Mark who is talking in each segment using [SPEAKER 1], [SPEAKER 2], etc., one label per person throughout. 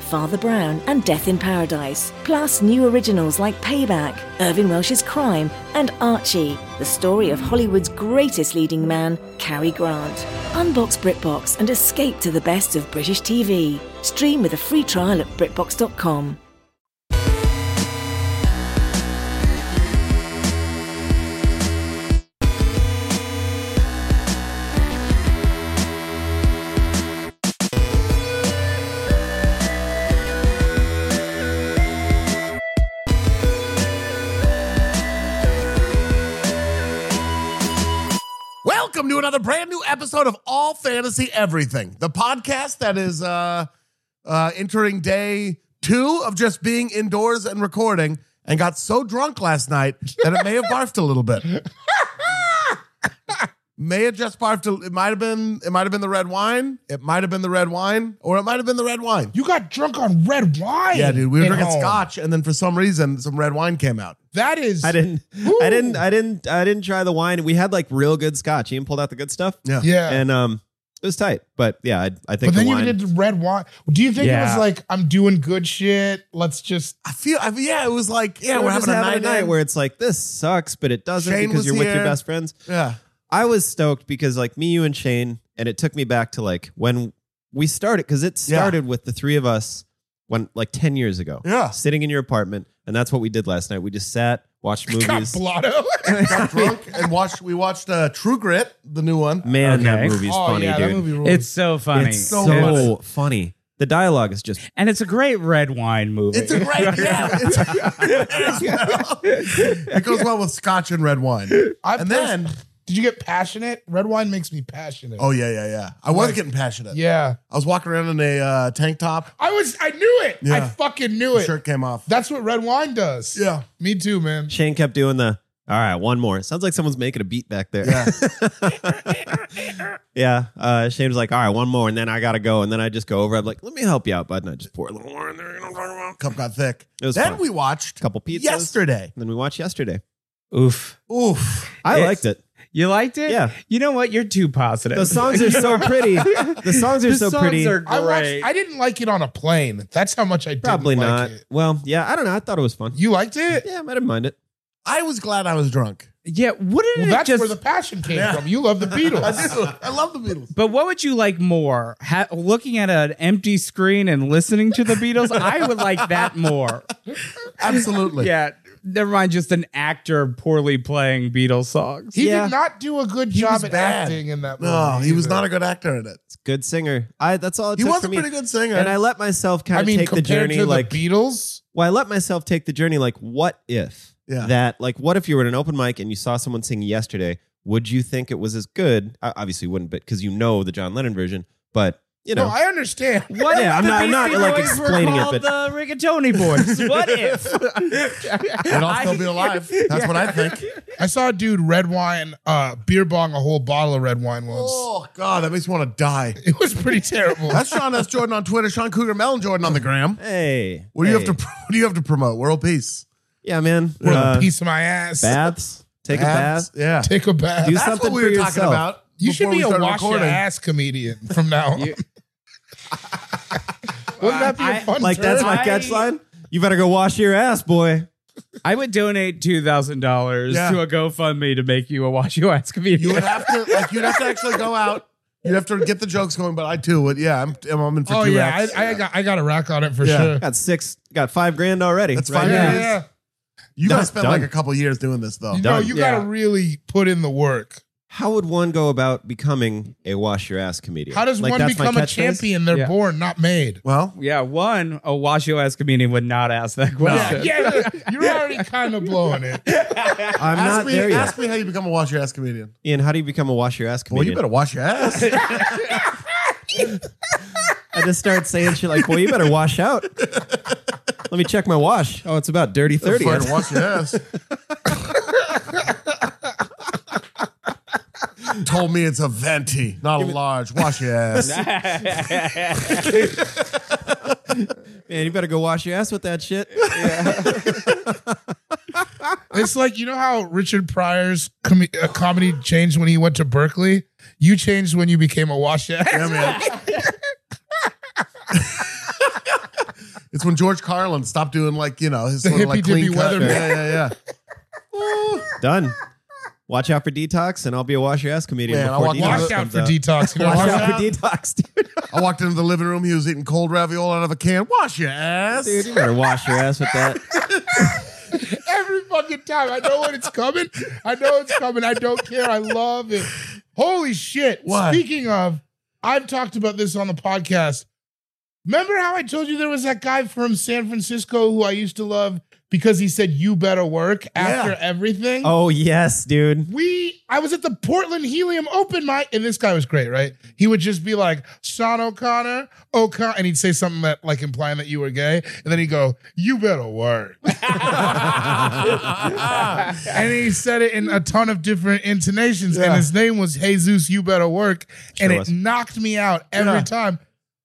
[SPEAKER 1] Father Brown, and Death in Paradise. Plus, new originals like Payback, Irving Welsh's Crime, and Archie, the story of Hollywood's greatest leading man, Cary Grant. Unbox BritBox and escape to the best of British TV. Stream with a free trial at BritBox.com.
[SPEAKER 2] Welcome to another brand new episode of All Fantasy Everything, the podcast that is uh, uh, entering day two of just being indoors and recording, and got so drunk last night that it may have barfed a little bit. may have just barfed. A, it might have been. It might have been the red wine. It might have been the red wine, or it might have been the red wine.
[SPEAKER 3] You got drunk on red wine.
[SPEAKER 2] Yeah, dude, we were
[SPEAKER 3] at
[SPEAKER 2] drinking
[SPEAKER 3] home.
[SPEAKER 2] scotch, and then for some reason, some red wine came out.
[SPEAKER 3] That is.
[SPEAKER 4] I didn't. I didn't. I didn't. I didn't try the wine. We had like real good scotch. Ian pulled out the good stuff.
[SPEAKER 2] Yeah.
[SPEAKER 3] Yeah.
[SPEAKER 4] and um, it was tight. But yeah, I, I think.
[SPEAKER 3] but then
[SPEAKER 4] the
[SPEAKER 3] you
[SPEAKER 4] wine,
[SPEAKER 3] did red wine. Do you think it
[SPEAKER 4] Yeah.
[SPEAKER 3] was like I'm doing good shit? Let's just.
[SPEAKER 2] I feel. I, yeah, it was like. Yeah,
[SPEAKER 4] we
[SPEAKER 2] we're,
[SPEAKER 4] were
[SPEAKER 2] having
[SPEAKER 4] just
[SPEAKER 2] a night,
[SPEAKER 4] having a night
[SPEAKER 2] in.
[SPEAKER 4] where it's like this sucks, but it doesn't
[SPEAKER 2] Shane was
[SPEAKER 4] because you're with
[SPEAKER 2] here.
[SPEAKER 4] your best friends.
[SPEAKER 2] Yeah.
[SPEAKER 4] I was stoked because like me, you, and Shane, and it took me back to like when we started because it
[SPEAKER 2] Yeah.
[SPEAKER 4] started with the three of us when like ten years ago.
[SPEAKER 2] Yeah.
[SPEAKER 4] sitting in your apartment, and that's what we did last night. We just sat, watched
[SPEAKER 3] Got
[SPEAKER 4] movies.
[SPEAKER 3] blotto.
[SPEAKER 2] got drunk and watched. We watched uh, True Grit, the new one.
[SPEAKER 4] Man, that
[SPEAKER 5] Okay.
[SPEAKER 4] movie's funny,
[SPEAKER 3] Oh, yeah,
[SPEAKER 4] dude.
[SPEAKER 3] that movie rules.
[SPEAKER 5] It's so funny.
[SPEAKER 4] It's
[SPEAKER 2] so
[SPEAKER 4] so,
[SPEAKER 2] funny.
[SPEAKER 4] funny. The dialogue is just
[SPEAKER 5] and it's a great red wine movie.
[SPEAKER 2] It's a great, yeah. It's, it goes well with scotch and red wine.
[SPEAKER 3] I
[SPEAKER 2] and
[SPEAKER 3] pers-
[SPEAKER 2] then,
[SPEAKER 3] did you get passionate? Red wine makes me passionate.
[SPEAKER 2] oh yeah, yeah, yeah. I was
[SPEAKER 3] Like,
[SPEAKER 2] getting passionate.
[SPEAKER 3] yeah.
[SPEAKER 2] I was walking around in a uh, tank top.
[SPEAKER 3] I was. I knew it.
[SPEAKER 2] Yeah.
[SPEAKER 3] I fucking knew
[SPEAKER 2] The
[SPEAKER 3] it.
[SPEAKER 2] shirt came off.
[SPEAKER 3] That's what red wine does.
[SPEAKER 2] yeah,
[SPEAKER 3] Me too, man.
[SPEAKER 4] Shane kept doing the all right, one more. It sounds like someone's making a beat back there. Yeah. Uh, Shane was like, all right, one more, and then I gotta go. And then I just go over. I'm like, let me help you out, bud. And I just pour a little more in there. You know what I'm talking about?
[SPEAKER 2] cup got thick.
[SPEAKER 4] It was
[SPEAKER 2] Then
[SPEAKER 4] fun.
[SPEAKER 2] we watched
[SPEAKER 4] Couple pizzas.
[SPEAKER 2] yesterday.
[SPEAKER 4] And then we watched yesterday.
[SPEAKER 5] Oof.
[SPEAKER 2] Oof.
[SPEAKER 4] I
[SPEAKER 5] It-
[SPEAKER 4] liked it.
[SPEAKER 5] You liked it?
[SPEAKER 4] Yeah.
[SPEAKER 5] You know what? You're too positive.
[SPEAKER 4] The songs are so pretty. The songs are
[SPEAKER 5] The
[SPEAKER 4] so
[SPEAKER 5] songs
[SPEAKER 4] pretty.
[SPEAKER 5] are
[SPEAKER 3] I
[SPEAKER 5] great.
[SPEAKER 3] watched. I didn't like it on a plane. That's how much I didn't
[SPEAKER 4] Probably
[SPEAKER 3] like
[SPEAKER 4] not.
[SPEAKER 3] it.
[SPEAKER 4] Well, yeah, I don't know. I thought it was fun.
[SPEAKER 3] You liked it?
[SPEAKER 4] Yeah, I didn't mind it.
[SPEAKER 2] I was glad I was drunk.
[SPEAKER 5] yeah. Wouldn't
[SPEAKER 3] Well,
[SPEAKER 5] it
[SPEAKER 3] that's
[SPEAKER 5] just?
[SPEAKER 3] where the passion came
[SPEAKER 2] Yeah.
[SPEAKER 3] from. You love the
[SPEAKER 2] I
[SPEAKER 3] Beatles.
[SPEAKER 2] do. I love the Beatles.
[SPEAKER 5] but what would you like more? Ha- looking at an empty screen and listening to the Beatles? I would like that more.
[SPEAKER 2] Absolutely.
[SPEAKER 5] Yeah. Never mind. Just an actor poorly playing Beatles songs.
[SPEAKER 3] He
[SPEAKER 4] Yeah.
[SPEAKER 3] did not do a good
[SPEAKER 2] He was
[SPEAKER 3] job at
[SPEAKER 2] bad.
[SPEAKER 3] acting in that movie.
[SPEAKER 2] No, Oh, he was
[SPEAKER 3] either.
[SPEAKER 2] not a good actor in it.
[SPEAKER 4] It's a good singer. I that's all it
[SPEAKER 2] He
[SPEAKER 4] took
[SPEAKER 2] was
[SPEAKER 4] for
[SPEAKER 2] a
[SPEAKER 4] me.
[SPEAKER 2] pretty good singer.
[SPEAKER 4] And I let myself kind
[SPEAKER 3] I
[SPEAKER 4] of
[SPEAKER 3] mean,
[SPEAKER 4] take the
[SPEAKER 3] compared
[SPEAKER 4] journey
[SPEAKER 3] to
[SPEAKER 4] like
[SPEAKER 3] the Beatles,
[SPEAKER 4] well, I let myself take the journey. Like, what if
[SPEAKER 2] Yeah.
[SPEAKER 4] that? Like, what if you were at an open mic and you saw someone sing yesterday? Would you think it was as good? I obviously you wouldn't, but because you know the John Lennon version. But you know,
[SPEAKER 3] no, I understand.
[SPEAKER 5] What
[SPEAKER 4] Yeah,
[SPEAKER 5] if
[SPEAKER 4] I'm
[SPEAKER 5] the
[SPEAKER 4] not- I'm not,
[SPEAKER 5] Beastie
[SPEAKER 4] like,
[SPEAKER 5] Boys were
[SPEAKER 4] explaining it,
[SPEAKER 5] called
[SPEAKER 4] but-
[SPEAKER 5] the Rigatoni Boys. What if?
[SPEAKER 2] and I'll still be alive. That's what I think.
[SPEAKER 3] I saw a dude red wine, uh, beer bong a whole bottle of red wine once.
[SPEAKER 2] Oh God, that makes me want to die.
[SPEAKER 3] It was pretty terrible.
[SPEAKER 2] That's Sean S. Jordan on Twitter. Sean Cougar Mellon Jordan on the gram.
[SPEAKER 4] hey,
[SPEAKER 2] What do you
[SPEAKER 4] hey.
[SPEAKER 2] have to What do you have to promote? World peace.
[SPEAKER 4] Yeah, man.
[SPEAKER 3] What
[SPEAKER 4] Uh,
[SPEAKER 3] a piece of my ass.
[SPEAKER 4] baths. Take
[SPEAKER 2] Abs?
[SPEAKER 4] a bath.
[SPEAKER 2] Yeah,
[SPEAKER 3] Take a bath.
[SPEAKER 4] Do
[SPEAKER 2] that's
[SPEAKER 4] something
[SPEAKER 2] what we
[SPEAKER 4] for
[SPEAKER 2] were talking
[SPEAKER 4] yourself.
[SPEAKER 2] about.
[SPEAKER 3] you should
[SPEAKER 2] before
[SPEAKER 3] be
[SPEAKER 2] we
[SPEAKER 3] a
[SPEAKER 2] started
[SPEAKER 3] wash
[SPEAKER 2] recording.
[SPEAKER 3] your ass comedian from now on. Wouldn't that be a
[SPEAKER 5] I-
[SPEAKER 3] fun
[SPEAKER 4] Like that's my
[SPEAKER 5] I-
[SPEAKER 4] catch line. You better go wash your ass, boy.
[SPEAKER 5] I would donate two thousand dollars
[SPEAKER 2] Yeah.
[SPEAKER 5] to a GoFundMe to make you a wash your ass comedian.
[SPEAKER 2] You would have to like you'd have to actually go out. You'd have to get the jokes going. But I too would. Yeah, I'm I'm, I'm in for
[SPEAKER 3] Oh
[SPEAKER 2] two
[SPEAKER 3] yeah,
[SPEAKER 2] acts.
[SPEAKER 3] I, I got I got a rack on it for
[SPEAKER 2] Yeah.
[SPEAKER 3] sure.
[SPEAKER 4] Got six. Got five grand already.
[SPEAKER 2] That's
[SPEAKER 4] right?
[SPEAKER 2] five
[SPEAKER 3] Yeah,
[SPEAKER 2] grand.
[SPEAKER 3] yeah.
[SPEAKER 2] you gotta
[SPEAKER 4] Done.
[SPEAKER 2] spend like
[SPEAKER 4] Done.
[SPEAKER 2] a couple years doing this though.
[SPEAKER 3] No,
[SPEAKER 4] Done.
[SPEAKER 3] you
[SPEAKER 5] Yeah.
[SPEAKER 3] gotta really put in the work.
[SPEAKER 4] How would one go about becoming a wash your ass comedian?
[SPEAKER 3] How does
[SPEAKER 4] Like,
[SPEAKER 3] one
[SPEAKER 4] that's my
[SPEAKER 3] become a
[SPEAKER 4] catchphrase?
[SPEAKER 3] champion? They're
[SPEAKER 5] Yeah.
[SPEAKER 3] born, not made.
[SPEAKER 2] Well,
[SPEAKER 5] yeah, one a wash your ass comedian would not ask that question.
[SPEAKER 3] Yeah, you're already kind of blowing it.
[SPEAKER 2] ask
[SPEAKER 4] I'm not
[SPEAKER 2] me
[SPEAKER 4] there yet.
[SPEAKER 2] ask me how you become a wash your ass comedian.
[SPEAKER 4] Ian, how do you become a wash your ass
[SPEAKER 2] Well,
[SPEAKER 4] comedian?
[SPEAKER 2] you better wash your ass.
[SPEAKER 4] I just start saying shit like, "Well, you better wash out." Let me check my wash. Oh, it's about dirty thirty.
[SPEAKER 2] Fucking wash your ass. told me it's a venti, not a large. Wash your ass.
[SPEAKER 4] Man, you better go wash your ass with that shit.
[SPEAKER 3] It's like you know how Richard Pryor's com- uh, comedy changed when he went to Berkeley. You changed when you became a wash ass.
[SPEAKER 2] Yeah, man. it's when George Carlin stopped doing like you know his sort of like
[SPEAKER 3] hippy-dippy
[SPEAKER 2] clean cut.
[SPEAKER 3] weatherman.
[SPEAKER 2] Yeah, yeah, yeah.
[SPEAKER 4] Done. Watch out for detox, and I'll be a wash your ass comedian
[SPEAKER 2] Man, I
[SPEAKER 4] before
[SPEAKER 2] want
[SPEAKER 4] detox
[SPEAKER 3] Washed out
[SPEAKER 4] comes
[SPEAKER 3] for detox. You know,
[SPEAKER 4] Watch
[SPEAKER 3] washed
[SPEAKER 4] out
[SPEAKER 3] out.
[SPEAKER 4] for detox, dude.
[SPEAKER 2] I walked into the living room. He was eating cold ravioli out of a can. Wash your ass.
[SPEAKER 4] Dude, you better wash your ass with that.
[SPEAKER 3] every fucking time. I know when it's coming. I know it's coming. I don't care. I love it. Holy shit.
[SPEAKER 2] What?
[SPEAKER 3] Speaking of, I've talked about this on the podcast. Remember how I told you there was that guy from San Francisco who I used to love because he said, You better work after
[SPEAKER 2] Yeah.
[SPEAKER 3] everything?
[SPEAKER 4] Oh yes, dude.
[SPEAKER 3] we I was at the Portland Helium open mic, and this guy was great, right? He would just be like, Sean O'Connor, O'Connor, and he'd say something that like implying that you were gay, and then he'd go, You better work.
[SPEAKER 2] Ah,
[SPEAKER 3] and he said it in a ton of different intonations, and
[SPEAKER 2] Yeah.
[SPEAKER 3] his name was Jesus, you better work. and it
[SPEAKER 4] was.
[SPEAKER 3] knocked me out every
[SPEAKER 2] Yeah.
[SPEAKER 3] time.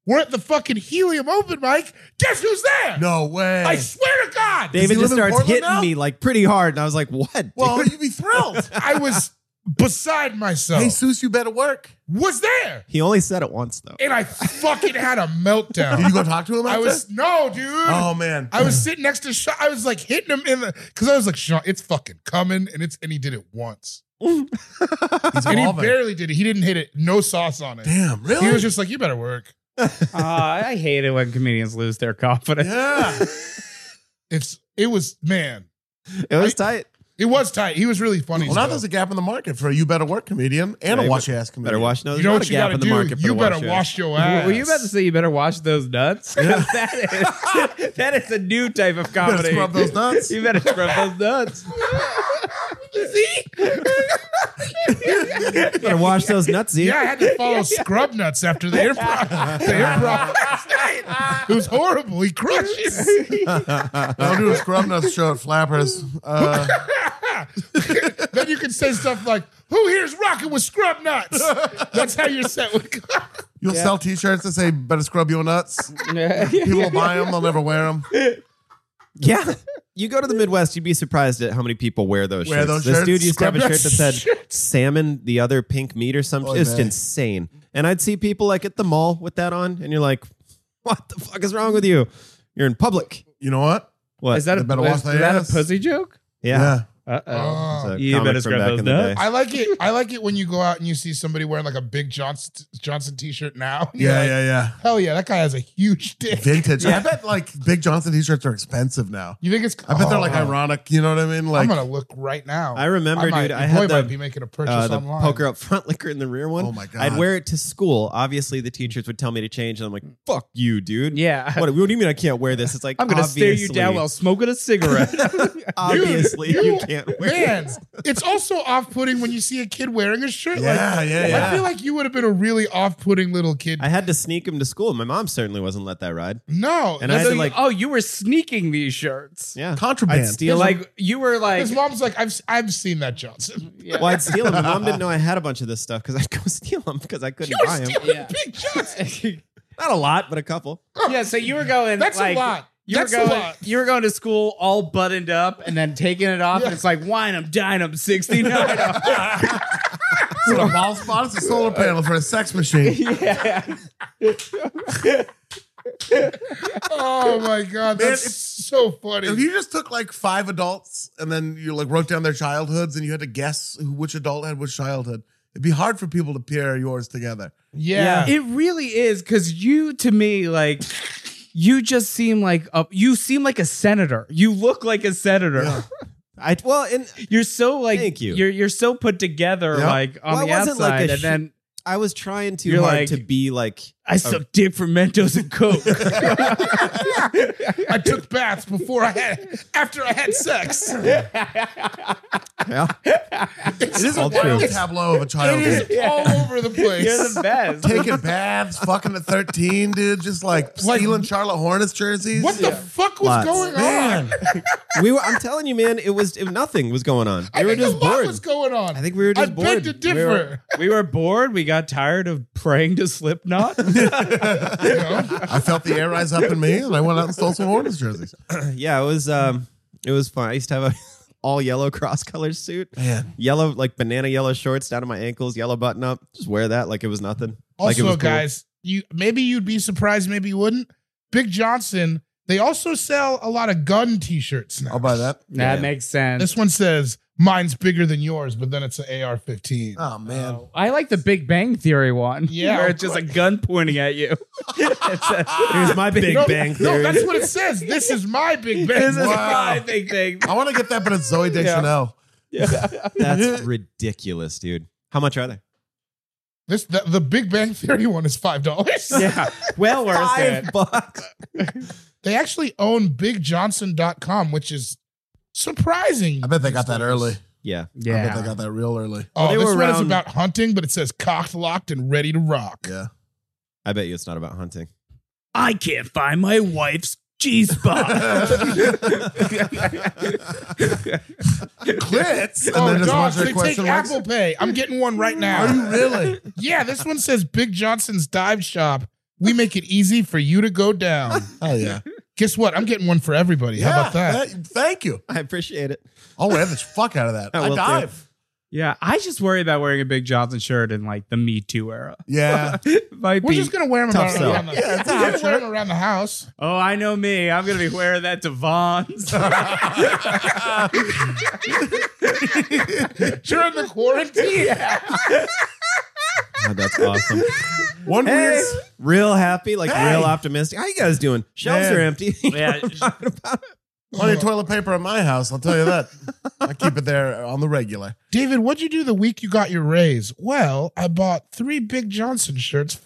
[SPEAKER 3] We're at the fucking helium open mic. Guess who's there?
[SPEAKER 2] No way.
[SPEAKER 3] I swear to God.
[SPEAKER 2] he
[SPEAKER 4] David
[SPEAKER 2] live
[SPEAKER 4] just
[SPEAKER 2] in
[SPEAKER 4] starts
[SPEAKER 2] Portland
[SPEAKER 4] hitting
[SPEAKER 2] now?
[SPEAKER 4] me like pretty hard, and I was like, "What?"
[SPEAKER 2] well,
[SPEAKER 4] dude?
[SPEAKER 2] you'd be thrilled.
[SPEAKER 3] I was beside myself.
[SPEAKER 2] Hey, Seuss, you better work.
[SPEAKER 3] was there.
[SPEAKER 4] He only said it once though.
[SPEAKER 3] and I fucking had a
[SPEAKER 2] Did
[SPEAKER 3] meltdown.
[SPEAKER 2] you go talk to him?
[SPEAKER 3] I
[SPEAKER 2] after?
[SPEAKER 3] was no, dude.
[SPEAKER 2] Oh man.
[SPEAKER 3] I was sitting next to Sean. I was like hitting him in the because I was like Sean, it's fucking coming, and it's and he did it once,
[SPEAKER 2] He's
[SPEAKER 3] and he
[SPEAKER 2] evolving.
[SPEAKER 3] barely did it. He didn't hit it, no sauce on it.
[SPEAKER 2] Damn, really?
[SPEAKER 3] He was just like, you better work.
[SPEAKER 2] Uh,
[SPEAKER 5] I hate it when comedians lose their confidence.
[SPEAKER 2] yeah.
[SPEAKER 3] It's it was man,
[SPEAKER 4] It was tight.
[SPEAKER 3] it was tight. He was really funny.
[SPEAKER 2] Well, now
[SPEAKER 3] though.
[SPEAKER 2] there's a gap in the market for a you better work comedian and a
[SPEAKER 4] Hey,
[SPEAKER 2] wash your ass comedian.
[SPEAKER 4] Better wash. No,
[SPEAKER 3] you
[SPEAKER 4] there's
[SPEAKER 3] know
[SPEAKER 4] not
[SPEAKER 3] what you
[SPEAKER 4] a gap
[SPEAKER 3] gotta
[SPEAKER 4] in the
[SPEAKER 3] do.
[SPEAKER 4] market. For
[SPEAKER 3] you
[SPEAKER 4] the
[SPEAKER 3] better
[SPEAKER 4] your ass.
[SPEAKER 3] wash your ass.
[SPEAKER 5] Were you about to say you better wash those nuts? 'Cause that, is, that is a new type
[SPEAKER 2] Better
[SPEAKER 5] of comedy.
[SPEAKER 2] scrub those nuts.
[SPEAKER 5] You better scrub those nuts.
[SPEAKER 4] You better wash those nuts, dude.
[SPEAKER 3] Yeah, I had to follow Scrub Nuts after the improv. the improv last night. It was horrible. He crushes.
[SPEAKER 2] I'll do a scrub nuts show at Flappers. Uh,
[SPEAKER 3] then you can say stuff like, "Who here's rocking with scrub nuts?" That's how your set would go.
[SPEAKER 2] you'll sell T-shirts that say "Better scrub your nuts."
[SPEAKER 5] yeah.
[SPEAKER 2] People will buy them; they'll never wear them.
[SPEAKER 4] Yeah. You go to the Midwest, you'd be surprised at how many people wear those
[SPEAKER 2] Wear
[SPEAKER 4] shirts.
[SPEAKER 2] those
[SPEAKER 4] this
[SPEAKER 2] shirts,
[SPEAKER 4] dude used to have a
[SPEAKER 3] scrub
[SPEAKER 4] shirt that said
[SPEAKER 3] shirts.
[SPEAKER 4] salmon, the other pink meat or something.
[SPEAKER 2] Oh,
[SPEAKER 4] it's
[SPEAKER 2] man.
[SPEAKER 4] insane. And I'd see people like at the mall with that on, and you're like, what the fuck is wrong with you? You're in public.
[SPEAKER 2] You know what?
[SPEAKER 4] What?
[SPEAKER 5] Is that, a,
[SPEAKER 2] They better
[SPEAKER 5] is
[SPEAKER 2] wash their
[SPEAKER 5] that a
[SPEAKER 2] ass.
[SPEAKER 5] pussy joke?
[SPEAKER 4] yeah.
[SPEAKER 5] Uh oh.
[SPEAKER 4] It's a
[SPEAKER 5] You
[SPEAKER 4] comic
[SPEAKER 5] better
[SPEAKER 4] from
[SPEAKER 5] scrub
[SPEAKER 4] back
[SPEAKER 5] those
[SPEAKER 4] in the
[SPEAKER 5] nuts.
[SPEAKER 4] day.
[SPEAKER 3] I like it. I like it when you go out and you see somebody wearing like a big Johnson Johnson T-shirt now. You're
[SPEAKER 2] Yeah,
[SPEAKER 3] like,
[SPEAKER 2] yeah, yeah.
[SPEAKER 3] Hell yeah, that guy has a huge dick.
[SPEAKER 2] Vintage. I bet like Big Johnson T-shirts are expensive now.
[SPEAKER 3] You think it's?
[SPEAKER 2] I bet they're like
[SPEAKER 3] Oh,
[SPEAKER 2] ironic. You know what I mean?
[SPEAKER 3] I'm
[SPEAKER 2] Like,
[SPEAKER 3] gonna look right now.
[SPEAKER 4] I remember,
[SPEAKER 3] might-
[SPEAKER 4] dude, I
[SPEAKER 3] your
[SPEAKER 4] had
[SPEAKER 3] boy
[SPEAKER 4] the-
[SPEAKER 3] might be making a purchase
[SPEAKER 4] Uh, the
[SPEAKER 3] online.
[SPEAKER 4] poker up front, liquor in the rear one.
[SPEAKER 2] Oh, my God.
[SPEAKER 4] I'd wear it to school. Obviously, the teachers would tell me to change, and I'm like, "Fuck you, dude."
[SPEAKER 5] Yeah.
[SPEAKER 4] What, what do you mean I can't wear this? It's like
[SPEAKER 5] I'm going to stare you
[SPEAKER 4] obviously-
[SPEAKER 5] down while smoking a cigarette.
[SPEAKER 4] obviously
[SPEAKER 3] Dude,
[SPEAKER 4] you,
[SPEAKER 3] you-
[SPEAKER 4] can't wear. it.
[SPEAKER 3] Man, it's also off-putting when you see a kid wearing a shirt like
[SPEAKER 2] yeah, yeah, yeah.
[SPEAKER 3] I feel like you would have been a really off-putting little kid.
[SPEAKER 4] I had to sneak him to school. My mom certainly wasn't let that ride.
[SPEAKER 3] no,
[SPEAKER 4] And I had
[SPEAKER 3] that's-
[SPEAKER 4] to like,
[SPEAKER 5] oh, you were sneaking these shirts.
[SPEAKER 4] yeah,
[SPEAKER 2] Contraband.
[SPEAKER 4] I'd steal like,
[SPEAKER 5] Like you were like
[SPEAKER 3] his mom's like, I've I've seen that Johnson.
[SPEAKER 4] well, I'd steal them. My mom didn't know I had a bunch of this stuff because I'd go steal them because I couldn't buy them.
[SPEAKER 5] yeah.
[SPEAKER 4] Not a lot, but a couple.
[SPEAKER 5] yeah, so you were going
[SPEAKER 3] That's a
[SPEAKER 5] like,
[SPEAKER 3] lot.
[SPEAKER 5] You were
[SPEAKER 3] That's a
[SPEAKER 5] going
[SPEAKER 3] lot.
[SPEAKER 5] you were going to school all buttoned up and then taking it off and it's like wine them, dine them, 69.
[SPEAKER 2] It's a ball spot. It's a solar panel for a sex machine.
[SPEAKER 5] yeah.
[SPEAKER 3] Oh my god,
[SPEAKER 2] Man,
[SPEAKER 3] that's
[SPEAKER 2] it's-
[SPEAKER 3] so funny.
[SPEAKER 2] If you just took like five adults and then you like wrote down their childhoods and you had to guess who, which adult had which childhood, it'd be hard for people to pair yours together.
[SPEAKER 3] yeah.
[SPEAKER 5] It really is cuz you to me like you just seem like a you seem like a senator. You look like a senator.
[SPEAKER 2] Yeah.
[SPEAKER 4] I well, and
[SPEAKER 5] You're so like
[SPEAKER 4] Thank you.
[SPEAKER 5] are you're so put together
[SPEAKER 2] Yeah.
[SPEAKER 5] like on
[SPEAKER 4] Well, I
[SPEAKER 5] the
[SPEAKER 4] wasn't
[SPEAKER 5] outside
[SPEAKER 4] like a
[SPEAKER 5] and
[SPEAKER 4] sh-
[SPEAKER 5] then
[SPEAKER 4] I was trying too
[SPEAKER 5] You're
[SPEAKER 4] hard
[SPEAKER 5] like-
[SPEAKER 4] to be like
[SPEAKER 5] I sucked dick for Mentos and Coke.
[SPEAKER 3] I took baths before I had, after I had sex.
[SPEAKER 4] yeah,
[SPEAKER 2] It is a
[SPEAKER 4] all
[SPEAKER 2] wild
[SPEAKER 4] true.
[SPEAKER 2] tableau of a child
[SPEAKER 3] It is all over the place.
[SPEAKER 5] You're the best.
[SPEAKER 2] taking baths, fucking at 13, dude, just like
[SPEAKER 3] Like-
[SPEAKER 2] stealing Charlotte Hornets jerseys.
[SPEAKER 3] What the fuck was
[SPEAKER 4] Lots.
[SPEAKER 3] going on?
[SPEAKER 2] man?
[SPEAKER 4] we were. I'm telling you, man, it was it, nothing was going on.
[SPEAKER 3] I
[SPEAKER 4] We were
[SPEAKER 3] think a
[SPEAKER 4] just
[SPEAKER 3] lot
[SPEAKER 4] bored.
[SPEAKER 3] was going on.
[SPEAKER 4] I think we were just
[SPEAKER 3] I
[SPEAKER 4] bored.
[SPEAKER 3] beg to
[SPEAKER 4] We
[SPEAKER 3] differ.
[SPEAKER 4] were-
[SPEAKER 5] we were bored. We got tired of praying to Slipknot.
[SPEAKER 2] I felt the air rise up in me and I went out and stole some Hornets jerseys.
[SPEAKER 4] yeah, it was um, it was fun. I used to have a all yellow cross color suit,
[SPEAKER 2] Man.
[SPEAKER 4] yellow like banana yellow shorts down to my ankles, yellow button up. Just wear that like it was nothing. like it
[SPEAKER 3] Also,
[SPEAKER 4] was cool.
[SPEAKER 3] guys, you maybe you'd be surprised, maybe you wouldn't. Big Johnson, they also sell a lot of gun T-shirts now.
[SPEAKER 2] I'll buy that.
[SPEAKER 5] that
[SPEAKER 4] Yeah.
[SPEAKER 5] makes sense.
[SPEAKER 3] This one says mine's bigger than yours, but then it's an AR-15.
[SPEAKER 2] Oh, man.
[SPEAKER 5] I like the Big Bang Theory one.
[SPEAKER 3] Yeah.
[SPEAKER 5] Where it's just a gun pointing at you. It's a-
[SPEAKER 4] Here's my Big
[SPEAKER 3] no,
[SPEAKER 4] Bang
[SPEAKER 3] no,
[SPEAKER 4] Theory.
[SPEAKER 3] that's what it says. This is my Big Bang.
[SPEAKER 5] this is
[SPEAKER 3] Wow.
[SPEAKER 5] my big thing.
[SPEAKER 2] I want to get that, but it's Zoe Deschanel.
[SPEAKER 4] That's ridiculous, dude. How much are they?
[SPEAKER 3] This the, the Big Bang Theory one is five dollars.
[SPEAKER 5] Yeah. Well worth it.
[SPEAKER 4] Five bucks.
[SPEAKER 3] They actually own BigJohnson.com, which is surprising.
[SPEAKER 2] I bet they got that early.
[SPEAKER 4] Yeah.
[SPEAKER 2] I bet they got that real early.
[SPEAKER 3] Oh,
[SPEAKER 4] Well, they
[SPEAKER 3] this
[SPEAKER 4] were
[SPEAKER 3] one is
[SPEAKER 4] around-
[SPEAKER 3] about hunting, but it says cocked, locked, and ready to rock.
[SPEAKER 2] Yeah.
[SPEAKER 4] I bet you it's not about hunting.
[SPEAKER 5] I can't find my wife's G spot.
[SPEAKER 2] Clits. And
[SPEAKER 3] oh,
[SPEAKER 2] then just
[SPEAKER 3] gosh,
[SPEAKER 2] watch their
[SPEAKER 3] they take
[SPEAKER 2] question marks.
[SPEAKER 3] Apple Pay. I'm getting one right now.
[SPEAKER 2] Are you really?
[SPEAKER 3] Yeah, this one says Big Johnson's Dive Shop. We make it easy for you to go down.
[SPEAKER 2] Oh, yeah.
[SPEAKER 3] Guess what? I'm getting one for everybody. How about
[SPEAKER 2] Yeah,
[SPEAKER 3] that?
[SPEAKER 2] thank you.
[SPEAKER 4] I appreciate it.
[SPEAKER 2] I'll wear the fuck out of that.
[SPEAKER 4] I
[SPEAKER 2] I,
[SPEAKER 4] will,
[SPEAKER 2] dive.
[SPEAKER 5] yeah. I just worry about wearing a Big Johnson shirt in like the Me Too era.
[SPEAKER 2] Yeah.
[SPEAKER 5] Might
[SPEAKER 3] We're
[SPEAKER 5] be-
[SPEAKER 3] just gonna wear them
[SPEAKER 4] Tough
[SPEAKER 3] around,
[SPEAKER 4] sell.
[SPEAKER 3] around the,
[SPEAKER 2] Yeah,
[SPEAKER 3] yeah,
[SPEAKER 2] it's a
[SPEAKER 3] we're
[SPEAKER 2] hot
[SPEAKER 3] gonna wear 'em around the house.
[SPEAKER 5] oh, I know me. I'm going to be wearing that to Vaughn's.
[SPEAKER 3] During the quarantine.
[SPEAKER 4] Oh, that's awesome.
[SPEAKER 2] One
[SPEAKER 4] Hey,
[SPEAKER 2] weird.
[SPEAKER 4] real happy, like
[SPEAKER 2] Hey.
[SPEAKER 4] real optimistic. How you guys doing? Shelves
[SPEAKER 2] Man.
[SPEAKER 4] are empty.
[SPEAKER 5] yeah.
[SPEAKER 2] Plenty of toilet paper in my house, I'll tell you that. I keep it there on the regular.
[SPEAKER 3] David, what'd you do the week you got your raise? Well, I bought three Big Johnson shirts.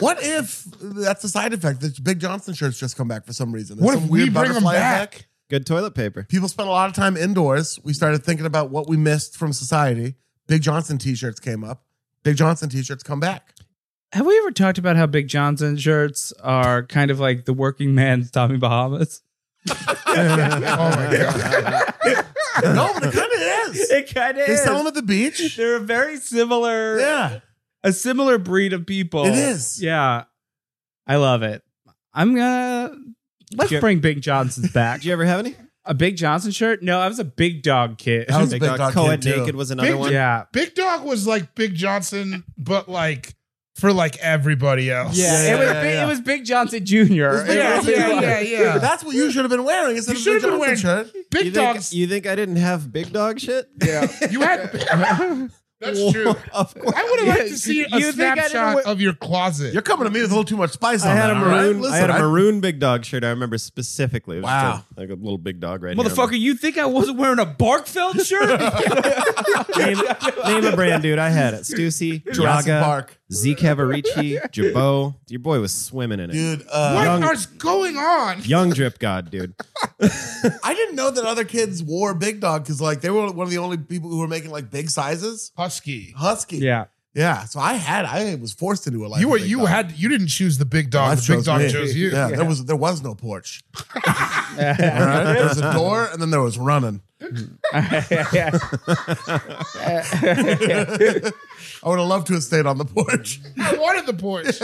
[SPEAKER 2] What if that's the side effect? The Big Johnson shirts just come back for some reason. There's
[SPEAKER 3] What if
[SPEAKER 2] some
[SPEAKER 3] we bring them
[SPEAKER 2] butterfly
[SPEAKER 3] back?
[SPEAKER 2] effect.
[SPEAKER 4] Good toilet paper.
[SPEAKER 2] People spent a lot of time indoors. We started thinking about what we missed from society. Big Johnson t shirts came up. Big Johnson t shirts come back.
[SPEAKER 5] Have we ever talked about how Big Johnson shirts are kind of like the working man's Tommy Bahamas?
[SPEAKER 3] oh my god!
[SPEAKER 2] no, but it kind of is.
[SPEAKER 5] kind of
[SPEAKER 2] They sell them at the beach.
[SPEAKER 5] They're a very similar,
[SPEAKER 2] Yeah.
[SPEAKER 5] a similar breed of people.
[SPEAKER 2] It is.
[SPEAKER 5] Yeah. I love it. I'm gonna let's
[SPEAKER 4] Jer-
[SPEAKER 5] bring Big Johnson's back.
[SPEAKER 4] Did you ever have any?
[SPEAKER 5] a Big Johnson shirt? No, I was a big dog kid.
[SPEAKER 2] That was a
[SPEAKER 4] Big
[SPEAKER 2] big
[SPEAKER 4] Dog
[SPEAKER 2] dog kid,
[SPEAKER 4] Co-ed
[SPEAKER 2] too.
[SPEAKER 4] Naked was another
[SPEAKER 3] Big
[SPEAKER 4] one.
[SPEAKER 5] yeah.
[SPEAKER 3] Big Dog was like Big Johnson, but like for like everybody else.
[SPEAKER 5] Yeah,
[SPEAKER 2] yeah,
[SPEAKER 5] it was
[SPEAKER 2] yeah,
[SPEAKER 5] big,
[SPEAKER 2] yeah.
[SPEAKER 5] it was Big Johnson Jr. It
[SPEAKER 3] Yeah,
[SPEAKER 5] was-
[SPEAKER 3] yeah, yeah, yeah.
[SPEAKER 2] That's what you should have been wearing instead
[SPEAKER 3] You
[SPEAKER 2] of
[SPEAKER 3] should
[SPEAKER 2] the
[SPEAKER 3] have been
[SPEAKER 2] Johnson shirt.
[SPEAKER 3] Big
[SPEAKER 4] You think,
[SPEAKER 3] Dog's.
[SPEAKER 4] you think I didn't have big dog shit?
[SPEAKER 3] yeah, you had. That's true.
[SPEAKER 4] of course.
[SPEAKER 3] I would have liked to see a
[SPEAKER 5] You think I didn't
[SPEAKER 3] snapshot
[SPEAKER 5] wear-
[SPEAKER 3] of your closet.
[SPEAKER 2] You're coming to me with a little too much spice on
[SPEAKER 4] I had
[SPEAKER 2] that,
[SPEAKER 4] a
[SPEAKER 2] all right?
[SPEAKER 4] maroon. I had
[SPEAKER 2] Listen,
[SPEAKER 4] a maroon big dog shirt. I remember specifically. It was
[SPEAKER 2] Wow.
[SPEAKER 4] just a- like a little big dog right here.
[SPEAKER 5] Motherfucker, you think I wasn't wearing a Barkfeld shirt?
[SPEAKER 4] name, name a brand, dude. I had it. Stussy,
[SPEAKER 2] Jurassic
[SPEAKER 4] Draga,
[SPEAKER 2] Park.
[SPEAKER 4] Zeke Havarici, Jabot. Your boy was swimming in it.
[SPEAKER 2] Dude,
[SPEAKER 3] What
[SPEAKER 2] uh,
[SPEAKER 4] Young-
[SPEAKER 3] is going on?
[SPEAKER 4] Young drip god, dude.
[SPEAKER 2] I didn't know that other kids wore Big Dog because, like, they were one of the only people who were making like big sizes.
[SPEAKER 3] Husky.
[SPEAKER 2] Husky,
[SPEAKER 5] yeah.
[SPEAKER 2] yeah. So I had, I was forced into a life.
[SPEAKER 3] You
[SPEAKER 2] of
[SPEAKER 3] were
[SPEAKER 2] Big
[SPEAKER 3] you
[SPEAKER 2] Dog.
[SPEAKER 3] had you didn't choose the big dog.
[SPEAKER 2] Life
[SPEAKER 3] the big dog
[SPEAKER 2] me.
[SPEAKER 3] chose you.
[SPEAKER 2] Yeah, there was there was no porch. All right? There was a door, and then there was running. I would have loved to have stayed on the porch.
[SPEAKER 3] I wanted the porch.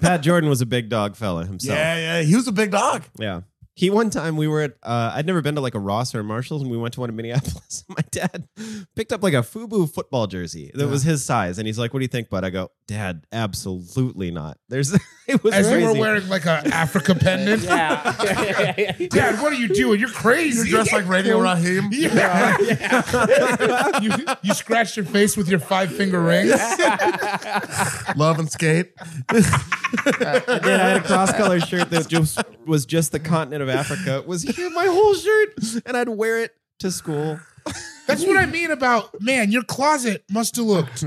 [SPEAKER 4] Pat Jordan was a big dog fella himself.
[SPEAKER 2] Yeah, yeah. He was a big dog.
[SPEAKER 4] Yeah. He one time we were at uh, I'd never been to like a Ross or a Marshalls and we went to one in Minneapolis. My dad picked up like a FUBU football jersey that was his size and he's like, "What do you think?" But I go, "Dad, absolutely not." There's it was
[SPEAKER 3] As
[SPEAKER 4] crazy.
[SPEAKER 3] we were wearing like a Africa pendant. Dad, what are you doing? You're crazy.
[SPEAKER 2] He dressed like Radio Raheem.
[SPEAKER 3] Yeah. you, you scratched your face with your five finger ring.
[SPEAKER 2] Love and skate.
[SPEAKER 4] I did. I had a cross color shirt that just was just the continent of Africa. It was here my whole shirt and I'd wear it to school.
[SPEAKER 3] That's what I mean about man. Your closet must have looked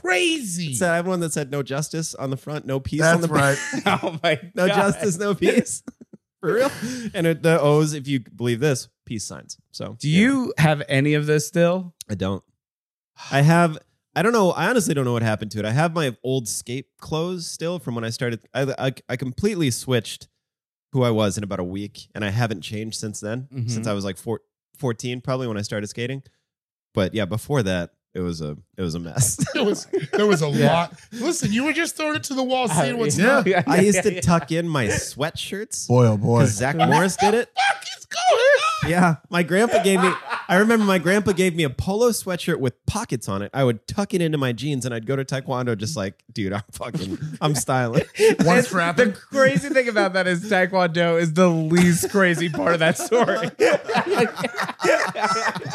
[SPEAKER 3] crazy.
[SPEAKER 4] Said I have one that said no justice on the front, no peace on
[SPEAKER 2] That's
[SPEAKER 4] the
[SPEAKER 2] right.
[SPEAKER 4] back.
[SPEAKER 5] Oh my
[SPEAKER 4] no
[SPEAKER 5] God.
[SPEAKER 4] justice, no peace. For real. And it, the O's, if you believe this, peace signs. So
[SPEAKER 5] Do
[SPEAKER 4] yeah.
[SPEAKER 5] you have any of this still?
[SPEAKER 4] I don't. I have. I don't know. I honestly don't know what happened to it. I have my old skate clothes still from when I started. I I, I completely switched who I was in about a week, and I haven't changed since then.
[SPEAKER 5] Mhm.
[SPEAKER 4] Since I was like four, 14 probably when I started skating. But yeah, before that, it was a it was a mess.
[SPEAKER 3] There was there was a lot. Listen, you were just throwing it to the wall, seeing what's
[SPEAKER 2] yeah.
[SPEAKER 3] up.
[SPEAKER 4] I used to tuck in my sweatshirts
[SPEAKER 2] Boy, oh boy.
[SPEAKER 4] because Zach Morris did it.
[SPEAKER 3] Fuck is going
[SPEAKER 4] Yeah, my grandpa gave me. I remember my grandpa gave me a polo sweatshirt with pockets on it. I would tuck it into my jeans, and I'd go to taekwondo just like, dude, I'm fucking, I'm styling.
[SPEAKER 2] One
[SPEAKER 5] It's-
[SPEAKER 2] strap.
[SPEAKER 5] The crazy thing about that is Taekwondo is the least crazy part of that story.
[SPEAKER 3] on?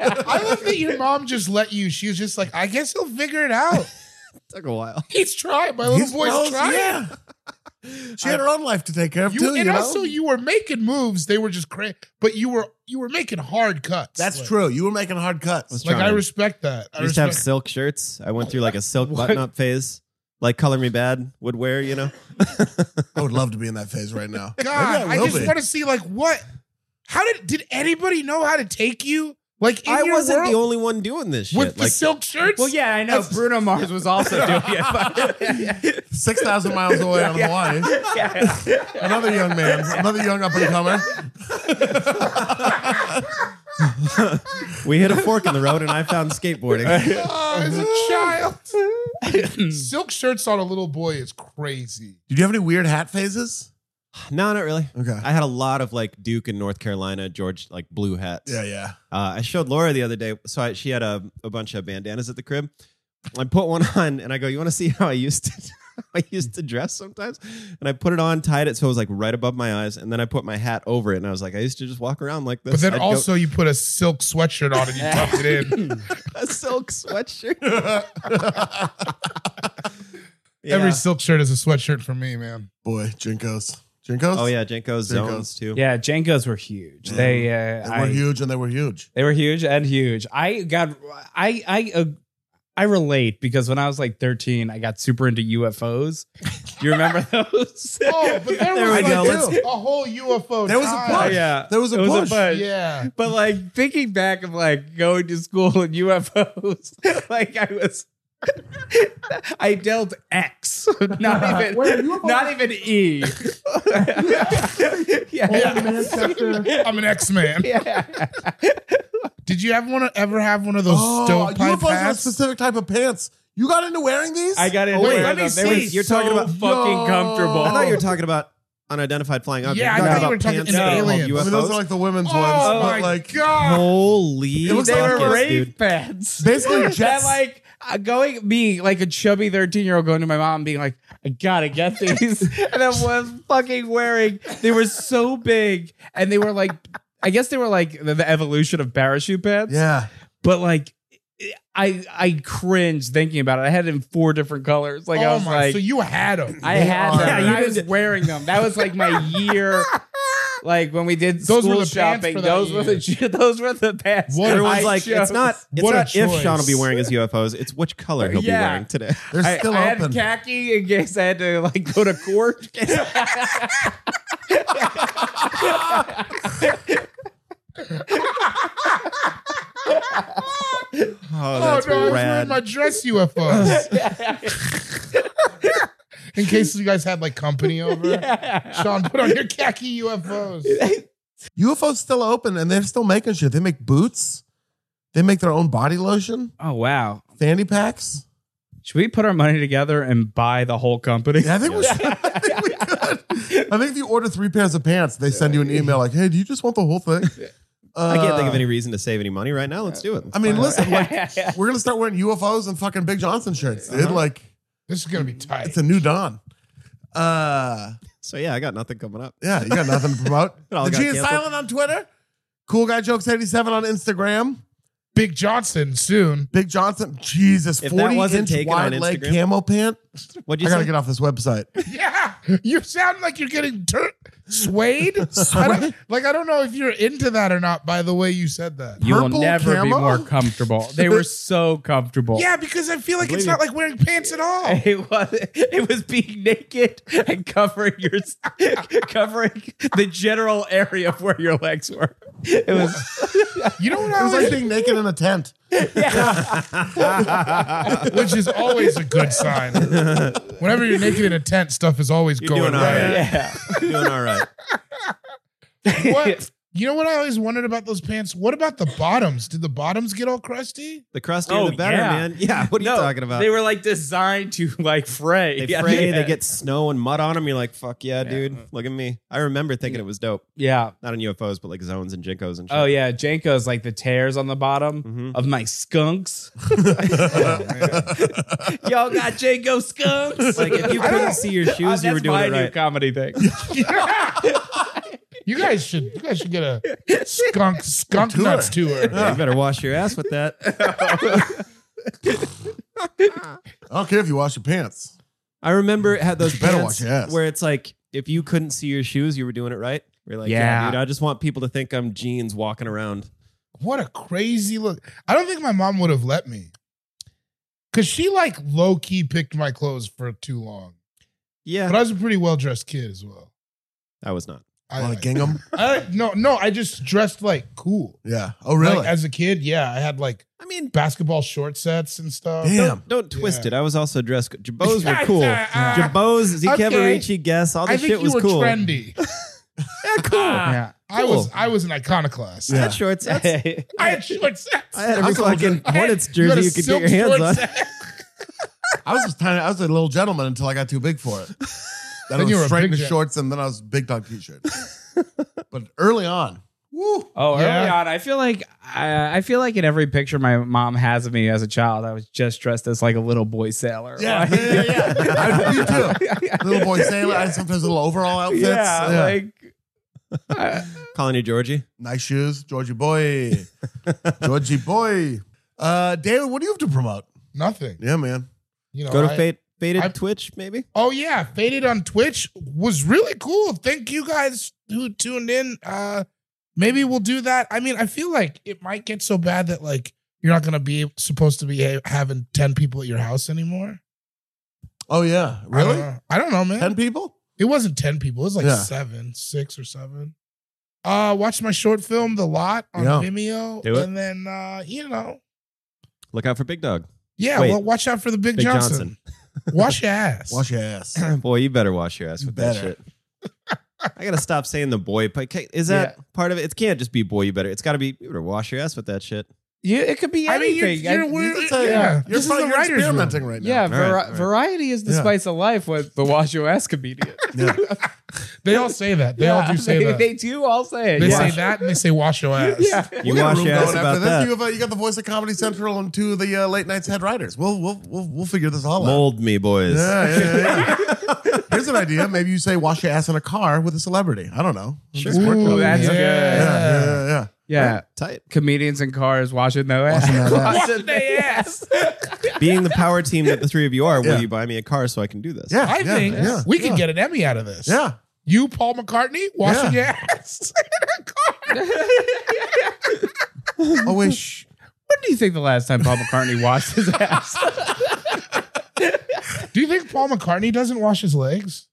[SPEAKER 3] I love that your mom just let you. She was just like, I guess he'll figure it out.
[SPEAKER 4] Took a while.
[SPEAKER 3] He's trying. My little
[SPEAKER 2] He's
[SPEAKER 3] boy's
[SPEAKER 2] close,
[SPEAKER 3] trying.
[SPEAKER 2] Yeah. She had her own life to take care of
[SPEAKER 3] You,
[SPEAKER 2] too.
[SPEAKER 3] and
[SPEAKER 2] you know?
[SPEAKER 3] also, you were making moves. They were just crazy, but you were you were making hard cuts.
[SPEAKER 2] That's
[SPEAKER 3] Like-
[SPEAKER 2] true. You were making hard cuts.
[SPEAKER 4] Let's
[SPEAKER 3] Like I
[SPEAKER 4] Trying.
[SPEAKER 3] respect that. I
[SPEAKER 4] I used to have
[SPEAKER 3] respect.
[SPEAKER 4] silk shirts. I went through like a silk button up phase, like Color Me Bad would wear. You know,
[SPEAKER 2] I would love to be in that phase right now.
[SPEAKER 3] God,
[SPEAKER 2] Maybe
[SPEAKER 3] I,
[SPEAKER 2] will
[SPEAKER 3] just
[SPEAKER 2] be.
[SPEAKER 3] want to see like what? How did did anybody know how to take you? Like in
[SPEAKER 4] I
[SPEAKER 3] your
[SPEAKER 4] wasn't
[SPEAKER 3] world
[SPEAKER 4] the only one doing this shit.
[SPEAKER 3] with the
[SPEAKER 4] like,
[SPEAKER 3] silk shirts.
[SPEAKER 5] well, yeah, I know Bruno Mars was also doing it.
[SPEAKER 2] six thousand miles away on Hawaii. Another young man, another young up and comer.
[SPEAKER 4] we hit a fork in the road, and I found skateboarding.
[SPEAKER 3] Oh, as a child, silk shirts on a little boy is crazy.
[SPEAKER 2] Did you have any weird hat phases?
[SPEAKER 4] no, not really.
[SPEAKER 2] Okay.
[SPEAKER 4] I had a lot of like Duke and North Carolina, George, like blue hats.
[SPEAKER 2] yeah, yeah.
[SPEAKER 4] Uh, I showed Laura the other day. So I, she had a, a bunch of bandanas at the crib. I put one on and I go, "You want to see how I used to I used to dress sometimes?" And I put it on, tied it so it was like right above my eyes, and then I put my hat over it, and I was like, "I used to just walk around like this."
[SPEAKER 3] But then
[SPEAKER 4] I'd go-
[SPEAKER 3] also you put a silk sweatshirt on and you tucked it in.
[SPEAKER 4] a silk sweatshirt. Yeah.
[SPEAKER 3] Every silk shirt is a sweatshirt for me, man.
[SPEAKER 2] Boy, Jinkos. Jinkos?
[SPEAKER 4] oh yeah,
[SPEAKER 2] Jenko's.
[SPEAKER 4] Jenko's zones too.
[SPEAKER 5] yeah, Jenkos were huge. They, uh,
[SPEAKER 2] They were
[SPEAKER 5] I,
[SPEAKER 2] huge and they were huge.
[SPEAKER 5] They were huge and huge. I got I I uh, I relate because when I was like 13, I got super into UFOs. Do you remember those?
[SPEAKER 3] Oh, but there,
[SPEAKER 4] There
[SPEAKER 3] was
[SPEAKER 4] we
[SPEAKER 3] like
[SPEAKER 4] go. Let's-
[SPEAKER 3] a whole UFO.
[SPEAKER 2] There was a
[SPEAKER 3] time.
[SPEAKER 2] push.
[SPEAKER 5] yeah.
[SPEAKER 2] There was a
[SPEAKER 5] It was a
[SPEAKER 2] push.
[SPEAKER 5] push.
[SPEAKER 3] Yeah.
[SPEAKER 5] But like thinking back of like going to school and UFOs, like I was I dealt X, not even not even E. yeah.
[SPEAKER 3] I'm an X man.
[SPEAKER 5] yeah.
[SPEAKER 3] Did you ever want to ever have one of those
[SPEAKER 2] Oh,
[SPEAKER 3] stovepipe
[SPEAKER 2] UFOs were a
[SPEAKER 3] hats?
[SPEAKER 2] specific type of pants. You got into wearing these?
[SPEAKER 5] I got into
[SPEAKER 4] Oh, wait,
[SPEAKER 5] it.
[SPEAKER 4] let me
[SPEAKER 5] They
[SPEAKER 4] see.
[SPEAKER 5] were
[SPEAKER 4] You're talking
[SPEAKER 5] so
[SPEAKER 4] about-
[SPEAKER 5] fucking
[SPEAKER 2] No.
[SPEAKER 5] comfortable.
[SPEAKER 4] I thought you were talking about unidentified flying objects.
[SPEAKER 3] Yeah, I
[SPEAKER 4] You're
[SPEAKER 5] thought you
[SPEAKER 4] talking
[SPEAKER 3] were
[SPEAKER 4] about
[SPEAKER 3] talking
[SPEAKER 4] pants
[SPEAKER 5] to
[SPEAKER 4] that involve
[SPEAKER 3] aliens.
[SPEAKER 2] I mean, those are
[SPEAKER 4] UFOs?
[SPEAKER 2] like the women's
[SPEAKER 3] Oh
[SPEAKER 2] ones,
[SPEAKER 3] my
[SPEAKER 2] but like
[SPEAKER 3] god!
[SPEAKER 4] Holy,
[SPEAKER 2] It looks
[SPEAKER 5] they
[SPEAKER 2] like
[SPEAKER 5] were
[SPEAKER 4] fuckers, dude.
[SPEAKER 5] rave pants.
[SPEAKER 2] Basically
[SPEAKER 5] that
[SPEAKER 2] jets.
[SPEAKER 5] like uh, going me like a chubby 13 year old going to my mom and being like, I gotta get these. and I was fucking wearing they were so big and they were like I guess they were like the, the evolution of parachute pants.
[SPEAKER 2] yeah.
[SPEAKER 5] But like I I cringe thinking about it. I had it in four different colors. Like I
[SPEAKER 3] oh
[SPEAKER 5] was
[SPEAKER 3] my!
[SPEAKER 5] like
[SPEAKER 3] so you had them.
[SPEAKER 5] I had
[SPEAKER 2] are-
[SPEAKER 5] them.
[SPEAKER 2] Yeah,
[SPEAKER 5] and
[SPEAKER 2] you
[SPEAKER 5] I was
[SPEAKER 4] didn't-
[SPEAKER 5] wearing them. That was like my year. Like when we did
[SPEAKER 3] Those were
[SPEAKER 5] school
[SPEAKER 3] the pants
[SPEAKER 5] shopping,
[SPEAKER 3] for that
[SPEAKER 5] those were the
[SPEAKER 3] year.
[SPEAKER 5] those were the pants.
[SPEAKER 3] What a-
[SPEAKER 4] Everyone's
[SPEAKER 5] I
[SPEAKER 4] like,
[SPEAKER 5] chose.
[SPEAKER 4] it's not. It's
[SPEAKER 3] What a
[SPEAKER 4] not if Sean will be
[SPEAKER 3] choice.
[SPEAKER 4] wearing his UFOs. It's which color he'll
[SPEAKER 5] Yeah.
[SPEAKER 4] be wearing today.
[SPEAKER 2] They're
[SPEAKER 5] I,
[SPEAKER 2] still
[SPEAKER 5] I
[SPEAKER 2] open.
[SPEAKER 5] had khaki in case I had to like go to court.
[SPEAKER 4] Oh,
[SPEAKER 3] Oh
[SPEAKER 4] that's
[SPEAKER 3] no! I was wearing
[SPEAKER 4] rad.
[SPEAKER 3] my dress UFOs. In case you guys had like company over, Sean, put on your khaki UFOs.
[SPEAKER 2] UFOs still open and they're still making shit. They make boots. They make their own body lotion,
[SPEAKER 5] oh wow!
[SPEAKER 2] fanny packs.
[SPEAKER 5] Should we put our money together and buy the whole company?
[SPEAKER 2] Yeah, I think we should. I think we could. I think if you order three pairs of pants, they send you an email like, "Hey, do you just want the whole thing?" Uh,
[SPEAKER 4] I can't think of any reason to save any money right now. Let's do it.
[SPEAKER 2] I mean, listen, like, we're gonna start wearing UFOs and fucking Big Johnson shirts,
[SPEAKER 4] Uh-huh.
[SPEAKER 2] dude. Like,
[SPEAKER 3] This is gonna be tight.
[SPEAKER 2] it's a new dawn. Uh,
[SPEAKER 4] so yeah, I got nothing coming up.
[SPEAKER 2] yeah, you got nothing to promote.
[SPEAKER 4] It all
[SPEAKER 2] the
[SPEAKER 4] got
[SPEAKER 2] G is
[SPEAKER 4] canceled.
[SPEAKER 2] silent on Twitter. Cool guy jokes eighty seven on Instagram.
[SPEAKER 3] Big Johnson soon.
[SPEAKER 2] Big Johnson, Jesus,
[SPEAKER 4] If that
[SPEAKER 2] forty
[SPEAKER 4] wasn't
[SPEAKER 2] inch
[SPEAKER 4] taken on
[SPEAKER 2] wide leg
[SPEAKER 4] Instagram-
[SPEAKER 2] camo pant.
[SPEAKER 4] What'd
[SPEAKER 2] I
[SPEAKER 4] you
[SPEAKER 2] gotta
[SPEAKER 4] say?
[SPEAKER 2] get off this website.
[SPEAKER 3] Yeah, you sound like you're getting turned. Suede? I don't- like, I don't know if you're into that or not by the way you said that.
[SPEAKER 5] You will
[SPEAKER 2] Purple
[SPEAKER 5] never be
[SPEAKER 2] camo?
[SPEAKER 5] more comfortable. They were so comfortable.
[SPEAKER 3] Yeah, because I feel like it's not like wearing pants at all.
[SPEAKER 5] It was it was being naked and covering your covering the general area of where your legs were. It was
[SPEAKER 3] You know what
[SPEAKER 2] It
[SPEAKER 3] I
[SPEAKER 2] was
[SPEAKER 3] was
[SPEAKER 2] like being naked in a tent.
[SPEAKER 3] which is always a good sign. Whenever you're naked in a tent, stuff is always
[SPEAKER 4] You're
[SPEAKER 3] going
[SPEAKER 4] doing all
[SPEAKER 3] right.
[SPEAKER 4] right.
[SPEAKER 5] yeah.
[SPEAKER 4] Doing all right.
[SPEAKER 3] What? You know what I always wondered about those pants? What about the bottoms? Did the bottoms get all crusty?
[SPEAKER 4] The crustier
[SPEAKER 5] Oh,
[SPEAKER 4] the better,
[SPEAKER 5] yeah.
[SPEAKER 4] man. Yeah. What are
[SPEAKER 5] No,
[SPEAKER 4] you talking about?
[SPEAKER 5] They were like designed to like fray.
[SPEAKER 4] They
[SPEAKER 5] Yeah,
[SPEAKER 4] fray,
[SPEAKER 5] yeah.
[SPEAKER 4] they get snow and mud on them. You're like, fuck yeah, dude. Look at me. I remember thinking it was dope.
[SPEAKER 5] yeah.
[SPEAKER 4] Not on UFOs, but like zones and jinkos and shit.
[SPEAKER 5] Oh yeah, Janko's like the tears on the bottom
[SPEAKER 4] Mhm.
[SPEAKER 5] of my skunks. Y'all got Janko skunks.
[SPEAKER 4] Like if you
[SPEAKER 3] I
[SPEAKER 4] couldn't
[SPEAKER 3] don't-
[SPEAKER 4] see your shoes, you were doing
[SPEAKER 5] my
[SPEAKER 4] it
[SPEAKER 5] new
[SPEAKER 4] right.
[SPEAKER 5] comedy thing.
[SPEAKER 3] You guys should you guys should get a skunk skunk
[SPEAKER 2] Tour.
[SPEAKER 3] nuts tour.
[SPEAKER 4] Yeah, you better wash your ass with that.
[SPEAKER 2] I don't care if you wash your pants.
[SPEAKER 4] I remember it had those
[SPEAKER 2] You better
[SPEAKER 4] pants
[SPEAKER 2] watch your ass.
[SPEAKER 4] where it's like if you couldn't see your shoes, you were doing it right. We're like, yeah.
[SPEAKER 5] Yeah.
[SPEAKER 4] dude. I just want people to think I'm jeans walking around.
[SPEAKER 3] What a crazy look. I don't think my mom would have let me. Cause she like low key picked my clothes for too long.
[SPEAKER 4] Yeah,
[SPEAKER 3] But I was a pretty well dressed kid as well.
[SPEAKER 4] I was not.
[SPEAKER 3] I,
[SPEAKER 2] Want
[SPEAKER 3] like,
[SPEAKER 2] to gingham?
[SPEAKER 3] I no no, I just dressed like cool.
[SPEAKER 2] Yeah. Oh, really?
[SPEAKER 3] Like as a kid, yeah, I had like
[SPEAKER 4] I mean,
[SPEAKER 3] basketball short sets and stuff.
[SPEAKER 2] Damn.
[SPEAKER 4] don't twist
[SPEAKER 3] Yeah.
[SPEAKER 4] it. I was also dressed. Jabos were cool.
[SPEAKER 3] Yeah, uh,
[SPEAKER 4] Jabos,
[SPEAKER 3] okay.
[SPEAKER 4] Zeke guess all
[SPEAKER 3] I
[SPEAKER 4] this
[SPEAKER 3] think
[SPEAKER 4] shit
[SPEAKER 3] you
[SPEAKER 4] was
[SPEAKER 3] were
[SPEAKER 4] cool.
[SPEAKER 3] trendy.
[SPEAKER 4] Yeah, cool.
[SPEAKER 5] Yeah.
[SPEAKER 3] I
[SPEAKER 4] Cool.
[SPEAKER 3] was I was an iconoclast.
[SPEAKER 4] I had shorts. That's-
[SPEAKER 3] I had short sets.
[SPEAKER 4] I had every
[SPEAKER 2] I'm so
[SPEAKER 4] fucking
[SPEAKER 3] I had-
[SPEAKER 4] Hornets
[SPEAKER 3] you had
[SPEAKER 4] jersey
[SPEAKER 3] a
[SPEAKER 4] you could
[SPEAKER 3] silk
[SPEAKER 4] get your hands
[SPEAKER 3] short
[SPEAKER 4] on.
[SPEAKER 3] set.
[SPEAKER 2] I was just tiny. I was a little gentleman until I got too big for it. Then,
[SPEAKER 3] Then
[SPEAKER 2] I was
[SPEAKER 3] you were a
[SPEAKER 2] straight
[SPEAKER 3] big
[SPEAKER 2] into
[SPEAKER 3] gen-
[SPEAKER 2] shorts, and then I was big dog t-shirt. but early on, woo,
[SPEAKER 5] Oh, early
[SPEAKER 3] Yeah.
[SPEAKER 5] on, I feel like I, I feel like in every picture my mom has of me as a child, I was just dressed as like a little boy sailor.
[SPEAKER 2] yeah,
[SPEAKER 5] Like-
[SPEAKER 2] yeah, yeah. yeah. I, you too. Little boy sailor. I had sometimes little overall outfits.
[SPEAKER 5] yeah,
[SPEAKER 2] Yeah.
[SPEAKER 5] like uh,
[SPEAKER 4] Calling you Georgie.
[SPEAKER 2] nice shoes, Georgie boy, Georgie boy. Uh, David, what do you have to promote?
[SPEAKER 3] Nothing.
[SPEAKER 2] Yeah, man.
[SPEAKER 3] You know,
[SPEAKER 4] Go to
[SPEAKER 3] I-
[SPEAKER 4] fate, faded
[SPEAKER 3] I-
[SPEAKER 4] Twitch, maybe.
[SPEAKER 3] Oh yeah, faded on Twitch was really cool. Thank you guys who tuned in. Uh maybe we'll do that. I mean, I feel like it might get so bad that like you're not gonna be supposed to be ha- having ten people at your house anymore.
[SPEAKER 2] Oh yeah,
[SPEAKER 3] I don't
[SPEAKER 2] really?
[SPEAKER 3] know. I don't know, man.
[SPEAKER 2] Ten people?
[SPEAKER 3] It wasn't ten people. It was like
[SPEAKER 2] Yeah.
[SPEAKER 3] seven, six or seven. Uh, watch my short film, The Lot, on
[SPEAKER 2] Yeah.
[SPEAKER 3] Vimeo,
[SPEAKER 4] Do it.
[SPEAKER 3] and then uh, you know,
[SPEAKER 4] Look out for Big Dog.
[SPEAKER 3] yeah.
[SPEAKER 4] Wait.
[SPEAKER 3] Well, watch out for the Big,
[SPEAKER 4] Big
[SPEAKER 3] Johnson. Wash your ass.
[SPEAKER 2] Wash your ass.
[SPEAKER 4] boy, you better wash your ass with that
[SPEAKER 2] Better.
[SPEAKER 4] shit. I gotta stop saying the boy. But ca- is that part of it? It can't just be boy. You better. It's got to be you better wash your ass with that shit.
[SPEAKER 5] yeah, it could be
[SPEAKER 3] I mean,
[SPEAKER 5] anything.
[SPEAKER 3] you're, you're,
[SPEAKER 5] I-
[SPEAKER 3] we're-
[SPEAKER 2] It's a-
[SPEAKER 3] yeah.
[SPEAKER 2] You're,
[SPEAKER 3] This is
[SPEAKER 2] probably-
[SPEAKER 3] the
[SPEAKER 2] you're
[SPEAKER 3] writer's room.
[SPEAKER 2] experimenting right now.
[SPEAKER 5] yeah,
[SPEAKER 4] right,
[SPEAKER 5] vari-
[SPEAKER 4] all right.
[SPEAKER 5] variety is the
[SPEAKER 2] Yeah.
[SPEAKER 5] spice of life with the wash your ass comedian.
[SPEAKER 2] Yeah.
[SPEAKER 3] They all say that. They all do say
[SPEAKER 5] they,
[SPEAKER 3] that.
[SPEAKER 5] They
[SPEAKER 3] They,
[SPEAKER 5] do all say it.
[SPEAKER 3] say
[SPEAKER 5] yeah.
[SPEAKER 3] that and they say wash your ass.
[SPEAKER 5] Yeah.
[SPEAKER 4] You
[SPEAKER 2] We got
[SPEAKER 4] wash
[SPEAKER 2] room
[SPEAKER 4] your
[SPEAKER 2] going
[SPEAKER 4] ass
[SPEAKER 2] after
[SPEAKER 4] about
[SPEAKER 2] this.
[SPEAKER 4] that.
[SPEAKER 2] You, have, uh, you got the voice of Comedy Central and two of the uh, late night's head writers. We'll we'll we'll, we'll figure this all out.
[SPEAKER 4] Mold me, boys.
[SPEAKER 2] Yeah, yeah, yeah, yeah. Here's an idea. Maybe you say wash your ass in a car with a celebrity. I don't know.
[SPEAKER 4] Sure.
[SPEAKER 2] Just work
[SPEAKER 3] Ooh,
[SPEAKER 2] on it.
[SPEAKER 5] Oh, that's
[SPEAKER 2] yeah.
[SPEAKER 5] good.
[SPEAKER 2] Yeah, yeah, yeah, yeah.
[SPEAKER 5] Yeah.
[SPEAKER 4] Tight.
[SPEAKER 5] Comedians in cars washing their ass.
[SPEAKER 2] Washing their ass.
[SPEAKER 5] Washing their ass.
[SPEAKER 4] Being the power team that the three of you are, will
[SPEAKER 2] Yeah.
[SPEAKER 4] you buy me a car so I can do this?
[SPEAKER 2] Yeah,
[SPEAKER 3] I
[SPEAKER 2] yeah,
[SPEAKER 3] think
[SPEAKER 2] yeah,
[SPEAKER 3] we could
[SPEAKER 2] yeah.
[SPEAKER 3] get an Emmy out of this.
[SPEAKER 2] Yeah.
[SPEAKER 3] You, Paul McCartney, washing your ass in a car.
[SPEAKER 2] I wish.
[SPEAKER 5] When do you think the last time Paul McCartney washed his ass?
[SPEAKER 3] Do you think Paul McCartney doesn't wash his legs?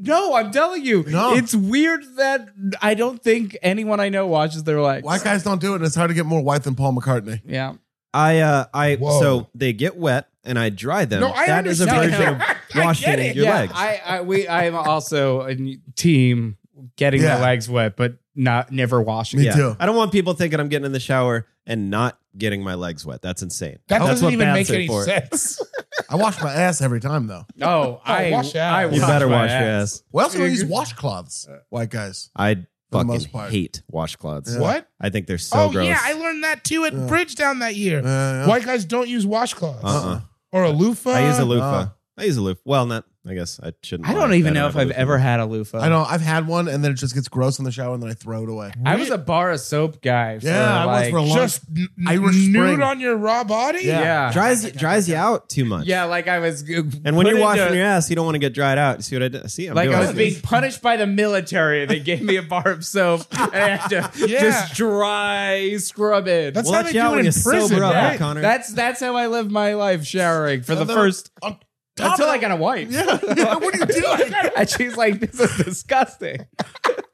[SPEAKER 5] No, I'm telling you,
[SPEAKER 2] No.
[SPEAKER 5] it's weird that I don't think anyone I know watches their legs.
[SPEAKER 2] White guys don't do it, and it's hard to get more white than Paul McCartney.
[SPEAKER 5] Yeah,
[SPEAKER 4] I uh I
[SPEAKER 3] Whoa.
[SPEAKER 4] so they get wet and I dry them.
[SPEAKER 3] No, I
[SPEAKER 4] That is a
[SPEAKER 3] understand.
[SPEAKER 4] version
[SPEAKER 3] I
[SPEAKER 4] of
[SPEAKER 3] get
[SPEAKER 4] washing
[SPEAKER 3] it.
[SPEAKER 4] your
[SPEAKER 5] yeah.
[SPEAKER 4] legs.
[SPEAKER 5] I, I, we, I am also a n- team getting
[SPEAKER 2] Yeah.
[SPEAKER 5] the legs wet, but not never washing.
[SPEAKER 2] Me
[SPEAKER 4] yeah.
[SPEAKER 5] it.
[SPEAKER 2] too.
[SPEAKER 4] I don't want people thinking I'm getting in the shower and not getting my legs wet. That's insane.
[SPEAKER 3] That
[SPEAKER 4] That's
[SPEAKER 3] doesn't
[SPEAKER 4] what
[SPEAKER 3] even
[SPEAKER 4] Babs
[SPEAKER 3] make
[SPEAKER 4] said
[SPEAKER 3] any
[SPEAKER 4] for it.
[SPEAKER 3] sense.
[SPEAKER 2] I wash my ass every time, though.
[SPEAKER 5] Oh, I,
[SPEAKER 3] wash your
[SPEAKER 5] I
[SPEAKER 3] ass.
[SPEAKER 4] You
[SPEAKER 3] Wash
[SPEAKER 4] better
[SPEAKER 5] my
[SPEAKER 4] wash your ass.
[SPEAKER 2] We also use washcloths, white guys.
[SPEAKER 4] I
[SPEAKER 2] the
[SPEAKER 4] fucking
[SPEAKER 2] most part.
[SPEAKER 4] hate washcloths.
[SPEAKER 2] Yeah.
[SPEAKER 3] What?
[SPEAKER 4] I think they're so
[SPEAKER 3] oh
[SPEAKER 4] gross.
[SPEAKER 3] yeah, I learned that too at Bridgetown that year.
[SPEAKER 2] Uh, yeah. Uh-huh.
[SPEAKER 3] White guys don't use washcloths
[SPEAKER 4] Uh-uh.
[SPEAKER 3] or a loofah.
[SPEAKER 4] I use a loofah.
[SPEAKER 2] Uh.
[SPEAKER 4] I use a loofah. Well, not I guess I shouldn't.
[SPEAKER 5] I don't
[SPEAKER 4] lie.
[SPEAKER 5] even know if
[SPEAKER 4] have
[SPEAKER 5] I've
[SPEAKER 4] a
[SPEAKER 5] ever had a loofah.
[SPEAKER 2] I know I've had one, and then it just gets gross in the shower, and then I throw it away.
[SPEAKER 5] I was a bar of soap guy. For
[SPEAKER 2] Yeah, I was
[SPEAKER 5] like,
[SPEAKER 2] for a long-
[SPEAKER 3] Just n-
[SPEAKER 2] Irish
[SPEAKER 3] nude
[SPEAKER 2] Spring.
[SPEAKER 3] on your raw body?
[SPEAKER 2] Yeah.
[SPEAKER 5] yeah.
[SPEAKER 4] dries dries you out too much.
[SPEAKER 5] Yeah, like I was.
[SPEAKER 4] And when you're washing your ass, you don't want to get dried out. See what I did? See, I'm
[SPEAKER 5] like
[SPEAKER 4] doing
[SPEAKER 5] I was
[SPEAKER 4] it.
[SPEAKER 5] being punished by the military. They gave me a bar of soap and I had to
[SPEAKER 3] Yeah.
[SPEAKER 5] just dry scrub it.
[SPEAKER 3] That's
[SPEAKER 4] We'll
[SPEAKER 3] how
[SPEAKER 4] let
[SPEAKER 3] they
[SPEAKER 4] you out
[SPEAKER 3] do
[SPEAKER 4] when
[SPEAKER 3] it
[SPEAKER 4] you
[SPEAKER 3] in prison,
[SPEAKER 4] sober up,
[SPEAKER 3] right?
[SPEAKER 4] Connor.
[SPEAKER 5] That's that's how I lived my life showering for the
[SPEAKER 2] And then
[SPEAKER 5] first
[SPEAKER 2] on top
[SPEAKER 5] until
[SPEAKER 2] of
[SPEAKER 5] I got a wife.
[SPEAKER 2] Yeah. Yeah, what are you doing?
[SPEAKER 5] and she's like, "This is disgusting."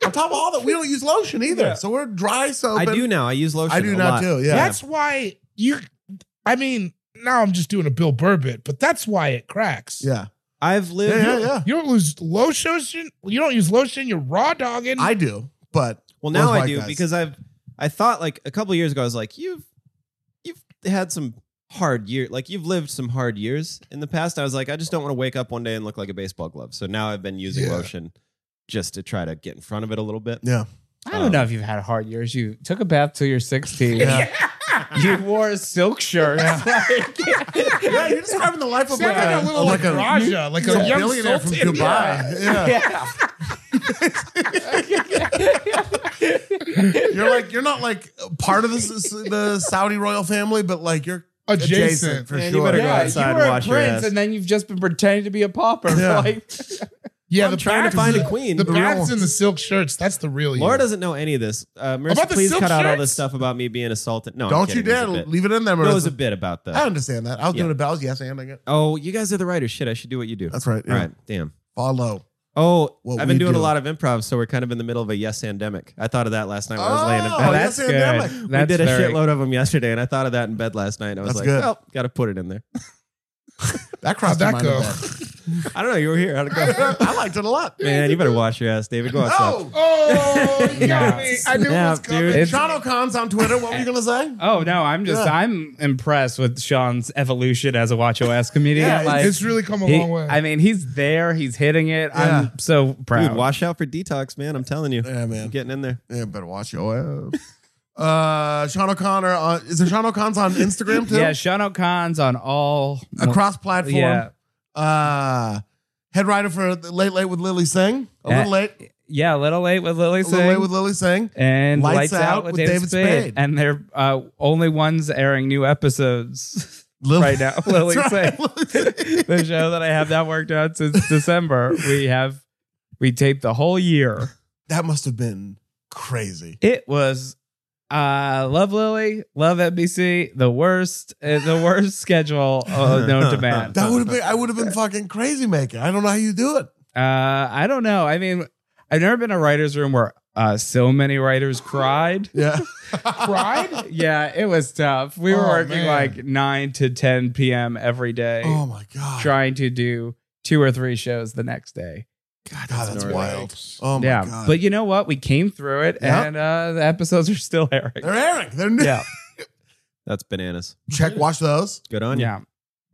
[SPEAKER 2] On top of all that, we don't use lotion either, so we're dry soap.
[SPEAKER 4] I
[SPEAKER 2] and-
[SPEAKER 4] do now. I use lotion.
[SPEAKER 2] I do
[SPEAKER 4] a
[SPEAKER 2] not
[SPEAKER 4] lot.
[SPEAKER 2] too. Yeah.
[SPEAKER 3] That's why you. I mean, now I'm just doing a Bill Burr bit, but that's why it cracks.
[SPEAKER 2] yeah.
[SPEAKER 4] I've lived.
[SPEAKER 2] Yeah. Yeah. Yeah.
[SPEAKER 3] You don't lose lotion. You don't use lotion. You're raw dogging.
[SPEAKER 2] I do, but
[SPEAKER 4] Well, now
[SPEAKER 2] Those
[SPEAKER 4] I
[SPEAKER 2] white
[SPEAKER 4] do
[SPEAKER 2] guys.
[SPEAKER 4] because I've. I thought like a couple years ago, I was like, you've, you've had some hard year. Like you've lived some hard years in the past. I was like, I just don't want to wake up one day and look like a baseball glove. So now I've been using
[SPEAKER 2] Yeah.
[SPEAKER 4] lotion just to try to get in front of it a little bit.
[SPEAKER 2] yeah.
[SPEAKER 5] I
[SPEAKER 2] Uh.
[SPEAKER 5] don't know if you've had hard years. You took a bath till you're 16. You wore a silk shirt.
[SPEAKER 2] Yeah, you're describing the life of
[SPEAKER 3] Sound
[SPEAKER 2] like a,
[SPEAKER 3] like a little like, Raja, like a young
[SPEAKER 2] billionaire from
[SPEAKER 3] Sultan.
[SPEAKER 2] Dubai. Yeah.
[SPEAKER 5] yeah.
[SPEAKER 2] you're like you're not like part of the, s- the Saudi royal family, but like you're
[SPEAKER 3] Adjacent.
[SPEAKER 2] adjacent for
[SPEAKER 4] Man, you
[SPEAKER 2] sure.
[SPEAKER 4] better go
[SPEAKER 5] Yeah,
[SPEAKER 4] outside
[SPEAKER 5] you
[SPEAKER 4] and
[SPEAKER 5] were
[SPEAKER 4] wash
[SPEAKER 5] a
[SPEAKER 4] your
[SPEAKER 5] prince,
[SPEAKER 4] ass. Oh,
[SPEAKER 5] and then you've just been pretending to be a pauper.
[SPEAKER 2] Yeah.
[SPEAKER 5] Like,
[SPEAKER 3] Yeah,
[SPEAKER 4] I'm
[SPEAKER 3] the
[SPEAKER 4] trying
[SPEAKER 3] bats-
[SPEAKER 4] to find a queen.
[SPEAKER 3] The
[SPEAKER 4] The real
[SPEAKER 3] bats
[SPEAKER 2] one.
[SPEAKER 3] and the silk shirts. That's the real.
[SPEAKER 4] Laura
[SPEAKER 3] you.
[SPEAKER 4] doesn't know any of this. Uh, Marissa,
[SPEAKER 3] About the
[SPEAKER 4] please
[SPEAKER 3] silk
[SPEAKER 4] cut out all
[SPEAKER 3] shirts?
[SPEAKER 4] this stuff about me being assaulted. No, I'm
[SPEAKER 2] Don't you
[SPEAKER 4] kidding. It was
[SPEAKER 2] dare
[SPEAKER 4] a bit.
[SPEAKER 2] leave it in there.
[SPEAKER 4] No, it was
[SPEAKER 2] Marissa.
[SPEAKER 4] a bit about
[SPEAKER 2] I
[SPEAKER 4] that.
[SPEAKER 2] understand that. I was
[SPEAKER 4] Yeah.
[SPEAKER 2] doing a bells, yes, and I get
[SPEAKER 4] Oh, you guys are the writers. Shit, I should do what you do.
[SPEAKER 2] that's right. Yeah.
[SPEAKER 4] All right, damn.
[SPEAKER 2] Follow.
[SPEAKER 4] Oh,
[SPEAKER 2] What
[SPEAKER 4] I've been
[SPEAKER 2] we
[SPEAKER 4] doing
[SPEAKER 2] do.
[SPEAKER 4] a lot of improv, so we're kind of in the middle of a yes endemic. I thought of that last night when I was laying in
[SPEAKER 2] Oh,
[SPEAKER 4] bed.
[SPEAKER 2] yes,
[SPEAKER 5] that's
[SPEAKER 2] and
[SPEAKER 5] good.
[SPEAKER 2] damn
[SPEAKER 4] we
[SPEAKER 5] That's
[SPEAKER 4] did a
[SPEAKER 5] very-
[SPEAKER 4] shitload of them yesterday, and I thought of that in bed last night. And I was
[SPEAKER 2] That's
[SPEAKER 4] like,
[SPEAKER 2] good.
[SPEAKER 4] well, got to put it in there.
[SPEAKER 2] That crossed
[SPEAKER 3] How'd
[SPEAKER 2] my
[SPEAKER 3] that
[SPEAKER 2] mind
[SPEAKER 3] go?
[SPEAKER 2] a bit.
[SPEAKER 4] I don't know. You were here. How'd it go?
[SPEAKER 2] I liked it a lot.
[SPEAKER 4] Man, you better wash your ass, David. Go outside.
[SPEAKER 2] Oh,
[SPEAKER 3] Oh, you got
[SPEAKER 5] Yeah.
[SPEAKER 3] me. I knew it was
[SPEAKER 4] Snap,
[SPEAKER 3] coming.
[SPEAKER 4] dude.
[SPEAKER 5] It's-
[SPEAKER 2] Sean O'Conn's on Twitter. What were you gonna say?
[SPEAKER 5] oh no, I'm just
[SPEAKER 2] Yeah.
[SPEAKER 5] I'm impressed with Sean's evolution as a Watch OS comedian.
[SPEAKER 2] Yeah,
[SPEAKER 5] like,
[SPEAKER 3] It's really come a
[SPEAKER 5] he-
[SPEAKER 3] long way.
[SPEAKER 5] I mean, he's there. He's hitting it.
[SPEAKER 2] Yeah.
[SPEAKER 5] I'm so proud.
[SPEAKER 4] Dude, wash out for detox, man. I'm telling you.
[SPEAKER 2] Yeah, man.
[SPEAKER 4] Getting in there.
[SPEAKER 2] Yeah, better watch your ass. Uh, Sean O'Connor on, is it Sean O'Conn's on Instagram too?
[SPEAKER 5] yeah, Sean O'Con's on all.
[SPEAKER 2] Across platform.
[SPEAKER 5] yeah,
[SPEAKER 2] Uh, head writer for the Late Late with Lily Singh. A
[SPEAKER 5] Uh,
[SPEAKER 2] little late.
[SPEAKER 5] yeah, a little late with Lily
[SPEAKER 2] A little late
[SPEAKER 5] Singh.
[SPEAKER 2] with Lily Singh.
[SPEAKER 5] and Lights, Out, with David, Spade.
[SPEAKER 2] Spade.
[SPEAKER 5] and they're uh, only ones airing new episodes
[SPEAKER 2] Lily-
[SPEAKER 5] right now. Lily
[SPEAKER 2] That's right,
[SPEAKER 5] Singh. the show that I have not worked out since December. We have we taped the whole year.
[SPEAKER 2] That must have been crazy.
[SPEAKER 5] It was uh love Lily, love NBC, the worst, uh, the worst schedule uh, known to man.
[SPEAKER 2] That would have been. I would have been fucking crazy making. I don't know how you do it.
[SPEAKER 5] Uh, I don't know. I mean, I've never been in a writer's room where uh, so many writers cried.
[SPEAKER 2] Yeah.
[SPEAKER 3] Pride?
[SPEAKER 5] yeah, it was tough. We were
[SPEAKER 3] Oh,
[SPEAKER 5] working
[SPEAKER 3] man.
[SPEAKER 5] like 9 to 10 p.m. every day,
[SPEAKER 2] Oh my god.
[SPEAKER 5] trying to do two or three shows the next day.
[SPEAKER 2] God, that's
[SPEAKER 4] gnarly.
[SPEAKER 2] wild. Oh my
[SPEAKER 5] yeah.
[SPEAKER 2] god.
[SPEAKER 5] But you know what? We came through it
[SPEAKER 2] Yeah.
[SPEAKER 5] and uh, the episodes are still airing.
[SPEAKER 2] they're airing. They're new.
[SPEAKER 5] Yeah.
[SPEAKER 4] That's bananas.
[SPEAKER 2] Check. Watch those.
[SPEAKER 4] Good on you.
[SPEAKER 5] Yeah.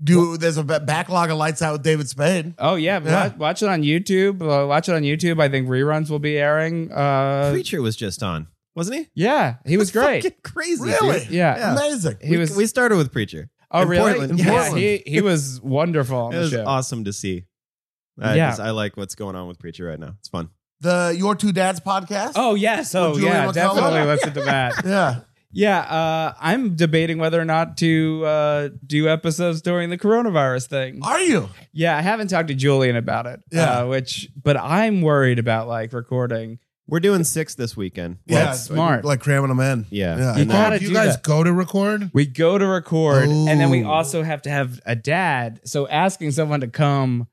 [SPEAKER 2] Do there's a ba- backlog of lights out with David Spade.
[SPEAKER 5] Oh, yeah.
[SPEAKER 2] Yeah.
[SPEAKER 5] Watch, watch it on YouTube. Uh, watch it on YouTube. I think reruns will be airing. Uh,
[SPEAKER 4] Preacher was just on, wasn't he?
[SPEAKER 5] yeah. He was great.
[SPEAKER 4] Fucking crazy.
[SPEAKER 2] Really?
[SPEAKER 4] dude.
[SPEAKER 5] Yeah.
[SPEAKER 2] Amazing.
[SPEAKER 5] He
[SPEAKER 4] we,
[SPEAKER 5] was.
[SPEAKER 4] we started with Preacher.
[SPEAKER 5] oh,
[SPEAKER 4] in
[SPEAKER 5] really?
[SPEAKER 4] Portland.
[SPEAKER 5] Yeah.
[SPEAKER 2] In Portland.
[SPEAKER 5] He, he was wonderful on
[SPEAKER 4] It
[SPEAKER 5] the
[SPEAKER 4] was
[SPEAKER 5] show.
[SPEAKER 4] awesome to see. I,
[SPEAKER 5] Yeah.
[SPEAKER 4] just- I like what's going on with Preacher right now. It's fun.
[SPEAKER 2] The Your Two Dads podcast.
[SPEAKER 5] Oh, yes. Oh,
[SPEAKER 2] Julia
[SPEAKER 5] yeah.
[SPEAKER 2] McCullough?
[SPEAKER 5] Definitely listen to that.
[SPEAKER 2] Yeah.
[SPEAKER 5] Yeah, uh, I'm debating whether or not to uh, do episodes during the coronavirus thing.
[SPEAKER 2] Are you?
[SPEAKER 5] Yeah, I haven't talked to Julian about it.
[SPEAKER 2] Yeah.
[SPEAKER 5] uh, which but I'm worried about like recording.
[SPEAKER 4] We're doing six this weekend.
[SPEAKER 5] Well,
[SPEAKER 2] yeah.
[SPEAKER 5] smart.
[SPEAKER 2] Like cramming them in.
[SPEAKER 4] Yeah.
[SPEAKER 2] Yeah.
[SPEAKER 5] You
[SPEAKER 4] And then-
[SPEAKER 5] gotta
[SPEAKER 3] Oh, do you
[SPEAKER 5] do
[SPEAKER 3] guys
[SPEAKER 5] that.
[SPEAKER 3] go to record?
[SPEAKER 5] We go to record, and then we
[SPEAKER 2] Ooh.
[SPEAKER 5] also have to have a dad. So asking someone to come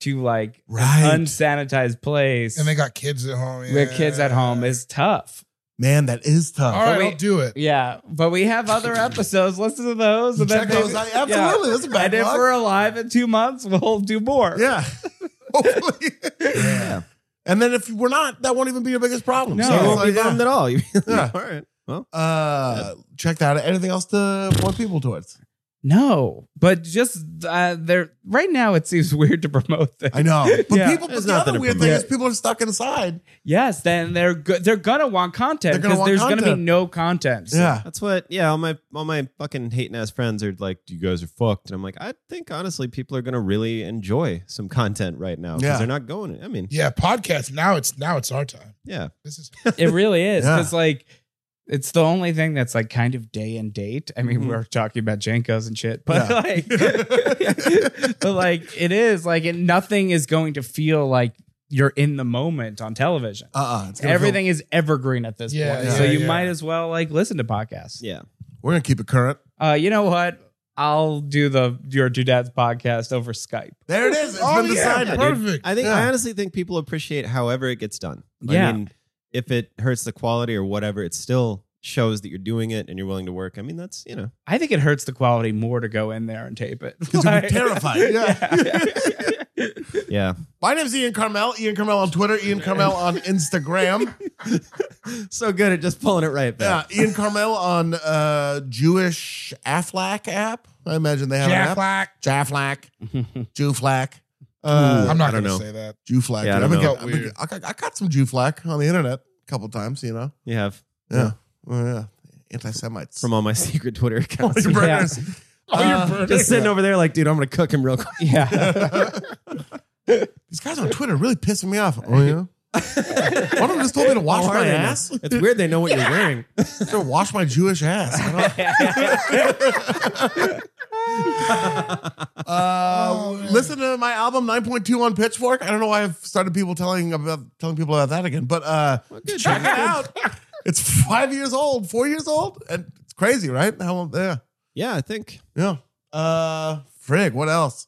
[SPEAKER 5] to like
[SPEAKER 2] Right.
[SPEAKER 5] unsanitized place
[SPEAKER 3] And they got kids at home.
[SPEAKER 5] with kids at home
[SPEAKER 3] Yeah.
[SPEAKER 5] is tough.
[SPEAKER 2] Man, that is tough.
[SPEAKER 3] All right,
[SPEAKER 5] But
[SPEAKER 3] I'll
[SPEAKER 5] we-
[SPEAKER 3] do it.
[SPEAKER 5] Yeah, but we have other episodes. Listen to those, and
[SPEAKER 2] Check
[SPEAKER 5] then
[SPEAKER 2] those
[SPEAKER 5] maybe-
[SPEAKER 2] out.
[SPEAKER 5] yeah.
[SPEAKER 2] Absolutely. That's a
[SPEAKER 5] And if
[SPEAKER 2] backlog.
[SPEAKER 5] we're alive in two months, we'll do more.
[SPEAKER 2] Yeah. Hopefully.
[SPEAKER 4] Yeah.
[SPEAKER 2] And then if we're not, that won't even be your biggest problem.
[SPEAKER 5] No.
[SPEAKER 4] So you won't
[SPEAKER 2] so,
[SPEAKER 4] be
[SPEAKER 2] Oh, yeah.
[SPEAKER 4] bummed at all. You'd be like,
[SPEAKER 2] Yeah.
[SPEAKER 4] All right. Well,
[SPEAKER 2] Uh, check that out. Anything else to point people towards?
[SPEAKER 5] No, but just uh, there right now, it seems weird to promote this.
[SPEAKER 2] I know. But
[SPEAKER 5] Yeah.
[SPEAKER 2] people, but
[SPEAKER 6] There's
[SPEAKER 2] the
[SPEAKER 6] nothing
[SPEAKER 2] other
[SPEAKER 6] to
[SPEAKER 2] weird thing is
[SPEAKER 6] promote.
[SPEAKER 2] people are stuck inside.
[SPEAKER 5] Yes, then they're go- they're gonna want
[SPEAKER 2] They're
[SPEAKER 5] content
[SPEAKER 2] gonna
[SPEAKER 5] because
[SPEAKER 2] want
[SPEAKER 5] there's gonna
[SPEAKER 2] content.
[SPEAKER 5] be no content.
[SPEAKER 2] Yeah.
[SPEAKER 6] That's what, yeah. All my all my fucking hating ass friends are like, "You guys are fucked," and I'm like, I think honestly, people are gonna really enjoy some content right now because
[SPEAKER 2] Yeah.
[SPEAKER 6] they're not going. I mean,
[SPEAKER 3] Yeah, podcast. Now it's now it's our time.
[SPEAKER 6] yeah,
[SPEAKER 3] This is
[SPEAKER 5] it really is
[SPEAKER 2] Yeah.
[SPEAKER 5] because like it's the only thing that's like kind of day and date. I mean,
[SPEAKER 6] Mhm.
[SPEAKER 5] we're talking about Jankos and shit, but
[SPEAKER 2] Mm-hmm. Yeah.
[SPEAKER 5] like, but like it is like and nothing is going to feel like you're in the moment on television.
[SPEAKER 2] Uh uh It's gonna
[SPEAKER 5] Everything is evergreen at this
[SPEAKER 3] Yeah,
[SPEAKER 5] point,
[SPEAKER 2] yeah,
[SPEAKER 5] so you
[SPEAKER 3] yeah.
[SPEAKER 5] might as well like listen to podcasts.
[SPEAKER 6] yeah.
[SPEAKER 2] feel- we're going to keep it current.
[SPEAKER 5] Uh, you know what? I'll do the your two dads podcast over Skype.
[SPEAKER 2] There it is. It's
[SPEAKER 3] Oh,
[SPEAKER 2] been
[SPEAKER 3] yeah.
[SPEAKER 2] decided.
[SPEAKER 3] Yeah, dude. Perfect.
[SPEAKER 6] I think
[SPEAKER 2] Yeah.
[SPEAKER 6] I honestly think people appreciate however it gets done.
[SPEAKER 5] Yeah.
[SPEAKER 6] I mean, if it hurts the quality or whatever, it still shows that you're doing it and you're willing to work. I mean, that's you know,
[SPEAKER 5] I think it hurts the quality more to go in there and tape it.
[SPEAKER 2] Because you'll be terrified.
[SPEAKER 5] yeah.
[SPEAKER 6] yeah.
[SPEAKER 2] My name's Ian Carmel. Ian Carmel on Twitter. Ian Carmel on Instagram.
[SPEAKER 6] so good at just pulling it right
[SPEAKER 2] Yeah,
[SPEAKER 6] back.
[SPEAKER 2] Ian Carmel on uh, Jewish Aflac app. I imagine they have
[SPEAKER 3] Jack
[SPEAKER 2] an app.
[SPEAKER 3] Black.
[SPEAKER 2] Jaflac, Jewflac, uh,
[SPEAKER 3] I'm
[SPEAKER 6] I
[SPEAKER 3] not
[SPEAKER 6] don't
[SPEAKER 3] gonna
[SPEAKER 6] know.
[SPEAKER 3] say that.
[SPEAKER 2] Jewflac.
[SPEAKER 6] Yeah,
[SPEAKER 2] dude.
[SPEAKER 6] I don't
[SPEAKER 2] I've been
[SPEAKER 3] know.
[SPEAKER 2] get- I've been
[SPEAKER 3] Weird.
[SPEAKER 2] get- I, got- I caught some Jewflac on the internet a couple times. You know,
[SPEAKER 6] You have
[SPEAKER 2] yeah, Well, yeah, anti Semites.
[SPEAKER 6] from all my secret Twitter accounts.
[SPEAKER 2] your burners.
[SPEAKER 3] Oh, you're
[SPEAKER 2] Uh,
[SPEAKER 3] burning.
[SPEAKER 6] just sitting over there like, dude, I'm gonna cook him real quick.
[SPEAKER 5] yeah.
[SPEAKER 2] These guys on Twitter really pissing me off. Oh yeah. One of them just told me to wash
[SPEAKER 6] How are
[SPEAKER 2] my
[SPEAKER 6] they now?
[SPEAKER 2] ass.
[SPEAKER 6] It's weird they know what you're wearing.
[SPEAKER 2] to wash my Jewish ass. I don't- Uh, listen to my album 9.2 on Pitchfork. I don't know why I've started people telling about telling people about that again, but uh, check it out. It's five years old, four years old, and it's crazy, right? How old? Yeah,
[SPEAKER 6] yeah, I think.
[SPEAKER 2] yeah. Uh, frig. What else?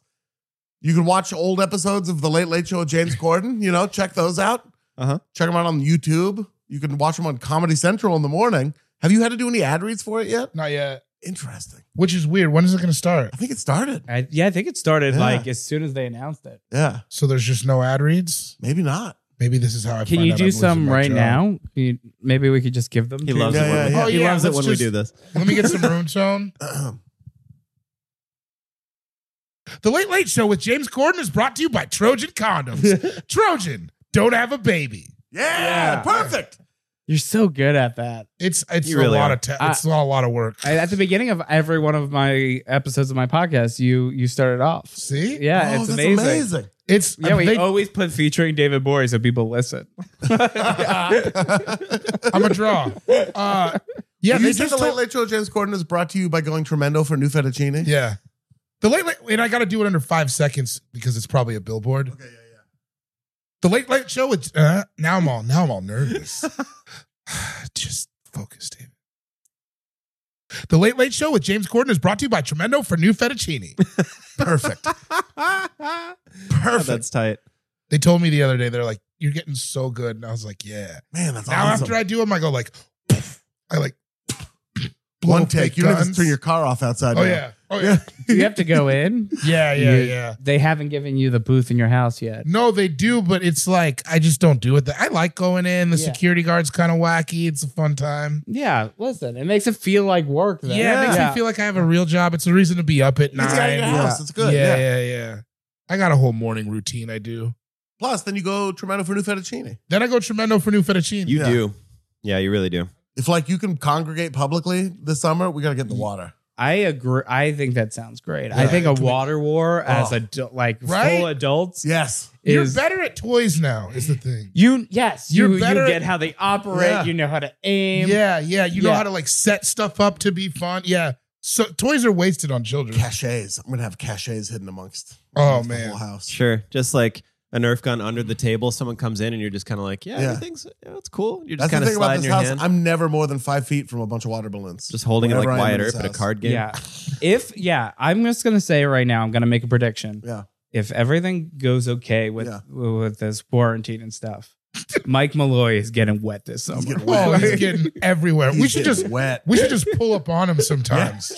[SPEAKER 2] You can watch old episodes of the Late Late Show with James Corden. You know, check those out.
[SPEAKER 6] Uh-huh.
[SPEAKER 2] Check them out on YouTube. You can watch them on Comedy Central in the morning. Have you had to do any ad reads for it yet?
[SPEAKER 3] Not yet.
[SPEAKER 2] Interesting.
[SPEAKER 3] Which is weird. When is it going to start?
[SPEAKER 2] I think it started.
[SPEAKER 5] I, yeah, I think it started
[SPEAKER 2] Yeah.
[SPEAKER 5] like as soon as they announced it.
[SPEAKER 2] Yeah,
[SPEAKER 3] So there's just no ad reads.
[SPEAKER 2] maybe not.
[SPEAKER 3] Maybe this is how I.
[SPEAKER 5] Can
[SPEAKER 3] find
[SPEAKER 5] you
[SPEAKER 3] out
[SPEAKER 5] do
[SPEAKER 3] I'm losing
[SPEAKER 5] some
[SPEAKER 3] my
[SPEAKER 5] right
[SPEAKER 3] job.
[SPEAKER 5] now? Can you- maybe we could just give them.
[SPEAKER 6] He
[SPEAKER 5] to
[SPEAKER 6] loves
[SPEAKER 5] you?
[SPEAKER 6] it
[SPEAKER 2] Yeah,
[SPEAKER 6] when,
[SPEAKER 2] yeah,
[SPEAKER 6] we,
[SPEAKER 2] yeah.
[SPEAKER 6] he
[SPEAKER 3] Oh, yeah,
[SPEAKER 6] loves it
[SPEAKER 3] let's
[SPEAKER 6] when we
[SPEAKER 3] just-
[SPEAKER 6] do this.
[SPEAKER 3] Let me get some room tone. The Late Late Show with James Corden is brought to you by Trojan Condoms. Trojan, don't have a baby.
[SPEAKER 2] Yeah, perfect.
[SPEAKER 5] You're so good at that.
[SPEAKER 3] It's it's
[SPEAKER 6] You
[SPEAKER 3] a
[SPEAKER 6] really
[SPEAKER 3] lot
[SPEAKER 6] are.
[SPEAKER 3] of te- it's not a lot of work.
[SPEAKER 5] I, at the beginning of every one of my episodes of my podcast, you you started off.
[SPEAKER 3] See?
[SPEAKER 5] Yeah,
[SPEAKER 2] Oh,
[SPEAKER 5] it's
[SPEAKER 2] that's
[SPEAKER 5] amazing.
[SPEAKER 3] It's
[SPEAKER 5] Yeah, we
[SPEAKER 3] they-
[SPEAKER 5] always put featuring David Bowie so people listen.
[SPEAKER 3] I'm a draw. Uh, yeah,
[SPEAKER 2] you
[SPEAKER 3] they
[SPEAKER 2] said
[SPEAKER 3] just
[SPEAKER 2] the Late
[SPEAKER 3] told-
[SPEAKER 2] Late Show with James Corden is brought to you by going tremendo for new fettuccine.
[SPEAKER 3] yeah. The late late and I got to do it under five seconds because it's probably a billboard. Okay, yeah, yeah. The late late show with uh, now I'm all now I'm all nervous. just focus, David. The late late show with James Corden is brought to you by Tremendo for new fettuccine. Perfect.
[SPEAKER 6] Oh,
[SPEAKER 2] Perfect.
[SPEAKER 6] that's tight.
[SPEAKER 3] They told me the other day they're like, "You're getting so good," and I was like, "Yeah."
[SPEAKER 2] Man, that's
[SPEAKER 3] Now
[SPEAKER 2] awesome.
[SPEAKER 3] after I do them, I go like, I like blow
[SPEAKER 2] One
[SPEAKER 3] up
[SPEAKER 2] take.
[SPEAKER 3] fake
[SPEAKER 2] You don't have to
[SPEAKER 3] guns.
[SPEAKER 2] turn your car off outside.
[SPEAKER 3] Oh
[SPEAKER 2] now.
[SPEAKER 3] yeah. Oh yeah.
[SPEAKER 5] You have to go in.
[SPEAKER 3] Yeah, yeah,
[SPEAKER 5] You-
[SPEAKER 3] yeah.
[SPEAKER 5] They haven't given you the booth in your house yet.
[SPEAKER 3] No, they do, but it's like I just don't do it. That I like going in. The
[SPEAKER 5] Yeah.
[SPEAKER 3] security guard's kind of wacky. It's a fun time.
[SPEAKER 5] Yeah, listen, it makes it feel like work.
[SPEAKER 3] Yeah,
[SPEAKER 5] Then.
[SPEAKER 3] it makes me feel like I have a real job. It's a reason to be up at
[SPEAKER 2] It's out of
[SPEAKER 3] nine.
[SPEAKER 2] your
[SPEAKER 3] Yeah.
[SPEAKER 2] house. It's good.
[SPEAKER 3] Yeah,
[SPEAKER 2] Yeah.
[SPEAKER 3] yeah, yeah. I got a whole morning routine. I do.
[SPEAKER 2] Plus, then you go tremendo for new fettuccine.
[SPEAKER 3] Then I go tremendo for new fettuccine.
[SPEAKER 6] You
[SPEAKER 2] Yeah.
[SPEAKER 6] do. Yeah, you really do.
[SPEAKER 2] If like you can congregate publicly this summer, we gotta get in the water.
[SPEAKER 5] I agree. I think that sounds great. I
[SPEAKER 2] Yeah.
[SPEAKER 5] think a water war as
[SPEAKER 2] Oh.
[SPEAKER 5] adult, like
[SPEAKER 3] Right?
[SPEAKER 5] full adults
[SPEAKER 2] Yes.
[SPEAKER 3] You're
[SPEAKER 5] is
[SPEAKER 3] better at toys now. Is the thing.
[SPEAKER 5] you. Yes,
[SPEAKER 3] You're
[SPEAKER 5] you you
[SPEAKER 3] better-
[SPEAKER 5] get how they operate.
[SPEAKER 2] Yeah.
[SPEAKER 5] You know how to aim.
[SPEAKER 3] Yeah, yeah. You know
[SPEAKER 5] Yeah.
[SPEAKER 3] how to like set stuff up to be fun. Yeah. So toys are wasted on children.
[SPEAKER 2] Cachets. I'm gonna have cachets hidden amongst
[SPEAKER 3] Oh,
[SPEAKER 2] amongst
[SPEAKER 3] man.
[SPEAKER 2] the whole house.
[SPEAKER 6] Sure. Just like a Nerf gun under the table. Someone comes in and you're just kind of like, yeah,
[SPEAKER 2] Yeah.
[SPEAKER 6] everything's yeah, it's cool. You're
[SPEAKER 2] That's
[SPEAKER 6] just
[SPEAKER 2] the
[SPEAKER 6] kind of
[SPEAKER 2] thing about
[SPEAKER 6] sliding
[SPEAKER 2] this
[SPEAKER 6] your
[SPEAKER 2] house.
[SPEAKER 6] hand,
[SPEAKER 2] I'm never more than five feet from a bunch of water balloons.
[SPEAKER 6] just holding it like
[SPEAKER 2] Whenever I am
[SPEAKER 6] Wyatt
[SPEAKER 2] in
[SPEAKER 6] Earp
[SPEAKER 2] this
[SPEAKER 6] at a
[SPEAKER 2] house.
[SPEAKER 6] card game.
[SPEAKER 5] yeah. if yeah, I'm just gonna say right now, I'm gonna make a prediction.
[SPEAKER 2] Yeah.
[SPEAKER 5] If everything goes okay with
[SPEAKER 2] Yeah.
[SPEAKER 5] with this quarantine and stuff, Mike Malloy is getting wet this summer.
[SPEAKER 2] getting wet.
[SPEAKER 3] Oh, he's getting everywhere. we
[SPEAKER 2] He's
[SPEAKER 3] should
[SPEAKER 2] getting
[SPEAKER 3] just
[SPEAKER 2] wet.
[SPEAKER 3] we should just pull up on him sometimes.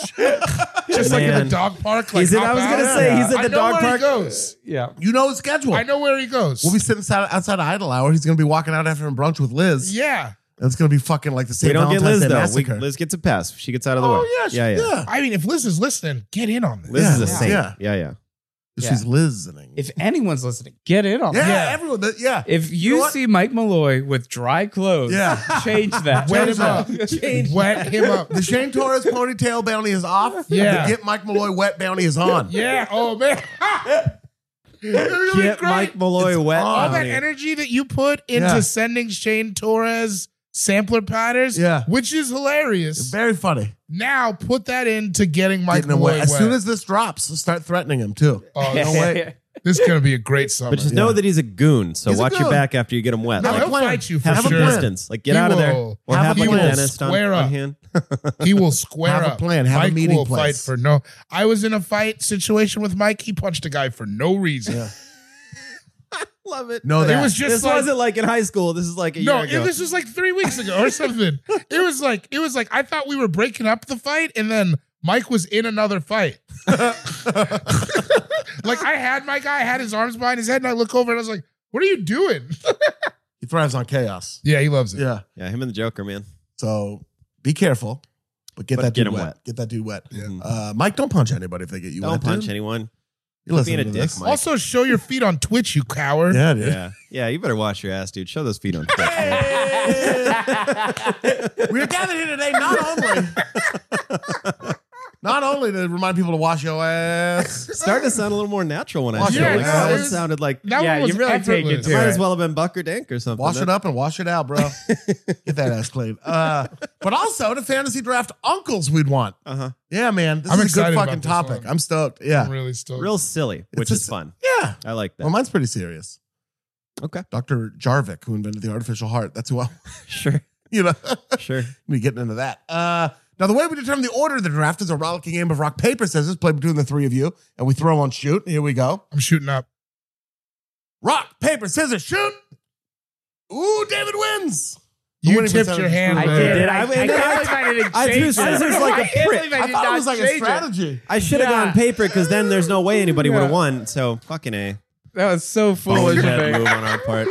[SPEAKER 3] just like in
[SPEAKER 6] Man.
[SPEAKER 3] the dog park. Like
[SPEAKER 6] He's in-
[SPEAKER 3] hop
[SPEAKER 6] I was
[SPEAKER 3] out.
[SPEAKER 6] gonna say, he's in
[SPEAKER 3] I
[SPEAKER 6] the
[SPEAKER 3] know
[SPEAKER 6] dog
[SPEAKER 3] where
[SPEAKER 6] park.
[SPEAKER 3] He goes.
[SPEAKER 5] yeah.
[SPEAKER 2] You know his schedule.
[SPEAKER 3] I know where he goes.
[SPEAKER 2] We'll be sitting outside, outside of Idle Hour. He's going to be walking out after brunch with Liz.
[SPEAKER 3] yeah,
[SPEAKER 2] That's gonna be fucking like the same.
[SPEAKER 4] we don't get
[SPEAKER 2] Valentine's
[SPEAKER 4] Liz
[SPEAKER 2] Day
[SPEAKER 4] though. We,
[SPEAKER 2] massacre.
[SPEAKER 4] Liz gets a pass. She gets out of the way.
[SPEAKER 2] oh yeah, she-
[SPEAKER 4] yeah,
[SPEAKER 2] yeah,
[SPEAKER 4] yeah.
[SPEAKER 3] I mean, if Liz is listening, get in on this.
[SPEAKER 4] Liz is a
[SPEAKER 2] Yeah.
[SPEAKER 4] saint.
[SPEAKER 2] Yeah.
[SPEAKER 4] Yeah, yeah. yeah.
[SPEAKER 2] If She's Liz-ening.
[SPEAKER 5] If anyone's listening, get in on
[SPEAKER 2] yeah,
[SPEAKER 5] that.
[SPEAKER 2] everyone. That, yeah,
[SPEAKER 5] If
[SPEAKER 2] know
[SPEAKER 5] you,
[SPEAKER 2] what?
[SPEAKER 5] see Mike Malloy with dry clothes,
[SPEAKER 2] Yeah.
[SPEAKER 5] change that.
[SPEAKER 3] Wet
[SPEAKER 2] Turns
[SPEAKER 3] him up.
[SPEAKER 5] Change
[SPEAKER 3] Wet him up.
[SPEAKER 2] the Shane Torres ponytail bounty is off.
[SPEAKER 3] Yeah.
[SPEAKER 2] the Get Mike Malloy wet bounty is on.
[SPEAKER 3] Yeah. Oh man. It's gonna be
[SPEAKER 4] Get
[SPEAKER 3] great.
[SPEAKER 4] Mike Malloy wet.
[SPEAKER 3] All that
[SPEAKER 4] honey.
[SPEAKER 3] energy that you put into
[SPEAKER 2] Yeah.
[SPEAKER 3] sending Shane Torres sampler patterns,
[SPEAKER 2] Yeah.
[SPEAKER 3] which is hilarious.
[SPEAKER 2] Very funny.
[SPEAKER 3] Now put that into getting Mike
[SPEAKER 2] Getting him wet.
[SPEAKER 3] Malloy
[SPEAKER 2] As
[SPEAKER 3] wet.
[SPEAKER 2] soon as this drops, start threatening him too.
[SPEAKER 3] Oh,
[SPEAKER 2] No
[SPEAKER 3] no way.
[SPEAKER 2] way.
[SPEAKER 3] This is gonna be a great summer.
[SPEAKER 4] But just know that he's a goon, so
[SPEAKER 2] He's a
[SPEAKER 4] watch your
[SPEAKER 2] goon.
[SPEAKER 4] back after you get him wet.
[SPEAKER 3] no,
[SPEAKER 4] like,
[SPEAKER 3] he'll fight you for
[SPEAKER 4] have
[SPEAKER 3] sure.
[SPEAKER 4] some distance. Like get
[SPEAKER 3] He
[SPEAKER 4] out of there.
[SPEAKER 3] will-
[SPEAKER 4] Or
[SPEAKER 2] have
[SPEAKER 4] have
[SPEAKER 2] a
[SPEAKER 4] like a
[SPEAKER 2] plan.
[SPEAKER 4] dentist on
[SPEAKER 3] Square up.
[SPEAKER 4] one hand.
[SPEAKER 3] He will square
[SPEAKER 2] Have a
[SPEAKER 3] up.
[SPEAKER 2] plan. Have a
[SPEAKER 3] Mike
[SPEAKER 2] meeting
[SPEAKER 3] will fight
[SPEAKER 2] place.
[SPEAKER 3] for no. I was in a fight situation with Mike. He punched a guy for no reason.
[SPEAKER 4] Love it.
[SPEAKER 2] No, that
[SPEAKER 3] It was just
[SPEAKER 4] this
[SPEAKER 3] like,
[SPEAKER 4] wasn't like in high school. This is like a year
[SPEAKER 3] no.
[SPEAKER 4] ago.
[SPEAKER 3] This was like three weeks ago or something. it was like it was like I thought we were breaking up the fight, and then Mike was in another fight. like I had my guy I had his arms behind his head, and I look over and I was like, "What are you doing?"
[SPEAKER 2] he thrives on chaos.
[SPEAKER 3] yeah, he loves it.
[SPEAKER 2] Yeah.
[SPEAKER 4] yeah, him and the Joker, man.
[SPEAKER 2] So be careful, but get
[SPEAKER 4] But
[SPEAKER 2] that
[SPEAKER 4] get
[SPEAKER 2] dude
[SPEAKER 4] him
[SPEAKER 2] wet.
[SPEAKER 4] wet.
[SPEAKER 2] Get that dude wet.
[SPEAKER 4] Mhm.
[SPEAKER 2] Uh, Mike, don't punch anybody if they get you
[SPEAKER 4] Don't
[SPEAKER 2] wet.
[SPEAKER 4] punch
[SPEAKER 2] dude.
[SPEAKER 4] anyone.
[SPEAKER 2] You're listening
[SPEAKER 4] being a
[SPEAKER 2] to
[SPEAKER 4] dick,
[SPEAKER 2] this.
[SPEAKER 4] Mike.
[SPEAKER 3] Also, show your feet on Twitch, you coward.
[SPEAKER 2] Yeah, dude.
[SPEAKER 4] Yeah, yeah. You better wash your ass, dude. Show those feet on Twitch. man.
[SPEAKER 2] We're gathered here today not only not only to remind people to wash your ass.
[SPEAKER 4] Starting to sound a little more natural when I
[SPEAKER 2] Wash
[SPEAKER 4] show.
[SPEAKER 2] your
[SPEAKER 4] Like,
[SPEAKER 2] ass.
[SPEAKER 4] that one sounded like
[SPEAKER 3] That
[SPEAKER 5] Yeah,
[SPEAKER 3] one was
[SPEAKER 5] you really take it
[SPEAKER 3] effortless.
[SPEAKER 5] to
[SPEAKER 4] might
[SPEAKER 5] it.
[SPEAKER 4] as well have been Buck or Dank or something.
[SPEAKER 2] Wash it up and wash it out, bro. Get that ass clean. Uh, but also to fantasy draft uncles we'd want.
[SPEAKER 4] Uh huh.
[SPEAKER 2] Yeah, man. This
[SPEAKER 3] I'm
[SPEAKER 2] is a good
[SPEAKER 3] excited about
[SPEAKER 2] fucking
[SPEAKER 3] this
[SPEAKER 2] topic.
[SPEAKER 3] one.
[SPEAKER 2] I'm stoked. Yeah.
[SPEAKER 3] I'm really still
[SPEAKER 4] Real silly, which
[SPEAKER 2] a
[SPEAKER 4] is
[SPEAKER 2] s-
[SPEAKER 4] fun.
[SPEAKER 2] Yeah.
[SPEAKER 4] I like that.
[SPEAKER 2] Well, mine's pretty serious.
[SPEAKER 4] okay,
[SPEAKER 2] Dr. Jarvik, who invented the artificial heart. That's who I,
[SPEAKER 4] sure,
[SPEAKER 2] you know,
[SPEAKER 4] sure.
[SPEAKER 2] we getting into that. Uh, now, the way we determine the order of the draft is a rollicking game of rock, paper, scissors played between the three of you, and we throw on shoot. Here we go.
[SPEAKER 3] I'm shooting up.
[SPEAKER 2] Rock, paper, scissors, shoot. Ooh, David wins. The
[SPEAKER 3] You
[SPEAKER 2] winning
[SPEAKER 3] tipped
[SPEAKER 2] percentage
[SPEAKER 3] your
[SPEAKER 2] is
[SPEAKER 3] hand.
[SPEAKER 2] screwed
[SPEAKER 5] I
[SPEAKER 2] up.
[SPEAKER 3] there.
[SPEAKER 5] did. I, I,
[SPEAKER 4] I-
[SPEAKER 5] can't believe I didn't
[SPEAKER 4] I
[SPEAKER 5] change
[SPEAKER 4] threw
[SPEAKER 5] it.
[SPEAKER 4] scissors like a
[SPEAKER 5] I can't
[SPEAKER 4] prick.
[SPEAKER 5] believe
[SPEAKER 2] I
[SPEAKER 5] did
[SPEAKER 2] thought it
[SPEAKER 5] not
[SPEAKER 2] was like a
[SPEAKER 5] change
[SPEAKER 2] strategy.
[SPEAKER 4] I should have
[SPEAKER 5] Yeah.
[SPEAKER 4] gone paper because then there's no way anybody would have
[SPEAKER 5] Yeah.
[SPEAKER 4] won. So fucking a
[SPEAKER 5] That was so foolish
[SPEAKER 4] Always
[SPEAKER 5] of
[SPEAKER 4] bad
[SPEAKER 5] me.
[SPEAKER 4] move on our part.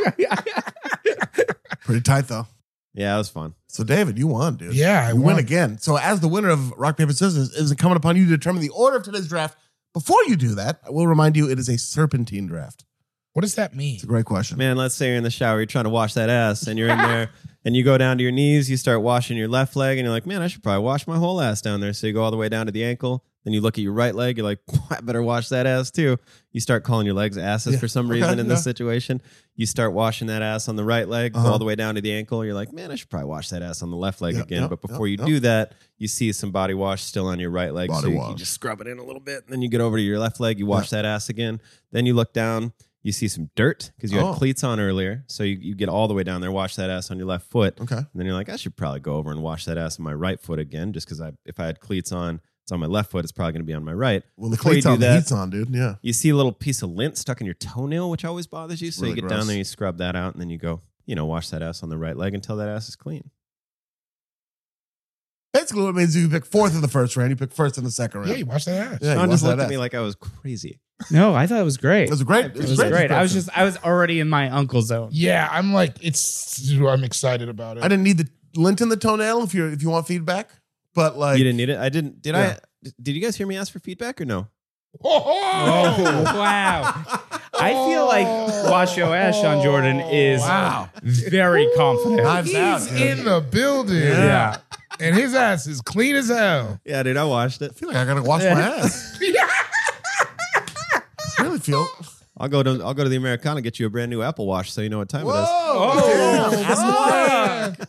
[SPEAKER 2] Pretty tight, though.
[SPEAKER 4] Yeah, it was fun.
[SPEAKER 2] So, David, you won, dude.
[SPEAKER 3] Yeah, I
[SPEAKER 2] you win
[SPEAKER 3] won.
[SPEAKER 2] again. So, as the winner of Rock, Paper, Scissors, it is incumbent upon you to determine the order of today's draft. Before you do that, I will remind you it is a serpentine draft.
[SPEAKER 3] What does that mean?
[SPEAKER 2] It's a great question.
[SPEAKER 4] Man, let's say you're in the shower, you're trying to wash that ass, and you're in there, and you go down to your knees, you start washing your left leg, and you're like, man, I should probably wash my whole ass down there. So you go all the way down to the ankle, then you look at your right leg, you're like, I better wash that ass too. You start calling your legs asses
[SPEAKER 2] Yeah.
[SPEAKER 4] for some
[SPEAKER 2] Okay,
[SPEAKER 4] reason in
[SPEAKER 2] yeah.
[SPEAKER 4] this situation. You start washing that ass on the right leg,
[SPEAKER 2] Uh-huh.
[SPEAKER 4] go all the way down to the ankle, you're like, man, I should probably wash that ass on the left leg
[SPEAKER 2] Yeah,
[SPEAKER 4] again.
[SPEAKER 2] yeah,
[SPEAKER 4] but
[SPEAKER 2] yeah,
[SPEAKER 4] before you
[SPEAKER 2] yeah.
[SPEAKER 4] do that, you see some body wash still on your right leg.
[SPEAKER 2] Body
[SPEAKER 4] so you,
[SPEAKER 2] wash.
[SPEAKER 4] you just scrub it in a little bit, and then you get over to your left leg, you wash that ass again, then you look down. You see some dirt because you
[SPEAKER 2] Oh.
[SPEAKER 4] had cleats on earlier. So you, you get all the way down there, wash that ass on your left foot.
[SPEAKER 2] Okay.
[SPEAKER 4] And then you're like, I should probably go over and wash that ass on my right foot again, just because I if I had cleats on, it's on my left foot, it's probably gonna be on my right.
[SPEAKER 2] Well, the
[SPEAKER 4] Before you
[SPEAKER 2] cleats
[SPEAKER 4] do
[SPEAKER 2] on, the
[SPEAKER 4] that-
[SPEAKER 2] heat's on, dude. Yeah.
[SPEAKER 4] You see a little piece of lint stuck in your toenail, which always bothers you. So
[SPEAKER 2] Really
[SPEAKER 4] you get
[SPEAKER 2] gross.
[SPEAKER 4] down there, you scrub that out, and then you go, you know, wash that ass on the right leg until that ass is clean.
[SPEAKER 2] Basically, what it means you pick fourth in the first round, you pick first in the second round.
[SPEAKER 3] Yeah, you watch that ass.
[SPEAKER 2] Yeah, you
[SPEAKER 4] Sean just
[SPEAKER 2] watch
[SPEAKER 4] looked
[SPEAKER 2] that
[SPEAKER 4] at me
[SPEAKER 2] ass.
[SPEAKER 4] like I was crazy.
[SPEAKER 5] No, I thought it was great.
[SPEAKER 2] it was a great.
[SPEAKER 5] It was great. I
[SPEAKER 2] description.
[SPEAKER 5] was just I was already in my uncle zone.
[SPEAKER 3] Yeah, I'm like, it's. I'm excited about it.
[SPEAKER 2] I didn't need the lint in the toenail if you if you want feedback, but like
[SPEAKER 4] you didn't need it. I didn't did
[SPEAKER 2] Yeah.
[SPEAKER 4] I did you guys hear me ask for feedback or no?
[SPEAKER 3] Oh,
[SPEAKER 5] wow. I feel like wash your ass, Sean Jordan is
[SPEAKER 2] Oh. Wow.
[SPEAKER 5] very confident.
[SPEAKER 2] knives out.
[SPEAKER 3] he's
[SPEAKER 2] dude.
[SPEAKER 3] in the building.
[SPEAKER 2] Yeah.
[SPEAKER 3] and his ass is clean as hell.
[SPEAKER 4] Yeah, dude, I washed it.
[SPEAKER 2] I feel like I gotta wash my ass. I really feel.
[SPEAKER 4] I'll go to I'll go to the Americana, get you a brand new Apple Watch so you know what time it is.
[SPEAKER 2] Oh,
[SPEAKER 3] That's wild.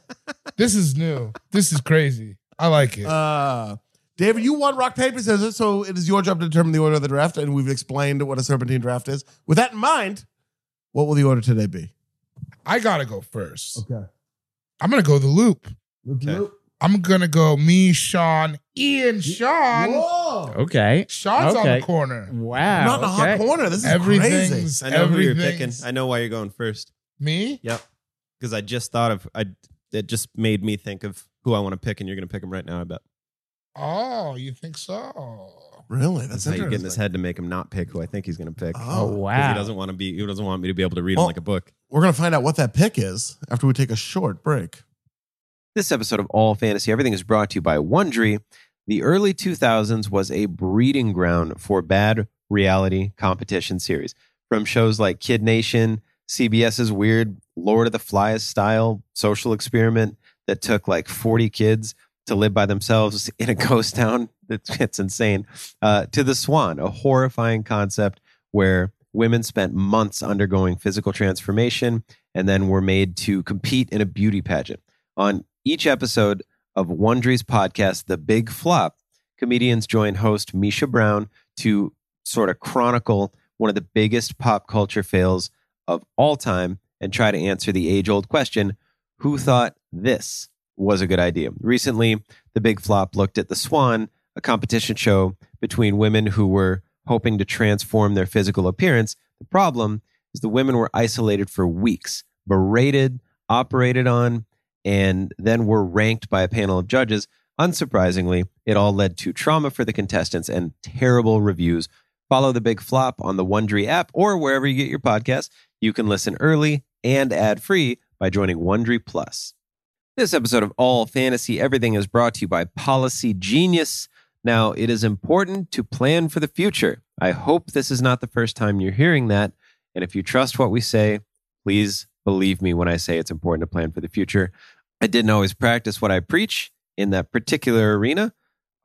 [SPEAKER 3] this is new. This is crazy. I like it.
[SPEAKER 2] Uh, David, you won rock paper scissors, so it is your job to determine the order of the draft, and we've explained what a serpentine draft is. With that in mind, what will the order today be?
[SPEAKER 3] I gotta go first.
[SPEAKER 2] Okay.
[SPEAKER 3] I'm gonna go the loop.
[SPEAKER 4] Okay.
[SPEAKER 3] I'm gonna go me, Sean, Ian, Sean.
[SPEAKER 2] Whoa!
[SPEAKER 5] Okay.
[SPEAKER 3] Sean's on
[SPEAKER 5] Okay. Mm.
[SPEAKER 3] the corner.
[SPEAKER 5] Wow.
[SPEAKER 2] Not in a hot
[SPEAKER 5] okay.
[SPEAKER 2] corner. This is crazy.
[SPEAKER 3] Everything's
[SPEAKER 4] I know who you're picking.
[SPEAKER 3] everything's-
[SPEAKER 4] I know why you're going first.
[SPEAKER 3] Me?
[SPEAKER 4] Yep. Because I just thought of I it just made me think of who I want to pick, and you're gonna pick him right now. I bet
[SPEAKER 3] Oh, you think so?
[SPEAKER 2] Really?
[SPEAKER 4] that's
[SPEAKER 2] That's,
[SPEAKER 4] how you get in
[SPEAKER 2] interesting.
[SPEAKER 4] his head to make him not pick who I think he's gonna pick.
[SPEAKER 5] Oh,
[SPEAKER 2] Oh,
[SPEAKER 4] Because
[SPEAKER 5] wow.
[SPEAKER 4] He doesn't want to be. He doesn't want me to be able to read
[SPEAKER 2] Well-
[SPEAKER 4] him like a book.
[SPEAKER 2] we're gonna find out what that pick is after we take a short break.
[SPEAKER 4] This episode of All Fantasy Everything is brought to you by Wondery. The early 2000s was a breeding ground for bad reality competition series from shows like Kid Nation, CBS's weird Lord of the Flies style social experiment that took like 40 kids to live by themselves in a ghost town. It's, it's insane. Uh, to The Swan, a horrifying concept where women spent months undergoing physical transformation and then were made to compete in a beauty pageant. On each episode of Wondry's podcast, The Big Flop, comedians join host Misha Brown to sort of chronicle one of the biggest pop culture fails of all time and try to answer the age old question who thought this was a good idea? Recently, The Big Flop looked at The Swan, a competition show between women who were hoping to transform their physical appearance. The problem is the women were isolated for weeks, berated, operated on, and then were ranked by a panel of judges. Unsurprisingly, it all led to trauma for the contestants and terrible reviews. Follow the big flop on the Wondery app or wherever you get your podcasts. You can listen early and ad free by joining Wondery Plus. This episode of All Fantasy Everything is brought to you by Policy Genius. Now, it is important to plan for the future. I hope this is not the first time you're hearing that. And if you trust what we say, please believe me when I say it's important to plan for the future. I didn't always practice what I preach in that particular arena.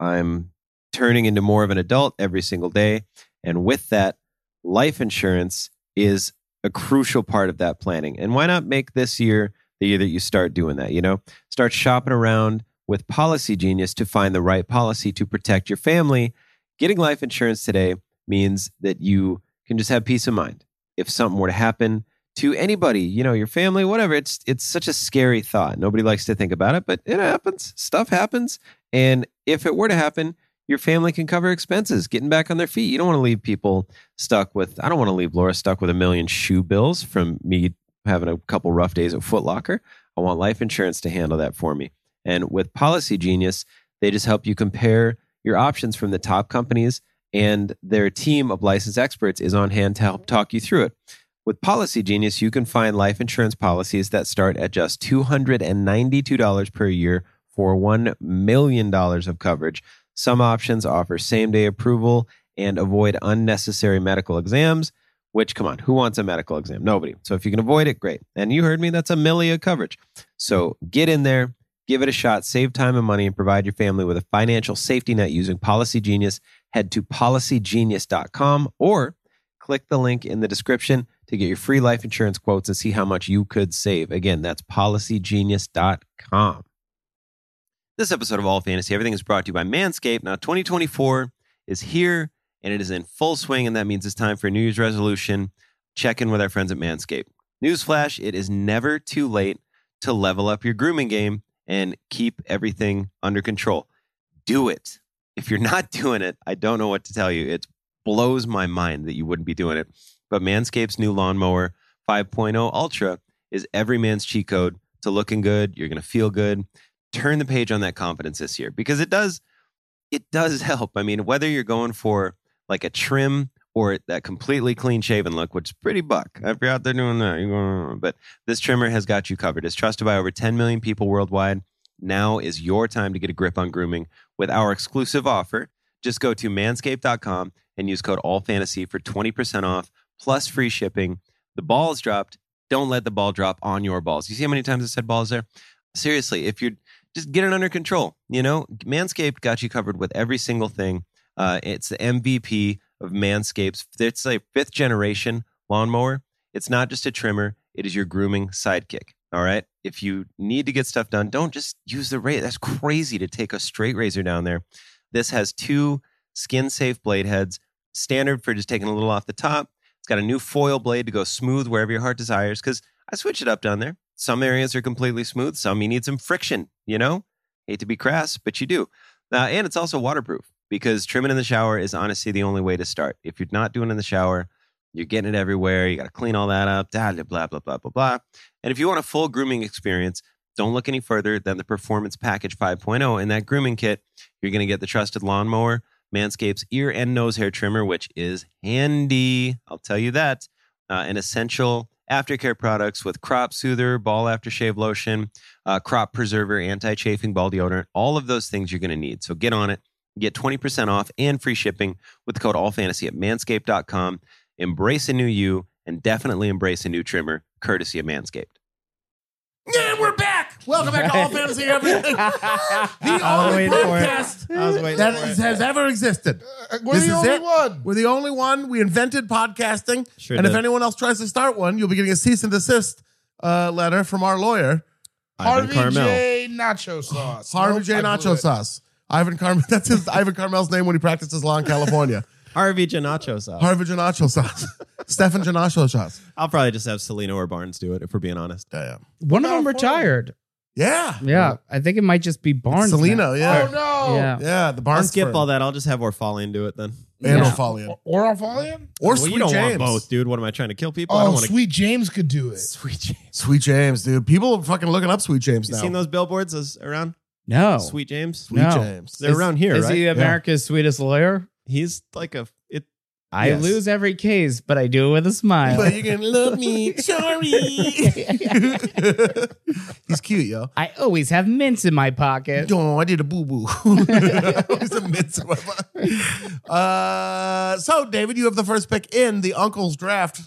[SPEAKER 4] I'm turning into more of an adult every single day. And with that, life insurance is a crucial part of that planning. And why not make this year the year that you start doing that? You know, start shopping around with Policy Genius to find the right policy to protect your family. Getting life insurance today means that you can just have peace of mind. If something were to happen to anybody, you know, your family, whatever, it's it's such a scary thought. Nobody likes to think about it, but it happens. Stuff happens. And if it were to happen, your family can cover expenses, getting back on their feet. You don't want to leave people stuck with I don't want to leave Laura stuck with a million shoe bills from me having a couple rough days at Foot Locker. I want life insurance to handle that for me. And with Policy Genius, they just help you compare your options from the top companies, and their team of licensed experts is on hand to help talk you through it. With Policy Genius, you can find life insurance policies that start at just $292 per year for $1 million of coverage. Some options offer same day approval and avoid unnecessary medical exams, which, come on, who wants a medical exam? Nobody. So if you can avoid it, great. And you heard me, that's a milli of coverage. So get in there, Give it a shot, save time and money, and provide your family with a financial safety net using Policy Genius. Head to policygenius.com or click the link in the description to get your free life insurance quotes and see how much you could save. Again, that's policygenius.com. This episode of All Fantasy Everything is brought to you by Manscaped. Now, 2024 is here and it is in full swing, and that means it's time for a New Year's resolution. Check in with our friends at Manscaped. Newsflash, it is never too late to level up your grooming game and keep everything under control. Do it. If you're not doing it, I don't know what to tell you. It blows my mind that you wouldn't be doing it. But Manscaped's new lawnmower 5.0 Ultra is every man's cheat code to looking good. You're going to feel good. Turn the page on that confidence this year because it does it does help. I mean, whether you're going for like a trim or that completely clean shaven look, which is pretty buck. If you're out there doing that, you're going, but this trimmer has got you covered. It's trusted by over 10 million people worldwide. Now is your time to get a grip on grooming with our exclusive offer. Just go to manscaped.com and use code AllFantasy for 20% off plus free shipping. The ball is dropped. Don't let the ball drop on your balls. You see how many times I said balls there? Seriously, if you're just get it under control, you know, Manscaped got you covered with every single thing. Uh, it's the MVP of Manscapes. It's a fifth generation lawnmower. It's not just a trimmer, it is your grooming sidekick. All right. If you need to get stuff done, don't just use the razor. That's crazy to take a straight razor down there. This has two skin safe blade heads, standard for just taking a little off the top. It's got a new foil blade to go smooth wherever your heart desires because I switch it up down there. Some areas are completely smooth, some you need some friction, you know? Hate to be crass, but you do. Uh, and it's also waterproof because trimming in the shower is honestly the only way to start. If you're not doing it in the shower, you're getting it everywhere. You got to clean all that up, blah, blah, blah, blah, blah, blah, blah. And if you want a full grooming experience, don't look any further than the Performance Package 5.0. In that grooming kit, you're going to get the trusted lawnmower, Manscaped's ear and nose hair trimmer, which is handy. I'll tell you that. Uh, an essential aftercare products with Crop Soother, Ball Aftershave Lotion, uh, Crop Preserver, Anti Chafing Ball Deodorant, all of those things you're going to need. So get on it. Get 20% off and free shipping with the code AllFantasy at manscaped.com. Embrace a new you and definitely embrace a new trimmer, courtesy of Manscaped.
[SPEAKER 2] Yeah, we're back. Welcome back to All Fantasy Everything, the
[SPEAKER 6] was
[SPEAKER 2] only
[SPEAKER 6] waiting for it.
[SPEAKER 2] podcast
[SPEAKER 6] I was waiting
[SPEAKER 2] that
[SPEAKER 6] for
[SPEAKER 2] is-
[SPEAKER 6] it.
[SPEAKER 2] has ever existed.
[SPEAKER 3] We're
[SPEAKER 2] This
[SPEAKER 3] Uh, the
[SPEAKER 2] is
[SPEAKER 3] only
[SPEAKER 2] it.
[SPEAKER 3] one.
[SPEAKER 2] We're the only one. We invented podcasting,
[SPEAKER 6] Sure
[SPEAKER 2] and if
[SPEAKER 6] did.
[SPEAKER 2] anyone else tries to start one, you'll be getting a cease and desist uh, letter from our lawyer,
[SPEAKER 6] Ivan Carmel.
[SPEAKER 3] RVJ nacho sauce.
[SPEAKER 2] Harvey
[SPEAKER 3] Nope,
[SPEAKER 2] J.
[SPEAKER 3] I blew
[SPEAKER 2] Nacho
[SPEAKER 3] it.
[SPEAKER 2] Sauce. Ivan Carmel. That's his Ivan Carmel's name when he practices law in California.
[SPEAKER 6] Harvey Janacho sauce.
[SPEAKER 2] Harvey J. Nacho Sauce. Stefan J. Nacho Sauce.
[SPEAKER 6] I'll probably just have Selena or Barnes do it if we're being honest.
[SPEAKER 2] Damn.
[SPEAKER 5] One of
[SPEAKER 3] Not
[SPEAKER 5] them
[SPEAKER 3] a photo.
[SPEAKER 5] retired.
[SPEAKER 2] Yeah.
[SPEAKER 5] Yeah, I think it might just be Barnes.
[SPEAKER 2] Selena. Yeah.
[SPEAKER 3] Oh no.
[SPEAKER 5] Yeah.
[SPEAKER 2] Yeah, the
[SPEAKER 6] I'll
[SPEAKER 2] Barnes
[SPEAKER 6] skip all that. I'll just have Orfalian do it then.
[SPEAKER 2] and
[SPEAKER 5] Yeah.
[SPEAKER 2] Orfalian.
[SPEAKER 3] Or Orfalian?
[SPEAKER 2] or
[SPEAKER 6] Well,
[SPEAKER 2] Sweet
[SPEAKER 6] you don't
[SPEAKER 2] James.
[SPEAKER 6] want both, dude. What am I trying to kill people? I don't
[SPEAKER 3] Oh,
[SPEAKER 6] want to.
[SPEAKER 3] Sweet James could do it.
[SPEAKER 6] Sweet James.
[SPEAKER 2] Sweet James, dude. People are fucking looking up Sweet James
[SPEAKER 6] You
[SPEAKER 2] now.
[SPEAKER 6] seen those billboards as- around?
[SPEAKER 5] No,
[SPEAKER 6] Sweet James.
[SPEAKER 2] Sweet
[SPEAKER 5] No.
[SPEAKER 2] James.
[SPEAKER 6] They're around here,
[SPEAKER 5] is
[SPEAKER 6] right?
[SPEAKER 5] he America's sweetest lawyer?
[SPEAKER 6] He's like a. It.
[SPEAKER 5] I
[SPEAKER 6] Yes.
[SPEAKER 5] lose every case, but I do it with a smile.
[SPEAKER 2] But you can love me, sorry. He's cute, yo.
[SPEAKER 5] I always have mints in my pocket.
[SPEAKER 2] Oh, I did a boo boo. He's a midst of Uh, so, David, you have the first pick in the Uncle's draft.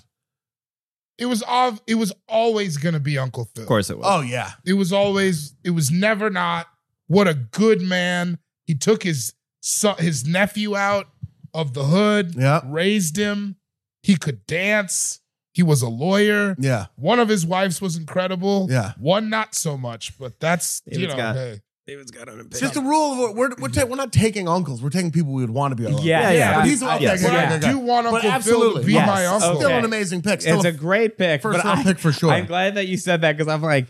[SPEAKER 3] It was off it was always gonna be Uncle Phil.
[SPEAKER 6] Of course it was.
[SPEAKER 2] Oh yeah,
[SPEAKER 3] It was always it was never not. What a good man. He took his son, his nephew out of the hood,
[SPEAKER 2] yeah,
[SPEAKER 3] raised him. He could dance. He was a lawyer.
[SPEAKER 2] yeah,
[SPEAKER 3] One of his wives was incredible.
[SPEAKER 2] yeah.
[SPEAKER 3] One not so much, but that's you
[SPEAKER 6] David's
[SPEAKER 3] know,
[SPEAKER 6] got-
[SPEAKER 3] hey.
[SPEAKER 6] David's got on a
[SPEAKER 2] It's just a rule. Of, what- we're we're, ta- we're not taking uncles. We're taking people we would want to be. Our uncle.
[SPEAKER 5] Yeah,
[SPEAKER 6] Yeah, yeah.
[SPEAKER 2] But he's-
[SPEAKER 5] I-
[SPEAKER 2] okay,
[SPEAKER 6] yes.
[SPEAKER 2] okay,
[SPEAKER 3] But
[SPEAKER 2] okay,
[SPEAKER 3] I
[SPEAKER 2] okay.
[SPEAKER 3] do want
[SPEAKER 2] But
[SPEAKER 3] Uncle Phil
[SPEAKER 2] absolutely,
[SPEAKER 3] to be
[SPEAKER 5] yes.
[SPEAKER 3] my uncle.
[SPEAKER 2] Still
[SPEAKER 5] Okay.
[SPEAKER 2] an amazing pick. Still
[SPEAKER 5] It's
[SPEAKER 2] a
[SPEAKER 5] a great pick.
[SPEAKER 2] first
[SPEAKER 5] but
[SPEAKER 2] round
[SPEAKER 5] I-
[SPEAKER 2] pick for sure.
[SPEAKER 5] I'm glad that you said that because I'm like,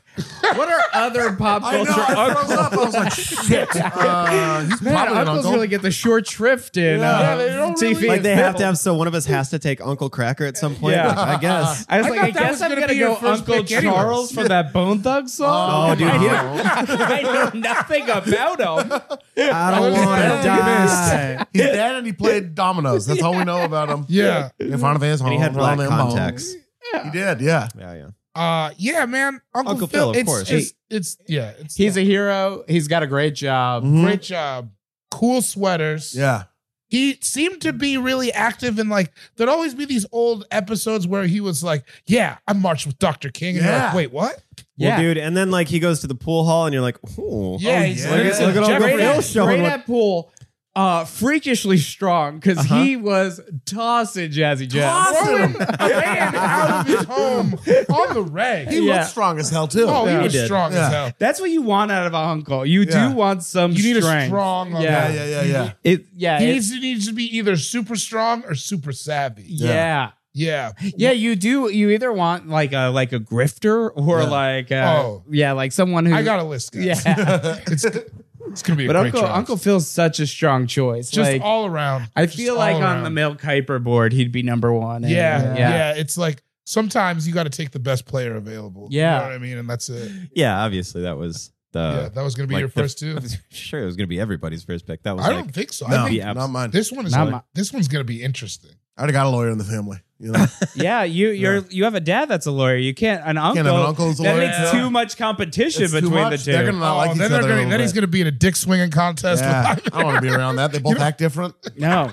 [SPEAKER 5] what are other pop
[SPEAKER 2] I know.
[SPEAKER 5] culture
[SPEAKER 2] I
[SPEAKER 5] uncles?
[SPEAKER 2] froze up. I was like, shit. Uh, he's
[SPEAKER 5] Man,
[SPEAKER 2] probably an
[SPEAKER 5] uncles
[SPEAKER 2] uncle.
[SPEAKER 5] really get the short shrift in.
[SPEAKER 2] Yeah.
[SPEAKER 5] uh,
[SPEAKER 2] Yeah,
[SPEAKER 3] they don't
[SPEAKER 5] TV
[SPEAKER 3] really-
[SPEAKER 6] Like they
[SPEAKER 5] and
[SPEAKER 6] have to
[SPEAKER 5] film.
[SPEAKER 6] have. So one of us has to take Uncle Cracker at some point.
[SPEAKER 5] Yeah.
[SPEAKER 6] which I guess.
[SPEAKER 5] I was
[SPEAKER 3] I
[SPEAKER 5] like,
[SPEAKER 3] thought
[SPEAKER 5] I
[SPEAKER 3] that was
[SPEAKER 5] guess I'm
[SPEAKER 3] gonna
[SPEAKER 5] gonna,
[SPEAKER 3] be your
[SPEAKER 5] go
[SPEAKER 3] first
[SPEAKER 5] Uncle
[SPEAKER 3] pick anyways.
[SPEAKER 5] Charles for that Bone Thug song.
[SPEAKER 6] Oh, dude,
[SPEAKER 5] I
[SPEAKER 6] he-
[SPEAKER 5] know, I know nothing about him.
[SPEAKER 6] I don't
[SPEAKER 3] Okay.
[SPEAKER 6] want to die.
[SPEAKER 2] He's dead and he played dominoes. That's all we know about him.
[SPEAKER 3] yeah.
[SPEAKER 2] In front of his home.
[SPEAKER 6] And he had black
[SPEAKER 2] round and bone.
[SPEAKER 6] contacts.
[SPEAKER 2] He did, yeah.
[SPEAKER 6] Yeah, yeah.
[SPEAKER 3] Uh yeah, man. Uncle,
[SPEAKER 6] Uncle
[SPEAKER 3] Phil,
[SPEAKER 6] Phil, of
[SPEAKER 3] it's
[SPEAKER 6] course.
[SPEAKER 3] just- it's yeah, it's
[SPEAKER 5] He's a hero. He's got a great job.
[SPEAKER 2] Mhm.
[SPEAKER 3] great job. Cool sweaters.
[SPEAKER 2] Yeah.
[SPEAKER 3] he seemed to be really active in like there'd always be these old episodes where he was like, "Yeah, I marched with Dr. King," and you're
[SPEAKER 2] Yeah. Oh,
[SPEAKER 3] like, "Wait, what?"
[SPEAKER 6] Well,
[SPEAKER 5] Yeah.
[SPEAKER 6] dude, and then like he goes to the pool hall, and you're like, oh,
[SPEAKER 3] yeah, he's
[SPEAKER 2] yeah.
[SPEAKER 6] Look at-
[SPEAKER 3] he's a
[SPEAKER 6] look at all
[SPEAKER 3] Jeffrey
[SPEAKER 6] Jeffrey
[SPEAKER 5] great
[SPEAKER 6] Hill
[SPEAKER 5] at,
[SPEAKER 6] showing
[SPEAKER 5] great
[SPEAKER 6] what-
[SPEAKER 5] at pool. Uh, freakishly strong because
[SPEAKER 6] Uh-huh.
[SPEAKER 5] he was tossing Jazzy Jeff.
[SPEAKER 2] Awesome.
[SPEAKER 3] Throwing a man out of his home on the reg.
[SPEAKER 2] He
[SPEAKER 5] Yeah.
[SPEAKER 2] looked strong as hell, too.
[SPEAKER 3] oh,
[SPEAKER 5] Yeah.
[SPEAKER 3] he was
[SPEAKER 6] He did.
[SPEAKER 3] strong
[SPEAKER 2] Yeah.
[SPEAKER 3] as hell.
[SPEAKER 5] That's what you want out of an uncle. You
[SPEAKER 2] Yeah.
[SPEAKER 5] do want some
[SPEAKER 3] You need a
[SPEAKER 5] strength.
[SPEAKER 3] strong. uncle.
[SPEAKER 2] yeah,
[SPEAKER 5] Yeah.
[SPEAKER 2] yeah, yeah, yeah.
[SPEAKER 5] It, yeah,
[SPEAKER 3] He
[SPEAKER 5] it-
[SPEAKER 3] needs, he needs to be either super strong or super savvy.
[SPEAKER 5] yeah,
[SPEAKER 3] Yeah,
[SPEAKER 5] yeah. You do. You either want like a like a grifter or
[SPEAKER 2] Yeah.
[SPEAKER 5] like uh,
[SPEAKER 3] Oh.
[SPEAKER 5] yeah, like someone who
[SPEAKER 3] I got a list. Guys.
[SPEAKER 5] yeah.
[SPEAKER 3] it's, it's gonna be a
[SPEAKER 5] but
[SPEAKER 3] great
[SPEAKER 5] Uncle
[SPEAKER 3] draft.
[SPEAKER 5] Uncle Phil's such a strong choice.
[SPEAKER 3] just
[SPEAKER 5] like,
[SPEAKER 3] all around.
[SPEAKER 5] I
[SPEAKER 3] Just
[SPEAKER 5] feel like
[SPEAKER 3] all
[SPEAKER 5] on the
[SPEAKER 3] around.
[SPEAKER 5] Mel Kiper board, he'd be number one. and-
[SPEAKER 3] Yeah, yeah,
[SPEAKER 5] yeah.
[SPEAKER 3] It's like sometimes you got to take the best player available.
[SPEAKER 5] Yeah. Uh,
[SPEAKER 3] you know what I mean, and that's it.
[SPEAKER 6] yeah. Obviously, that was
[SPEAKER 3] yeah,
[SPEAKER 6] the.
[SPEAKER 3] that was gonna be
[SPEAKER 6] like
[SPEAKER 3] your
[SPEAKER 6] the-
[SPEAKER 3] first two.
[SPEAKER 6] Sure, it was gonna be everybody's first pick. That was
[SPEAKER 3] I
[SPEAKER 6] like,
[SPEAKER 3] don't think so.
[SPEAKER 2] No,
[SPEAKER 3] I think
[SPEAKER 6] Yeah.
[SPEAKER 2] not mine.
[SPEAKER 3] this one is
[SPEAKER 5] Not
[SPEAKER 3] like-
[SPEAKER 5] my-
[SPEAKER 3] this one's gonna be interesting.
[SPEAKER 2] I already got a lawyer in the family. You know?
[SPEAKER 5] Yeah, you you're you have a dad that's a lawyer. You can't an uncle.
[SPEAKER 2] Can't have an uncle who's a
[SPEAKER 5] that
[SPEAKER 2] lawyer,
[SPEAKER 5] makes
[SPEAKER 2] yeah.
[SPEAKER 5] too much competition
[SPEAKER 2] It's too
[SPEAKER 5] between
[SPEAKER 2] much.
[SPEAKER 5] the
[SPEAKER 2] They're
[SPEAKER 5] 2
[SPEAKER 2] going to not like each
[SPEAKER 3] Oh, then they're
[SPEAKER 2] other.
[SPEAKER 3] gonna, then he's gonna be in a dick swinging contest.
[SPEAKER 2] yeah,
[SPEAKER 3] with-
[SPEAKER 2] I don't want to be around that. They both act different.
[SPEAKER 5] no,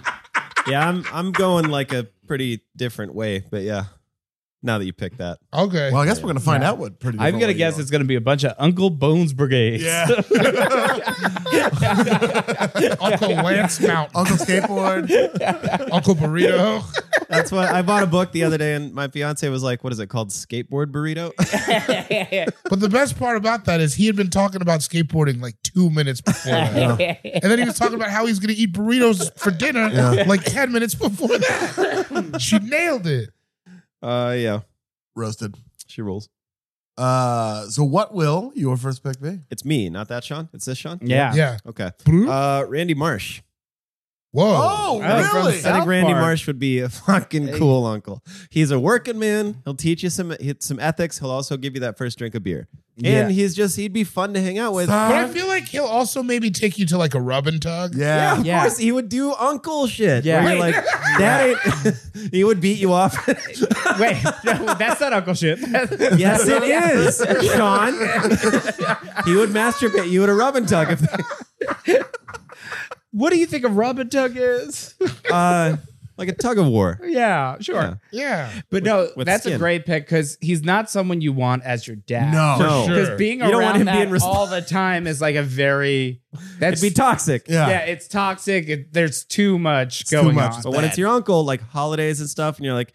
[SPEAKER 6] yeah, I'm I'm going like a pretty different way, but yeah. Now that you picked that,
[SPEAKER 3] okay,
[SPEAKER 2] Well, I guess we're going to find
[SPEAKER 5] Yeah.
[SPEAKER 2] out what pretty
[SPEAKER 5] I'm
[SPEAKER 2] different
[SPEAKER 5] gonna
[SPEAKER 2] way
[SPEAKER 5] guess
[SPEAKER 2] you
[SPEAKER 5] it's gonna be a bunch of Uncle Bones brigades.
[SPEAKER 2] Yeah.
[SPEAKER 3] Uncle Lance Mount,
[SPEAKER 2] are. Uncle Skateboard.
[SPEAKER 3] Uncle Burrito.
[SPEAKER 6] that's why I bought a book the other day, and my fiance was like, "What is it called? Skateboard burrito?"
[SPEAKER 3] But the best part about that is he had been talking about skateboarding like two minutes before that. And then he was talking about how he's going to eat burritos for dinner like 10 minutes before that. she nailed it.
[SPEAKER 6] uh, yeah,
[SPEAKER 2] Roasted.
[SPEAKER 6] she rules.
[SPEAKER 2] Uh, so, what will your first pick be?
[SPEAKER 6] It's me, not that Sean. It's this Sean.
[SPEAKER 5] yeah.
[SPEAKER 3] Yeah.
[SPEAKER 6] Okay.
[SPEAKER 3] Whoa.
[SPEAKER 6] Uh, Randy Marsh.
[SPEAKER 5] Oh, from
[SPEAKER 2] really?
[SPEAKER 5] South
[SPEAKER 6] I think Randy
[SPEAKER 5] Park.
[SPEAKER 6] Marsh would be a fucking
[SPEAKER 5] Hey.
[SPEAKER 6] cool uncle. He's a working man. He'll teach you some some ethics. He'll also give you that first drink of beer. and he's just he'd be fun to hang out with.
[SPEAKER 2] Son.
[SPEAKER 3] But I feel like he'll also maybe take you to like a rub and tug.
[SPEAKER 6] Yeah,
[SPEAKER 2] Yeah.
[SPEAKER 6] of
[SPEAKER 5] Yeah.
[SPEAKER 6] course he would do uncle shit.
[SPEAKER 5] Yeah.
[SPEAKER 6] where you're like that ain't. he would beat you off.
[SPEAKER 5] Wait, no, that's not Uncle Shit.
[SPEAKER 6] yes, it is, Sean. he would masturbate you at a rub and tug. If,
[SPEAKER 5] What do you think a rub and tug is?
[SPEAKER 6] uh, like a tug of war.
[SPEAKER 5] yeah, sure.
[SPEAKER 6] Yeah.
[SPEAKER 3] Yeah.
[SPEAKER 5] But no,
[SPEAKER 6] with
[SPEAKER 5] that's a
[SPEAKER 6] skin.
[SPEAKER 5] great pick because he's not someone you want as your dad.
[SPEAKER 2] No.
[SPEAKER 6] No.
[SPEAKER 3] For
[SPEAKER 5] because
[SPEAKER 3] sure.
[SPEAKER 5] being
[SPEAKER 6] You don't
[SPEAKER 5] around
[SPEAKER 6] want him
[SPEAKER 5] that
[SPEAKER 6] being resp-
[SPEAKER 5] all the time is like a very
[SPEAKER 6] It'd
[SPEAKER 5] that's
[SPEAKER 6] be toxic.
[SPEAKER 2] Yeah.
[SPEAKER 5] yeah. it's toxic. It, there's too much
[SPEAKER 2] It's too
[SPEAKER 5] going
[SPEAKER 2] much.
[SPEAKER 5] on.
[SPEAKER 6] But when it's your uncle, like holidays and stuff, and you're like,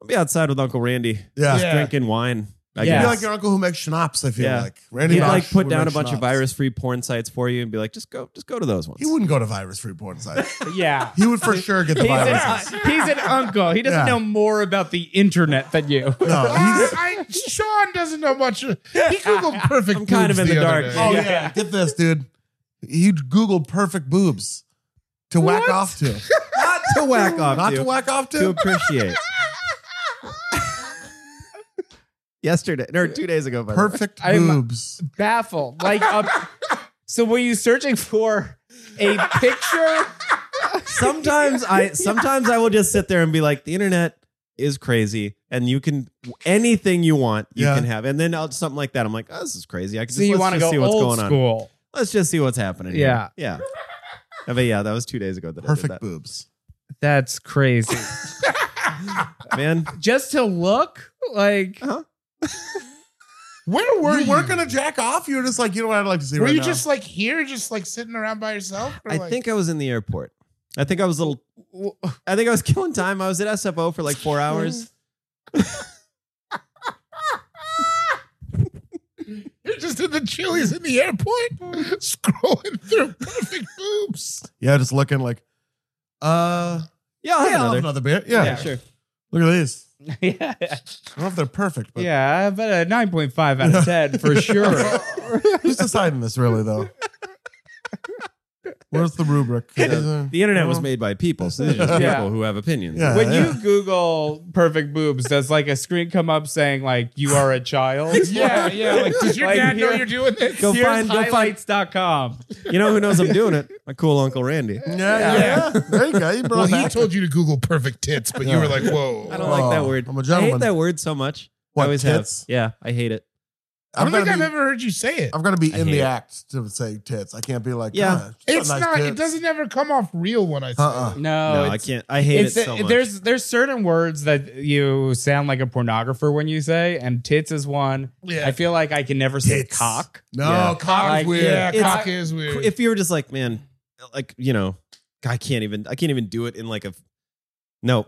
[SPEAKER 6] I'll be outside with Uncle Randy,
[SPEAKER 2] Yeah.
[SPEAKER 3] Yeah.
[SPEAKER 6] drinking wine. I
[SPEAKER 5] Yeah.
[SPEAKER 2] You'd be
[SPEAKER 6] guess.
[SPEAKER 2] like your uncle who makes schnapps, I feel
[SPEAKER 6] Yeah.
[SPEAKER 2] like. Randy
[SPEAKER 6] He'd
[SPEAKER 2] Bosch
[SPEAKER 6] like put
[SPEAKER 2] would
[SPEAKER 6] down a
[SPEAKER 2] make
[SPEAKER 6] bunch of
[SPEAKER 2] schnapps.
[SPEAKER 6] virus free porn sites for you and be like, just go, just go to those ones.
[SPEAKER 2] He wouldn't go to virus free porn sites.
[SPEAKER 5] yeah.
[SPEAKER 2] He would for sure get the
[SPEAKER 5] He's an,
[SPEAKER 2] viruses.
[SPEAKER 5] he's an uncle. He doesn't
[SPEAKER 2] Yeah.
[SPEAKER 5] know more about the internet than you.
[SPEAKER 2] No, he's,
[SPEAKER 3] I, I- Sean doesn't know much. He googled perfect.
[SPEAKER 6] I'm kind of
[SPEAKER 3] boobs
[SPEAKER 6] in the
[SPEAKER 3] other
[SPEAKER 6] dark.
[SPEAKER 3] day.
[SPEAKER 2] oh
[SPEAKER 5] Yeah.
[SPEAKER 2] yeah, get this, dude. He googled perfect boobs to whack off to,
[SPEAKER 6] not to whack off.
[SPEAKER 2] not
[SPEAKER 6] to,
[SPEAKER 2] to whack off to.
[SPEAKER 6] to appreciate. Yesterday or two days ago, by the way.
[SPEAKER 2] Perfect
[SPEAKER 5] I'm-
[SPEAKER 2] boobs.
[SPEAKER 5] Baffled. Like, a, so were you searching for a picture?
[SPEAKER 6] Sometimes I sometimes I will just sit there and be like, the internet is crazy, and you can anything you want, you
[SPEAKER 2] Yeah.
[SPEAKER 6] can have. And then I'll, something like that, I'm like, oh, this is crazy. I can
[SPEAKER 5] So
[SPEAKER 6] just,
[SPEAKER 5] you
[SPEAKER 6] let's
[SPEAKER 5] want to
[SPEAKER 6] just
[SPEAKER 5] go
[SPEAKER 6] see what's
[SPEAKER 5] old
[SPEAKER 6] going on.
[SPEAKER 5] school?
[SPEAKER 6] Let's just see what's happening. here.
[SPEAKER 5] Yeah.
[SPEAKER 6] yeah. Yeah, But yeah, that was two days ago. That I
[SPEAKER 2] Perfect
[SPEAKER 6] did
[SPEAKER 2] boobs.
[SPEAKER 5] That's crazy.
[SPEAKER 6] that. man.
[SPEAKER 5] Just to look like
[SPEAKER 3] Where were
[SPEAKER 2] you,
[SPEAKER 3] you?
[SPEAKER 2] weren't gonna jack off. You were just like, you know what I'd like to see
[SPEAKER 3] Were
[SPEAKER 2] right
[SPEAKER 3] you
[SPEAKER 2] now.
[SPEAKER 3] just like here, just like sitting around by yourself? Or,
[SPEAKER 6] I
[SPEAKER 3] like-
[SPEAKER 6] think I was in the airport. I think I was a little. I think I was killing time. I was at SFO for like four hours.
[SPEAKER 3] you're just in the Chili's in the airport, scrolling through perfect boobs.
[SPEAKER 2] yeah, just looking like, uh,
[SPEAKER 6] Yeah, I'll have
[SPEAKER 2] yeah, I'll
[SPEAKER 6] another.
[SPEAKER 2] have another beer. Yeah,
[SPEAKER 6] yeah, sure.
[SPEAKER 2] Look at these.
[SPEAKER 5] yeah,
[SPEAKER 2] I don't know if they're perfect, but
[SPEAKER 5] yeah, but a nine point five out of ten for sure.
[SPEAKER 2] who's deciding this really though? Where's the rubric?
[SPEAKER 6] The internet was made by people, so these are just
[SPEAKER 5] Yeah.
[SPEAKER 6] people who have opinions.
[SPEAKER 2] Yeah.
[SPEAKER 5] When you Google perfect boobs, does like a screen come up saying like you are a child?
[SPEAKER 3] yeah, yeah. Like, does your
[SPEAKER 5] Like,
[SPEAKER 3] dad know
[SPEAKER 5] here-
[SPEAKER 3] you're doing this?
[SPEAKER 6] Go
[SPEAKER 5] Here's
[SPEAKER 6] find, go find.
[SPEAKER 5] highlights.com.
[SPEAKER 6] You know who knows I'm doing it? My cool uncle Randy.
[SPEAKER 2] Yeah, yeah. There you go. You
[SPEAKER 3] Well,
[SPEAKER 2] brought
[SPEAKER 3] he
[SPEAKER 2] that.
[SPEAKER 3] told you to Google perfect tits, but you were like, whoa.
[SPEAKER 6] I don't like that
[SPEAKER 2] Oh,
[SPEAKER 6] word.
[SPEAKER 2] I'm a
[SPEAKER 6] I hate
[SPEAKER 2] gentleman.
[SPEAKER 6] that word so much.
[SPEAKER 2] What,
[SPEAKER 6] I always
[SPEAKER 2] tits?
[SPEAKER 6] have. Yeah, I hate it.
[SPEAKER 3] I don't
[SPEAKER 2] I'm gonna
[SPEAKER 3] think I've
[SPEAKER 2] be-
[SPEAKER 3] ever heard you say it.
[SPEAKER 2] I'm gonna be
[SPEAKER 6] I
[SPEAKER 2] in
[SPEAKER 6] hate
[SPEAKER 2] the
[SPEAKER 6] it.
[SPEAKER 2] act to say tits. I can't be like,
[SPEAKER 6] Yeah.
[SPEAKER 2] "Ah, she's got
[SPEAKER 3] It's
[SPEAKER 2] nice
[SPEAKER 3] not. It
[SPEAKER 2] tits."
[SPEAKER 3] doesn't ever come off real when I say
[SPEAKER 2] Uh-uh.
[SPEAKER 3] it.
[SPEAKER 5] No,
[SPEAKER 6] no, I
[SPEAKER 5] it's-
[SPEAKER 6] can't. I hate it
[SPEAKER 5] it's-
[SPEAKER 6] so much.
[SPEAKER 5] There's there's certain words that you sound like a pornographer when you say, and tits is one.
[SPEAKER 3] Yeah.
[SPEAKER 5] I feel like I can never say
[SPEAKER 2] Tits.
[SPEAKER 5] cock.
[SPEAKER 2] No,
[SPEAKER 6] Yeah.
[SPEAKER 2] cock
[SPEAKER 5] Like,
[SPEAKER 2] is weird.
[SPEAKER 3] Yeah,
[SPEAKER 6] It's-
[SPEAKER 3] cock is weird.
[SPEAKER 6] if you were just like, man, like you know, I can't even. I can't even do it in like a. No,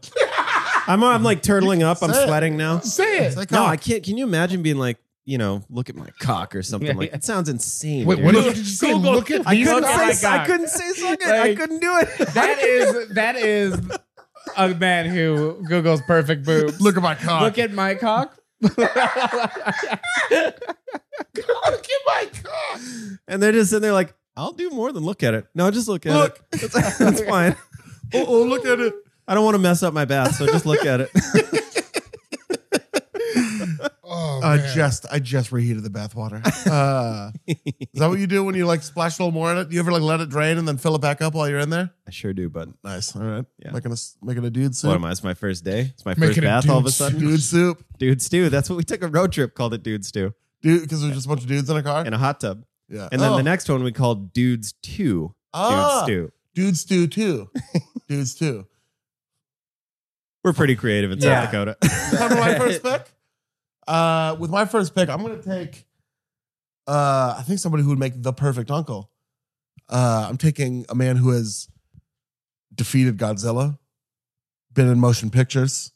[SPEAKER 6] I'm. I'm like turtling up. I'm
[SPEAKER 2] Say it.
[SPEAKER 6] sweating now.
[SPEAKER 3] say it.
[SPEAKER 2] It's like,
[SPEAKER 6] No,
[SPEAKER 2] oh,
[SPEAKER 6] I can't. Can you imagine being like, you know, look at my cock or something
[SPEAKER 5] Yeah,
[SPEAKER 6] like
[SPEAKER 5] yeah.
[SPEAKER 6] that? Sounds insane.
[SPEAKER 3] Wait,
[SPEAKER 6] dude.
[SPEAKER 3] what did you, did you say?
[SPEAKER 5] Google-
[SPEAKER 3] Look at
[SPEAKER 6] I
[SPEAKER 3] these
[SPEAKER 6] couldn't,
[SPEAKER 5] Look at my
[SPEAKER 6] say, I
[SPEAKER 5] cock.
[SPEAKER 6] couldn't say suck it. I
[SPEAKER 5] Like-
[SPEAKER 6] couldn't do it.
[SPEAKER 5] That is that is a man who Google's perfect boobs.
[SPEAKER 2] look at my cock.
[SPEAKER 5] Look at my cock.
[SPEAKER 3] Look at my cock.
[SPEAKER 6] and they're just sitting there like, I'll do more than look at it. No, just look at
[SPEAKER 2] Look.
[SPEAKER 6] it. That's, that's fine.
[SPEAKER 2] oh, oh, look at it.
[SPEAKER 6] I don't want to mess up my bath, so just look at it.
[SPEAKER 3] Oh,
[SPEAKER 2] Uh,
[SPEAKER 3] man.
[SPEAKER 2] just I just reheated the bathwater. Uh, is that what you do when you like splash a little more in it? You ever like let it drain and then fill it back up while you're in there?
[SPEAKER 6] I sure do, but
[SPEAKER 2] Nice. All right.
[SPEAKER 6] Yeah.
[SPEAKER 2] Making a s- making a dude
[SPEAKER 6] what
[SPEAKER 2] soup.
[SPEAKER 6] am I? It's my first day. It's my
[SPEAKER 3] Make
[SPEAKER 6] first
[SPEAKER 3] it a
[SPEAKER 6] bath all of a
[SPEAKER 3] dude
[SPEAKER 6] sudden.
[SPEAKER 2] Dude soup.
[SPEAKER 6] Dude Stew. That's what we took a road trip, called it Dude Stew,
[SPEAKER 2] Dude, because there's just a bunch of dudes in a car.
[SPEAKER 6] in a hot tub.
[SPEAKER 2] yeah.
[SPEAKER 6] And then
[SPEAKER 2] Oh.
[SPEAKER 6] the next one we called Dudes 2.
[SPEAKER 2] Ah,
[SPEAKER 6] Dude Stew.
[SPEAKER 2] Dudes stew too. dudes too.
[SPEAKER 6] We're pretty creative in
[SPEAKER 5] Yeah.
[SPEAKER 6] South Dakota.
[SPEAKER 2] Remember my first pick? Uh, with my first pick, I'm gonna take. Uh, I think somebody who would make the perfect uncle. Uh, I'm taking a man who has defeated Godzilla, been in motion pictures,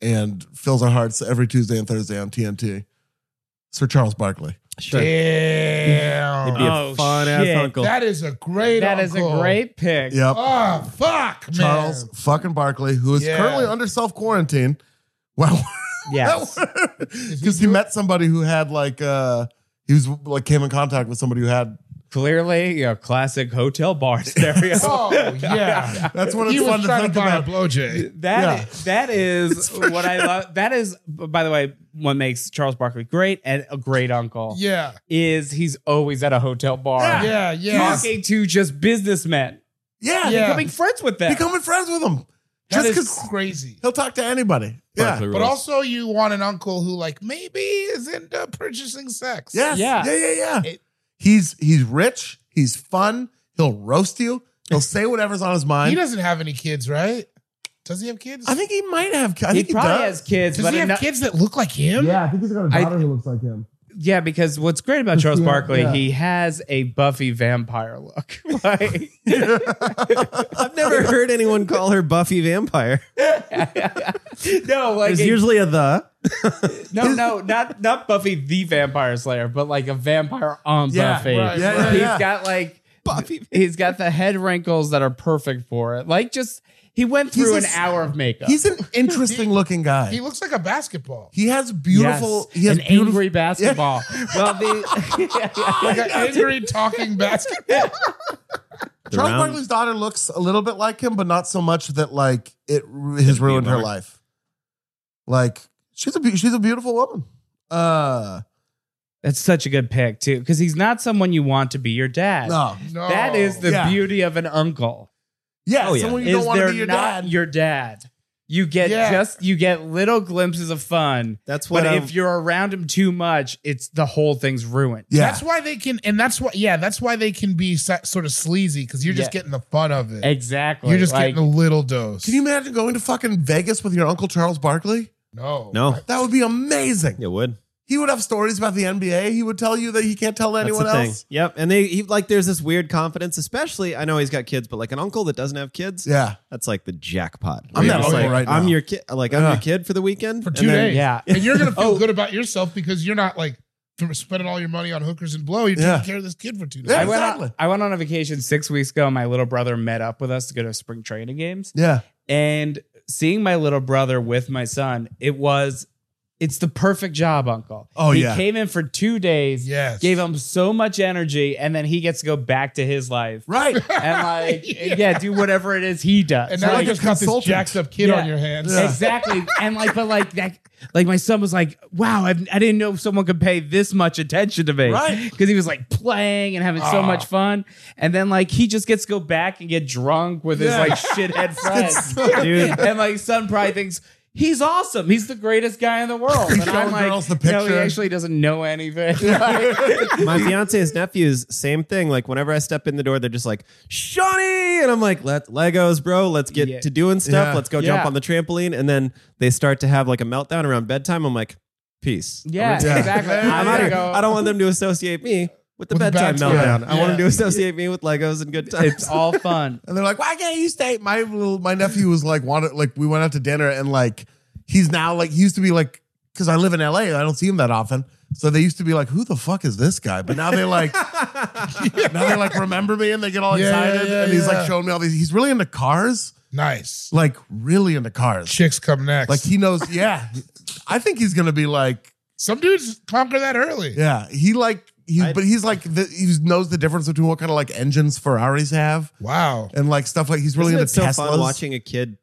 [SPEAKER 2] and fills our hearts every Tuesday and Thursday on TNT. Sir Charles Barkley.
[SPEAKER 6] Sure.
[SPEAKER 3] Damn.
[SPEAKER 6] It'd be a
[SPEAKER 5] Oh,
[SPEAKER 6] fun ass
[SPEAKER 5] shit.
[SPEAKER 6] uncle.
[SPEAKER 3] That is a great
[SPEAKER 5] That is
[SPEAKER 3] uncle.
[SPEAKER 5] a great pick.
[SPEAKER 2] Yep.
[SPEAKER 3] Oh, fuck, man.
[SPEAKER 2] Charles fucking Barkley, who is
[SPEAKER 3] Yeah.
[SPEAKER 2] currently under self quarantine. Well,
[SPEAKER 5] Yes.
[SPEAKER 2] because he met somebody who had like uh he was like came in contact with somebody who had
[SPEAKER 5] Clearly, a classic hotel bar stereo.
[SPEAKER 3] Oh yeah,
[SPEAKER 2] That's what it's
[SPEAKER 3] he
[SPEAKER 2] fun
[SPEAKER 3] was
[SPEAKER 2] to
[SPEAKER 3] trying to
[SPEAKER 2] think
[SPEAKER 3] buy
[SPEAKER 2] about.
[SPEAKER 3] a blowjay.
[SPEAKER 5] That that is
[SPEAKER 2] It's for
[SPEAKER 5] what I love. That is, by the way, what makes Charles Barkley great and a great uncle
[SPEAKER 3] Yeah,
[SPEAKER 5] is he's always at a hotel bar
[SPEAKER 3] yeah, yeah.
[SPEAKER 5] talking to just businessmen,
[SPEAKER 2] Yeah,
[SPEAKER 3] Yeah.
[SPEAKER 5] becoming friends with them.
[SPEAKER 2] becoming friends with him.
[SPEAKER 3] That
[SPEAKER 2] Just
[SPEAKER 3] is
[SPEAKER 2] because
[SPEAKER 3] crazy.
[SPEAKER 2] he'll talk to anybody. Yeah.
[SPEAKER 6] Barkley
[SPEAKER 3] But
[SPEAKER 6] rules.
[SPEAKER 3] also, you want an uncle who, like, maybe is into purchasing sex.
[SPEAKER 2] Yes.
[SPEAKER 5] Yeah.
[SPEAKER 2] Yeah. Yeah. Yeah.
[SPEAKER 3] It-
[SPEAKER 2] he's he's rich. He's fun. He'll roast you. He'll say whatever's on his
[SPEAKER 3] he
[SPEAKER 2] mind.
[SPEAKER 3] doesn't have any kids, right? Does he have kids?
[SPEAKER 2] I think he might have. I
[SPEAKER 5] he
[SPEAKER 2] think he,
[SPEAKER 5] probably
[SPEAKER 2] does.
[SPEAKER 5] has kids,
[SPEAKER 3] Does
[SPEAKER 5] but
[SPEAKER 3] he have
[SPEAKER 5] enough-
[SPEAKER 3] kids that look like him?
[SPEAKER 2] I think he's got a
[SPEAKER 5] I- daughter
[SPEAKER 2] who looks like him.
[SPEAKER 5] yeah, because what's great about Charles
[SPEAKER 2] Yeah,
[SPEAKER 5] Barkley,
[SPEAKER 2] yeah.
[SPEAKER 5] he has a Buffy vampire look. like,
[SPEAKER 6] I've never heard anyone call her Buffy Vampire.
[SPEAKER 5] no, like
[SPEAKER 6] There's
[SPEAKER 5] a-
[SPEAKER 6] usually a the.
[SPEAKER 5] no, no, not not Buffy the Vampire Slayer, but like a vampire on
[SPEAKER 2] Yeah,
[SPEAKER 5] Buffy.
[SPEAKER 3] right,
[SPEAKER 2] Yeah,
[SPEAKER 3] right.
[SPEAKER 2] yeah,
[SPEAKER 5] He's
[SPEAKER 2] yeah.
[SPEAKER 5] got like
[SPEAKER 6] Buffy.
[SPEAKER 5] he's got the head wrinkles that are perfect for it. Like just he went
[SPEAKER 2] He's
[SPEAKER 5] through
[SPEAKER 2] a
[SPEAKER 5] an
[SPEAKER 2] s-
[SPEAKER 5] hour of makeup.
[SPEAKER 2] He's an interesting looking guy.
[SPEAKER 3] He
[SPEAKER 2] He,
[SPEAKER 3] looks like a basketball.
[SPEAKER 2] has beautiful.
[SPEAKER 5] Yes,
[SPEAKER 2] He has
[SPEAKER 5] an
[SPEAKER 2] beautiful.
[SPEAKER 5] angry basketball. well, the
[SPEAKER 3] Like an angry talking basketball.
[SPEAKER 6] The
[SPEAKER 2] Charles
[SPEAKER 6] round-
[SPEAKER 2] Barkley's daughter looks a little bit like him, but not so much that like it ru- has
[SPEAKER 6] be
[SPEAKER 2] ruined her
[SPEAKER 6] marked.
[SPEAKER 2] life. Like she's a beau- she's a beautiful woman. Uh,
[SPEAKER 5] that's such a good pick too, because he's not someone you want to be your dad.
[SPEAKER 2] no, Oh,
[SPEAKER 3] No.
[SPEAKER 5] That is the
[SPEAKER 2] Yeah.
[SPEAKER 5] beauty of an uncle.
[SPEAKER 2] yeah,
[SPEAKER 6] Oh, yeah.
[SPEAKER 2] someone you don't
[SPEAKER 5] is
[SPEAKER 2] want to
[SPEAKER 5] they're
[SPEAKER 2] be your
[SPEAKER 5] not
[SPEAKER 2] dad.
[SPEAKER 5] your dad. You get
[SPEAKER 3] Yeah.
[SPEAKER 5] just you get little glimpses of fun.
[SPEAKER 6] That's what um,
[SPEAKER 5] But
[SPEAKER 6] I'm-
[SPEAKER 5] if you're around him too much, it's the whole thing's ruined.
[SPEAKER 2] yeah,
[SPEAKER 3] That's why they can, and that's why, yeah, that's why they can be so, sort of sleazy because you're just
[SPEAKER 5] Yeah.
[SPEAKER 3] getting the fun of it.
[SPEAKER 5] Exactly.
[SPEAKER 3] you're just
[SPEAKER 5] Like,
[SPEAKER 3] getting a little dose.
[SPEAKER 2] Can you imagine going to fucking Vegas with your uncle Charles Barkley?
[SPEAKER 3] No.
[SPEAKER 6] No,
[SPEAKER 2] That would be amazing.
[SPEAKER 6] it would.
[SPEAKER 2] He would have stories about the NBA. He would tell you that he can't tell
[SPEAKER 6] That's
[SPEAKER 2] anyone
[SPEAKER 6] the thing.
[SPEAKER 2] else.
[SPEAKER 6] Yep. And they he, like there's this weird confidence, especially I know he's got kids, but like an uncle that doesn't have kids,
[SPEAKER 2] Yeah,
[SPEAKER 6] that's like the jackpot.
[SPEAKER 2] I'm
[SPEAKER 6] You're
[SPEAKER 2] that
[SPEAKER 6] just
[SPEAKER 2] uncle
[SPEAKER 6] like,
[SPEAKER 2] right now.
[SPEAKER 6] I'm your kid. Like I'm
[SPEAKER 2] Yeah.
[SPEAKER 6] your kid for the weekend
[SPEAKER 3] For
[SPEAKER 6] And
[SPEAKER 3] two
[SPEAKER 6] then-
[SPEAKER 3] days.
[SPEAKER 5] yeah.
[SPEAKER 3] And you're going to
[SPEAKER 2] Oh.
[SPEAKER 3] feel good about yourself because you're not like th- spending all your money on hookers and blow. You're
[SPEAKER 2] Yeah.
[SPEAKER 3] taking care of this kid for two days.
[SPEAKER 2] Yeah.
[SPEAKER 5] I went,
[SPEAKER 2] Exactly.
[SPEAKER 5] on, I went on a vacation six weeks ago. And my little brother met up with us to go to spring training games.
[SPEAKER 2] yeah,
[SPEAKER 5] And seeing my little brother with my son, it was, it's the perfect job, Uncle.
[SPEAKER 2] Oh,
[SPEAKER 5] he
[SPEAKER 2] yeah.
[SPEAKER 5] came in for two days,
[SPEAKER 3] Yes.
[SPEAKER 5] gave him so much energy, and then he gets to go back to his life
[SPEAKER 2] right.
[SPEAKER 5] and like,
[SPEAKER 3] Yeah.
[SPEAKER 5] yeah. do whatever it is he does.
[SPEAKER 3] And now
[SPEAKER 5] Like,
[SPEAKER 3] you just got this
[SPEAKER 2] consultant.
[SPEAKER 3] jacked up kid
[SPEAKER 5] Yeah.
[SPEAKER 3] on your hands.
[SPEAKER 5] Exactly. and like, but like that, like my son was like, wow, I've, I didn't know someone could pay this much attention to me.
[SPEAKER 2] Right.
[SPEAKER 5] Cause he was like playing and having so
[SPEAKER 3] Ah.
[SPEAKER 5] much fun. And then like, he just gets to go back and get drunk with
[SPEAKER 2] Yeah.
[SPEAKER 5] his like shithead friends.
[SPEAKER 6] Dude.
[SPEAKER 5] And like, son probably thinks, He's awesome. He's the greatest guy in the world. And
[SPEAKER 2] Showing
[SPEAKER 5] I'm like,
[SPEAKER 2] girls the
[SPEAKER 5] no, he
[SPEAKER 2] picture.
[SPEAKER 5] actually doesn't know anything. Like,
[SPEAKER 6] My fiance's nephews, same thing. Like whenever I step in the door, they're just like, Shawnee! And I'm like, let Legos, bro. Let's get
[SPEAKER 5] Yeah.
[SPEAKER 6] to doing stuff.
[SPEAKER 2] Yeah.
[SPEAKER 6] Let's go
[SPEAKER 5] Yeah.
[SPEAKER 6] jump on the trampoline. And then they start to have like a meltdown around bedtime. I'm like, peace.
[SPEAKER 5] yeah,
[SPEAKER 2] Yeah.
[SPEAKER 5] exactly.
[SPEAKER 2] Yeah.
[SPEAKER 5] I'm
[SPEAKER 6] I'm outta
[SPEAKER 5] gonna
[SPEAKER 6] here.
[SPEAKER 5] go.
[SPEAKER 6] I don't want them to associate me with the
[SPEAKER 3] With the
[SPEAKER 6] bedtime
[SPEAKER 3] bedtime.
[SPEAKER 6] meltdown. I want them
[SPEAKER 3] Yeah.
[SPEAKER 6] to associate me with Legos and good times.
[SPEAKER 5] It's all fun.
[SPEAKER 2] And they're like, "Why can't you stay?" My little my nephew was like, "Wanted like we went out to dinner and like he's now like he used to be like because I live in L.A. I don't see him that often, so they used to be like, "Who the fuck is this guy?" But now they like now they like remember me and they get all
[SPEAKER 3] Yeah, yeah,
[SPEAKER 2] excited
[SPEAKER 3] yeah,
[SPEAKER 2] and he's
[SPEAKER 3] yeah.
[SPEAKER 2] like showing me all these. He's really into cars,
[SPEAKER 3] Nice.
[SPEAKER 2] like really into cars.
[SPEAKER 3] Chicks come next.
[SPEAKER 2] Like he knows, yeah. I think he's gonna be like,
[SPEAKER 3] Some dudes conquer that early.
[SPEAKER 2] yeah. He like he,
[SPEAKER 6] I-
[SPEAKER 2] but he's like the, he knows the difference between what kind of like engines Ferraris have
[SPEAKER 3] Wow.
[SPEAKER 2] and like stuff like he's really
[SPEAKER 6] Isn't
[SPEAKER 2] into
[SPEAKER 6] it so
[SPEAKER 2] Teslas.
[SPEAKER 6] fun watching a kid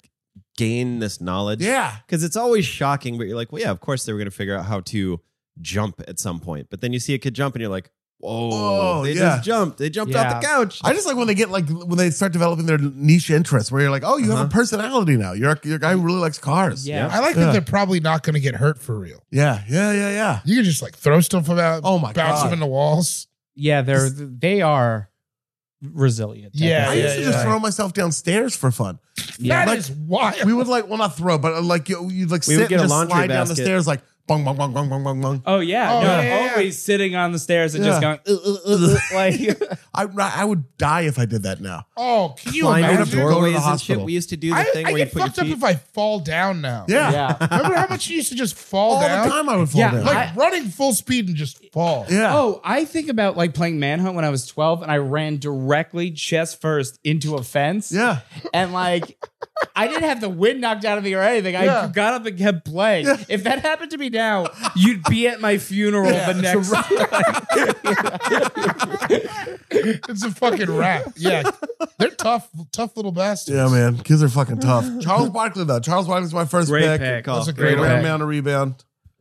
[SPEAKER 6] gain this knowledge?
[SPEAKER 2] Yeah.
[SPEAKER 6] Because it's always shocking, but you're like, well, yeah, of course they were going to figure out how to jump at some point. But then you see a kid jump and you're like, whoa,
[SPEAKER 2] Oh,
[SPEAKER 6] they
[SPEAKER 2] yeah.
[SPEAKER 6] just jumped. They jumped off the
[SPEAKER 5] Yeah.
[SPEAKER 6] couch.
[SPEAKER 2] I just like when they get like when they start developing their niche interests, where you're like, oh, you have a
[SPEAKER 6] Uh-huh.
[SPEAKER 2] personality now. You're a, you're a guy who really likes cars.
[SPEAKER 5] Yeah.
[SPEAKER 3] I like that
[SPEAKER 2] Yeah.
[SPEAKER 3] they're probably not going to get hurt for real.
[SPEAKER 2] yeah, yeah, yeah, yeah.
[SPEAKER 3] You can just like throw stuff about.
[SPEAKER 2] Oh my
[SPEAKER 3] bounce
[SPEAKER 2] God.
[SPEAKER 3] them in the walls.
[SPEAKER 5] Yeah, they're they are resilient.
[SPEAKER 3] Yeah,
[SPEAKER 2] I
[SPEAKER 5] definitely.
[SPEAKER 2] used to
[SPEAKER 3] yeah,
[SPEAKER 2] just
[SPEAKER 3] yeah.
[SPEAKER 2] throw myself downstairs for fun.
[SPEAKER 5] Yeah.
[SPEAKER 3] That
[SPEAKER 2] Like,
[SPEAKER 3] is wild.
[SPEAKER 2] We would like, well, not throw, but uh, like you, you'd like
[SPEAKER 6] We
[SPEAKER 2] sit
[SPEAKER 6] would get
[SPEAKER 2] and
[SPEAKER 6] a
[SPEAKER 2] just
[SPEAKER 6] laundry
[SPEAKER 2] slide down the
[SPEAKER 6] basket.
[SPEAKER 2] stairs, like bong, bong, bong, bong, bong, bong, bong.
[SPEAKER 5] Oh yeah,
[SPEAKER 3] Oh,
[SPEAKER 5] no,
[SPEAKER 3] yeah, yeah, yeah.
[SPEAKER 5] always sitting on the stairs and just
[SPEAKER 2] Yeah.
[SPEAKER 5] going uh, "Ugh, ugh, ugh, ugh," like
[SPEAKER 2] I I would die if I did that now.
[SPEAKER 3] oh, can you
[SPEAKER 6] Climbing
[SPEAKER 2] imagine?
[SPEAKER 6] up
[SPEAKER 3] imagine?
[SPEAKER 2] door- Go to the
[SPEAKER 6] doorways and shit.
[SPEAKER 2] hospital.
[SPEAKER 6] We used to do the
[SPEAKER 3] I,
[SPEAKER 6] thing
[SPEAKER 3] I
[SPEAKER 6] where you
[SPEAKER 3] get
[SPEAKER 6] put your
[SPEAKER 3] fucked up
[SPEAKER 6] feet.
[SPEAKER 3] if I fall down now.
[SPEAKER 2] Yeah,
[SPEAKER 5] yeah.
[SPEAKER 3] Remember how much you used to just fall
[SPEAKER 2] all
[SPEAKER 3] down?
[SPEAKER 2] the time I would fall
[SPEAKER 5] Yeah,
[SPEAKER 2] down.
[SPEAKER 3] Like
[SPEAKER 5] I-
[SPEAKER 3] running full speed and just fall.
[SPEAKER 2] yeah,
[SPEAKER 5] Oh, I think about like playing manhunt when I was twelve, and I ran directly chest first into a fence.
[SPEAKER 2] yeah.
[SPEAKER 5] and like I didn't have the wind knocked out of me or anything. I
[SPEAKER 2] Yeah.
[SPEAKER 5] got up and kept playing. If that happened to me now, you'd be at my funeral the next.
[SPEAKER 3] It's a fucking rap. Yeah. They're tough, tough little bastards.
[SPEAKER 2] Yeah, man. Kids are fucking tough. Charles Barkley, though. Charles Barkley's my first
[SPEAKER 5] Great
[SPEAKER 2] pick.
[SPEAKER 5] pick.
[SPEAKER 6] Call.
[SPEAKER 3] That's a
[SPEAKER 2] Great
[SPEAKER 3] great
[SPEAKER 2] ran
[SPEAKER 3] one.
[SPEAKER 2] me on a rebound.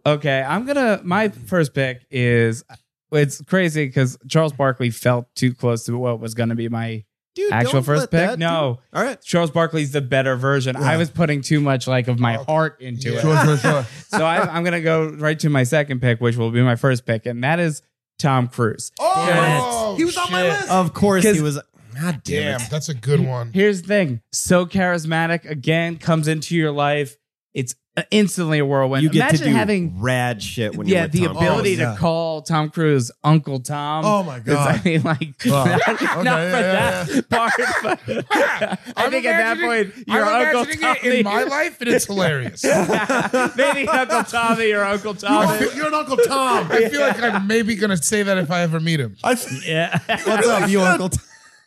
[SPEAKER 5] Okay, I'm gonna. My first pick is. It's crazy because Charles Barkley felt too close to what was gonna be my
[SPEAKER 6] Dude,
[SPEAKER 5] actual
[SPEAKER 6] don't
[SPEAKER 5] first
[SPEAKER 6] let
[SPEAKER 5] pick.
[SPEAKER 6] that-
[SPEAKER 5] no,
[SPEAKER 6] All right.
[SPEAKER 5] Charles Barkley's the better version. I was putting too much like of
[SPEAKER 6] Oh.
[SPEAKER 5] my heart into it.
[SPEAKER 2] Sure, sure, sure.
[SPEAKER 5] so I, I'm gonna go right to my second pick, which will be my first pick, and that is Tom Cruise.
[SPEAKER 3] Oh,
[SPEAKER 2] He was on my
[SPEAKER 3] shit.
[SPEAKER 2] list.
[SPEAKER 6] Of course
[SPEAKER 5] Because-
[SPEAKER 6] he was. God damn.
[SPEAKER 3] Damn,
[SPEAKER 6] it.
[SPEAKER 3] that's a good one.
[SPEAKER 5] Here's the thing: so charismatic again comes into your life. It's uh, instantly a whirlwind.
[SPEAKER 6] You get
[SPEAKER 5] Imagine
[SPEAKER 6] to do
[SPEAKER 5] having
[SPEAKER 6] rad shit when you're
[SPEAKER 5] yeah
[SPEAKER 6] with
[SPEAKER 5] the
[SPEAKER 6] Tom
[SPEAKER 5] ability
[SPEAKER 6] Cruise.
[SPEAKER 5] to
[SPEAKER 2] Yeah.
[SPEAKER 5] call Tom Cruise Uncle Tom.
[SPEAKER 2] Oh my
[SPEAKER 5] It's-
[SPEAKER 2] God.
[SPEAKER 5] I mean, like
[SPEAKER 2] Wow.
[SPEAKER 5] not,
[SPEAKER 2] Okay,
[SPEAKER 5] not
[SPEAKER 2] yeah,
[SPEAKER 5] for
[SPEAKER 2] yeah,
[SPEAKER 5] that part. But I
[SPEAKER 3] I'm
[SPEAKER 5] think at that
[SPEAKER 3] imagining-
[SPEAKER 5] point, your
[SPEAKER 3] I'm
[SPEAKER 5] Uncle
[SPEAKER 3] imagining
[SPEAKER 5] Tommy.
[SPEAKER 3] it in my life, and it's hilarious.
[SPEAKER 5] Maybe Uncle Tommy or Uncle Tommy.
[SPEAKER 2] You're an Uncle Tom.
[SPEAKER 3] I feel like I'm maybe gonna say that if I ever meet him.
[SPEAKER 2] I think
[SPEAKER 5] yeah.
[SPEAKER 6] What's up, you Uncle Tom?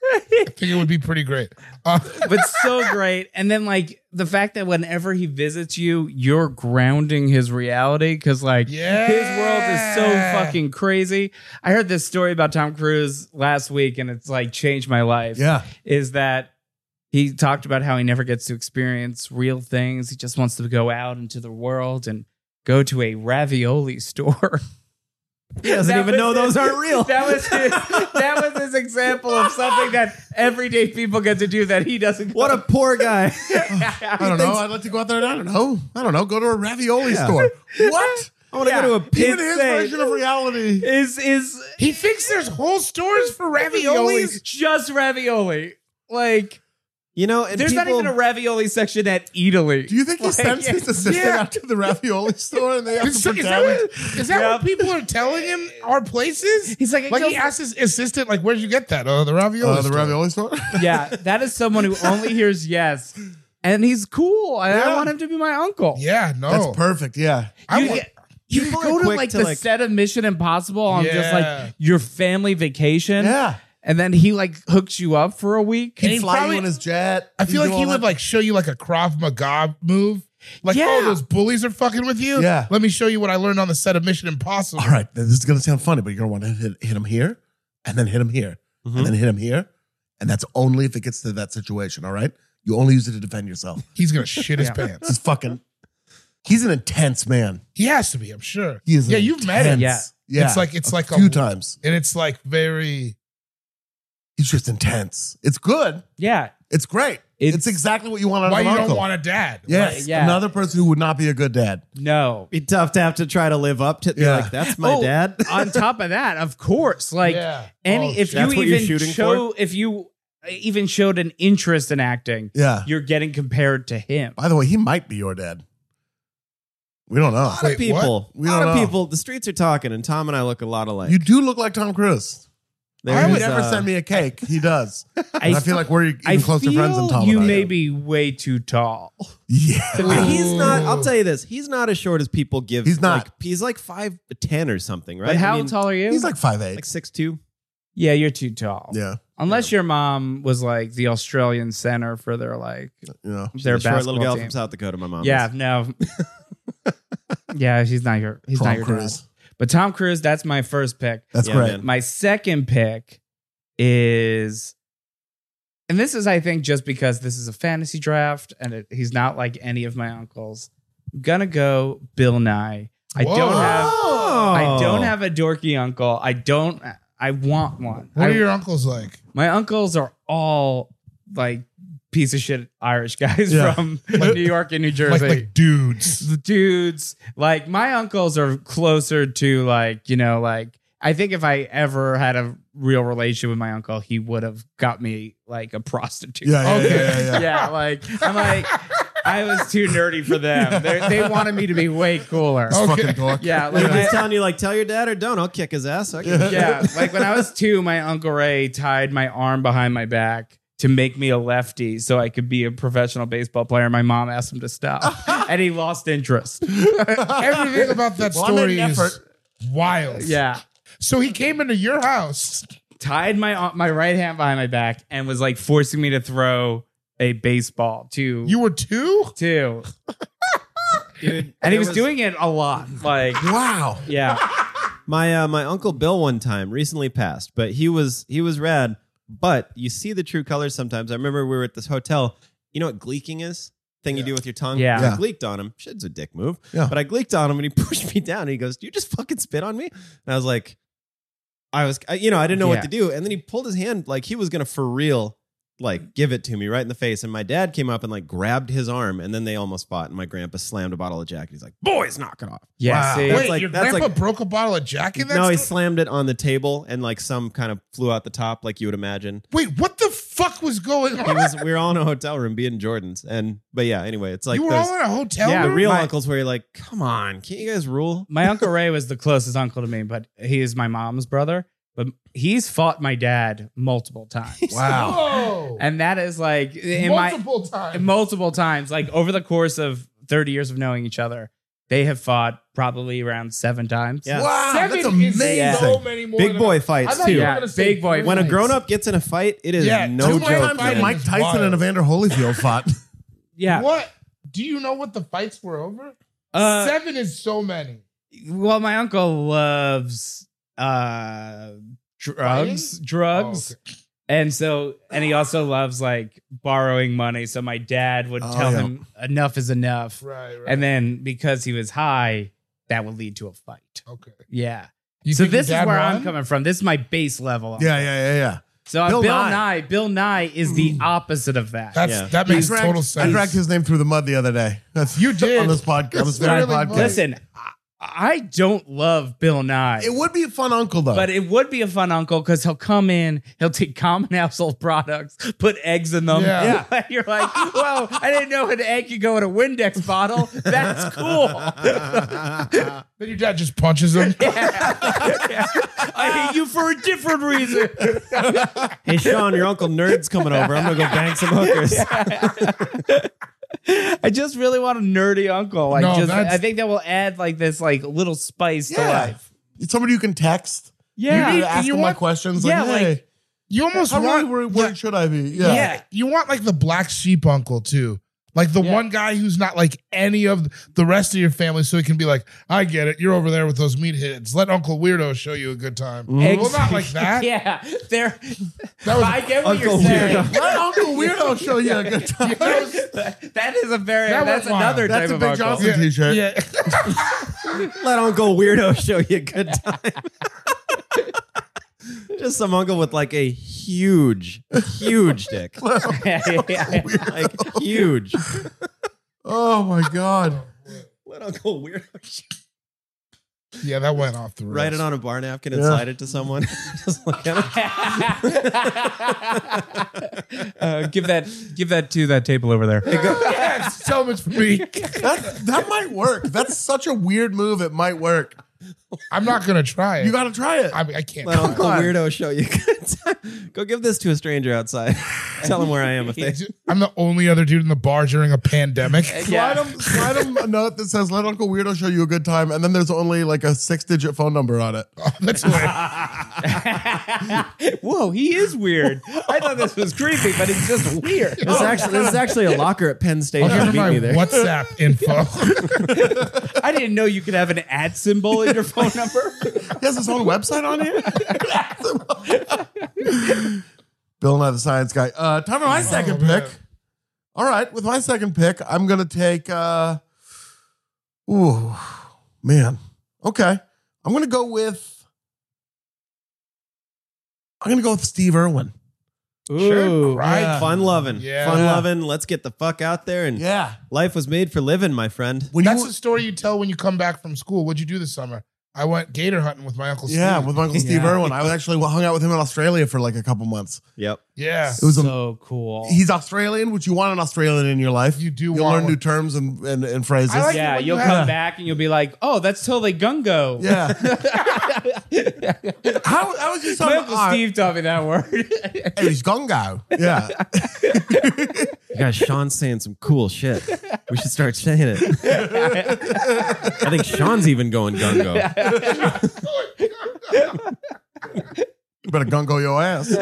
[SPEAKER 3] I think it would be pretty great. Uh,
[SPEAKER 5] but so great. And then like the fact that whenever he visits you, you're grounding his reality because like
[SPEAKER 3] Yeah.
[SPEAKER 5] his world is so fucking crazy. I heard this story about Tom Cruise last week, and it's like changed my life.
[SPEAKER 2] Yeah.
[SPEAKER 5] is that he talked about how he never gets to experience real things. He just wants to go out into the world and go to a ravioli store.
[SPEAKER 6] He doesn't
[SPEAKER 5] That
[SPEAKER 6] even
[SPEAKER 5] was
[SPEAKER 6] know those
[SPEAKER 5] it.
[SPEAKER 6] aren't real.
[SPEAKER 5] That was his, that was his example of something that everyday people get to do that he doesn't.
[SPEAKER 6] What a poor guy.
[SPEAKER 2] I don't know. I'd like to go out there and I don't know. I don't know. Go to a ravioli store. What?
[SPEAKER 6] I want to
[SPEAKER 5] Yeah.
[SPEAKER 6] go to a
[SPEAKER 2] Even his
[SPEAKER 5] Insane.
[SPEAKER 2] version of reality.
[SPEAKER 5] is is
[SPEAKER 3] he thinks there's whole stores for raviolis.
[SPEAKER 5] just ravioli. Like
[SPEAKER 6] You know, and
[SPEAKER 5] there's not
[SPEAKER 6] people-
[SPEAKER 5] even a ravioli section at Italy.
[SPEAKER 2] Do you think he
[SPEAKER 5] Like,
[SPEAKER 2] sends his assistant
[SPEAKER 3] yeah.
[SPEAKER 2] out to the ravioli store and they have
[SPEAKER 3] Is,
[SPEAKER 2] to
[SPEAKER 3] is that,
[SPEAKER 2] pretend?
[SPEAKER 3] what, is that what people are telling him are places?
[SPEAKER 5] He's like, it
[SPEAKER 3] like
[SPEAKER 5] goes-
[SPEAKER 3] he asked his assistant, like, "Where'd you get that?" Oh, the ravioli.
[SPEAKER 2] Uh, the
[SPEAKER 3] store."
[SPEAKER 2] ravioli store?
[SPEAKER 5] yeah, that is someone who only hears yes, and he's cool, and I
[SPEAKER 2] Yeah.
[SPEAKER 5] want him to be my uncle.
[SPEAKER 3] Yeah, no.
[SPEAKER 2] That's perfect. Yeah.
[SPEAKER 3] I
[SPEAKER 5] You
[SPEAKER 3] want-
[SPEAKER 5] get- You
[SPEAKER 6] People are
[SPEAKER 5] go to
[SPEAKER 6] quick
[SPEAKER 5] like
[SPEAKER 6] to,
[SPEAKER 5] the
[SPEAKER 6] like-
[SPEAKER 5] set of Mission Impossible on just
[SPEAKER 3] Yeah.
[SPEAKER 5] like your family vacation,
[SPEAKER 2] Yeah.
[SPEAKER 5] and then he like hooks you up for a week.
[SPEAKER 3] And
[SPEAKER 2] He'd
[SPEAKER 3] he
[SPEAKER 2] fly
[SPEAKER 3] probably-
[SPEAKER 2] you on his jet.
[SPEAKER 3] I feel
[SPEAKER 2] He'd
[SPEAKER 3] like
[SPEAKER 2] do
[SPEAKER 3] he
[SPEAKER 2] all
[SPEAKER 3] would
[SPEAKER 2] that.
[SPEAKER 3] like show you like a Krav Maga move. Like,
[SPEAKER 5] Yeah.
[SPEAKER 3] oh, those bullies are fucking with you.
[SPEAKER 2] Yeah.
[SPEAKER 3] Let me show you what I learned on the set of Mission Impossible.
[SPEAKER 2] all right, this is going to sound funny, but you're going to want to hit, hit him here and then hit him here
[SPEAKER 6] Mhm.
[SPEAKER 3] Mm-hmm.
[SPEAKER 2] and then hit him here. And that's only if it gets to that situation. All right. You only use it to defend yourself.
[SPEAKER 3] He's gonna shit his
[SPEAKER 5] Yeah.
[SPEAKER 3] pants.
[SPEAKER 2] This is fucking, he's an intense man.
[SPEAKER 3] He has to be, I'm sure.
[SPEAKER 2] He is
[SPEAKER 3] yeah, you've met him.
[SPEAKER 2] intense.
[SPEAKER 5] Yeah.
[SPEAKER 2] Yeah.
[SPEAKER 3] It's like- it's
[SPEAKER 2] a
[SPEAKER 3] like a-
[SPEAKER 2] few times.
[SPEAKER 3] And it's like very
[SPEAKER 2] He's just intense. It's good.
[SPEAKER 5] Yeah,
[SPEAKER 2] It's great. It's,
[SPEAKER 5] It's-
[SPEAKER 2] exactly what you want out
[SPEAKER 3] why
[SPEAKER 2] of
[SPEAKER 3] you
[SPEAKER 2] an
[SPEAKER 3] don't
[SPEAKER 2] uncle.
[SPEAKER 3] want a dad.
[SPEAKER 2] yes.
[SPEAKER 5] Yeah.
[SPEAKER 2] Another person who would not be a good dad.
[SPEAKER 5] no.
[SPEAKER 6] be tough to have to try to live up to.
[SPEAKER 2] Yeah.
[SPEAKER 6] Yeah. Like that's my
[SPEAKER 5] Oh,
[SPEAKER 6] dad.
[SPEAKER 5] on top of that, of course, like
[SPEAKER 3] Yeah.
[SPEAKER 5] any
[SPEAKER 3] Oh,
[SPEAKER 5] if
[SPEAKER 6] that's
[SPEAKER 5] you
[SPEAKER 6] what you're
[SPEAKER 5] even
[SPEAKER 6] shooting
[SPEAKER 5] show if you uh, even showed an interest in acting,
[SPEAKER 2] Yeah.
[SPEAKER 5] you're getting compared to him.
[SPEAKER 2] By the way, he might be your dad. We don't know.
[SPEAKER 6] a lot of
[SPEAKER 3] Wait, what?
[SPEAKER 6] people.
[SPEAKER 2] We
[SPEAKER 6] a lot
[SPEAKER 2] don't
[SPEAKER 6] of
[SPEAKER 2] know.
[SPEAKER 6] people. The streets are talking, and Tom and I look a lot alike.
[SPEAKER 2] You do look like Tom Cruise.
[SPEAKER 6] There
[SPEAKER 2] he
[SPEAKER 6] is,
[SPEAKER 2] would never
[SPEAKER 6] uh,
[SPEAKER 2] send me a cake. He does. And I, feel like we're even
[SPEAKER 5] I
[SPEAKER 2] closer friends than
[SPEAKER 5] feel
[SPEAKER 2] Tom.
[SPEAKER 5] You
[SPEAKER 2] and I
[SPEAKER 5] may
[SPEAKER 2] am.
[SPEAKER 5] be way too tall.
[SPEAKER 2] Yeah.
[SPEAKER 6] He's not. I'll
[SPEAKER 3] Ooh.
[SPEAKER 6] tell you this. He's not as short as people give.
[SPEAKER 2] Oh. He's not.
[SPEAKER 6] Like, he's like five ten or something, right?
[SPEAKER 5] But how
[SPEAKER 6] I mean,
[SPEAKER 5] tall are you?
[SPEAKER 2] He's like five eight.
[SPEAKER 6] Like six two.
[SPEAKER 5] yeah, you're too tall.
[SPEAKER 2] yeah.
[SPEAKER 5] Unless your mom was like the Australian center for their like
[SPEAKER 2] You know.
[SPEAKER 6] She's
[SPEAKER 5] their
[SPEAKER 6] a short
[SPEAKER 5] basketball
[SPEAKER 6] little girl
[SPEAKER 5] team.
[SPEAKER 6] from South Dakota. My mom.
[SPEAKER 5] yeah,
[SPEAKER 6] is.
[SPEAKER 5] no. yeah, he's not your he's
[SPEAKER 2] Tom
[SPEAKER 5] not your
[SPEAKER 2] Cruise.
[SPEAKER 5] dad. But Tom Cruise, that's my first pick.
[SPEAKER 2] That's
[SPEAKER 6] Yeah,
[SPEAKER 2] great.
[SPEAKER 6] man.
[SPEAKER 5] My second pick is, and this is, I think, just because this is a fantasy draft and it, he's not like any of my uncles. I'm gonna go Bill Nye. I
[SPEAKER 3] Whoa.
[SPEAKER 5] don't have, I don't
[SPEAKER 6] Oh.
[SPEAKER 5] have a dorky uncle. I don't. I want one.
[SPEAKER 3] What
[SPEAKER 5] I-
[SPEAKER 3] are your uncles like?
[SPEAKER 5] my uncles are all like piece of shit Irish guys
[SPEAKER 2] Yeah.
[SPEAKER 5] from New York and New
[SPEAKER 3] Like,
[SPEAKER 5] Jersey
[SPEAKER 3] like dudes.
[SPEAKER 5] the dudes like my uncles are closer to like you know like i think if i ever had a real relationship with my uncle he would have got me like a prostitute
[SPEAKER 2] Yeah, yeah,
[SPEAKER 3] Okay.
[SPEAKER 2] yeah, yeah, yeah.
[SPEAKER 5] Yeah, like i'm like i was too nerdy for them They're, they wanted me to be way cooler
[SPEAKER 2] This
[SPEAKER 3] Okay.
[SPEAKER 2] fucking dork.
[SPEAKER 5] yeah
[SPEAKER 6] Like,
[SPEAKER 5] like
[SPEAKER 6] he's
[SPEAKER 5] I-
[SPEAKER 6] telling you, like, tell your dad or don't. I'll kick his ass. I can-
[SPEAKER 5] yeah like when i was two my uncle ray tied my arm behind my back to make me a lefty so i could be a professional baseball player my mom asked him to stop and he lost interest
[SPEAKER 3] Everything about that
[SPEAKER 2] Well, I made
[SPEAKER 3] story
[SPEAKER 2] an
[SPEAKER 3] is
[SPEAKER 2] effort.
[SPEAKER 3] wild.
[SPEAKER 5] yeah
[SPEAKER 3] So he came into your house.
[SPEAKER 5] uh, tied my my right hand behind my back and was like forcing me to throw a baseball to
[SPEAKER 3] You were two?
[SPEAKER 5] too. and he was, doing it a lot. Like,
[SPEAKER 2] Wow.
[SPEAKER 5] yeah.
[SPEAKER 6] My uh, my uncle Bill one time recently passed, but he was he was rad. But you see the true colors sometimes. I remember we were at this hotel. You know what gleeking is? Thing you do with your tongue.
[SPEAKER 5] Yeah.
[SPEAKER 6] I
[SPEAKER 2] Yeah.
[SPEAKER 6] gleeked on him. Shit's a dick move.
[SPEAKER 2] Yeah.
[SPEAKER 6] But I gleeked on him and he pushed me down. And he goes, "Do you just fucking spit on me?" And I was like, I was, I, you know, I didn't know
[SPEAKER 5] Yeah.
[SPEAKER 6] what to do. And then he pulled his hand like he was gonna for real, like give it to me right in the face. And my dad came up and like grabbed his arm, and then they almost fought. And my grandpa slammed a bottle of Jack. He's like, "Boys, knock it off."
[SPEAKER 5] Yeah.
[SPEAKER 3] Wow.
[SPEAKER 5] See,
[SPEAKER 3] Wait,
[SPEAKER 6] like-
[SPEAKER 3] your
[SPEAKER 6] that's
[SPEAKER 3] grandpa
[SPEAKER 6] like-
[SPEAKER 3] broke a bottle of Jack in that?
[SPEAKER 6] No, he
[SPEAKER 3] store?
[SPEAKER 6] slammed it on the table and like some kind of flew out the top, like you would imagine.
[SPEAKER 3] Wait, what the fuck was going
[SPEAKER 6] He
[SPEAKER 3] on?
[SPEAKER 6] was, we were all in a hotel room being Jordans, and but yeah. Anyway, it's like
[SPEAKER 3] you were
[SPEAKER 6] those
[SPEAKER 3] all in a hotel
[SPEAKER 5] Yeah,
[SPEAKER 6] the
[SPEAKER 3] room?
[SPEAKER 6] real
[SPEAKER 5] My-
[SPEAKER 6] uncles where you're like, come on, can't you guys rule?
[SPEAKER 5] my uncle Ray was the closest uncle to me, but he is my mom's brother. But he's fought my dad multiple times.
[SPEAKER 2] Wow.
[SPEAKER 3] Whoa.
[SPEAKER 5] And that is like in my
[SPEAKER 3] Multiple times.
[SPEAKER 5] multiple times, like over the course of 30 years of knowing each other, they have fought probably around seven times.
[SPEAKER 6] Yeah.
[SPEAKER 2] Wow.
[SPEAKER 3] Seven
[SPEAKER 2] that's
[SPEAKER 3] is
[SPEAKER 2] amazing.
[SPEAKER 3] so many more
[SPEAKER 6] Big
[SPEAKER 3] than
[SPEAKER 6] boy
[SPEAKER 3] I- I
[SPEAKER 6] fights
[SPEAKER 3] thought you
[SPEAKER 6] too.
[SPEAKER 3] were
[SPEAKER 5] Yeah,
[SPEAKER 3] gonna say
[SPEAKER 5] big boy.
[SPEAKER 3] three.
[SPEAKER 6] When a grown up gets in a fight, it is
[SPEAKER 3] Yeah,
[SPEAKER 6] no
[SPEAKER 3] two more
[SPEAKER 6] joke.
[SPEAKER 2] Times
[SPEAKER 3] fighting
[SPEAKER 2] that
[SPEAKER 6] man.
[SPEAKER 2] Mike
[SPEAKER 3] is
[SPEAKER 2] Tyson and
[SPEAKER 3] wild.
[SPEAKER 2] Evander Holyfield fought.
[SPEAKER 5] Yeah.
[SPEAKER 3] What? Do you know what the fights were over?
[SPEAKER 5] Uh,
[SPEAKER 3] Seven is so many.
[SPEAKER 5] Well, my uncle loves uh drugs,
[SPEAKER 3] Oh,
[SPEAKER 5] drugs. And so and he also loves like borrowing money. So my dad would
[SPEAKER 2] Oh,
[SPEAKER 5] tell
[SPEAKER 2] yeah.
[SPEAKER 5] him enough is enough.
[SPEAKER 3] Right, right.
[SPEAKER 5] And then because he was high, that would lead to a fight.
[SPEAKER 3] okay.
[SPEAKER 5] Yeah.
[SPEAKER 3] You
[SPEAKER 5] so
[SPEAKER 3] think your
[SPEAKER 5] this is where
[SPEAKER 3] dad
[SPEAKER 5] I'm
[SPEAKER 3] won?
[SPEAKER 5] coming from. This is my base level.
[SPEAKER 2] Yeah, yeah, yeah, yeah.
[SPEAKER 5] So uh,
[SPEAKER 2] Bill
[SPEAKER 5] Bill,
[SPEAKER 2] Nye.
[SPEAKER 5] Nye. Bill Nye is the opposite of that.
[SPEAKER 3] That's
[SPEAKER 6] Yeah.
[SPEAKER 3] that
[SPEAKER 2] I
[SPEAKER 3] makes
[SPEAKER 2] dragged,
[SPEAKER 3] total
[SPEAKER 2] I
[SPEAKER 3] sense.
[SPEAKER 2] dragged his name through the mud the other day. That's
[SPEAKER 3] You did.
[SPEAKER 2] on this podcast. On this
[SPEAKER 3] It's
[SPEAKER 2] very
[SPEAKER 3] really
[SPEAKER 2] podcast.
[SPEAKER 3] funny.
[SPEAKER 5] Listen, I, I don't love Bill Nye.
[SPEAKER 2] It would be a fun uncle though.
[SPEAKER 5] But it would be a fun uncle because he'll come in, he'll take common household products, put eggs in them.
[SPEAKER 3] Yeah.
[SPEAKER 5] You're like, whoa, I didn't know an egg could go in a Windex bottle. That's cool.
[SPEAKER 3] then your dad just punches him.
[SPEAKER 5] I hate you for a different reason.
[SPEAKER 6] hey Sean, your uncle nerd's coming over. I'm gonna go bang some hookers.
[SPEAKER 5] I just really want a nerdy uncle. Like
[SPEAKER 3] No,
[SPEAKER 5] just
[SPEAKER 3] that's-
[SPEAKER 5] I think that will add like this like little spice to
[SPEAKER 2] Yeah.
[SPEAKER 5] life.
[SPEAKER 2] It's somebody you can text.
[SPEAKER 5] Yeah.
[SPEAKER 2] You need to ask
[SPEAKER 3] you
[SPEAKER 2] them my
[SPEAKER 3] want-
[SPEAKER 2] questions.
[SPEAKER 5] Yeah,
[SPEAKER 2] like,
[SPEAKER 5] like-
[SPEAKER 2] hey,
[SPEAKER 3] You almost
[SPEAKER 2] how really
[SPEAKER 3] want
[SPEAKER 2] worried, worried should I be? Yeah.
[SPEAKER 5] Yeah.
[SPEAKER 3] you want like the black sheep uncle too. Like the
[SPEAKER 5] Yeah.
[SPEAKER 3] one guy who's not like any of the rest of your family, so he can be like, I get it. You're over there with those meatheads. Let Uncle Weirdo show you a good time.
[SPEAKER 6] Mm-hmm.
[SPEAKER 3] Well, not like that.
[SPEAKER 5] yeah. There
[SPEAKER 3] That was-
[SPEAKER 5] I get what
[SPEAKER 6] Uncle
[SPEAKER 5] you're saying.
[SPEAKER 6] Weirdo.
[SPEAKER 2] Let Uncle Weirdo show you a good time.
[SPEAKER 3] That was-
[SPEAKER 5] that is a very
[SPEAKER 3] That
[SPEAKER 5] that's
[SPEAKER 3] was wild.
[SPEAKER 5] another
[SPEAKER 2] That's
[SPEAKER 5] type
[SPEAKER 2] a
[SPEAKER 5] of
[SPEAKER 2] Big
[SPEAKER 5] uncle.
[SPEAKER 2] Johnson t-shirt.
[SPEAKER 3] yeah.
[SPEAKER 6] Let Uncle Weirdo show you a good time. Just some uncle with like a huge, huge dick. like huge.
[SPEAKER 2] Oh my god.
[SPEAKER 6] Let Uncle Weirdo show
[SPEAKER 3] yeah, that went off the rails.
[SPEAKER 6] Write it on a bar napkin and
[SPEAKER 2] Yeah.
[SPEAKER 6] slide it to someone. Just look at it.
[SPEAKER 5] uh, give that give that to that table over there.
[SPEAKER 3] yes, so much for me.
[SPEAKER 2] That that might work. That's such a weird move. It might work.
[SPEAKER 3] I'm not gonna try it.
[SPEAKER 2] You gotta try it.
[SPEAKER 3] I, I can't.
[SPEAKER 6] Let Uncle
[SPEAKER 2] on.
[SPEAKER 6] Weirdo show you a good time. Go give this to a stranger outside. Tell him where I am if they.
[SPEAKER 3] I'm the only other dude in the bar during a pandemic.
[SPEAKER 2] Slide them, slide them a note that says, "Let Uncle Weirdo show you a good time," and then there's only like a six-digit phone number on it.
[SPEAKER 3] That's hilarious.
[SPEAKER 5] Whoa, he is weird. I thought this was creepy, but it's just weird. Oh,
[SPEAKER 6] This is actually, this is actually a locker at Penn Station.
[SPEAKER 3] I'll give her
[SPEAKER 6] Beat
[SPEAKER 3] my
[SPEAKER 6] me there.
[SPEAKER 3] WhatsApp info.
[SPEAKER 5] I didn't know you could have an ad symbol in your phone number.
[SPEAKER 2] He has his own website on here. Bill and I, the science guy. Uh, time for my second
[SPEAKER 3] Oh, man.
[SPEAKER 2] pick. All right, with my second pick, I'm gonna take. Uh, ooh, man. Okay, I'm gonna go with. I'm gonna go with Steve Irwin.
[SPEAKER 6] Ooh,
[SPEAKER 3] right.
[SPEAKER 6] Fun loving.
[SPEAKER 3] Yeah.
[SPEAKER 6] Fun
[SPEAKER 3] Yeah.
[SPEAKER 6] loving. Let's get the fuck out there. And
[SPEAKER 2] Yeah,
[SPEAKER 6] life was made for living, my friend.
[SPEAKER 2] when
[SPEAKER 3] That's
[SPEAKER 2] you,
[SPEAKER 3] the story you tell when you come back from school. What'd you do this summer? I went gator hunting with my uncle.
[SPEAKER 2] yeah,
[SPEAKER 3] Steve.
[SPEAKER 2] with my Uncle Steve
[SPEAKER 5] Yeah.
[SPEAKER 2] Irwin. I was actually hung out with him in Australia for like a couple months.
[SPEAKER 6] Yep.
[SPEAKER 3] yeah.
[SPEAKER 2] It was a
[SPEAKER 5] so cool.
[SPEAKER 2] He's Australian, which you want an Australian in your life.
[SPEAKER 3] You do
[SPEAKER 2] You'll
[SPEAKER 3] want
[SPEAKER 2] learn
[SPEAKER 3] one.
[SPEAKER 2] new terms and and, and phrases.
[SPEAKER 3] I like it
[SPEAKER 5] yeah,
[SPEAKER 3] when you
[SPEAKER 5] you'll
[SPEAKER 3] have-
[SPEAKER 5] come back and you'll be like, "Oh, that's totally gungo."
[SPEAKER 2] yeah. how, how was your
[SPEAKER 5] My
[SPEAKER 2] summer?
[SPEAKER 5] Uncle
[SPEAKER 2] Uh,
[SPEAKER 5] Steve taught me that word.
[SPEAKER 2] It was gongo. Yeah.
[SPEAKER 6] You guys, Sean's saying some cool shit. We should start saying it. I think Sean's even going gungo.
[SPEAKER 2] you better gongo your ass.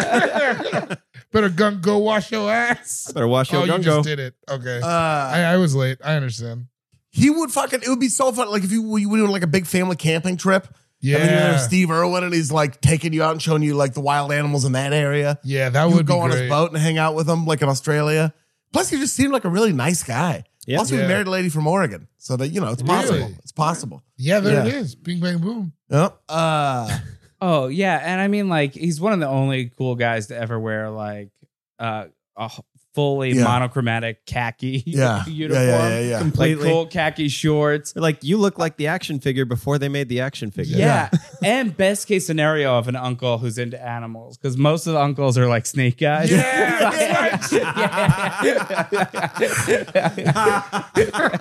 [SPEAKER 3] Better gun go wash your ass.
[SPEAKER 6] Better wash your
[SPEAKER 3] oh, you
[SPEAKER 6] gungo.
[SPEAKER 3] just did it. Okay.
[SPEAKER 2] Uh,
[SPEAKER 3] I, I was late. I understand.
[SPEAKER 2] he would fucking. It would be so fun. Like if you you were doing like a big family camping trip.
[SPEAKER 3] Yeah.
[SPEAKER 2] And then you're there with Steve Irwin, and he's like taking you out and showing you like the wild animals in that area.
[SPEAKER 3] yeah, that
[SPEAKER 2] you
[SPEAKER 3] would
[SPEAKER 2] would go
[SPEAKER 3] be
[SPEAKER 2] on
[SPEAKER 3] great.
[SPEAKER 2] his boat and hang out with him, like in Australia. Plus, he just seemed like a really nice guy.
[SPEAKER 6] Yeah.
[SPEAKER 2] Plus, he
[SPEAKER 3] Yeah.
[SPEAKER 2] married a lady from Oregon, so that you know it's possible.
[SPEAKER 3] Really?
[SPEAKER 2] It's possible.
[SPEAKER 3] Yeah, there
[SPEAKER 2] Yeah.
[SPEAKER 3] it is. Bing bang boom.
[SPEAKER 2] Yep. Uh,
[SPEAKER 5] Oh yeah, and I mean like he's one of the only cool guys to ever wear like uh, a h- fully
[SPEAKER 2] Yeah.
[SPEAKER 5] monochromatic khaki
[SPEAKER 2] yeah. yeah.
[SPEAKER 5] uniform,
[SPEAKER 2] Yeah. Yeah. Yeah.
[SPEAKER 5] like
[SPEAKER 6] Completely.
[SPEAKER 5] cool khaki shorts.
[SPEAKER 6] They're like, you look like the action figure before they made the action figure.
[SPEAKER 5] Yeah. and best case scenario of an uncle who's into animals because most of the uncles are like snake guys.
[SPEAKER 3] Yeah,
[SPEAKER 5] Yeah.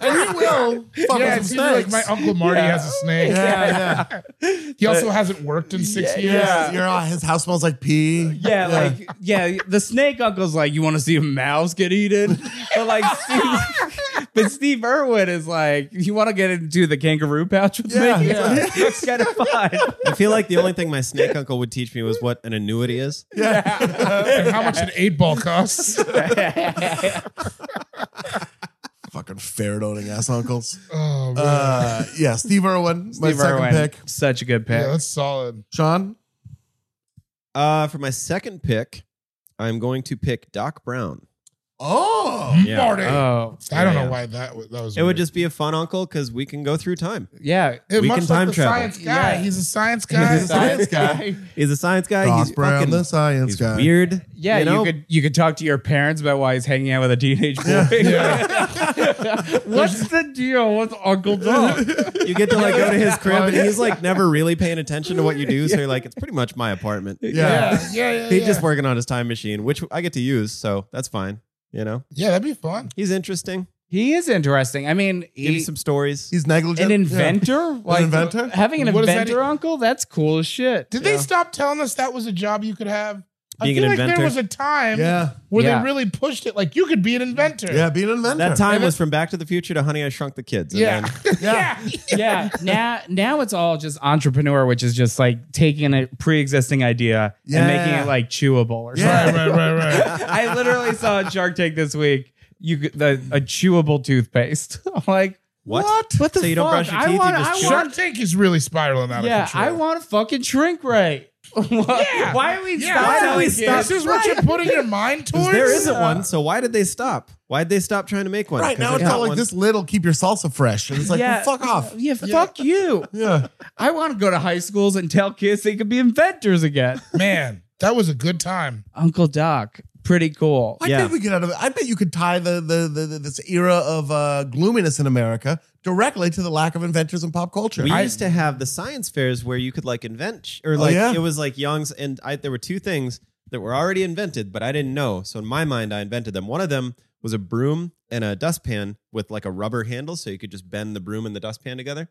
[SPEAKER 2] And he will. Fuck
[SPEAKER 3] yeah,
[SPEAKER 2] with
[SPEAKER 3] it's
[SPEAKER 2] some
[SPEAKER 3] either like
[SPEAKER 2] snakes.
[SPEAKER 3] my uncle Marty
[SPEAKER 5] Yeah.
[SPEAKER 3] has a snake.
[SPEAKER 2] Yeah,
[SPEAKER 3] He also hasn't worked in six
[SPEAKER 5] Yeah,
[SPEAKER 3] years.
[SPEAKER 2] yeah. Your, uh, his house smells like pee.
[SPEAKER 5] Yeah, like yeah, the snake uncle's like, you want to see a mouse get eaten, but like, Steve, but Steve Irwin is like, you want to get into the kangaroo pouch with
[SPEAKER 2] Yeah,
[SPEAKER 5] me?
[SPEAKER 2] yeah.
[SPEAKER 5] Like, it's kind of fun.
[SPEAKER 6] I feel like the only thing my snake uncle would teach me was what an annuity is.
[SPEAKER 3] And how much an eight ball costs.
[SPEAKER 2] Uh, fucking ferret owning ass uncles.
[SPEAKER 3] Oh, man.
[SPEAKER 2] Uh, yeah, Steve Irwin, my
[SPEAKER 5] Steve
[SPEAKER 2] second
[SPEAKER 5] Irwin,
[SPEAKER 2] pick.
[SPEAKER 5] such a good pick.
[SPEAKER 3] yeah, that's solid.
[SPEAKER 2] Sean,
[SPEAKER 6] Uh, for my second pick, I'm going to pick Doc Brown.
[SPEAKER 2] oh,
[SPEAKER 6] Yeah.
[SPEAKER 3] Marty.
[SPEAKER 5] Oh
[SPEAKER 3] I don't
[SPEAKER 6] Yeah.
[SPEAKER 3] know why that was. That was
[SPEAKER 6] It would
[SPEAKER 3] weird.
[SPEAKER 6] just be a fun uncle because we can go through time.
[SPEAKER 5] yeah,
[SPEAKER 3] It
[SPEAKER 6] we
[SPEAKER 3] much like
[SPEAKER 6] can time
[SPEAKER 3] the
[SPEAKER 6] travel.
[SPEAKER 3] Science guy.
[SPEAKER 5] Yeah.
[SPEAKER 3] He's a science guy.
[SPEAKER 2] He's a science guy.
[SPEAKER 6] He's a science guy.
[SPEAKER 2] Doc
[SPEAKER 6] he's
[SPEAKER 2] Brown,
[SPEAKER 6] fucking,
[SPEAKER 2] the science
[SPEAKER 6] he's
[SPEAKER 2] guy.
[SPEAKER 6] weird.
[SPEAKER 5] Yeah, you,
[SPEAKER 6] you know.
[SPEAKER 5] could you could talk to your parents about why he's hanging out with a teenage boy. What's the deal with Uncle Doc?
[SPEAKER 6] You get to like go to his crib, and he's like never really paying attention to what you do. So you're like, it's pretty much my apartment.
[SPEAKER 2] Yeah.
[SPEAKER 3] yeah, yeah, yeah.
[SPEAKER 6] He's
[SPEAKER 3] yeah.
[SPEAKER 6] just working on his time machine, which I get to use, so that's fine. You know,
[SPEAKER 3] yeah, that'd be fun.
[SPEAKER 6] he's interesting.
[SPEAKER 5] He is interesting. I mean,
[SPEAKER 6] Give you
[SPEAKER 5] he-
[SPEAKER 6] some stories.
[SPEAKER 2] He's negligent.
[SPEAKER 5] an
[SPEAKER 2] Yeah.
[SPEAKER 5] inventor, like
[SPEAKER 2] inventor?
[SPEAKER 5] having an
[SPEAKER 3] What does that
[SPEAKER 5] inventor
[SPEAKER 3] e-
[SPEAKER 5] uncle. That's cool as shit.
[SPEAKER 3] Did they stop telling us that was a job you could have?
[SPEAKER 6] Being
[SPEAKER 3] I feel
[SPEAKER 6] an
[SPEAKER 3] like
[SPEAKER 6] inventor.
[SPEAKER 3] there was a time
[SPEAKER 2] Yeah.
[SPEAKER 3] where
[SPEAKER 5] Yeah.
[SPEAKER 3] they really pushed it. Like you could be an inventor.
[SPEAKER 2] Yeah, being an inventor.
[SPEAKER 6] that time
[SPEAKER 3] And
[SPEAKER 6] was from Back to the Future to Honey I Shrunk the Kids. and
[SPEAKER 3] Yeah.
[SPEAKER 6] then-
[SPEAKER 2] Yeah.
[SPEAKER 5] yeah. Now, now it's all just entrepreneur, which is just like taking a pre-existing idea
[SPEAKER 2] Yeah.
[SPEAKER 5] and making it like chewable or
[SPEAKER 2] Yeah.
[SPEAKER 3] Right, right, right, right.
[SPEAKER 5] something. I literally saw a Shark Tank this week. You could- the, a chewable toothpaste. I'm like,
[SPEAKER 6] What?
[SPEAKER 5] What, the
[SPEAKER 6] So you don't
[SPEAKER 5] fuck?
[SPEAKER 6] brush your
[SPEAKER 5] I
[SPEAKER 6] teeth, you
[SPEAKER 5] want. I
[SPEAKER 6] just chew?
[SPEAKER 3] Shark
[SPEAKER 5] want.
[SPEAKER 3] Tank is really spiraling out
[SPEAKER 5] Yeah,
[SPEAKER 3] of control.
[SPEAKER 5] I want a fucking shrink ray. Why are we?
[SPEAKER 3] Yeah,
[SPEAKER 5] stop
[SPEAKER 3] why do
[SPEAKER 5] selling
[SPEAKER 6] we
[SPEAKER 5] it?
[SPEAKER 6] stop-
[SPEAKER 3] This is what you're putting your mind towards.
[SPEAKER 6] There isn't one, so why did they stop? Why'd they stop trying to make one?
[SPEAKER 2] Right
[SPEAKER 6] 'Cause
[SPEAKER 2] now,
[SPEAKER 6] they
[SPEAKER 2] it's
[SPEAKER 6] got
[SPEAKER 2] all like
[SPEAKER 6] one.
[SPEAKER 2] this little keep your salsa fresh. And it's like,
[SPEAKER 5] Yeah.
[SPEAKER 2] well, fuck off.
[SPEAKER 5] Yeah, fuck you.
[SPEAKER 2] Yeah.
[SPEAKER 5] I want to go to high schools and tell kids they could be inventors again.
[SPEAKER 3] Man, that was a good time.
[SPEAKER 5] Uncle Doc, pretty cool.
[SPEAKER 2] Why
[SPEAKER 6] Yeah.
[SPEAKER 2] did we get out of it? I bet you could tie the, the, the, the this era of uh, gloominess in America directly to the lack of inventors in pop culture.
[SPEAKER 6] We
[SPEAKER 2] I- Oh,
[SPEAKER 6] used to have the science fairs where you could like invent sh- or like
[SPEAKER 2] yeah?
[SPEAKER 6] it was like Young's and I there were two things that were already invented but I didn't know. So in my mind I invented them. One of them was a broom and a dustpan with like a rubber handle so you could just bend the broom and the dustpan together.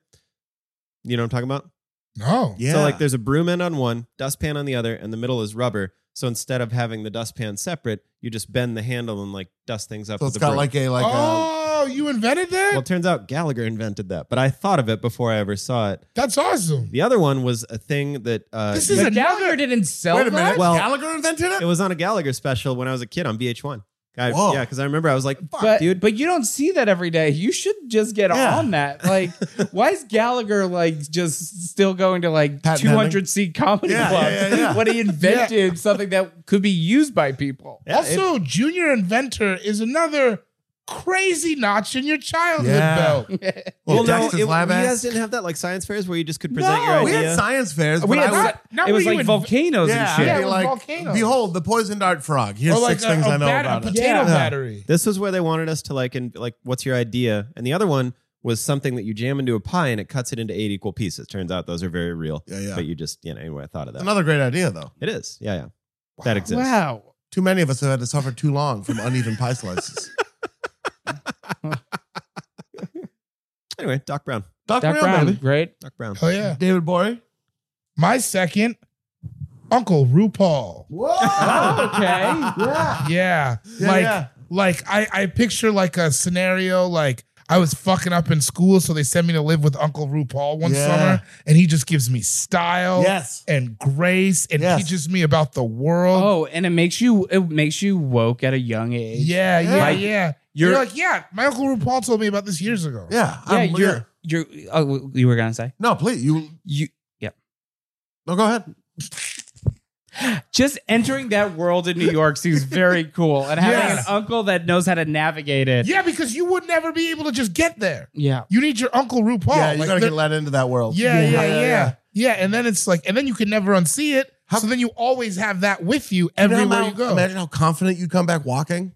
[SPEAKER 6] You know what I'm talking about?
[SPEAKER 3] No.
[SPEAKER 2] yeah.
[SPEAKER 6] So like there's a broom end on one, dustpan on the other and the middle is rubber. So instead of having the dustpan separate, you just bend the handle and like dust things up
[SPEAKER 2] so
[SPEAKER 6] with
[SPEAKER 2] it's
[SPEAKER 6] the
[SPEAKER 2] got
[SPEAKER 6] broom.
[SPEAKER 2] like a, like a,
[SPEAKER 3] oh, you invented that?
[SPEAKER 6] uh, well, it turns out Gallagher invented that, but I thought of it before I ever saw it.
[SPEAKER 3] That's awesome.
[SPEAKER 6] The other one was a thing that uh,
[SPEAKER 3] This
[SPEAKER 6] you-
[SPEAKER 3] is
[SPEAKER 5] But
[SPEAKER 3] another-
[SPEAKER 5] Gallagher didn't sell
[SPEAKER 2] wait a
[SPEAKER 5] that?
[SPEAKER 2] minute.
[SPEAKER 6] Well-
[SPEAKER 2] Gallagher invented it?
[SPEAKER 6] it was on a Gallagher special when I was a kid on VH1. I,
[SPEAKER 2] Whoa.
[SPEAKER 6] yeah, because I remember I was like, "Fuck,
[SPEAKER 5] But,
[SPEAKER 6] dude!"
[SPEAKER 5] but you don't see that every day. You should just get
[SPEAKER 2] Yeah.
[SPEAKER 5] on that. Like, why is Gallagher like just still going to like
[SPEAKER 2] Pat
[SPEAKER 5] two hundred seat comedy
[SPEAKER 2] Yeah,
[SPEAKER 5] clubs
[SPEAKER 2] yeah, yeah, yeah.
[SPEAKER 5] when he invented something that could be used by people?
[SPEAKER 6] Yeah, it-
[SPEAKER 3] also, Junior Inventor is another crazy notch in your childhood
[SPEAKER 2] Yeah.
[SPEAKER 3] belt.
[SPEAKER 6] well,
[SPEAKER 2] Well,
[SPEAKER 6] no,
[SPEAKER 2] Dexter's
[SPEAKER 6] it- you
[SPEAKER 2] Lab
[SPEAKER 6] guys
[SPEAKER 2] ass?
[SPEAKER 6] didn't have that like science fairs where you just could present
[SPEAKER 5] No,
[SPEAKER 6] your
[SPEAKER 2] We
[SPEAKER 6] idea.
[SPEAKER 2] had science fairs.
[SPEAKER 5] We
[SPEAKER 2] but
[SPEAKER 5] had
[SPEAKER 2] I was-
[SPEAKER 3] Not- not
[SPEAKER 5] it
[SPEAKER 3] where
[SPEAKER 5] was
[SPEAKER 3] you
[SPEAKER 5] like
[SPEAKER 3] inv-
[SPEAKER 5] volcanoes
[SPEAKER 2] yeah,
[SPEAKER 5] and shit.
[SPEAKER 2] I'd be
[SPEAKER 3] Yeah,
[SPEAKER 2] like,
[SPEAKER 3] volcanoes.
[SPEAKER 2] behold, the poison dart frog. Here's
[SPEAKER 3] Or like
[SPEAKER 2] six
[SPEAKER 3] a,
[SPEAKER 2] things
[SPEAKER 3] a
[SPEAKER 2] I know
[SPEAKER 3] bat- a
[SPEAKER 2] about it.
[SPEAKER 3] potato
[SPEAKER 5] Yeah.
[SPEAKER 3] battery.
[SPEAKER 6] This was where they wanted us to like, and like, what's your idea? And the other one was something that you jam into a pie and it cuts it into eight equal pieces. Turns out those are very real.
[SPEAKER 2] Yeah, yeah.
[SPEAKER 6] But you just, you know, anyway, I thought of that.
[SPEAKER 2] Another great idea, though.
[SPEAKER 6] it is, yeah, yeah, that exists.
[SPEAKER 5] Wow.
[SPEAKER 2] Too many of us have had to suffer too long from uneven pie slices.
[SPEAKER 6] Anyway, Doc Brown,
[SPEAKER 2] Doc,
[SPEAKER 5] Doc
[SPEAKER 2] Brown,
[SPEAKER 5] Brown,
[SPEAKER 2] baby.
[SPEAKER 5] great.
[SPEAKER 6] Doc Brown.
[SPEAKER 3] Oh yeah.
[SPEAKER 2] David Bory.
[SPEAKER 3] My second, Uncle RuPaul.
[SPEAKER 2] Whoa!
[SPEAKER 5] Okay.
[SPEAKER 2] Oh, yeah.
[SPEAKER 3] Yeah.
[SPEAKER 2] Ah. Yeah,
[SPEAKER 3] like
[SPEAKER 2] yeah.
[SPEAKER 3] like I, I picture like a scenario like I was fucking up in school, so they sent me to live with Uncle RuPaul one
[SPEAKER 2] Yeah.
[SPEAKER 3] summer, and he just gives me style
[SPEAKER 2] Yes.
[SPEAKER 3] and grace and
[SPEAKER 2] Yes.
[SPEAKER 3] teaches me about the world.
[SPEAKER 5] Oh, and it makes you it makes you woke at a young age.
[SPEAKER 3] Yeah, yeah,
[SPEAKER 5] Like,
[SPEAKER 3] yeah. You're,
[SPEAKER 5] you're-
[SPEAKER 3] like, yeah, my Uncle RuPaul told me about this years ago.
[SPEAKER 2] Yeah.
[SPEAKER 5] yeah.
[SPEAKER 2] I'm-
[SPEAKER 5] you're you're. Oh, you were gonna say
[SPEAKER 2] No, please. You.
[SPEAKER 5] you
[SPEAKER 2] No, go ahead.
[SPEAKER 5] just entering that world in New York seems very cool, and having
[SPEAKER 3] Yes.
[SPEAKER 5] an uncle that knows how to navigate it.
[SPEAKER 3] Yeah, because you would never be able to just get there.
[SPEAKER 5] yeah.
[SPEAKER 3] You need your Uncle RuPaul.
[SPEAKER 2] yeah, you
[SPEAKER 3] Like,
[SPEAKER 2] gotta
[SPEAKER 3] they're-
[SPEAKER 2] get let into that world.
[SPEAKER 3] yeah, yeah, yeah,
[SPEAKER 2] yeah.
[SPEAKER 3] yeah, And then it's like, and then you can never unsee it.
[SPEAKER 2] How-
[SPEAKER 3] so then you always have that with you
[SPEAKER 2] You know
[SPEAKER 3] everywhere
[SPEAKER 2] how-
[SPEAKER 3] you go.
[SPEAKER 2] Imagine how confident you come back walking.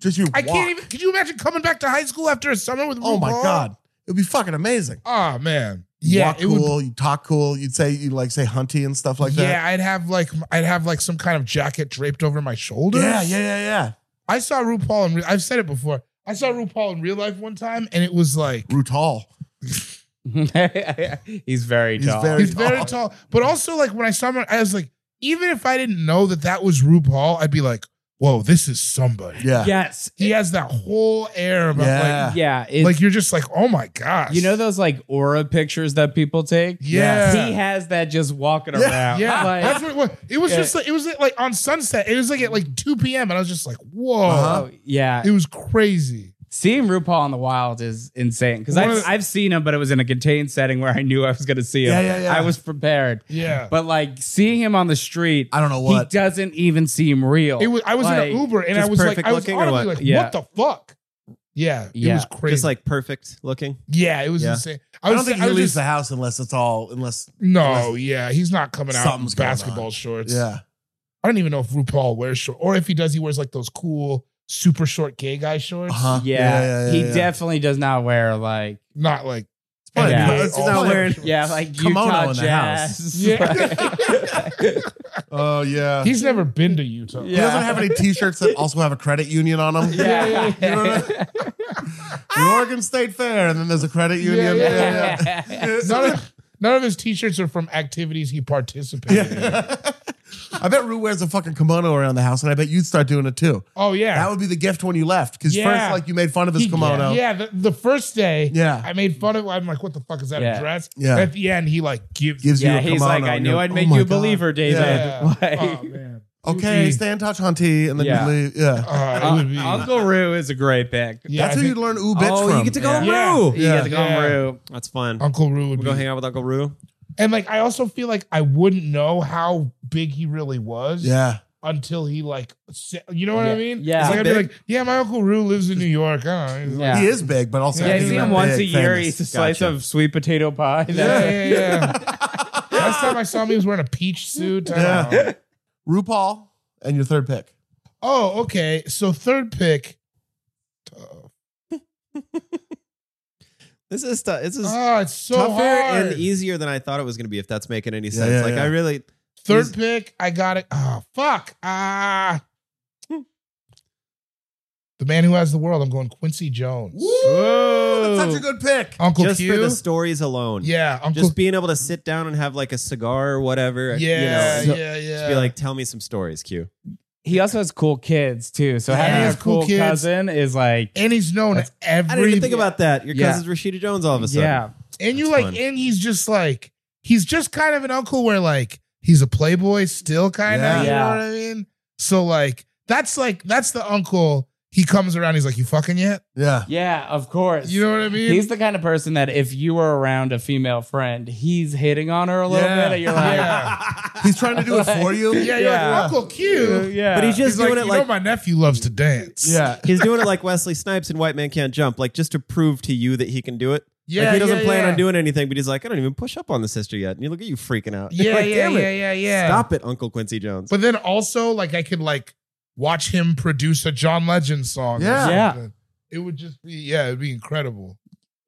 [SPEAKER 2] Just you.
[SPEAKER 3] I
[SPEAKER 2] walk.
[SPEAKER 3] can't even. Could you imagine coming back to high school after a summer with?
[SPEAKER 2] Oh my
[SPEAKER 3] RuPaul?
[SPEAKER 2] god, it'd be fucking amazing.
[SPEAKER 3] Oh man. Yeah,
[SPEAKER 2] Walk cool. You talk cool. You'd say you like say hunty and stuff like
[SPEAKER 3] yeah,
[SPEAKER 2] that.
[SPEAKER 3] I'd have like I'd have like some kind of jacket draped over my shoulders.
[SPEAKER 2] Yeah, yeah, yeah, yeah.
[SPEAKER 3] I saw RuPaul in. Re- I've said it before. I saw RuPaul in real life one time, and it was like
[SPEAKER 2] Rutal.
[SPEAKER 5] He's very
[SPEAKER 2] He's
[SPEAKER 5] tall.
[SPEAKER 2] very-
[SPEAKER 3] he's very tall. But also, like when I saw him, I was like, even if I didn't know that that was RuPaul, I'd be like, "Whoa, this is somebody."
[SPEAKER 2] Yeah.
[SPEAKER 5] yes.
[SPEAKER 3] he has that whole air about
[SPEAKER 2] Yeah.
[SPEAKER 5] Yeah.
[SPEAKER 3] like,
[SPEAKER 5] It's,
[SPEAKER 3] like you're just like, "Oh my gosh!"
[SPEAKER 5] you know those like aura pictures that people take.
[SPEAKER 3] Yeah.
[SPEAKER 5] He has that just walking around.
[SPEAKER 3] Yeah,
[SPEAKER 5] Like,
[SPEAKER 3] that's what it was. It was
[SPEAKER 5] Yeah.
[SPEAKER 3] just like, it was like on sunset. It was like at like 2 p.m. and I was just like, whoa,
[SPEAKER 2] Uh-huh.
[SPEAKER 5] oh, yeah.
[SPEAKER 3] it was crazy.
[SPEAKER 5] Seeing RuPaul in the wild is insane because
[SPEAKER 3] One
[SPEAKER 5] I've,
[SPEAKER 3] of the-
[SPEAKER 5] I've seen him, but it was in a contained setting where I knew I was going to see him.
[SPEAKER 2] Yeah, yeah, yeah.
[SPEAKER 5] I was prepared.
[SPEAKER 3] Yeah,
[SPEAKER 5] But like seeing him on the street,
[SPEAKER 2] I don't know
[SPEAKER 5] he
[SPEAKER 2] what.
[SPEAKER 5] doesn't even seem real.
[SPEAKER 3] it was. I was
[SPEAKER 5] Like,
[SPEAKER 3] in an Uber and I
[SPEAKER 6] just
[SPEAKER 3] was like,
[SPEAKER 6] perfect
[SPEAKER 3] I was
[SPEAKER 6] looking or
[SPEAKER 3] audibly
[SPEAKER 6] what?
[SPEAKER 3] like,
[SPEAKER 5] Yeah.
[SPEAKER 3] what the fuck? Yeah, it
[SPEAKER 5] Yeah.
[SPEAKER 3] was crazy.
[SPEAKER 6] Just like perfect looking.
[SPEAKER 3] yeah, it was
[SPEAKER 6] Yeah.
[SPEAKER 3] insane. I
[SPEAKER 2] I
[SPEAKER 3] was.
[SPEAKER 2] don't think
[SPEAKER 3] I
[SPEAKER 2] he
[SPEAKER 3] was
[SPEAKER 2] leaves
[SPEAKER 3] just,
[SPEAKER 2] the house unless it's all unless.
[SPEAKER 3] no, yeah, he's not coming out in
[SPEAKER 2] Something's going
[SPEAKER 3] basketball
[SPEAKER 2] on.
[SPEAKER 3] shorts.
[SPEAKER 2] Yeah.
[SPEAKER 3] I don't even know if RuPaul wears shorts, or if he does, he wears like those cool super short gay guy shorts.
[SPEAKER 2] Uh-huh.
[SPEAKER 5] yeah, he definitely does not wear like,
[SPEAKER 3] Not like
[SPEAKER 2] probably-
[SPEAKER 3] NBA
[SPEAKER 5] Yeah.
[SPEAKER 2] it's not
[SPEAKER 3] all-star
[SPEAKER 2] wearing-
[SPEAKER 3] shorts.
[SPEAKER 5] yeah, like
[SPEAKER 2] Kimono
[SPEAKER 5] Utah
[SPEAKER 2] in the
[SPEAKER 5] Jazz.
[SPEAKER 3] Yeah.
[SPEAKER 2] Oh yeah.
[SPEAKER 3] He's never been to Utah.
[SPEAKER 2] He doesn't have any T-shirts that also have a credit union on them.
[SPEAKER 5] yeah,
[SPEAKER 2] You know what I mean? The Oregon State Fair, and then there's a credit union.
[SPEAKER 3] yeah,
[SPEAKER 2] Yeah, yeah.
[SPEAKER 3] None of, none of his t-shirts are from activities he participated in.
[SPEAKER 2] I bet Rue wears a fucking kimono around the house, and I bet you'd start doing it too.
[SPEAKER 3] Oh yeah.
[SPEAKER 2] That would be the gift when you left, because
[SPEAKER 3] Yeah.
[SPEAKER 2] first, like, you made fun of his
[SPEAKER 5] He-
[SPEAKER 2] kimono.
[SPEAKER 3] yeah, the, the first day,
[SPEAKER 2] Yeah.
[SPEAKER 3] I made fun of. I'm like, "What the fuck is that
[SPEAKER 5] Yeah.
[SPEAKER 3] a dress?"
[SPEAKER 2] Yeah.
[SPEAKER 3] At the end, he like gives.
[SPEAKER 2] Gives you
[SPEAKER 5] Yeah,
[SPEAKER 2] a
[SPEAKER 5] he's
[SPEAKER 2] kimono,
[SPEAKER 5] like, I
[SPEAKER 2] and
[SPEAKER 5] knew
[SPEAKER 2] you're
[SPEAKER 5] I'd
[SPEAKER 2] like,
[SPEAKER 5] make
[SPEAKER 2] "Oh
[SPEAKER 5] you a
[SPEAKER 2] my God."
[SPEAKER 5] believer, David.
[SPEAKER 2] Yeah.
[SPEAKER 3] yeah.
[SPEAKER 5] Like-
[SPEAKER 3] oh man.
[SPEAKER 2] Okay, stay in touch, hunty, and then
[SPEAKER 5] Yeah.
[SPEAKER 2] you leave. Yeah.
[SPEAKER 3] Uh, it would be, Oh,
[SPEAKER 5] Uncle Roo is a great pick.
[SPEAKER 3] yeah,
[SPEAKER 2] That's
[SPEAKER 3] I
[SPEAKER 2] who you
[SPEAKER 3] think
[SPEAKER 2] learn ooh bitch
[SPEAKER 5] Oh,
[SPEAKER 2] from.
[SPEAKER 3] Yeah.
[SPEAKER 5] go Roo. You
[SPEAKER 2] Yeah.
[SPEAKER 5] get to go
[SPEAKER 3] Yeah.
[SPEAKER 5] Roo.
[SPEAKER 6] That's fun.
[SPEAKER 3] Uncle Roo would be.
[SPEAKER 6] We'll go hang out with Uncle Roo.
[SPEAKER 3] and like, I also feel like I wouldn't know how big he really was.
[SPEAKER 2] yeah.
[SPEAKER 3] Until he like, sa- you know what I
[SPEAKER 5] Yeah.
[SPEAKER 3] mean?
[SPEAKER 5] Yeah.
[SPEAKER 3] It's like, I'd be
[SPEAKER 6] Big.
[SPEAKER 3] like, yeah, my uncle Roo lives in New York. I don't know. He's like-
[SPEAKER 5] Yeah.
[SPEAKER 2] He is big, but also
[SPEAKER 5] Yeah, I
[SPEAKER 2] he's
[SPEAKER 5] see
[SPEAKER 2] not
[SPEAKER 5] him once a
[SPEAKER 2] big,
[SPEAKER 5] year.
[SPEAKER 2] famous.
[SPEAKER 5] He's a slice
[SPEAKER 6] Gotcha.
[SPEAKER 5] of sweet potato pie.
[SPEAKER 3] yeah,
[SPEAKER 5] That's-
[SPEAKER 3] yeah, yeah. yeah. Last time I saw him, he was wearing a peach suit. I don't
[SPEAKER 2] Yeah.
[SPEAKER 3] know.
[SPEAKER 2] RuPaul and your third pick.
[SPEAKER 3] Oh, okay. So third pick.
[SPEAKER 6] This is stu- this is
[SPEAKER 3] Oh, it's so
[SPEAKER 6] tougher
[SPEAKER 3] hard.
[SPEAKER 6] and easier than I thought it was going to be. If that's making any
[SPEAKER 2] Yeah,
[SPEAKER 6] sense,
[SPEAKER 2] yeah,
[SPEAKER 6] like
[SPEAKER 2] yeah.
[SPEAKER 6] I really
[SPEAKER 3] Third
[SPEAKER 6] Is-
[SPEAKER 3] pick, I got it. Oh, fuck. Ah. the man who has the world. I'm going Quincy Jones.
[SPEAKER 2] Whoa, Oh, that's such a good pick.
[SPEAKER 3] Uncle
[SPEAKER 6] just
[SPEAKER 3] Q.
[SPEAKER 6] for the stories alone.
[SPEAKER 3] yeah, Uncle.
[SPEAKER 6] just being able to sit down and have like a cigar or whatever.
[SPEAKER 3] yeah,
[SPEAKER 6] you know, and
[SPEAKER 3] yeah, yeah.
[SPEAKER 6] just be like, tell me some stories, Q.
[SPEAKER 5] He also has cool kids too. So
[SPEAKER 3] Yeah,
[SPEAKER 5] having
[SPEAKER 3] he
[SPEAKER 5] his
[SPEAKER 3] has cool
[SPEAKER 5] cool,
[SPEAKER 3] kids.
[SPEAKER 5] cousin is like,
[SPEAKER 3] and he's known
[SPEAKER 5] That's-
[SPEAKER 3] every.
[SPEAKER 6] I didn't even think about that. Your
[SPEAKER 5] Yeah.
[SPEAKER 6] cousin's Rashida Jones all of a sudden.
[SPEAKER 5] yeah,
[SPEAKER 3] And you
[SPEAKER 6] That's
[SPEAKER 3] like,
[SPEAKER 6] fun.
[SPEAKER 3] and he's just like, he's just kind of an uncle where like he's a playboy still, kind of.
[SPEAKER 2] Yeah.
[SPEAKER 3] You
[SPEAKER 5] Yeah.
[SPEAKER 3] know what I mean? So like, that's like that's the uncle. He comes around. He's like, you fucking yet?
[SPEAKER 2] Yeah.
[SPEAKER 5] yeah, of course.
[SPEAKER 3] You know what I mean?
[SPEAKER 5] he's the kind of person that if you were around a female friend, he's hitting on her a little
[SPEAKER 2] Yeah.
[SPEAKER 5] bit, and you're like,
[SPEAKER 2] He's trying to do it for you.
[SPEAKER 3] Yeah, you're
[SPEAKER 5] Yeah.
[SPEAKER 3] like Uncle Q.
[SPEAKER 5] yeah.
[SPEAKER 6] But he's just
[SPEAKER 3] He's like,
[SPEAKER 6] doing
[SPEAKER 3] you
[SPEAKER 6] it
[SPEAKER 3] know,
[SPEAKER 6] like
[SPEAKER 3] my nephew loves to dance.
[SPEAKER 2] Yeah.
[SPEAKER 6] he's doing it like Wesley Snipes and White Man Can't Jump, like just to prove to you that he can do it.
[SPEAKER 3] yeah.
[SPEAKER 6] like he doesn't
[SPEAKER 3] yeah,
[SPEAKER 6] plan
[SPEAKER 3] yeah.
[SPEAKER 6] on doing anything, but he's like, I don't even push up on the sister yet. And you look at you freaking out.
[SPEAKER 3] Yeah,
[SPEAKER 6] like,
[SPEAKER 3] yeah,
[SPEAKER 6] damn it.
[SPEAKER 3] yeah, yeah, yeah.
[SPEAKER 6] Stop it, Uncle Quincy Jones.
[SPEAKER 3] But then also, like, I could like watch him produce a John Legend song. or
[SPEAKER 2] Yeah.
[SPEAKER 5] Yeah.
[SPEAKER 3] something. It would just be yeah, it'd be incredible.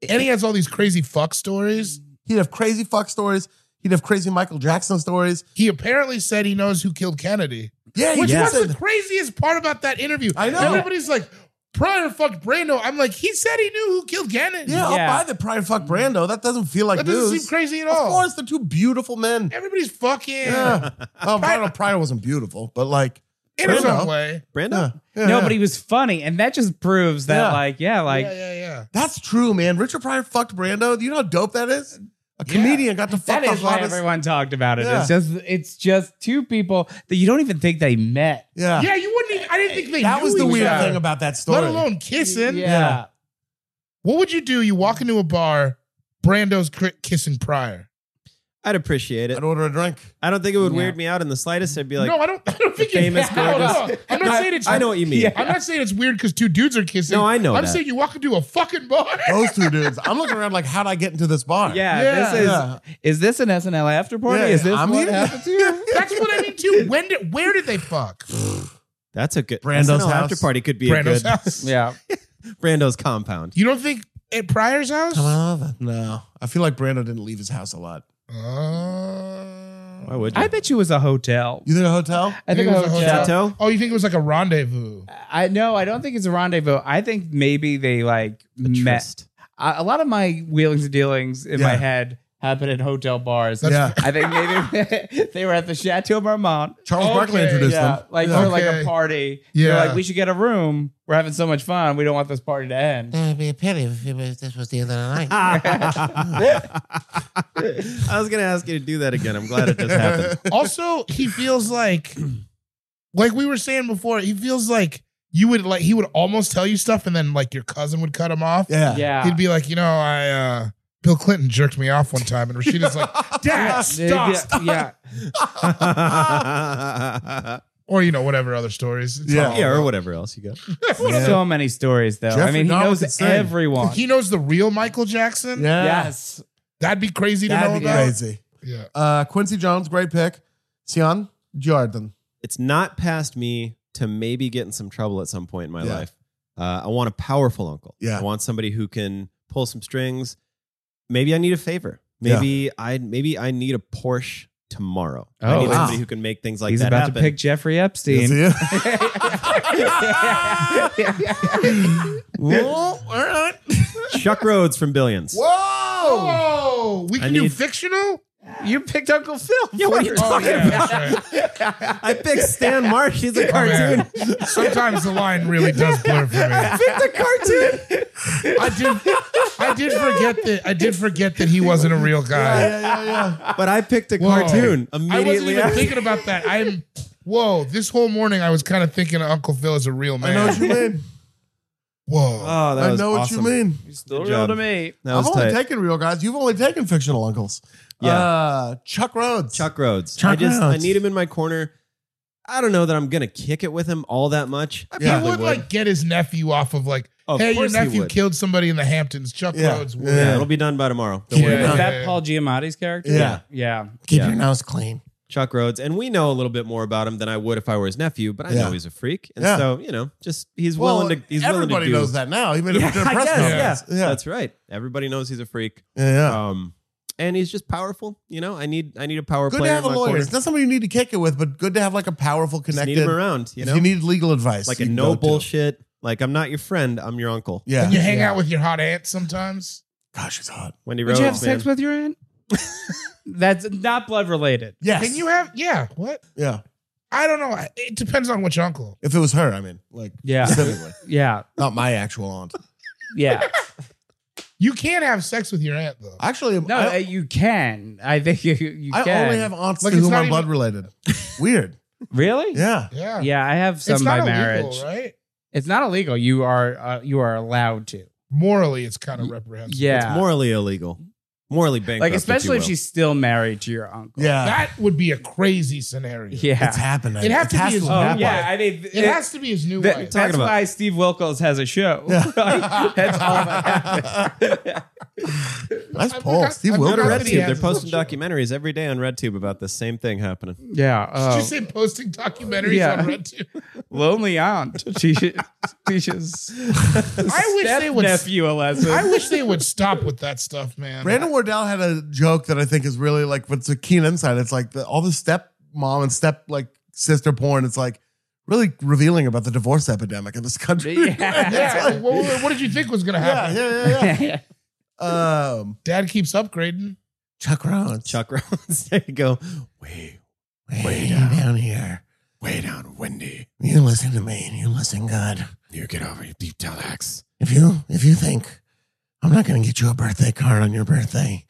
[SPEAKER 3] And he has all these crazy fuck stories.
[SPEAKER 2] He'd have crazy fuck stories. He'd have crazy Michael Jackson stories.
[SPEAKER 3] He apparently said he knows who killed Kennedy,
[SPEAKER 2] Yeah, he
[SPEAKER 3] which
[SPEAKER 2] just
[SPEAKER 3] was the
[SPEAKER 2] said-
[SPEAKER 3] craziest part about that interview.
[SPEAKER 2] I know.
[SPEAKER 3] everybody's like, Pryor fucked Brando. I'm like, he said he knew who killed Kennedy.
[SPEAKER 2] yeah,
[SPEAKER 5] Yeah.
[SPEAKER 2] I'll buy the Pride fuck Brando. That doesn't feel like
[SPEAKER 3] that doesn't
[SPEAKER 2] news.
[SPEAKER 3] seem crazy at
[SPEAKER 2] Of
[SPEAKER 3] all.
[SPEAKER 2] course, they're two beautiful men.
[SPEAKER 3] everybody's fucking.
[SPEAKER 2] Yeah. Um, I don't know. Pryor wasn't beautiful, but like
[SPEAKER 3] in his
[SPEAKER 2] Brando.
[SPEAKER 3] own way.
[SPEAKER 6] Brando?
[SPEAKER 2] Yeah,
[SPEAKER 5] no,
[SPEAKER 2] yeah.
[SPEAKER 5] but he was funny, and that just proves that,
[SPEAKER 2] Yeah.
[SPEAKER 5] like, yeah, like,
[SPEAKER 3] yeah, yeah, yeah.
[SPEAKER 2] That's true, man. Richard Pryor fucked Brando. Do you know how dope that is? A comedian got to fuck
[SPEAKER 5] that
[SPEAKER 2] the
[SPEAKER 5] is why
[SPEAKER 2] hottest.
[SPEAKER 5] everyone talked about it.
[SPEAKER 2] Yeah.
[SPEAKER 5] It's just, it's just two people that you don't even think they met.
[SPEAKER 6] ah.
[SPEAKER 2] Yeah.
[SPEAKER 3] Yeah, you wouldn't. Even, I didn't think they.
[SPEAKER 2] That
[SPEAKER 3] knew
[SPEAKER 2] was the
[SPEAKER 3] each
[SPEAKER 2] weird
[SPEAKER 3] other,
[SPEAKER 2] thing about that story.
[SPEAKER 3] Let alone kissing.
[SPEAKER 2] Yeah.
[SPEAKER 3] What would you do? You walk into a bar, Brando's cri- kissing Pryor.
[SPEAKER 6] I'd appreciate it.
[SPEAKER 2] I'd order a drink.
[SPEAKER 6] I don't think it would
[SPEAKER 5] Yeah.
[SPEAKER 6] weird me out in the slightest. I'd be like,
[SPEAKER 3] no, I don't. I don't think it's
[SPEAKER 6] famous,
[SPEAKER 3] no,
[SPEAKER 6] gorgeous-
[SPEAKER 3] no, I'm not
[SPEAKER 6] I,
[SPEAKER 3] saying it's.
[SPEAKER 6] I know what you mean.
[SPEAKER 5] Yeah.
[SPEAKER 3] I'm not saying it's weird because two dudes are kissing.
[SPEAKER 6] No, I know
[SPEAKER 3] I'm
[SPEAKER 6] that.
[SPEAKER 3] saying you walk into a fucking bar.
[SPEAKER 2] Those two dudes. I'm looking around like, how'd I get into this bar?
[SPEAKER 5] Yeah,
[SPEAKER 3] Yeah.
[SPEAKER 5] this is
[SPEAKER 2] Yeah.
[SPEAKER 5] is this an SNL after party?
[SPEAKER 2] Yeah,
[SPEAKER 5] is this
[SPEAKER 2] I'm
[SPEAKER 5] what
[SPEAKER 2] here.
[SPEAKER 5] happened to you?
[SPEAKER 3] That's what I mean too. When did? Where did they fuck?
[SPEAKER 6] That's a good
[SPEAKER 2] Brando's
[SPEAKER 6] SNL
[SPEAKER 2] house.
[SPEAKER 6] after party could be
[SPEAKER 3] Brando's
[SPEAKER 6] a good
[SPEAKER 3] house.
[SPEAKER 5] yeah.
[SPEAKER 6] Brando's compound.
[SPEAKER 3] You don't think at Pryor's house?
[SPEAKER 2] Come on. No. I feel like Brando didn't leave his house a lot.
[SPEAKER 3] Uh,
[SPEAKER 6] Why would you?
[SPEAKER 5] I bet you it was a hotel.
[SPEAKER 2] You think a hotel?
[SPEAKER 5] I think
[SPEAKER 3] It
[SPEAKER 5] a
[SPEAKER 3] was a
[SPEAKER 5] hotel.
[SPEAKER 6] Chateau?
[SPEAKER 3] oh, you think it was like a rendezvous?
[SPEAKER 5] I no, I don't think it's a rendezvous. I think maybe they like met.
[SPEAKER 6] Trist.
[SPEAKER 5] I, a lot of my wheelings and dealings in my
[SPEAKER 2] Yeah.
[SPEAKER 5] head happen in hotel bars.
[SPEAKER 2] Yeah.
[SPEAKER 5] I think maybe they were at the Chateau Marmont.
[SPEAKER 2] Charles Barkley
[SPEAKER 3] Okay,
[SPEAKER 2] introduced
[SPEAKER 5] yeah,
[SPEAKER 2] them.
[SPEAKER 5] like
[SPEAKER 2] Yeah.
[SPEAKER 5] for like a
[SPEAKER 3] Okay.
[SPEAKER 5] party.
[SPEAKER 3] Yeah.
[SPEAKER 5] They're like, we should get a room. We're having so much fun. We don't want this party to end.
[SPEAKER 7] That'd be a pity if it was, this was the end of the night.
[SPEAKER 6] I was gonna ask you to do that again. I'm glad it just happened.
[SPEAKER 3] also, he feels like, like we were saying before, he feels like you would like he would almost tell you stuff, and then like your cousin would cut him off.
[SPEAKER 2] Yeah.
[SPEAKER 5] Yeah.
[SPEAKER 3] He'd be like, you know, I uh Bill Clinton jerked me off one time, and Rashida's like, Dad,
[SPEAKER 5] yeah,
[SPEAKER 3] stop, stop.
[SPEAKER 5] yeah.
[SPEAKER 3] or you know, whatever other stories. It's
[SPEAKER 2] Yeah.
[SPEAKER 3] all-
[SPEAKER 6] yeah, or whatever else you got.
[SPEAKER 5] So many stories, though. I
[SPEAKER 2] Jeffrey
[SPEAKER 5] mean, he
[SPEAKER 2] Dahmer could
[SPEAKER 5] knows
[SPEAKER 2] sing.
[SPEAKER 5] everyone.
[SPEAKER 3] He knows the real Michael Jackson.
[SPEAKER 2] Yeah.
[SPEAKER 5] yes.
[SPEAKER 3] That'd be crazy to know
[SPEAKER 2] That'd be
[SPEAKER 3] about.
[SPEAKER 2] crazy.
[SPEAKER 3] Yeah.
[SPEAKER 2] Uh, Quincy Jones, great pick. Sion Jordan.
[SPEAKER 6] It's not past me to maybe get in some trouble at some point in my
[SPEAKER 2] Yeah.
[SPEAKER 6] life. Uh, I want a powerful uncle.
[SPEAKER 2] Yeah.
[SPEAKER 6] I want somebody who can pull some strings. Maybe I need a favor. Maybe I maybe I need a Porsche tomorrow. I
[SPEAKER 5] Oh,
[SPEAKER 6] need
[SPEAKER 2] wow.
[SPEAKER 6] somebody who can make things like
[SPEAKER 5] He's
[SPEAKER 6] that
[SPEAKER 5] about
[SPEAKER 6] happen.
[SPEAKER 5] to pick Jeffrey Epstein.
[SPEAKER 2] Is
[SPEAKER 5] yeah.
[SPEAKER 2] he? Whoa, all right.
[SPEAKER 6] Chuck Rhodes from Billions.
[SPEAKER 2] Whoa.
[SPEAKER 3] Oh, we
[SPEAKER 6] I
[SPEAKER 3] can do
[SPEAKER 6] need-
[SPEAKER 3] fictional.
[SPEAKER 5] You picked Uncle Phil.
[SPEAKER 6] Yeah, what are you
[SPEAKER 3] Oh,
[SPEAKER 6] talking
[SPEAKER 3] yeah,
[SPEAKER 6] about?
[SPEAKER 3] that's right.
[SPEAKER 6] I picked Stan Marsh. He's a
[SPEAKER 3] Oh, man.
[SPEAKER 6] cartoon.
[SPEAKER 3] Sometimes the line really does blur for me.
[SPEAKER 6] I picked a cartoon.
[SPEAKER 3] I did. I did forget that. I did forget that he wasn't a real guy.
[SPEAKER 2] Yeah, yeah, yeah.
[SPEAKER 6] But I picked a
[SPEAKER 3] Whoa.
[SPEAKER 6] cartoon
[SPEAKER 3] I wasn't
[SPEAKER 6] immediately
[SPEAKER 3] even
[SPEAKER 6] after.
[SPEAKER 3] thinking about that. I'm. Whoa! This whole morning, I was kind of thinking of Uncle Phil as a real
[SPEAKER 2] I know
[SPEAKER 3] man.
[SPEAKER 2] what you Uh, mean.
[SPEAKER 3] Whoa!
[SPEAKER 6] Oh, that
[SPEAKER 2] I
[SPEAKER 6] was
[SPEAKER 2] know what
[SPEAKER 6] awesome.
[SPEAKER 2] you mean.
[SPEAKER 5] Still
[SPEAKER 6] Good job.
[SPEAKER 5] real to me.
[SPEAKER 6] That
[SPEAKER 2] I've
[SPEAKER 6] was
[SPEAKER 2] only
[SPEAKER 6] tight.
[SPEAKER 2] taken real guys. You've only taken fictional uncles.
[SPEAKER 6] Yeah.
[SPEAKER 2] Uh, Chuck Rhodes.
[SPEAKER 6] Chuck Rhodes.
[SPEAKER 2] Chuck
[SPEAKER 6] I just I
[SPEAKER 2] Rhodes.
[SPEAKER 6] need him in my corner. I don't know that I'm gonna kick it with him all that much.
[SPEAKER 3] I
[SPEAKER 2] Yeah.
[SPEAKER 3] he would, like get his nephew off of like,
[SPEAKER 6] Of
[SPEAKER 3] hey, your
[SPEAKER 6] course he
[SPEAKER 3] nephew
[SPEAKER 6] would.
[SPEAKER 3] killed somebody in the Hamptons. Chuck
[SPEAKER 2] Yeah.
[SPEAKER 3] Rhodes. would.
[SPEAKER 6] Yeah,
[SPEAKER 2] Yeah.
[SPEAKER 6] it'll be done by tomorrow. Don't worry
[SPEAKER 3] Yeah.
[SPEAKER 6] about
[SPEAKER 5] Is
[SPEAKER 6] it.
[SPEAKER 5] that Paul Giamatti's character?
[SPEAKER 2] Yeah.
[SPEAKER 5] Yeah.
[SPEAKER 7] Keep
[SPEAKER 6] Yeah.
[SPEAKER 7] your nose clean.
[SPEAKER 6] Chuck Rhodes. And we know a little bit more about him than I would if I were his nephew, but I
[SPEAKER 2] Yeah.
[SPEAKER 6] know he's a freak. And
[SPEAKER 2] Yeah.
[SPEAKER 6] so, you know, just he's
[SPEAKER 2] Well,
[SPEAKER 6] willing to he's
[SPEAKER 2] everybody
[SPEAKER 6] willing to do
[SPEAKER 2] knows that now. Even if
[SPEAKER 6] Yeah,
[SPEAKER 2] yeah,
[SPEAKER 6] I
[SPEAKER 2] press
[SPEAKER 6] guess,
[SPEAKER 2] conference.
[SPEAKER 6] yeah. That's right. Everybody knows he's a freak.
[SPEAKER 2] yeah, yeah.
[SPEAKER 6] Um and he's just powerful, you know. I need I need a power
[SPEAKER 2] good
[SPEAKER 6] player.
[SPEAKER 2] to have a
[SPEAKER 6] in my
[SPEAKER 2] lawyer.
[SPEAKER 6] corner.
[SPEAKER 2] It's not somebody you need to kick it with, but good to have like a powerful,
[SPEAKER 6] Just
[SPEAKER 2] connected.
[SPEAKER 6] need him around, you
[SPEAKER 2] if
[SPEAKER 6] know.
[SPEAKER 2] you need legal advice,
[SPEAKER 6] like
[SPEAKER 2] you
[SPEAKER 6] a
[SPEAKER 2] can
[SPEAKER 6] no
[SPEAKER 2] go to.
[SPEAKER 6] bullshit. Like I'm not your friend. I'm your uncle.
[SPEAKER 2] Yeah.
[SPEAKER 3] And you hang out with your hot aunt sometimes.
[SPEAKER 2] Gosh, it's hot.
[SPEAKER 6] Wendy
[SPEAKER 5] Would
[SPEAKER 6] Rhodes.
[SPEAKER 5] you have
[SPEAKER 6] man.
[SPEAKER 5] sex with your aunt? That's not blood related.
[SPEAKER 2] Yes.
[SPEAKER 3] Can you have? Yeah. What?
[SPEAKER 2] Yeah.
[SPEAKER 3] I don't know. I- It depends on which uncle.
[SPEAKER 2] If it was her, I mean, like,
[SPEAKER 5] Yeah.
[SPEAKER 2] specifically,
[SPEAKER 5] Yeah.
[SPEAKER 2] not my actual aunt.
[SPEAKER 5] Yeah.
[SPEAKER 3] You can have sex with your aunt though.
[SPEAKER 2] Actually,
[SPEAKER 5] No, uh,
[SPEAKER 2] I,
[SPEAKER 5] you can. I think you, you
[SPEAKER 2] I
[SPEAKER 5] can.
[SPEAKER 2] only have aunts
[SPEAKER 3] Like,
[SPEAKER 2] to
[SPEAKER 3] it's
[SPEAKER 2] whom
[SPEAKER 3] not
[SPEAKER 2] I'm
[SPEAKER 3] even-
[SPEAKER 2] blood related. Weird.
[SPEAKER 5] Really?
[SPEAKER 2] Yeah.
[SPEAKER 3] Yeah.
[SPEAKER 5] Yeah, I have some
[SPEAKER 3] it's
[SPEAKER 5] by
[SPEAKER 3] not
[SPEAKER 5] marriage.
[SPEAKER 3] illegal, right?
[SPEAKER 5] It's not illegal. You are uh, you are allowed to.
[SPEAKER 3] Morally, it's kind of reprehensible.
[SPEAKER 5] Yeah.
[SPEAKER 6] It's morally illegal. Morally bankrupt.
[SPEAKER 5] like
[SPEAKER 6] you
[SPEAKER 5] especially if
[SPEAKER 6] will.
[SPEAKER 5] she's still married to your uncle.
[SPEAKER 2] Yeah.
[SPEAKER 3] That would be a crazy scenario.
[SPEAKER 5] Yeah.
[SPEAKER 2] It's happening.
[SPEAKER 3] It'd have
[SPEAKER 2] It
[SPEAKER 3] to be
[SPEAKER 2] has
[SPEAKER 3] his-
[SPEAKER 5] Oh,
[SPEAKER 2] happen.
[SPEAKER 5] yeah. I mean,
[SPEAKER 3] It has to be his new
[SPEAKER 5] that-
[SPEAKER 3] wife.
[SPEAKER 6] talking
[SPEAKER 5] that's
[SPEAKER 6] about?
[SPEAKER 5] why Steve Wilkos has a show. Like, that's all that happens.
[SPEAKER 2] Nice
[SPEAKER 3] I've
[SPEAKER 2] pull.
[SPEAKER 3] got-
[SPEAKER 2] Steve
[SPEAKER 3] I've
[SPEAKER 6] Go to
[SPEAKER 3] got
[SPEAKER 2] Wilkos.
[SPEAKER 3] that he
[SPEAKER 6] RedTube.
[SPEAKER 3] has
[SPEAKER 6] They're
[SPEAKER 3] his
[SPEAKER 6] posting
[SPEAKER 3] own show.
[SPEAKER 6] documentaries every day on RedTube about the same thing happening.
[SPEAKER 5] yeah.
[SPEAKER 3] Did
[SPEAKER 5] oh.
[SPEAKER 3] you say posting documentaries
[SPEAKER 5] Yeah.
[SPEAKER 3] on RedTube?
[SPEAKER 5] lonely aunt teaches teaches
[SPEAKER 3] I wish they would.
[SPEAKER 5] nephew a lesson.
[SPEAKER 3] I wish they would stop with that stuff, man.
[SPEAKER 2] Brandon Wardell had a joke that I think is really like what's a keen insight. It's like the, all the step mom and step like sister porn. It's like really revealing about the divorce epidemic in this country.
[SPEAKER 5] Yeah.
[SPEAKER 3] yeah. like, what, what- what did you think was gonna
[SPEAKER 2] yeah, yeah,
[SPEAKER 3] happen?
[SPEAKER 2] yeah, yeah. Um,
[SPEAKER 3] Dad keeps upgrading.
[SPEAKER 2] Chuck Rollins.
[SPEAKER 6] Chuck Rhodes. There you go.
[SPEAKER 2] way, way down. here. way down windy.
[SPEAKER 7] You listen to me and you listen good.
[SPEAKER 2] You get over your deep down axe.
[SPEAKER 7] If you if you think I'm not gonna get you a birthday card on your birthday,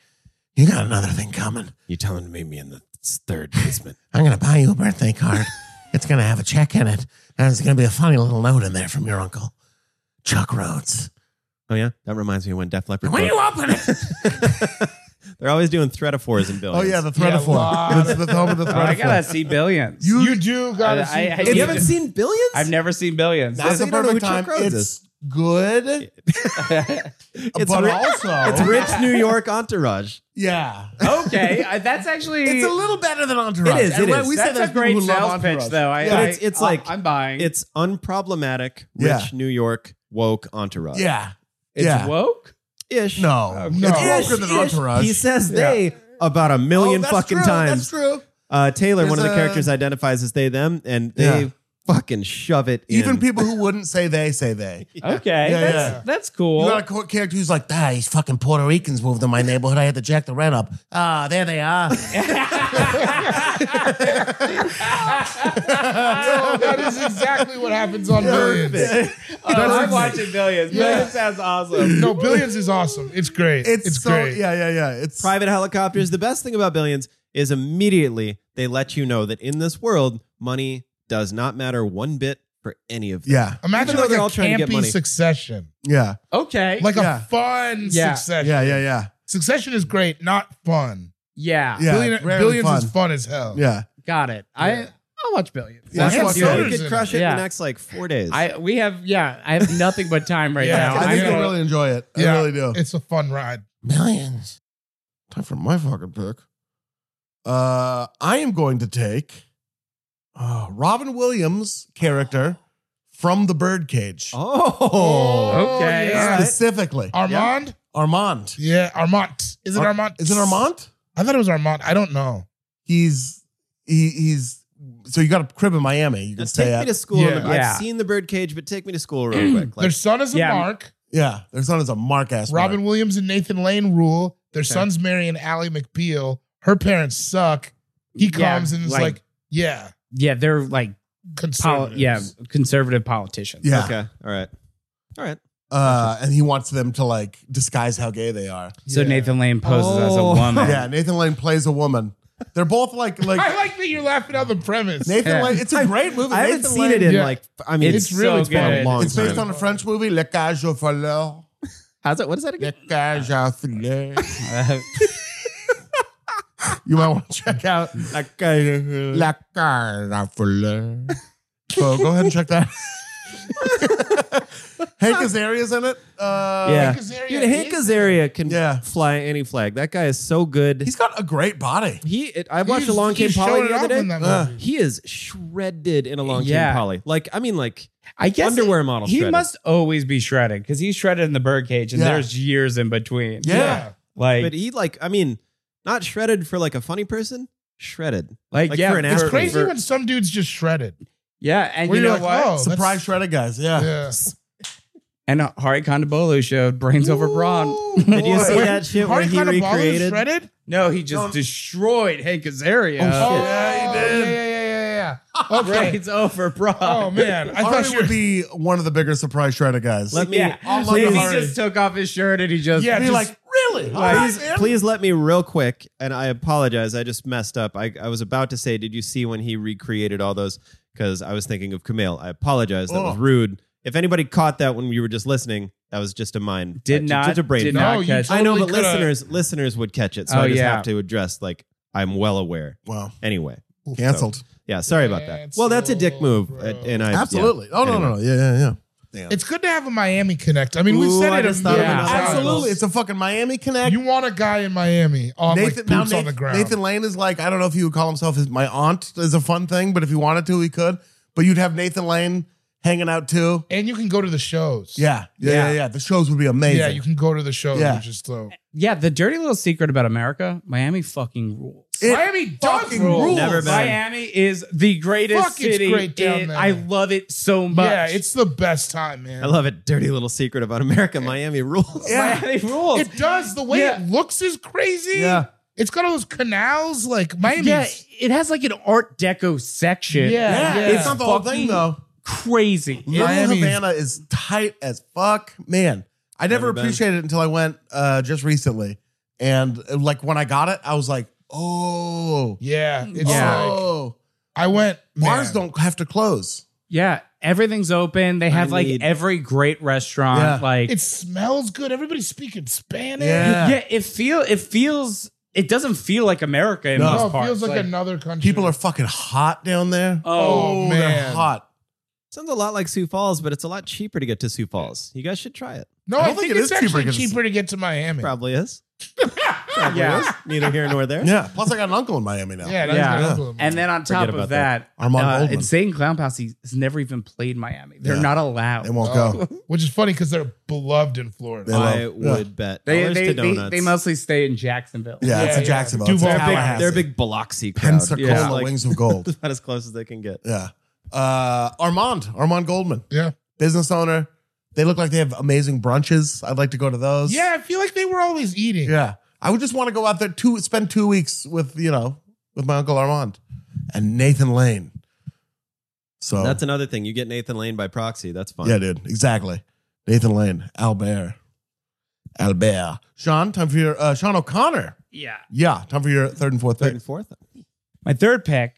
[SPEAKER 7] you got another thing coming.
[SPEAKER 6] You're telling to meet me in the third basement.
[SPEAKER 7] I'm gonna buy you a birthday card. it's gonna have a check in it, and it's gonna be a funny little note in there from your uncle, Chuck Rhodes.
[SPEAKER 6] oh yeah, that reminds me when Def Leppard.
[SPEAKER 7] When
[SPEAKER 6] broke-
[SPEAKER 7] you open it,
[SPEAKER 6] They're always doing thretophores in
[SPEAKER 2] Oh
[SPEAKER 6] buildings.
[SPEAKER 2] yeah, the
[SPEAKER 3] Yeah,
[SPEAKER 2] thretophore.
[SPEAKER 3] lot.
[SPEAKER 2] it's the home
[SPEAKER 6] Oh,
[SPEAKER 2] of the
[SPEAKER 5] I gotta
[SPEAKER 2] thretophore.
[SPEAKER 5] see billions.
[SPEAKER 2] You-
[SPEAKER 3] You do gotta
[SPEAKER 5] I- I-
[SPEAKER 3] see.
[SPEAKER 5] I-
[SPEAKER 3] Billions.
[SPEAKER 6] You
[SPEAKER 5] Yeah.
[SPEAKER 6] haven't seen Billions?
[SPEAKER 5] I've never seen billions.
[SPEAKER 6] Now
[SPEAKER 2] It's
[SPEAKER 6] so
[SPEAKER 2] the
[SPEAKER 6] you don't know who
[SPEAKER 2] perfect
[SPEAKER 6] Chuck
[SPEAKER 2] time.
[SPEAKER 6] Rhodes is.
[SPEAKER 2] It's good,
[SPEAKER 6] It's
[SPEAKER 2] but
[SPEAKER 6] ri-
[SPEAKER 2] also
[SPEAKER 6] It's rich New York entourage.
[SPEAKER 2] yeah.
[SPEAKER 5] okay, I, that's actually
[SPEAKER 2] It's a little better than Entourage.
[SPEAKER 6] It is, it
[SPEAKER 2] And
[SPEAKER 6] is.
[SPEAKER 2] right, We
[SPEAKER 5] that's
[SPEAKER 2] said
[SPEAKER 5] a great
[SPEAKER 2] people who love
[SPEAKER 5] sales pitch,
[SPEAKER 2] Entourage.
[SPEAKER 5] though. I,
[SPEAKER 6] But
[SPEAKER 5] I-
[SPEAKER 6] it's- it's
[SPEAKER 5] I-
[SPEAKER 6] like-
[SPEAKER 5] I'm buying.
[SPEAKER 6] It's unproblematic, rich
[SPEAKER 2] Yeah.
[SPEAKER 6] New York woke entourage.
[SPEAKER 2] Yeah.
[SPEAKER 5] It's
[SPEAKER 2] yeah.
[SPEAKER 5] woke.
[SPEAKER 6] ish.
[SPEAKER 2] No,
[SPEAKER 3] No.
[SPEAKER 2] it's woker
[SPEAKER 6] Ish,
[SPEAKER 2] than
[SPEAKER 6] ish.
[SPEAKER 2] Entourage. Oh,
[SPEAKER 6] He says they about a million
[SPEAKER 2] that's
[SPEAKER 6] fucking
[SPEAKER 2] true, That's
[SPEAKER 6] times.
[SPEAKER 2] true.
[SPEAKER 6] Uh, Taylor, one of
[SPEAKER 2] There's
[SPEAKER 6] the
[SPEAKER 2] a-
[SPEAKER 6] characters, identifies as they them, and they
[SPEAKER 2] Yeah.
[SPEAKER 6] fucking shove it.
[SPEAKER 2] Even
[SPEAKER 6] in.
[SPEAKER 2] people who wouldn't say they say they. You
[SPEAKER 5] Okay,
[SPEAKER 2] Yeah,
[SPEAKER 5] that's,
[SPEAKER 2] yeah.
[SPEAKER 5] that's cool.
[SPEAKER 2] got a co- character who's like,
[SPEAKER 7] ah, these fucking Puerto Ricans moved in my neighborhood. I had to jack the rent up. Ah, there they are.
[SPEAKER 3] No, that is exactly what happens on Billions.
[SPEAKER 5] Oh, I'm watching billions. Billions sounds awesome.
[SPEAKER 3] No, Billions is awesome. It's great.
[SPEAKER 2] it's,
[SPEAKER 3] It's,
[SPEAKER 2] so
[SPEAKER 3] great.
[SPEAKER 2] yeah, yeah, yeah. It's
[SPEAKER 6] private helicopters. The best thing about billions is immediately they let you know that in this world, money does not matter one bit for any of them.
[SPEAKER 2] Yeah,
[SPEAKER 3] Imagine
[SPEAKER 6] Even though
[SPEAKER 3] like a
[SPEAKER 6] they're all trying to get
[SPEAKER 3] campy
[SPEAKER 6] money.
[SPEAKER 3] Succession,
[SPEAKER 2] yeah,
[SPEAKER 5] Okay.
[SPEAKER 3] like
[SPEAKER 2] Yeah.
[SPEAKER 3] a fun
[SPEAKER 5] Yeah.
[SPEAKER 3] Succession.
[SPEAKER 2] yeah, yeah, yeah,
[SPEAKER 3] Succession is great, not fun.
[SPEAKER 5] yeah,
[SPEAKER 2] Yeah,
[SPEAKER 3] Billion,
[SPEAKER 2] rarely
[SPEAKER 3] billions
[SPEAKER 2] fun.
[SPEAKER 3] is fun as hell.
[SPEAKER 2] yeah.
[SPEAKER 5] got it. I I'll watch billions.
[SPEAKER 2] Yeah,
[SPEAKER 5] That's
[SPEAKER 2] it's
[SPEAKER 5] good.
[SPEAKER 6] So
[SPEAKER 2] Yeah.
[SPEAKER 6] we could crush it in
[SPEAKER 5] Yeah.
[SPEAKER 6] the next like four days.
[SPEAKER 5] I we have yeah. I have nothing but time right
[SPEAKER 3] Yeah,
[SPEAKER 5] now.
[SPEAKER 2] I
[SPEAKER 5] I'm
[SPEAKER 2] think you'll
[SPEAKER 5] gonna-
[SPEAKER 2] really enjoy it. I
[SPEAKER 3] Yeah.
[SPEAKER 2] really do.
[SPEAKER 3] It's a fun ride.
[SPEAKER 7] Millions.
[SPEAKER 2] Time for my fucking pick. Uh, I am going to take uh, Robin Williams' character from The Birdcage
[SPEAKER 6] oh,
[SPEAKER 5] okay.
[SPEAKER 3] yeah.
[SPEAKER 5] all right.
[SPEAKER 2] specifically.
[SPEAKER 3] Armand?
[SPEAKER 2] Armand.
[SPEAKER 3] Yeah, Armand. Is it
[SPEAKER 2] Ar-
[SPEAKER 3] Armand?
[SPEAKER 2] Is it Armand?
[SPEAKER 3] I thought it was Armand. I don't know.
[SPEAKER 2] He's he, he's so you got a crib in Miami. You
[SPEAKER 6] Now
[SPEAKER 2] can stay
[SPEAKER 6] take me
[SPEAKER 2] at.
[SPEAKER 6] to school.
[SPEAKER 3] Yeah.
[SPEAKER 6] real quick.
[SPEAKER 5] Yeah.
[SPEAKER 6] I've seen the birdcage, but take me to school real quick.
[SPEAKER 3] Their
[SPEAKER 6] Like,
[SPEAKER 3] son is a
[SPEAKER 5] Yeah.
[SPEAKER 3] Mark.
[SPEAKER 2] yeah, their son is a mark ass.
[SPEAKER 3] Robin
[SPEAKER 2] mark.
[SPEAKER 3] Williams and Nathan Lane rule. Their sons Mary and Allie McBeal. Her parents suck. He
[SPEAKER 5] Yeah,
[SPEAKER 3] comes and is
[SPEAKER 5] like-
[SPEAKER 3] like, yeah,
[SPEAKER 5] Yeah, they're like poli-
[SPEAKER 3] conservative.
[SPEAKER 5] yeah conservative politicians.
[SPEAKER 2] Yeah.
[SPEAKER 6] okay, all right, all right.
[SPEAKER 2] Uh, and he wants them to like disguise how gay they are.
[SPEAKER 5] So
[SPEAKER 3] Yeah.
[SPEAKER 5] Nathan Lane poses as a
[SPEAKER 6] Oh.
[SPEAKER 5] woman.
[SPEAKER 2] Yeah, Nathan Lane plays a woman. They're both like like
[SPEAKER 3] I like that you're laughing at the premise.
[SPEAKER 2] Nathan
[SPEAKER 5] Yeah.
[SPEAKER 2] Lane. It's a great movie.
[SPEAKER 6] I haven't
[SPEAKER 2] Nathan
[SPEAKER 6] seen it
[SPEAKER 2] Lane-
[SPEAKER 6] in
[SPEAKER 3] Yeah.
[SPEAKER 6] like. I mean,
[SPEAKER 5] It's
[SPEAKER 6] it's,
[SPEAKER 5] really
[SPEAKER 6] really it's been a
[SPEAKER 5] good.
[SPEAKER 6] long
[SPEAKER 2] It's based
[SPEAKER 6] time.
[SPEAKER 2] on a French movie, Le Cage aux Fleurs.
[SPEAKER 6] How's it? What is that
[SPEAKER 2] Le
[SPEAKER 6] again?
[SPEAKER 2] Cage aux Fleurs.
[SPEAKER 5] Uh,
[SPEAKER 2] You might want to check out La Cage La Cage aux Fleurs. So go ahead and check that. Hank Azaria's in it. Uh,
[SPEAKER 6] yeah,
[SPEAKER 3] Hank Azaria
[SPEAKER 6] Dude, Hank
[SPEAKER 3] is-
[SPEAKER 6] Azaria can
[SPEAKER 2] Yeah.
[SPEAKER 6] fly any flag. That guy is so good.
[SPEAKER 2] he's got a great body.
[SPEAKER 6] he, it, I watched
[SPEAKER 3] He's-
[SPEAKER 6] Along Came
[SPEAKER 3] he's
[SPEAKER 6] Polly
[SPEAKER 3] showing
[SPEAKER 6] the
[SPEAKER 3] it
[SPEAKER 6] other
[SPEAKER 3] off
[SPEAKER 6] day.
[SPEAKER 3] in that
[SPEAKER 2] Uh,
[SPEAKER 3] movie.
[SPEAKER 6] He is shredded in Along
[SPEAKER 5] Yeah.
[SPEAKER 6] Came Polly. Like, I mean, like
[SPEAKER 5] I guess
[SPEAKER 6] underwear model.
[SPEAKER 5] He
[SPEAKER 6] shredded.
[SPEAKER 5] must always be shredded because he's shredded in the birdcage, and
[SPEAKER 2] Yeah.
[SPEAKER 5] there's years in between.
[SPEAKER 2] Yeah.
[SPEAKER 5] like
[SPEAKER 6] but he like, I mean, not shredded for like a funny person. Shredded.
[SPEAKER 5] like,
[SPEAKER 6] like,
[SPEAKER 5] yeah,
[SPEAKER 6] for an
[SPEAKER 3] It's
[SPEAKER 6] actor.
[SPEAKER 3] crazy
[SPEAKER 6] For-
[SPEAKER 3] when some dude's just shredded.
[SPEAKER 5] yeah, and
[SPEAKER 3] Where
[SPEAKER 5] you know
[SPEAKER 3] you're like,
[SPEAKER 5] what?
[SPEAKER 3] oh,
[SPEAKER 2] Surprise shredded guys. Yeah.
[SPEAKER 3] Yeah.
[SPEAKER 5] And uh, Hari Kondabolu showed brains over brawn.
[SPEAKER 6] Did you see that shit where
[SPEAKER 3] Hardy
[SPEAKER 6] he
[SPEAKER 3] Kondabolu
[SPEAKER 6] recreated?
[SPEAKER 3] shredded?
[SPEAKER 5] No, he just destroyed Hank Azaria.
[SPEAKER 6] Oh,
[SPEAKER 2] Yeah, he did.
[SPEAKER 3] Yeah, yeah, yeah, yeah, yeah. Okay.
[SPEAKER 5] Brains over brawn.
[SPEAKER 3] Oh man, I
[SPEAKER 2] Ari
[SPEAKER 3] thought you
[SPEAKER 2] would
[SPEAKER 3] were.
[SPEAKER 2] be one of the bigger surprise shredder guys.
[SPEAKER 6] Let me
[SPEAKER 5] yeah.
[SPEAKER 2] all
[SPEAKER 5] Like,
[SPEAKER 2] over
[SPEAKER 5] he
[SPEAKER 2] Hari.
[SPEAKER 5] just took off his shirt and he just
[SPEAKER 3] Yeah,
[SPEAKER 2] be
[SPEAKER 3] just-
[SPEAKER 2] like, really? All right,
[SPEAKER 6] please,
[SPEAKER 2] man.
[SPEAKER 6] please let me real quick. And I apologize. I just messed up. I, I was about to say, did you see when he recreated all those? Because I was thinking of Camille. I apologize. That was
[SPEAKER 2] Oh.
[SPEAKER 6] rude. If anybody caught that when we were just listening, that was just a mind.
[SPEAKER 5] did
[SPEAKER 6] uh,
[SPEAKER 5] not
[SPEAKER 6] Just a brain.
[SPEAKER 5] did
[SPEAKER 6] fart.
[SPEAKER 3] No,
[SPEAKER 5] not
[SPEAKER 3] you
[SPEAKER 5] catch.
[SPEAKER 3] just-
[SPEAKER 6] I know, but
[SPEAKER 3] totally coulda-
[SPEAKER 6] listeners, listeners would catch it. So
[SPEAKER 5] Oh,
[SPEAKER 6] I just
[SPEAKER 5] yeah.
[SPEAKER 6] have to address, like, I'm well aware.
[SPEAKER 2] Wow.
[SPEAKER 6] Anyway,
[SPEAKER 2] Canceled.
[SPEAKER 6] yeah, sorry about that. Well, that's a dick move, uh, and I yeah.
[SPEAKER 2] Absolutely. Oh, no, no, no. Yeah, yeah, yeah.
[SPEAKER 3] It's good to have a Miami connect. I mean, we've
[SPEAKER 6] Ooh,
[SPEAKER 3] said
[SPEAKER 6] I
[SPEAKER 3] it a
[SPEAKER 6] just thought of
[SPEAKER 3] million
[SPEAKER 5] another
[SPEAKER 3] times.
[SPEAKER 2] Absolutely. It's a fucking Miami connect.
[SPEAKER 3] You want a guy in Miami on
[SPEAKER 2] Nathan,
[SPEAKER 3] like
[SPEAKER 2] now
[SPEAKER 3] boots
[SPEAKER 2] Nathan,
[SPEAKER 3] on the ground.
[SPEAKER 2] Nathan Lane is like, I don't know if he would call himself his, my aunt is a fun thing, but if he wanted to, he could. But you'd have Nathan Lane hanging out too.
[SPEAKER 3] and you can go to the shows.
[SPEAKER 2] Yeah. Yeah, yeah,
[SPEAKER 5] Yeah.
[SPEAKER 2] yeah. The shows would be amazing.
[SPEAKER 3] yeah, you can go to the shows.
[SPEAKER 2] Yeah.
[SPEAKER 3] Yeah, just so
[SPEAKER 5] Yeah, the dirty little secret about America: Miami fucking rules.
[SPEAKER 2] It
[SPEAKER 3] Miami does
[SPEAKER 2] fucking
[SPEAKER 3] rule.
[SPEAKER 2] rules.
[SPEAKER 6] Never been.
[SPEAKER 5] Miami is the greatest
[SPEAKER 3] Fuck, it's
[SPEAKER 5] city.
[SPEAKER 3] great down
[SPEAKER 5] in-
[SPEAKER 3] there.
[SPEAKER 5] I love it so much.
[SPEAKER 3] yeah, it's the best time, man.
[SPEAKER 6] I love it. Dirty little secret about America. Miami rules.
[SPEAKER 2] Yeah.
[SPEAKER 5] Miami rules.
[SPEAKER 3] it. Does the way
[SPEAKER 5] Yeah.
[SPEAKER 3] it looks is crazy.
[SPEAKER 2] Yeah.
[SPEAKER 3] It's got all those canals, like Miami's.
[SPEAKER 5] Yeah, it has like an Art Deco section.
[SPEAKER 3] Yeah,
[SPEAKER 2] Yeah, it's not the whole thing
[SPEAKER 5] fucking
[SPEAKER 2] though.
[SPEAKER 5] Crazy.
[SPEAKER 2] Little
[SPEAKER 3] Miami's-
[SPEAKER 2] Havana is tight as fuck, man. I never
[SPEAKER 6] Never been.
[SPEAKER 2] appreciated it until I went uh, just recently, and uh, like when I got it, I was like, oh,
[SPEAKER 3] Yeah, it's
[SPEAKER 5] Yeah.
[SPEAKER 3] like-
[SPEAKER 2] oh,
[SPEAKER 3] I went.
[SPEAKER 2] bars
[SPEAKER 3] man.
[SPEAKER 2] don't have to close.
[SPEAKER 5] Yeah, everything's open. They have like
[SPEAKER 6] need-
[SPEAKER 5] every great restaurant.
[SPEAKER 2] Yeah.
[SPEAKER 5] Like
[SPEAKER 3] It smells good. Everybody's speaking Spanish.
[SPEAKER 2] Yeah.
[SPEAKER 5] yeah, it feel it feels it doesn't feel like America in
[SPEAKER 2] No.
[SPEAKER 5] most
[SPEAKER 3] No, Oh, it
[SPEAKER 5] parts.
[SPEAKER 3] feels like, another country.
[SPEAKER 2] People are fucking hot down there.
[SPEAKER 5] Oh,
[SPEAKER 2] they're
[SPEAKER 3] man.
[SPEAKER 2] hot.
[SPEAKER 6] Sounds a lot like Sioux Falls, but it's a lot cheaper to get to Sioux Falls. You guys should try it.
[SPEAKER 3] No,
[SPEAKER 2] I
[SPEAKER 3] I,
[SPEAKER 2] don't
[SPEAKER 3] think,
[SPEAKER 2] think it
[SPEAKER 3] it's
[SPEAKER 2] is cheaper
[SPEAKER 3] actually
[SPEAKER 2] to
[SPEAKER 3] cheaper,
[SPEAKER 2] get to-
[SPEAKER 3] to get to Miami.
[SPEAKER 6] Probably is. Probably
[SPEAKER 5] Yeah.
[SPEAKER 6] is. Neither here nor there.
[SPEAKER 2] Yeah. Plus, I got an uncle in Miami now.
[SPEAKER 3] Yeah, that's
[SPEAKER 5] Yeah.
[SPEAKER 3] my uncle.
[SPEAKER 5] and then on top
[SPEAKER 6] about
[SPEAKER 5] of that, uh,
[SPEAKER 2] Armand Goldman.
[SPEAKER 5] Insane Clown Posse has never even played Miami. They're
[SPEAKER 2] Yeah.
[SPEAKER 5] not allowed.
[SPEAKER 2] They won't
[SPEAKER 3] Oh,
[SPEAKER 2] go.
[SPEAKER 3] which is funny because they're beloved in Florida.
[SPEAKER 2] Yeah.
[SPEAKER 6] I
[SPEAKER 2] Yeah.
[SPEAKER 6] would bet.
[SPEAKER 5] They,
[SPEAKER 6] dollars
[SPEAKER 5] they,
[SPEAKER 6] to
[SPEAKER 5] they,
[SPEAKER 6] donuts.
[SPEAKER 5] they mostly stay in Jacksonville.
[SPEAKER 2] Yeah, it's in
[SPEAKER 3] Yeah, yeah.
[SPEAKER 2] Tallahassee.
[SPEAKER 3] Duval-
[SPEAKER 6] They're
[SPEAKER 3] They're big-
[SPEAKER 6] big, they're big Biloxi crowd.
[SPEAKER 2] Pensacola
[SPEAKER 5] Yeah.
[SPEAKER 6] Like,
[SPEAKER 2] wings of gold.
[SPEAKER 6] about as close as they can get.
[SPEAKER 2] Yeah. Uh, Armand, Armand Goldman,
[SPEAKER 3] Yeah.
[SPEAKER 2] business owner. They look like they have amazing brunches. I'd like to go to those.
[SPEAKER 3] Yeah, I feel like they were always eating.
[SPEAKER 2] Yeah. I would just want to go out there to spend two weeks with, you know, with my uncle Armand and Nathan Lane. So
[SPEAKER 6] That's another thing. You get Nathan Lane by proxy. That's fun.
[SPEAKER 2] Oh. yeah, dude. Exactly. Nathan Lane, Albert, Albert. Sean, time for your, uh, Sean O'Connor.
[SPEAKER 5] Yeah.
[SPEAKER 2] Yeah. Time for your third and fourth
[SPEAKER 6] Third
[SPEAKER 2] pick.
[SPEAKER 6] and fourth.
[SPEAKER 2] Uh,
[SPEAKER 5] My third pick,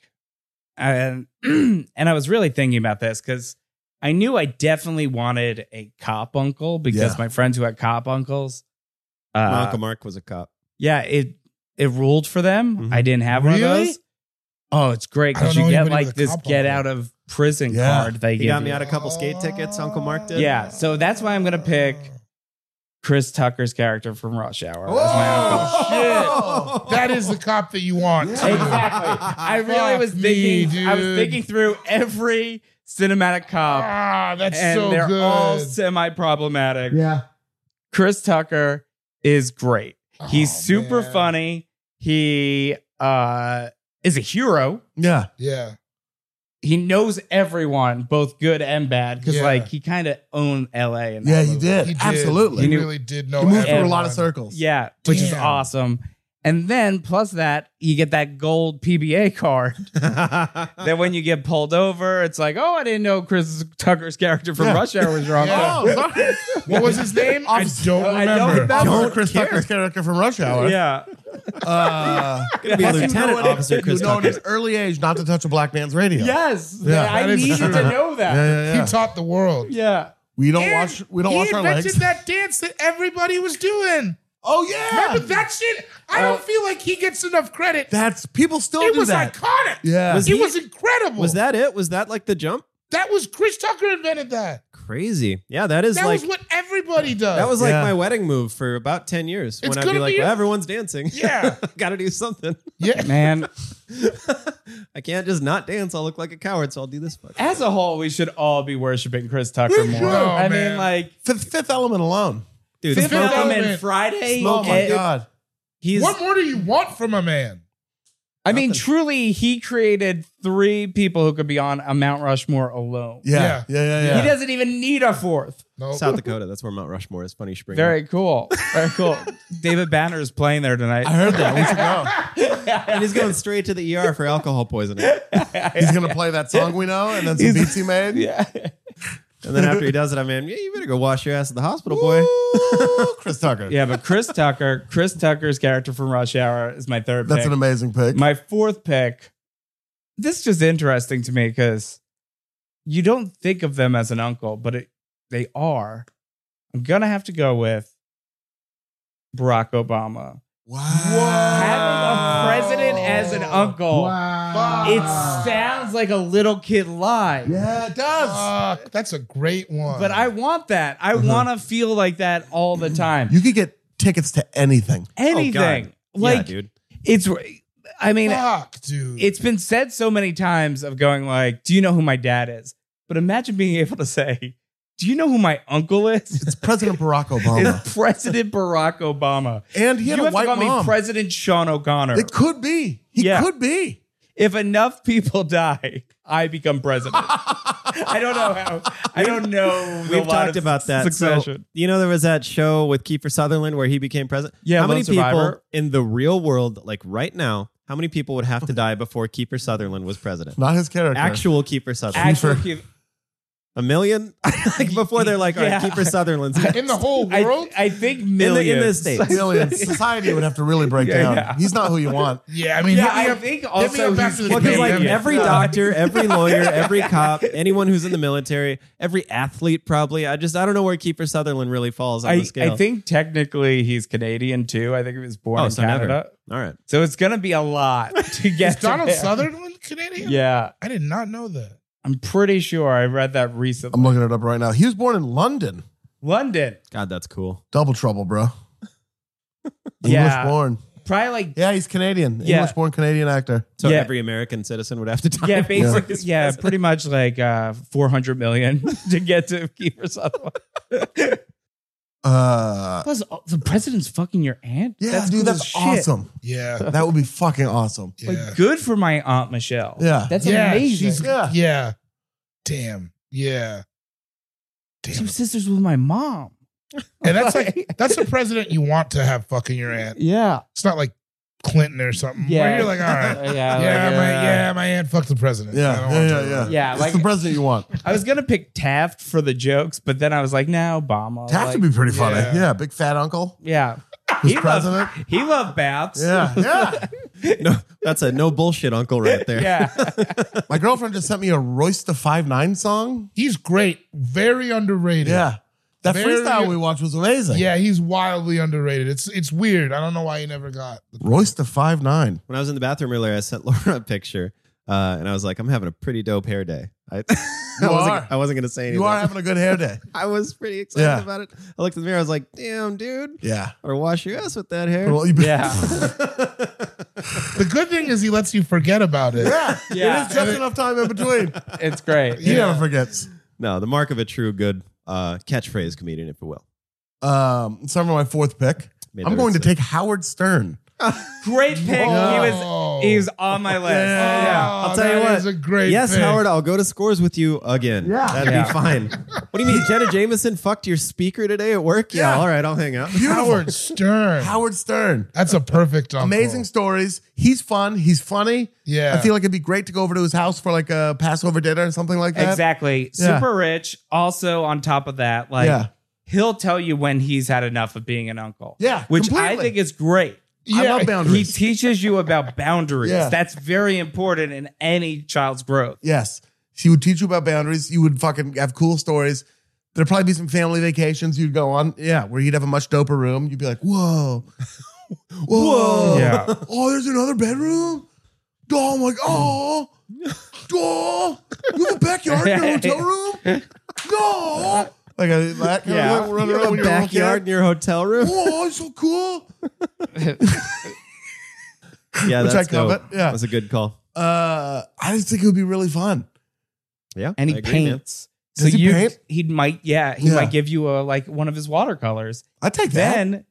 [SPEAKER 5] and, and I was really thinking about this because I knew I definitely wanted a cop uncle because
[SPEAKER 2] Yeah.
[SPEAKER 5] my friends who had cop uncles,
[SPEAKER 6] My
[SPEAKER 5] uh,
[SPEAKER 6] Uncle Mark was a cop.
[SPEAKER 5] yeah, it it ruled for them.
[SPEAKER 6] Mhm.
[SPEAKER 5] I didn't have one of
[SPEAKER 3] Mm-hmm. Really?
[SPEAKER 5] those. Oh, it's great
[SPEAKER 3] I don't
[SPEAKER 5] because you
[SPEAKER 3] know
[SPEAKER 5] get
[SPEAKER 3] anybody
[SPEAKER 5] like
[SPEAKER 3] with a
[SPEAKER 5] this
[SPEAKER 3] cop
[SPEAKER 5] get out
[SPEAKER 3] uncle.
[SPEAKER 5] of prison
[SPEAKER 2] Yeah.
[SPEAKER 5] card they
[SPEAKER 6] He
[SPEAKER 5] give
[SPEAKER 6] got me
[SPEAKER 5] you.
[SPEAKER 6] out a couple skate tickets. Uncle Mark did.
[SPEAKER 5] Yeah, so that's why I'm gonna pick Chris Tucker's character from Rush Hour. as my uncle.
[SPEAKER 3] Oh, shit. That is the cop that you want.
[SPEAKER 5] Exactly. I really
[SPEAKER 3] Fuck
[SPEAKER 5] was
[SPEAKER 3] me,
[SPEAKER 5] thinking. I was
[SPEAKER 3] dude.
[SPEAKER 5] thinking through every cinematic cop,
[SPEAKER 3] Ah, that's
[SPEAKER 5] and
[SPEAKER 3] so
[SPEAKER 5] they're
[SPEAKER 3] good.
[SPEAKER 5] all semi-problematic.
[SPEAKER 2] Yeah.
[SPEAKER 5] Chris Tucker is great. He's
[SPEAKER 3] Oh,
[SPEAKER 5] super
[SPEAKER 3] man.
[SPEAKER 5] funny. He uh, is a hero.
[SPEAKER 2] Yeah.
[SPEAKER 3] Yeah.
[SPEAKER 5] He knows everyone, both good and bad, because
[SPEAKER 3] Yeah.
[SPEAKER 5] like he kind of owned L.A. And
[SPEAKER 2] Yeah, you did.
[SPEAKER 3] He did.
[SPEAKER 2] Absolutely.
[SPEAKER 3] He
[SPEAKER 2] You,
[SPEAKER 3] really did know.
[SPEAKER 2] moved through a lot
[SPEAKER 3] everyone.
[SPEAKER 2] of circles.
[SPEAKER 5] yeah, which is
[SPEAKER 3] Damn.
[SPEAKER 5] awesome. And then plus that, you get that gold PBA card.
[SPEAKER 6] Yeah.
[SPEAKER 5] then when you get pulled over, it's like, oh, I didn't know Chris Tucker's character from
[SPEAKER 2] Yeah.
[SPEAKER 5] Rush Hour was wrong.
[SPEAKER 3] Yeah.
[SPEAKER 2] Oh, sorry.
[SPEAKER 3] What was his name? I don't
[SPEAKER 5] I don't
[SPEAKER 3] remember.
[SPEAKER 5] remember.
[SPEAKER 2] Don't Chris Tucker's character from Rush Hour.
[SPEAKER 5] yeah.
[SPEAKER 2] Uh,
[SPEAKER 6] Gonna be
[SPEAKER 2] you
[SPEAKER 6] Lieutenant
[SPEAKER 2] know it-
[SPEAKER 6] Officer Chris
[SPEAKER 2] you know at
[SPEAKER 6] Tucker.
[SPEAKER 2] an early age not to touch a black man's radio.
[SPEAKER 5] Yes.
[SPEAKER 2] Yeah.
[SPEAKER 5] I
[SPEAKER 3] That is
[SPEAKER 5] needed
[SPEAKER 3] true.
[SPEAKER 5] to know that.
[SPEAKER 2] Yeah, yeah, yeah.
[SPEAKER 3] He taught the world.
[SPEAKER 5] Yeah.
[SPEAKER 2] We don't
[SPEAKER 3] And
[SPEAKER 2] wash. We don't
[SPEAKER 3] he
[SPEAKER 2] wash our
[SPEAKER 3] invented
[SPEAKER 2] legs.
[SPEAKER 3] that dance that everybody was doing.
[SPEAKER 2] oh yeah,
[SPEAKER 3] Remember that shit? I don't feel like he gets enough credit.
[SPEAKER 2] That's people still
[SPEAKER 3] it
[SPEAKER 2] do
[SPEAKER 3] was
[SPEAKER 2] that.
[SPEAKER 3] iconic.
[SPEAKER 2] Yeah.
[SPEAKER 3] it
[SPEAKER 6] Was he-
[SPEAKER 3] was incredible.
[SPEAKER 6] Was that it? Was that like the jump?
[SPEAKER 3] That was Chris Tucker invented that.
[SPEAKER 6] Crazy. Yeah, that is
[SPEAKER 3] That
[SPEAKER 6] like
[SPEAKER 3] was what everybody does.
[SPEAKER 6] that was like
[SPEAKER 2] Yeah.
[SPEAKER 6] my wedding move for about ten years.
[SPEAKER 3] It's
[SPEAKER 6] when I'd
[SPEAKER 3] gonna
[SPEAKER 6] be like,
[SPEAKER 3] be a-
[SPEAKER 6] well, everyone's dancing.
[SPEAKER 3] Yeah.
[SPEAKER 6] Got to do something.
[SPEAKER 3] yeah.
[SPEAKER 5] Man,
[SPEAKER 6] I can't just not dance. I'll look like a coward, so I'll do this. Part.
[SPEAKER 5] as a whole, we should all be worshiping Chris Tucker more.
[SPEAKER 3] should.
[SPEAKER 5] I
[SPEAKER 3] Oh, man.
[SPEAKER 5] mean, like,
[SPEAKER 2] Fifth, fifth Element alone.
[SPEAKER 6] Dude,
[SPEAKER 5] Fifth
[SPEAKER 6] smoke 'em.
[SPEAKER 5] Element
[SPEAKER 3] Element.
[SPEAKER 5] Friday.
[SPEAKER 2] Oh my
[SPEAKER 5] it-
[SPEAKER 2] god.
[SPEAKER 6] He's
[SPEAKER 3] What more do you want from a man?
[SPEAKER 5] I mean,
[SPEAKER 6] Nothing.
[SPEAKER 5] truly, he created three people who could be on a Mount Rushmore alone.
[SPEAKER 2] Yeah, yeah, yeah, yeah.
[SPEAKER 5] He doesn't even need a fourth.
[SPEAKER 3] No.
[SPEAKER 6] South Dakota. That's where Mount Rushmore is. Funny spring.
[SPEAKER 5] Very cool. Very cool. David Banner is playing there tonight.
[SPEAKER 2] I heard that. We should go.
[SPEAKER 6] and he's going straight to the ER for alcohol poisoning.
[SPEAKER 2] He's gonna play that song we know, and then some beats he made.
[SPEAKER 5] Yeah.
[SPEAKER 6] And then after he does it, I'm in. Yeah, you better go wash your ass at the hospital, boy.
[SPEAKER 2] Ooh, Chris Tucker.
[SPEAKER 5] Yeah, but Chris Tucker, Chris Tucker's character from Rush Hour is my third
[SPEAKER 2] that's
[SPEAKER 5] pick.
[SPEAKER 2] an amazing pick.
[SPEAKER 5] my fourth pick. This is just interesting to me because you don't think of them as an uncle, but it, they are. I'm gonna have to go with Barack Obama.
[SPEAKER 2] wow.
[SPEAKER 5] Having a president as an uncle,
[SPEAKER 3] Wow.
[SPEAKER 5] it sounds like a little kid lie.
[SPEAKER 2] Yeah, it does.
[SPEAKER 3] Fuck, that's a great one.
[SPEAKER 5] But I want that. I
[SPEAKER 2] Uh-huh.
[SPEAKER 5] want to feel like that all the time.
[SPEAKER 2] you oh, could get tickets to anything.
[SPEAKER 5] Anything.
[SPEAKER 6] yeah,
[SPEAKER 5] like
[SPEAKER 6] dude.
[SPEAKER 5] it's I mean,
[SPEAKER 3] fuck, dude.
[SPEAKER 5] it's been said so many times of going like, "Do you know who my dad is?" But imagine being able to say, "Do you know who my uncle is?"
[SPEAKER 2] It's President Barack Obama,
[SPEAKER 5] It's President Barack Obama.
[SPEAKER 2] and he had a
[SPEAKER 5] you have to
[SPEAKER 2] white
[SPEAKER 5] call
[SPEAKER 2] mom.
[SPEAKER 5] me President Sean O'Connor.
[SPEAKER 2] It could be. He
[SPEAKER 5] Yeah.
[SPEAKER 2] could be.
[SPEAKER 5] if enough people die, I become president. I don't know how. I don't know. the
[SPEAKER 6] We've
[SPEAKER 5] lot
[SPEAKER 6] talked
[SPEAKER 5] of
[SPEAKER 6] about that. So,
[SPEAKER 5] Succession.
[SPEAKER 6] you know, there was that show with Kiefer Sutherland where he became president.
[SPEAKER 5] Yeah,
[SPEAKER 6] how many
[SPEAKER 5] Lone Survivor.
[SPEAKER 6] people in the real world, like right now, how many people would have to die before Kiefer Sutherland was president?
[SPEAKER 2] Not his character.
[SPEAKER 6] Actual Kiefer Sutherland,
[SPEAKER 5] Actual
[SPEAKER 2] Kiefer.
[SPEAKER 5] Keith-
[SPEAKER 6] a million. like before, they're like, "All right,
[SPEAKER 5] Yeah.
[SPEAKER 6] Kiefer Sutherland's
[SPEAKER 3] in the whole world.
[SPEAKER 5] I, I think
[SPEAKER 6] in
[SPEAKER 5] millions.
[SPEAKER 6] the, in the states."
[SPEAKER 2] Million. Society would have to really break
[SPEAKER 5] Yeah,
[SPEAKER 2] down.
[SPEAKER 5] yeah.
[SPEAKER 2] He's not who you want.
[SPEAKER 3] yeah, I mean,
[SPEAKER 5] Yeah,
[SPEAKER 3] hit me
[SPEAKER 5] I
[SPEAKER 3] up-
[SPEAKER 5] think
[SPEAKER 3] hit me
[SPEAKER 5] also
[SPEAKER 3] up
[SPEAKER 5] he's-
[SPEAKER 3] after the
[SPEAKER 6] Well, because like
[SPEAKER 3] pandemic.
[SPEAKER 6] every doctor, every lawyer, every cop, anyone who's in the military, every athlete, probably. I just I don't know where Kiefer Sutherland really falls on
[SPEAKER 5] I,
[SPEAKER 6] the scale.
[SPEAKER 5] I think technically he's Canadian too. I think he was born
[SPEAKER 6] oh,
[SPEAKER 5] in
[SPEAKER 6] so
[SPEAKER 5] Canada.
[SPEAKER 6] never. All right.
[SPEAKER 5] So it's gonna be a lot to get
[SPEAKER 3] Is
[SPEAKER 5] to
[SPEAKER 3] Donald
[SPEAKER 5] there.
[SPEAKER 3] Sutherland Canadian?
[SPEAKER 5] Yeah,
[SPEAKER 3] I did not know that.
[SPEAKER 5] I'm pretty sure I read that recently.
[SPEAKER 2] I'm looking it up right now. He was born in London.
[SPEAKER 5] London,
[SPEAKER 6] God, that's cool.
[SPEAKER 2] Double trouble, bro. English
[SPEAKER 5] Yeah.
[SPEAKER 2] born.
[SPEAKER 5] probably like
[SPEAKER 2] Yeah, he's Canadian.
[SPEAKER 5] Yeah.
[SPEAKER 2] English born Canadian actor.
[SPEAKER 6] So
[SPEAKER 5] Yeah.
[SPEAKER 6] every American citizen would have to die.
[SPEAKER 5] yeah,
[SPEAKER 6] before
[SPEAKER 5] basically
[SPEAKER 6] he's
[SPEAKER 5] yeah,
[SPEAKER 6] president.
[SPEAKER 5] pretty much like uh, 400 million to get to Kiefer Sutherland.
[SPEAKER 2] Uh,
[SPEAKER 5] Plus, oh, the president's fucking your aunt.
[SPEAKER 2] yeah,
[SPEAKER 5] cool
[SPEAKER 2] dude,
[SPEAKER 5] as
[SPEAKER 2] that's
[SPEAKER 5] shit.
[SPEAKER 2] awesome.
[SPEAKER 3] Yeah.
[SPEAKER 2] That would be fucking awesome.
[SPEAKER 3] Yeah.
[SPEAKER 5] Like, good for my aunt Michelle.
[SPEAKER 2] Yeah.
[SPEAKER 5] that's
[SPEAKER 3] yeah,
[SPEAKER 5] amazing.
[SPEAKER 3] she's-
[SPEAKER 2] Yeah.
[SPEAKER 3] yeah. Damn. Yeah. Damn.
[SPEAKER 5] Two sisters with my mom.
[SPEAKER 3] And that's like that's the president you want to have fucking your aunt.
[SPEAKER 5] Yeah,
[SPEAKER 3] It's not like Clinton or something. Yeah.
[SPEAKER 5] Yeah.
[SPEAKER 3] Where you're like, all right.
[SPEAKER 5] yeah,
[SPEAKER 3] Yeah,
[SPEAKER 5] like,
[SPEAKER 3] my
[SPEAKER 5] uh,
[SPEAKER 3] yeah, my aunt fucked the president. I
[SPEAKER 2] Yeah,
[SPEAKER 3] don't
[SPEAKER 2] yeah,
[SPEAKER 3] want
[SPEAKER 2] yeah,
[SPEAKER 3] to-
[SPEAKER 2] yeah.
[SPEAKER 5] Yeah,
[SPEAKER 2] it's
[SPEAKER 5] like-
[SPEAKER 2] the president you want.
[SPEAKER 5] I was gonna pick Taft for the jokes, but then I was like, no, Obama.
[SPEAKER 2] Taft
[SPEAKER 5] like-
[SPEAKER 2] would be pretty funny.
[SPEAKER 3] Yeah.
[SPEAKER 2] Yeah. big fat uncle
[SPEAKER 5] Yeah,
[SPEAKER 2] who's
[SPEAKER 5] He loved-
[SPEAKER 2] president.
[SPEAKER 5] he loved baths.
[SPEAKER 2] yeah, yeah.
[SPEAKER 6] no, that's a no bullshit uncle right there.
[SPEAKER 5] yeah.
[SPEAKER 2] My girlfriend just sent me a Royce the Five Nine song.
[SPEAKER 3] He's great. Very underrated.
[SPEAKER 2] Yeah, that
[SPEAKER 3] Very-
[SPEAKER 2] freestyle we watched was amazing.
[SPEAKER 3] Yeah, he's wildly underrated. It's it's weird. I don't know why he never got.
[SPEAKER 2] Royce the Five Nine.
[SPEAKER 6] When I was in the bathroom earlier, I sent Laura a picture, uh, and I was like, "I'm having a pretty dope hair day." I, I
[SPEAKER 2] You
[SPEAKER 6] wasn't,
[SPEAKER 2] are.
[SPEAKER 6] I wasn't gonna say anything.
[SPEAKER 2] You are having a good hair day.
[SPEAKER 6] I was pretty excited
[SPEAKER 2] Yeah.
[SPEAKER 6] about it. I looked in the mirror. I was like, "Damn, dude,
[SPEAKER 2] Yeah.
[SPEAKER 6] better wash your ass with that hair."
[SPEAKER 2] Well, you-
[SPEAKER 5] Yeah.
[SPEAKER 3] The good thing is he lets you forget about it.
[SPEAKER 2] yeah,
[SPEAKER 5] Yeah.
[SPEAKER 2] It is just enough time in between.
[SPEAKER 5] It's great.
[SPEAKER 2] He never forgets.
[SPEAKER 6] no, the mark of a true good uh, catchphrase comedian, if you will.
[SPEAKER 2] Um, it's time for my fourth pick.
[SPEAKER 6] Made
[SPEAKER 2] I'm
[SPEAKER 6] that
[SPEAKER 2] going to
[SPEAKER 6] sense.
[SPEAKER 2] take Howard Stern.
[SPEAKER 5] Great pick. He was
[SPEAKER 3] Oh.
[SPEAKER 5] he was on my list.
[SPEAKER 2] Yeah.
[SPEAKER 5] Yeah.
[SPEAKER 3] Oh,
[SPEAKER 6] I'll tell you
[SPEAKER 3] that
[SPEAKER 6] what.
[SPEAKER 3] is a great
[SPEAKER 6] yes,
[SPEAKER 3] pick.
[SPEAKER 2] uh,
[SPEAKER 6] Howard, I'll go to scores with you again. Yeah, that'd
[SPEAKER 5] Yeah.
[SPEAKER 6] be fine. What do you mean, Jenna Jameson fucked your speaker today at work? Yeah,
[SPEAKER 2] Yeah.
[SPEAKER 6] all right, I'll hang out.
[SPEAKER 3] Howard Stern.
[SPEAKER 2] Howard Stern.
[SPEAKER 3] That's a perfect uncle.
[SPEAKER 2] Amazing stories. He's fun. He's funny.
[SPEAKER 3] Yeah.
[SPEAKER 2] I feel like it'd be great to go over to his house for like a Passover dinner or something like that.
[SPEAKER 5] Exactly.
[SPEAKER 2] Yeah.
[SPEAKER 5] Super rich. Also on top of that, like
[SPEAKER 2] Yeah.
[SPEAKER 5] he'll tell you when he's had enough of being an uncle.
[SPEAKER 2] Yeah,
[SPEAKER 5] Which I
[SPEAKER 2] completely.
[SPEAKER 5] think is great.
[SPEAKER 2] I love
[SPEAKER 5] He
[SPEAKER 2] boundaries.
[SPEAKER 5] teaches you about boundaries.
[SPEAKER 2] Yeah.
[SPEAKER 5] That's very important in any child's growth.
[SPEAKER 2] yes. She would teach you about boundaries. You would fucking have cool stories. There'd probably be some family vacations you'd go on. Yeah. Where you'd have a much doper room. You'd be like, whoa. Whoa.
[SPEAKER 5] Yeah.
[SPEAKER 2] Oh, there's another bedroom. Oh, I'm like, oh. Oh, you have a backyard in your hotel room? No. Like a that kind
[SPEAKER 5] Yeah.
[SPEAKER 2] of thing, running around
[SPEAKER 6] You have a
[SPEAKER 2] when you're a kid.
[SPEAKER 6] backyard in your hotel room.
[SPEAKER 2] Oh, it's so cool.
[SPEAKER 6] yeah,
[SPEAKER 2] Which I
[SPEAKER 6] that's
[SPEAKER 2] covet,
[SPEAKER 6] dope.
[SPEAKER 2] yeah.
[SPEAKER 6] that's a good call.
[SPEAKER 2] Uh, I just think it would be really fun.
[SPEAKER 6] Yeah,
[SPEAKER 5] And
[SPEAKER 6] I
[SPEAKER 5] he
[SPEAKER 6] agree, man.
[SPEAKER 5] paints.
[SPEAKER 2] Does he
[SPEAKER 5] you
[SPEAKER 2] paint?
[SPEAKER 5] he might yeah, he
[SPEAKER 2] Yeah.
[SPEAKER 5] might give you a like one of his watercolors.
[SPEAKER 2] I take that.
[SPEAKER 5] then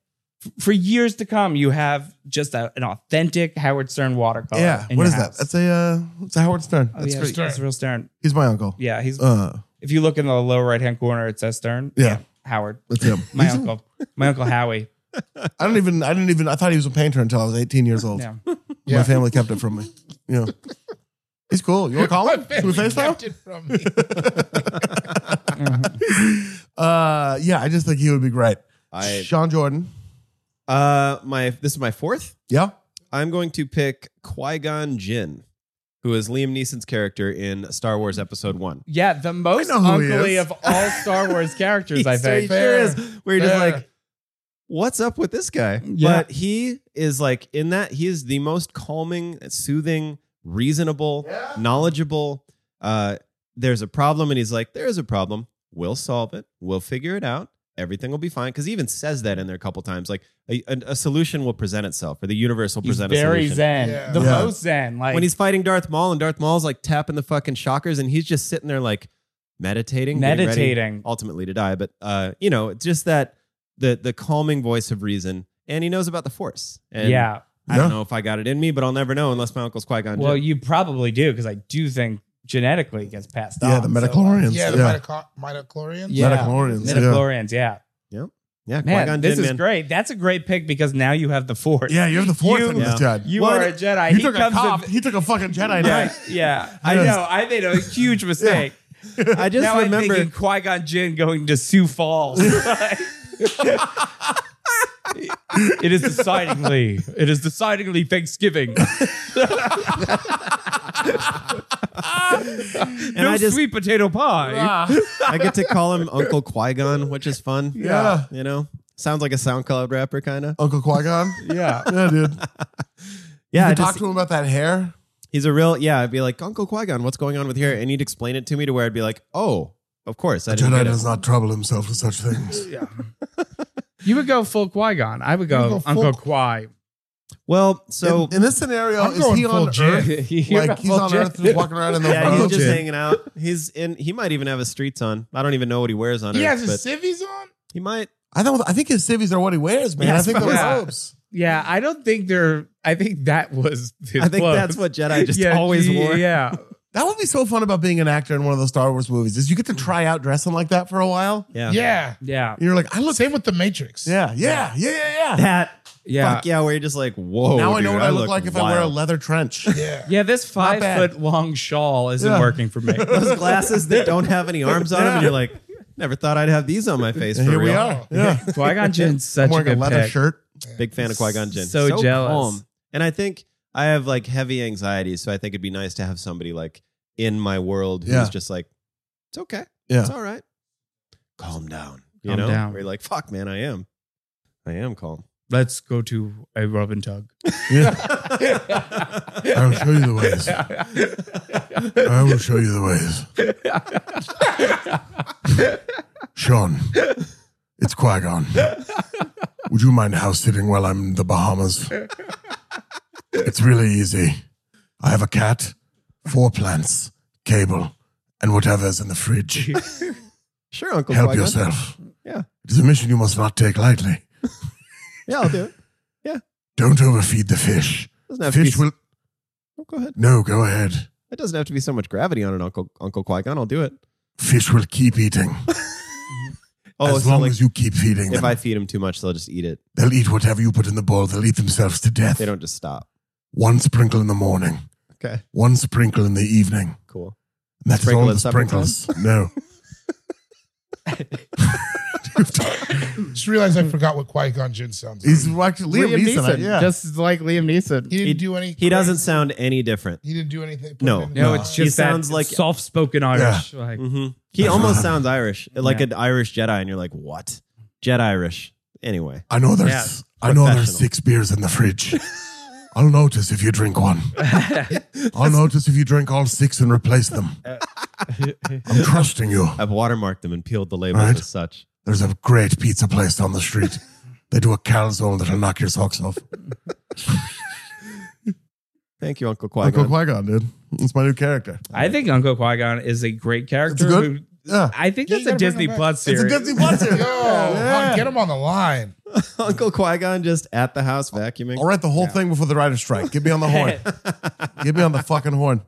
[SPEAKER 5] f- for years to come, you have just a, an authentic Howard Stern watercolor.
[SPEAKER 2] yeah.
[SPEAKER 5] in
[SPEAKER 2] What
[SPEAKER 5] your
[SPEAKER 2] is that?
[SPEAKER 5] house.
[SPEAKER 2] That's a uh, it's a Howard Stern.
[SPEAKER 5] Oh,
[SPEAKER 2] That's
[SPEAKER 5] yeah,
[SPEAKER 2] great.
[SPEAKER 5] it's- it's real Stern.
[SPEAKER 2] He's my uncle.
[SPEAKER 5] Yeah, he's.
[SPEAKER 2] Uh,
[SPEAKER 5] if you look in the lower right hand corner, it says Stern.
[SPEAKER 2] Yeah.
[SPEAKER 5] Howard,
[SPEAKER 2] that's him.
[SPEAKER 5] my
[SPEAKER 2] He's-
[SPEAKER 5] uncle, my uncle Howie.
[SPEAKER 2] I don't even. I didn't even. I thought he was a painter until I was 18 years old.
[SPEAKER 5] Yeah.
[SPEAKER 2] My family kept it from me. You know. He's cool. You want to call him? Should we FaceTime?
[SPEAKER 3] kept it from me.
[SPEAKER 2] Uh, yeah, I just think he would be great.
[SPEAKER 6] I-
[SPEAKER 2] Sean Jordan.
[SPEAKER 6] Uh, my this is my fourth.
[SPEAKER 2] Yeah.
[SPEAKER 6] I'm going to pick Qui Gon Jinn, who is Liam Neeson's character in Star Wars Episode One.
[SPEAKER 5] Yeah, the most
[SPEAKER 2] know who he
[SPEAKER 5] uncly
[SPEAKER 2] is.
[SPEAKER 5] of all Star Wars characters, I
[SPEAKER 6] He sure- he
[SPEAKER 5] think.
[SPEAKER 6] sure
[SPEAKER 3] Fair.
[SPEAKER 6] is. Where you're just
[SPEAKER 3] Fair.
[SPEAKER 6] like, what's up with this guy?
[SPEAKER 5] Yeah.
[SPEAKER 6] But he is like in that he is the most calming, soothing, reasonable, knowledgeable. Uh, there's a problem, and he's like, there is a problem. We'll solve it. We'll figure it out. Everything will be fine. Because he even says that in there a couple times. Like a, a, a solution will present itself, or the universe will
[SPEAKER 5] He's
[SPEAKER 6] present a
[SPEAKER 5] very
[SPEAKER 6] solution.
[SPEAKER 5] zen,
[SPEAKER 3] Yeah.
[SPEAKER 5] the
[SPEAKER 2] Yeah.
[SPEAKER 5] most zen. Like
[SPEAKER 6] when he's fighting Darth Maul, and Darth Maul's like tapping the fucking shockers, and he's just sitting there like meditating, getting ready
[SPEAKER 5] meditating.
[SPEAKER 6] ultimately to die. But uh, you know, it's just that the the calming voice of reason, and he knows about the force. And
[SPEAKER 5] Yeah.
[SPEAKER 6] I don't
[SPEAKER 2] Yeah.
[SPEAKER 6] know if I got it in me, but I'll never know unless my uncle's Qui Gon.
[SPEAKER 5] Well, you probably do because I do think genetically gets passed on.
[SPEAKER 2] Yeah, the
[SPEAKER 5] So,
[SPEAKER 2] Metachlorians.
[SPEAKER 3] yeah, the
[SPEAKER 2] yeah.
[SPEAKER 3] mitochon- mitochlorian.
[SPEAKER 5] Yeah.
[SPEAKER 2] Metachlorians, yeah.
[SPEAKER 5] Metachlorians, yeah.
[SPEAKER 6] Yeah,
[SPEAKER 5] Man,
[SPEAKER 6] Qui-Gon
[SPEAKER 5] this
[SPEAKER 6] Jinn,
[SPEAKER 5] is
[SPEAKER 6] man.
[SPEAKER 5] great. That's a great pick because now you have the force.
[SPEAKER 2] Yeah, you're the fourth
[SPEAKER 5] You-
[SPEAKER 2] one with Jed.
[SPEAKER 5] You
[SPEAKER 2] Well,
[SPEAKER 5] are a Jedi.
[SPEAKER 2] He,
[SPEAKER 5] He
[SPEAKER 2] took a
[SPEAKER 5] comes
[SPEAKER 2] cop.
[SPEAKER 5] in-
[SPEAKER 2] he took a fucking Jedi
[SPEAKER 5] yeah,
[SPEAKER 2] Knight.
[SPEAKER 5] yeah. I know. I made a huge mistake.
[SPEAKER 6] I just
[SPEAKER 5] now
[SPEAKER 6] remember
[SPEAKER 5] I'm thinking Qui Gon Jinn going to Sioux Falls. it is decidingly. It is decidingly Thanksgiving.
[SPEAKER 6] and
[SPEAKER 5] no
[SPEAKER 6] I just
[SPEAKER 5] sweet potato pie.
[SPEAKER 3] Ah.
[SPEAKER 6] I get to call him Uncle Qui-Gon, which is fun.
[SPEAKER 2] Yeah. Oh,
[SPEAKER 6] You know? Sounds like a SoundCloud rapper kind of.
[SPEAKER 2] Uncle Qui Gon.
[SPEAKER 5] Yeah.
[SPEAKER 2] Yeah, dude. you
[SPEAKER 6] Yeah, I
[SPEAKER 2] could talk
[SPEAKER 6] just-
[SPEAKER 2] to him about that hair.
[SPEAKER 6] he's a real yeah, I'd be like, "Uncle Qui-Gon, what's going on with here?" And he'd explain it to me to where I'd be like, "Oh, of course. I didn't
[SPEAKER 2] Jedi
[SPEAKER 6] get it."
[SPEAKER 2] does not trouble himself with such things.
[SPEAKER 5] You would go full Qui Gon. I would go,
[SPEAKER 3] go full-
[SPEAKER 5] Uncle Qui.
[SPEAKER 6] Well, so
[SPEAKER 2] in, in this scenario,
[SPEAKER 3] I'm
[SPEAKER 2] is
[SPEAKER 3] going
[SPEAKER 2] he
[SPEAKER 3] full
[SPEAKER 2] on
[SPEAKER 3] Jin.
[SPEAKER 2] Earth? Like he's on Earth, just walking around in the
[SPEAKER 6] yeah, he's
[SPEAKER 2] world.
[SPEAKER 6] just
[SPEAKER 3] Jin.
[SPEAKER 6] hanging out. He's in. He might even have his streets on. I don't even know what he wears on.
[SPEAKER 3] He
[SPEAKER 6] Earth,
[SPEAKER 3] has his
[SPEAKER 6] but
[SPEAKER 3] civvies on.
[SPEAKER 6] he might.
[SPEAKER 2] I thought I think his civvies are what he wears, man. I think they're
[SPEAKER 5] yeah.
[SPEAKER 2] robes.
[SPEAKER 5] Yeah, I don't think they're. I think that was. His
[SPEAKER 6] I think
[SPEAKER 5] clothes.
[SPEAKER 6] that's what Jedi just
[SPEAKER 5] Yeah,
[SPEAKER 6] always
[SPEAKER 5] gee,
[SPEAKER 6] wore.
[SPEAKER 5] Yeah,
[SPEAKER 2] That would be so fun about being an actor in one of those Star Wars movies. Is you get to try out dressing like that for a while.
[SPEAKER 6] Yeah.
[SPEAKER 3] Yeah.
[SPEAKER 5] yeah,
[SPEAKER 2] You're like, I look.
[SPEAKER 3] Same with the Matrix.
[SPEAKER 2] Yeah, yeah, yeah, yeah, yeah.
[SPEAKER 6] That.
[SPEAKER 5] yeah.
[SPEAKER 6] Fuck yeah. Where you're just like, whoa.
[SPEAKER 2] now I know
[SPEAKER 6] dude,
[SPEAKER 2] what I, look, like if I wear a
[SPEAKER 6] wild.
[SPEAKER 2] leather trench.
[SPEAKER 3] Yeah.
[SPEAKER 5] Yeah, this
[SPEAKER 2] Not
[SPEAKER 5] five
[SPEAKER 2] bad.
[SPEAKER 5] foot long shawl isn't
[SPEAKER 2] Yeah.
[SPEAKER 5] working for me.
[SPEAKER 6] Those glasses that don't have any arms on them, and
[SPEAKER 2] Yeah.
[SPEAKER 6] you're like, never thought I'd have these on my face. For
[SPEAKER 2] Here
[SPEAKER 6] real.
[SPEAKER 2] we are. Yeah,
[SPEAKER 5] Qui Gon Jinn's such
[SPEAKER 2] I'm
[SPEAKER 5] a
[SPEAKER 2] wearing a,
[SPEAKER 5] good
[SPEAKER 2] leather
[SPEAKER 5] pick.
[SPEAKER 2] shirt.
[SPEAKER 6] Big fan of Qui Gon Jinn.
[SPEAKER 5] So jealous.
[SPEAKER 6] And I think I have like heavy anxiety, so I think it'd be nice to have somebody like in my world who's
[SPEAKER 2] Yeah.
[SPEAKER 6] just like, it's okay.
[SPEAKER 2] Yeah.
[SPEAKER 6] It's all right. Calm down. You
[SPEAKER 5] Calm
[SPEAKER 6] know?
[SPEAKER 5] down.
[SPEAKER 6] Where you're like, fuck, man, I am. I am calm.
[SPEAKER 5] Let's go to a rub and tug.
[SPEAKER 2] I will show you the ways. I will show you the ways. Sean, it's Qui Gon. Would you mind house sitting while I'm in the Bahamas? It's really easy. I have a cat, four plants, cable, and whatever's in the fridge.
[SPEAKER 6] Sure, Uncle
[SPEAKER 2] Help
[SPEAKER 6] Qui-Gon.
[SPEAKER 2] yourself.
[SPEAKER 6] Yeah.
[SPEAKER 2] It is a mission you must not take lightly.
[SPEAKER 6] Yeah, I'll do it.
[SPEAKER 2] Don't overfeed the fish.
[SPEAKER 6] Doesn't have
[SPEAKER 2] Fish
[SPEAKER 6] to be,
[SPEAKER 2] will.
[SPEAKER 6] oh, go ahead.
[SPEAKER 2] No, go ahead.
[SPEAKER 6] It doesn't have to be so much gravity on an Uncle Uncle Qui-Gon. I'll do it.
[SPEAKER 2] Fish will keep eating
[SPEAKER 6] Oh,
[SPEAKER 2] as
[SPEAKER 6] so
[SPEAKER 2] long
[SPEAKER 6] like,
[SPEAKER 2] as you keep feeding
[SPEAKER 6] if
[SPEAKER 2] them.
[SPEAKER 6] I feed them too much, they'll just eat it.
[SPEAKER 2] They'll eat whatever you put in the bowl. They'll eat themselves to death.
[SPEAKER 6] They don't just stop.
[SPEAKER 2] One sprinkle in the morning,
[SPEAKER 6] Okay.
[SPEAKER 2] one sprinkle in the evening.
[SPEAKER 6] Cool.
[SPEAKER 2] And that is
[SPEAKER 6] Sprinkle
[SPEAKER 2] all
[SPEAKER 6] at
[SPEAKER 2] the
[SPEAKER 6] supper time?
[SPEAKER 2] sprinkles. No.
[SPEAKER 3] Just realized I forgot what Qui Gon Jinn sounds like.
[SPEAKER 2] He's actually Liam, Neeson. Yeah.
[SPEAKER 5] just like Liam Neeson.
[SPEAKER 3] he didn't
[SPEAKER 6] he-
[SPEAKER 3] do any.
[SPEAKER 6] He doesn't sound any different.
[SPEAKER 3] He didn't do anything. put
[SPEAKER 6] No.
[SPEAKER 3] him in
[SPEAKER 5] No,
[SPEAKER 3] the-
[SPEAKER 5] it's
[SPEAKER 6] He
[SPEAKER 5] just that
[SPEAKER 6] sounds like-
[SPEAKER 5] soft-spoken Irish. Like,
[SPEAKER 6] Mm-hmm. He almost sounds Irish, like an Irish Jedi, and you're like, what? Jet Irish. Anyway.
[SPEAKER 2] I know there's
[SPEAKER 6] Yeah.
[SPEAKER 2] I know there's
[SPEAKER 6] Professional.
[SPEAKER 2] six beers in the fridge. I'll notice if you drink one. I'll notice if you drink all six and replace them. I'm trusting you.
[SPEAKER 6] I've watermarked them and peeled the labels
[SPEAKER 2] Right.
[SPEAKER 6] as such.
[SPEAKER 2] There's a great pizza place down the street. They do a calzone that'll knock your socks off.
[SPEAKER 6] Thank you, Uncle Qui Gon.
[SPEAKER 2] Qui-Gon, dude. It's my new character.
[SPEAKER 5] I think Uncle Qui Gon is a great character.
[SPEAKER 2] It's good?
[SPEAKER 5] who-
[SPEAKER 2] Yeah.
[SPEAKER 5] I think
[SPEAKER 3] Yeah,
[SPEAKER 5] that's
[SPEAKER 3] you
[SPEAKER 5] a
[SPEAKER 3] gotta bring
[SPEAKER 5] Disney
[SPEAKER 3] him back.
[SPEAKER 5] Plus
[SPEAKER 2] It's
[SPEAKER 5] series.
[SPEAKER 2] a Disney Plus
[SPEAKER 3] Yo,
[SPEAKER 2] series. Yeah.
[SPEAKER 3] get him on the line.
[SPEAKER 6] Uncle Qui Gon just at the house vacuuming.
[SPEAKER 2] I'll write the whole thing before the writer's strike. Get me on the horn. Get me on the fucking horn.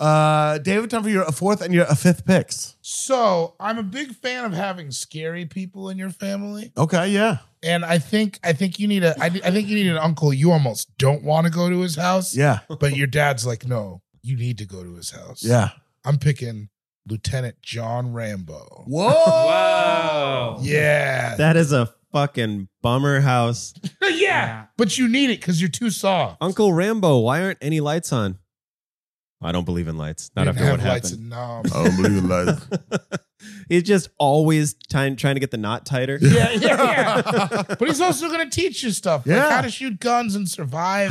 [SPEAKER 2] Uh, David, time for your fourth and your fifth picks.
[SPEAKER 3] So I'm a big fan of having scary people in your family,
[SPEAKER 2] Okay, yeah,
[SPEAKER 3] and I think I think you need a I, I think you need an uncle you almost don't want to go to his house,
[SPEAKER 2] yeah,
[SPEAKER 3] but your dad's like, no, you need to go to his house.
[SPEAKER 2] yeah.
[SPEAKER 3] I'm picking Lieutenant John Rambo.
[SPEAKER 2] Whoa!
[SPEAKER 3] Yeah,
[SPEAKER 6] That is a fucking bummer house.
[SPEAKER 3] yeah, but you need it because you're too soft.
[SPEAKER 6] Uncle Rambo, why aren't any lights on? I don't believe in lights. Not
[SPEAKER 3] Didn't
[SPEAKER 6] after what
[SPEAKER 3] have lights
[SPEAKER 6] happened.
[SPEAKER 3] in Nam.
[SPEAKER 2] I don't believe in lies.
[SPEAKER 6] He's just always time, trying to get the knot tighter.
[SPEAKER 3] yeah, yeah, yeah. but he's also gonna teach you stuff,
[SPEAKER 2] Yeah.
[SPEAKER 3] like how to shoot guns and survive.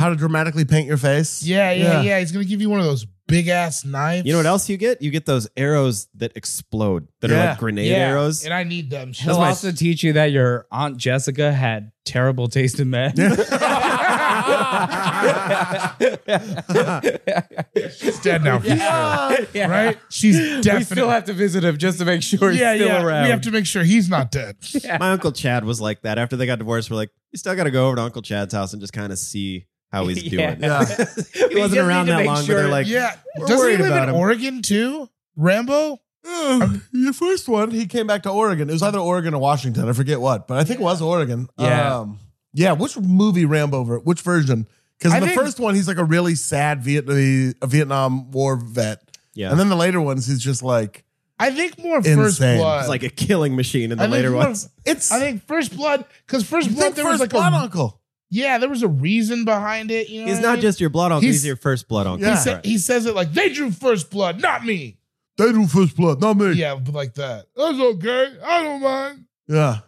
[SPEAKER 2] How to dramatically paint your face?
[SPEAKER 3] yeah, yeah,
[SPEAKER 2] Yeah.
[SPEAKER 3] yeah, He's gonna give you one of those big ass knives.
[SPEAKER 6] You know what else you get? You get those arrows that explode that are
[SPEAKER 2] Yeah.
[SPEAKER 6] like grenade arrows.
[SPEAKER 3] And I need them. shit.
[SPEAKER 5] He'll also teach you that your aunt Jessica had terrible taste in men.
[SPEAKER 3] She's dead now for sure. Right? She's definitely.
[SPEAKER 5] We still have to visit him just to make sure he's still around.
[SPEAKER 3] We have to make sure he's not dead.
[SPEAKER 6] My uncle Chad was like that. After they got divorced, we're like, you still got to go over to Uncle Chad's house and just kind of see how he's
[SPEAKER 5] Yeah.
[SPEAKER 6] doing.
[SPEAKER 2] Yeah.
[SPEAKER 6] He wasn't around that long, but they're like,
[SPEAKER 3] yeah.
[SPEAKER 6] we're
[SPEAKER 3] Does he
[SPEAKER 6] worried
[SPEAKER 3] live
[SPEAKER 6] about
[SPEAKER 3] in
[SPEAKER 6] him.
[SPEAKER 3] Oregon too? Rambo?
[SPEAKER 2] Uh, the first one, he came back to Oregon. It was either Oregon or Washington. I forget what, but I think it was Oregon.
[SPEAKER 5] Yeah.
[SPEAKER 2] Um, yeah. Which movie Rambo? ver- Which version? Because
[SPEAKER 3] I
[SPEAKER 2] in the
[SPEAKER 3] think-
[SPEAKER 2] first one, he's like a really sad Vietnam a Vietnam War vet,
[SPEAKER 6] yeah.
[SPEAKER 2] and then the later ones, he's just like
[SPEAKER 3] I think more
[SPEAKER 2] Insane.
[SPEAKER 3] First Blood.
[SPEAKER 6] it's like a killing machine in the
[SPEAKER 3] I think
[SPEAKER 6] later
[SPEAKER 3] more-
[SPEAKER 6] ones.
[SPEAKER 2] it's.
[SPEAKER 3] I think First Blood, because First
[SPEAKER 2] you
[SPEAKER 3] Blood,
[SPEAKER 2] think
[SPEAKER 3] there
[SPEAKER 2] first
[SPEAKER 3] was like
[SPEAKER 2] blood
[SPEAKER 3] a
[SPEAKER 2] uncle.
[SPEAKER 3] yeah, there was a reason behind it. You know,
[SPEAKER 6] He's
[SPEAKER 3] what I
[SPEAKER 6] not
[SPEAKER 3] mean?
[SPEAKER 6] just your blood uncle, he's,
[SPEAKER 3] He's-
[SPEAKER 6] your first blood uncle.
[SPEAKER 3] He,
[SPEAKER 2] Yeah.
[SPEAKER 3] sa- he says it like they drew First Blood, not me.
[SPEAKER 2] They do first blood, not me.
[SPEAKER 3] Yeah, but like that. That's okay. I don't mind.
[SPEAKER 2] Yeah.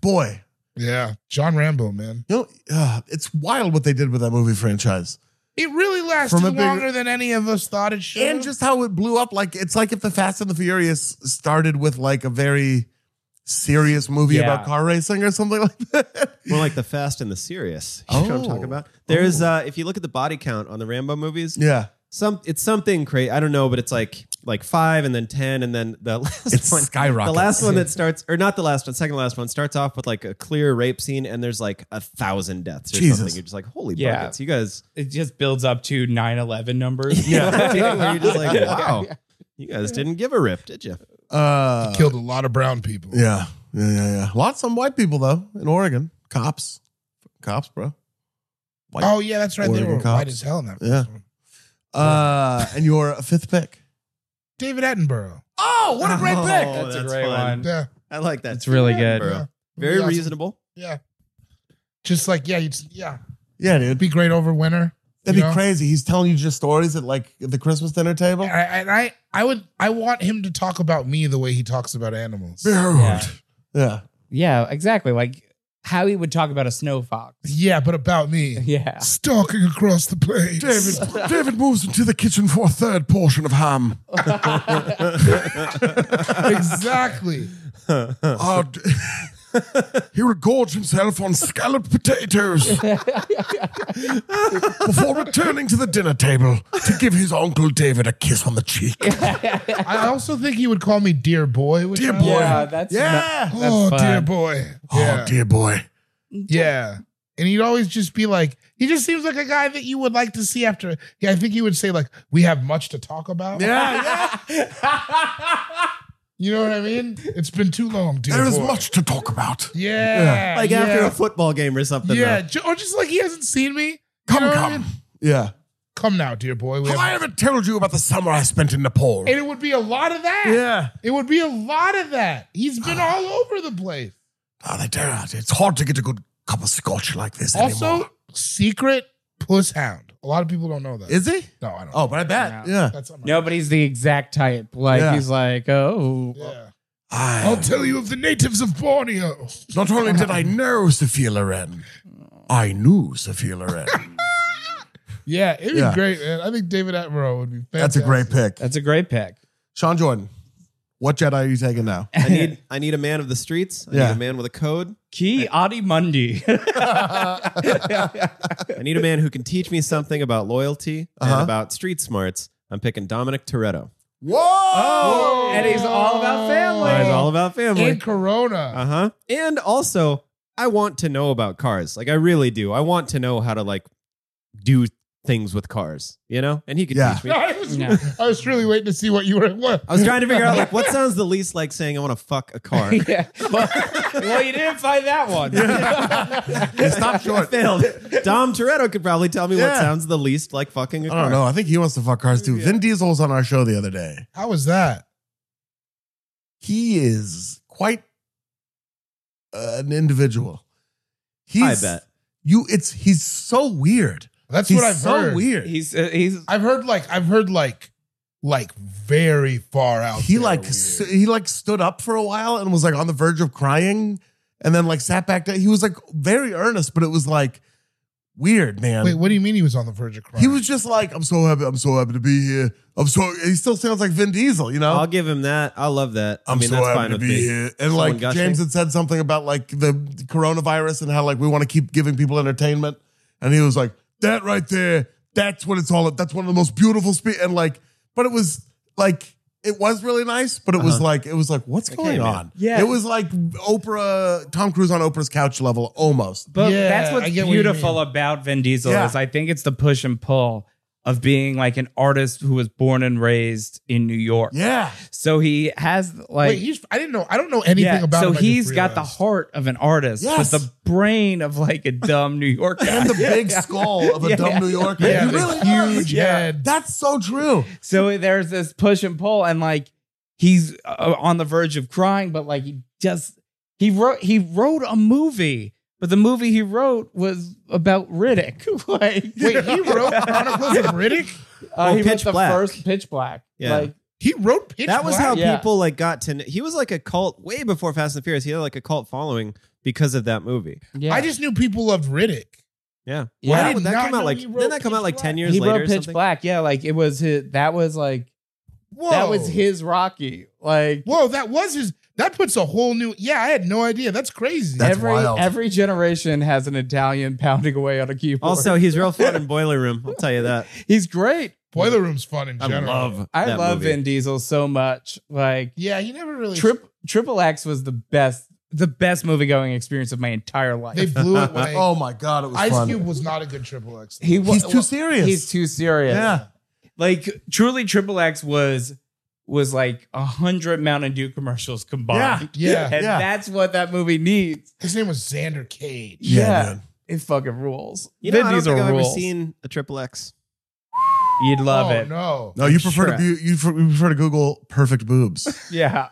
[SPEAKER 2] Boy,
[SPEAKER 3] Yeah, John Rambo, man.
[SPEAKER 2] you know, uh, it's wild what they did with that movie franchise.
[SPEAKER 3] It really lasted
[SPEAKER 2] From a big-
[SPEAKER 3] longer than any of us thought it should.
[SPEAKER 2] and just how it blew up. Like it's like if the Fast and the Furious started with like a very serious movie
[SPEAKER 5] Yeah.
[SPEAKER 2] about car racing or something like that.
[SPEAKER 6] More like the fast and the serious. You know what I'm talking
[SPEAKER 2] Oh.
[SPEAKER 6] about? There's uh if you look at the body count on the Rambo movies,
[SPEAKER 2] yeah,
[SPEAKER 6] some it's something crazy. I don't know, but it's like like five and then ten and then the last
[SPEAKER 2] it's
[SPEAKER 6] one.
[SPEAKER 2] skyrocket.
[SPEAKER 6] The last one that starts, or not the last one, second to last one starts off with like a clear rape scene, and there's like a thousand deaths or
[SPEAKER 2] Jesus.
[SPEAKER 6] something. You're just like, holy
[SPEAKER 5] Yeah.
[SPEAKER 6] buckets, you guys!
[SPEAKER 5] It just builds up to 9-11 numbers.
[SPEAKER 6] You know what I mean? Where you're just like, wow, you guys didn't give a rip, did you?
[SPEAKER 2] uh,
[SPEAKER 3] killed a lot of brown people.
[SPEAKER 2] Yeah, yeah, yeah, yeah. Lots of some white people though in Oregon. Cops, cops, bro. White.
[SPEAKER 3] Oh yeah, that's right. they
[SPEAKER 2] Oregon
[SPEAKER 3] were white
[SPEAKER 2] cops.
[SPEAKER 3] as hell in that.
[SPEAKER 2] Yeah.
[SPEAKER 3] first one.
[SPEAKER 2] Uh, and your fifth pick.
[SPEAKER 3] David Attenborough.
[SPEAKER 2] Oh, what a great
[SPEAKER 6] Oh,
[SPEAKER 2] pick!
[SPEAKER 5] That's a
[SPEAKER 6] that's
[SPEAKER 5] great
[SPEAKER 6] fun.
[SPEAKER 5] one.
[SPEAKER 3] Yeah,
[SPEAKER 6] I like that.
[SPEAKER 5] That's really good.
[SPEAKER 6] Bro.
[SPEAKER 3] It'd
[SPEAKER 6] Very
[SPEAKER 3] be awesome.
[SPEAKER 6] reasonable.
[SPEAKER 3] Yeah, just like yeah, you'd, yeah,
[SPEAKER 2] Yeah,
[SPEAKER 3] it'd
[SPEAKER 2] dude,
[SPEAKER 3] be great over winter.
[SPEAKER 2] that'd
[SPEAKER 3] you
[SPEAKER 2] be
[SPEAKER 3] know?
[SPEAKER 2] crazy. He's telling you just stories at like the Christmas dinner table.
[SPEAKER 3] And I, and I, I would, I want him to talk about me the way he talks about animals.
[SPEAKER 2] Yeah. yeah.
[SPEAKER 5] Yeah, exactly. Like how he would talk about a snow fox.
[SPEAKER 3] Yeah, but about me.
[SPEAKER 5] Yeah.
[SPEAKER 3] Stalking across the plains.
[SPEAKER 2] David, David moves into the kitchen for a third portion of ham.
[SPEAKER 3] exactly.
[SPEAKER 2] Uh, d- he would gorge himself on scalloped potatoes before returning to the dinner table to give his uncle David a kiss on the cheek.
[SPEAKER 3] I also think he would call me dear boy. which
[SPEAKER 2] Dear
[SPEAKER 3] I-
[SPEAKER 2] boy.
[SPEAKER 5] Yeah, that's
[SPEAKER 2] yeah.
[SPEAKER 3] Oh,
[SPEAKER 5] That's
[SPEAKER 3] dear
[SPEAKER 5] fun.
[SPEAKER 3] boy.
[SPEAKER 2] Oh, dear boy.
[SPEAKER 3] Yeah. And he'd always just be like, he just seems like a guy that you would like to see after. Yeah, I think he would say, like, we have much to talk about.
[SPEAKER 2] Yeah, yeah.
[SPEAKER 3] You know what I mean? It's been too long, dear
[SPEAKER 2] There is
[SPEAKER 3] boy.
[SPEAKER 2] much to talk about.
[SPEAKER 3] Yeah.
[SPEAKER 6] Like
[SPEAKER 3] yeah.
[SPEAKER 6] after a football game or something.
[SPEAKER 3] Yeah.
[SPEAKER 6] though.
[SPEAKER 3] ju- Or just like he hasn't seen me. You
[SPEAKER 2] Come,
[SPEAKER 3] know what I
[SPEAKER 2] come.
[SPEAKER 3] mean?
[SPEAKER 2] Yeah.
[SPEAKER 3] Come now, dear boy. We
[SPEAKER 2] Have I
[SPEAKER 3] have-
[SPEAKER 2] ever told you about the summer I spent in Nepal?
[SPEAKER 3] and it would be a lot of that.
[SPEAKER 2] Yeah.
[SPEAKER 3] It would be a lot of that. He's been all over the place.
[SPEAKER 2] Oh, they don't. It's hard to get a good cup of scotch like this
[SPEAKER 3] Also,
[SPEAKER 2] anymore.
[SPEAKER 3] secret puss hound. A lot of people don't know that.
[SPEAKER 2] Is he?
[SPEAKER 3] no, I don't.
[SPEAKER 2] Oh, but I bet.
[SPEAKER 5] No.
[SPEAKER 2] Yeah.
[SPEAKER 3] that's on my-
[SPEAKER 5] No, but he's the exact type. Like
[SPEAKER 2] Yeah.
[SPEAKER 5] he's like, oh,
[SPEAKER 3] Yeah.
[SPEAKER 2] I-
[SPEAKER 3] I'll tell you of the natives of Borneo.
[SPEAKER 2] Not only did I know Sophia Loren, I knew Sophia Loren.
[SPEAKER 3] Yeah, it'd be
[SPEAKER 2] Yeah.
[SPEAKER 3] great, man. I think David Attenborough would be.
[SPEAKER 2] That's a
[SPEAKER 3] fantastic.
[SPEAKER 2] great pick.
[SPEAKER 5] that's a great pick.
[SPEAKER 2] Sean Jordan, what Jedi are you taking now?
[SPEAKER 6] I need I need a man of the streets. I
[SPEAKER 2] Yeah.
[SPEAKER 6] need a man with a code.
[SPEAKER 5] Key Adi Mundi.
[SPEAKER 6] I need a man who can teach me something about loyalty
[SPEAKER 2] Uh-huh.
[SPEAKER 6] and about street smarts. I'm picking Dominic Toretto.
[SPEAKER 2] Whoa!
[SPEAKER 3] Oh.
[SPEAKER 5] and he's all about family.
[SPEAKER 6] It's all about family.
[SPEAKER 3] And Corona.
[SPEAKER 6] Uh
[SPEAKER 2] Uh-huh.
[SPEAKER 6] huh. And also, I want to know about cars. Like, I really do. I want to know how to like do things with cars. You know. And he could
[SPEAKER 2] Yeah.
[SPEAKER 6] teach me.
[SPEAKER 3] No, I, was,
[SPEAKER 5] No.
[SPEAKER 3] I was really waiting to see what you were. What?
[SPEAKER 2] Uh,
[SPEAKER 6] I was trying to figure out like what sounds the least like saying I want to fuck a car.
[SPEAKER 5] yeah. Well, well, you didn't find that one.
[SPEAKER 2] Stop
[SPEAKER 6] I
[SPEAKER 2] short.
[SPEAKER 6] failed. Dom Toretto could probably tell me what
[SPEAKER 2] Yeah.
[SPEAKER 6] sounds the least like fucking a
[SPEAKER 2] I
[SPEAKER 6] car.
[SPEAKER 2] don't know. I think he wants to fuck cars too. Vin Diesel was on our show the other day.
[SPEAKER 3] How was that?
[SPEAKER 2] He is quite an individual.
[SPEAKER 6] I
[SPEAKER 2] He's,
[SPEAKER 6] bet.
[SPEAKER 2] you. It's he's so weird.
[SPEAKER 3] That's
[SPEAKER 2] he's
[SPEAKER 3] what I've
[SPEAKER 2] so
[SPEAKER 3] heard.
[SPEAKER 2] weird.
[SPEAKER 5] He's uh, he's
[SPEAKER 3] I've heard like I've heard like like very far out.
[SPEAKER 2] he
[SPEAKER 3] there
[SPEAKER 2] like
[SPEAKER 3] weird.
[SPEAKER 2] s he like stood up for a while and was like on the verge of crying and then like sat back down he was like very earnest but it was like weird man
[SPEAKER 3] Wait, what do you mean he was on the verge of crying?
[SPEAKER 2] he was just like i'm so happy i'm so happy to be here i'm so he still sounds like vin diesel you know
[SPEAKER 6] I'll give him that. I love that.
[SPEAKER 2] i'm
[SPEAKER 6] I mean,
[SPEAKER 2] so
[SPEAKER 6] that's
[SPEAKER 2] happy
[SPEAKER 6] fine
[SPEAKER 2] to
[SPEAKER 6] with
[SPEAKER 2] be
[SPEAKER 6] me.
[SPEAKER 2] here and
[SPEAKER 6] Someone
[SPEAKER 2] like
[SPEAKER 6] gushing.
[SPEAKER 2] james had said something about like the coronavirus and how like we want to keep giving people entertainment and he was like that right there that's what it's all that's one of the most beautiful spe-. and like but it was like it was really nice, but it was
[SPEAKER 6] Uh-huh.
[SPEAKER 2] like it was like what's going
[SPEAKER 6] man.
[SPEAKER 2] on?
[SPEAKER 5] Yeah.
[SPEAKER 2] it was like Oprah, Tom Cruise on Oprah's couch level almost.
[SPEAKER 5] But
[SPEAKER 3] Yeah,
[SPEAKER 5] that's what's
[SPEAKER 3] I get what you
[SPEAKER 5] beautiful about Vin Diesel
[SPEAKER 2] Yeah.
[SPEAKER 5] is I think it's the push and pull of being like an artist who was born and raised in New York.
[SPEAKER 2] Yeah,
[SPEAKER 5] So he has like
[SPEAKER 3] Wait, he's, I didn't know. I don't know anything
[SPEAKER 5] yeah,
[SPEAKER 3] about
[SPEAKER 5] so
[SPEAKER 3] him. I just
[SPEAKER 5] he's got the
[SPEAKER 3] realized.
[SPEAKER 5] heart of an artist,
[SPEAKER 2] Yes.
[SPEAKER 5] but the brain of like a dumb New Yorker.
[SPEAKER 2] and the big skull of a
[SPEAKER 5] Yeah.
[SPEAKER 2] dumb New Yorker.
[SPEAKER 3] Yeah,
[SPEAKER 2] He
[SPEAKER 3] the
[SPEAKER 2] really
[SPEAKER 3] huge
[SPEAKER 2] was.
[SPEAKER 3] head.
[SPEAKER 2] That's so true.
[SPEAKER 5] so there's this push and pull, and like he's uh, on the verge of crying, but like he just he wrote he wrote a movie, but the movie he wrote was about Riddick. like,
[SPEAKER 3] Wait, he wrote Chronicles of Riddick.
[SPEAKER 5] Uh, he
[SPEAKER 6] Oh, Pitch
[SPEAKER 5] wrote the
[SPEAKER 6] Black.
[SPEAKER 5] first Pitch Black.
[SPEAKER 6] Yeah.
[SPEAKER 5] Like,
[SPEAKER 3] He wrote Pitch
[SPEAKER 6] that was
[SPEAKER 3] Black.
[SPEAKER 6] how
[SPEAKER 5] Yeah.
[SPEAKER 6] people like got to. kn- He was like a cult way before Fast and Furious. He had like a cult following because of that movie.
[SPEAKER 5] yeah.
[SPEAKER 3] I just knew people loved Riddick.
[SPEAKER 6] Yeah,
[SPEAKER 5] Yeah.
[SPEAKER 6] Wow,
[SPEAKER 3] I did
[SPEAKER 6] that
[SPEAKER 3] not
[SPEAKER 6] came
[SPEAKER 3] know
[SPEAKER 6] out like
[SPEAKER 3] he
[SPEAKER 6] didn't
[SPEAKER 3] wrote
[SPEAKER 6] that come out
[SPEAKER 3] Pitch
[SPEAKER 6] like
[SPEAKER 3] Black.
[SPEAKER 6] ten years
[SPEAKER 5] he
[SPEAKER 6] later?
[SPEAKER 5] wrote
[SPEAKER 6] or
[SPEAKER 5] Pitch
[SPEAKER 6] something?
[SPEAKER 5] Black. Yeah, like it was his. That was like
[SPEAKER 3] Whoa.
[SPEAKER 5] that was his Rocky. Like
[SPEAKER 3] Whoa, that was his. That puts a whole new. Yeah, I had no idea. That's crazy.
[SPEAKER 2] That's
[SPEAKER 5] every
[SPEAKER 2] wild.
[SPEAKER 5] every generation has an Italian pounding away on a keyboard.
[SPEAKER 6] Also, he's real fun in Boiler Room. I'll tell you that.
[SPEAKER 5] he's great.
[SPEAKER 3] Boiler Room's fun in
[SPEAKER 6] I
[SPEAKER 3] general.
[SPEAKER 6] love.
[SPEAKER 5] I
[SPEAKER 6] that
[SPEAKER 5] love
[SPEAKER 6] movie.
[SPEAKER 5] Vin Diesel so much. Like
[SPEAKER 3] Yeah, he never really.
[SPEAKER 5] Trip Triple X was the best, the best movie going experience of my entire life.
[SPEAKER 3] They blew it away.
[SPEAKER 2] Oh my god, it was
[SPEAKER 3] Ice
[SPEAKER 2] fun.
[SPEAKER 3] Cube was not a good triple X.
[SPEAKER 5] he wa-
[SPEAKER 2] He's too
[SPEAKER 5] wa-
[SPEAKER 2] serious.
[SPEAKER 5] He's too serious.
[SPEAKER 2] yeah,
[SPEAKER 5] Like truly, Triple X was was like a hundred Mountain Dew commercials combined.
[SPEAKER 3] Yeah.
[SPEAKER 5] and
[SPEAKER 2] Yeah.
[SPEAKER 5] that's what that movie needs.
[SPEAKER 3] His name was Xander Cage.
[SPEAKER 2] Yeah,
[SPEAKER 5] Yeah,
[SPEAKER 2] man.
[SPEAKER 5] it fucking rules.
[SPEAKER 6] You know, I don't
[SPEAKER 5] Vin Diesel
[SPEAKER 6] think I've ever
[SPEAKER 5] rules.
[SPEAKER 6] seen a triple X.
[SPEAKER 5] You'd love
[SPEAKER 3] oh,
[SPEAKER 5] it.
[SPEAKER 3] No.
[SPEAKER 2] No, you prefer
[SPEAKER 6] Shrek.
[SPEAKER 2] to be, you, prefer, you prefer to Google perfect boobs.
[SPEAKER 5] Yeah.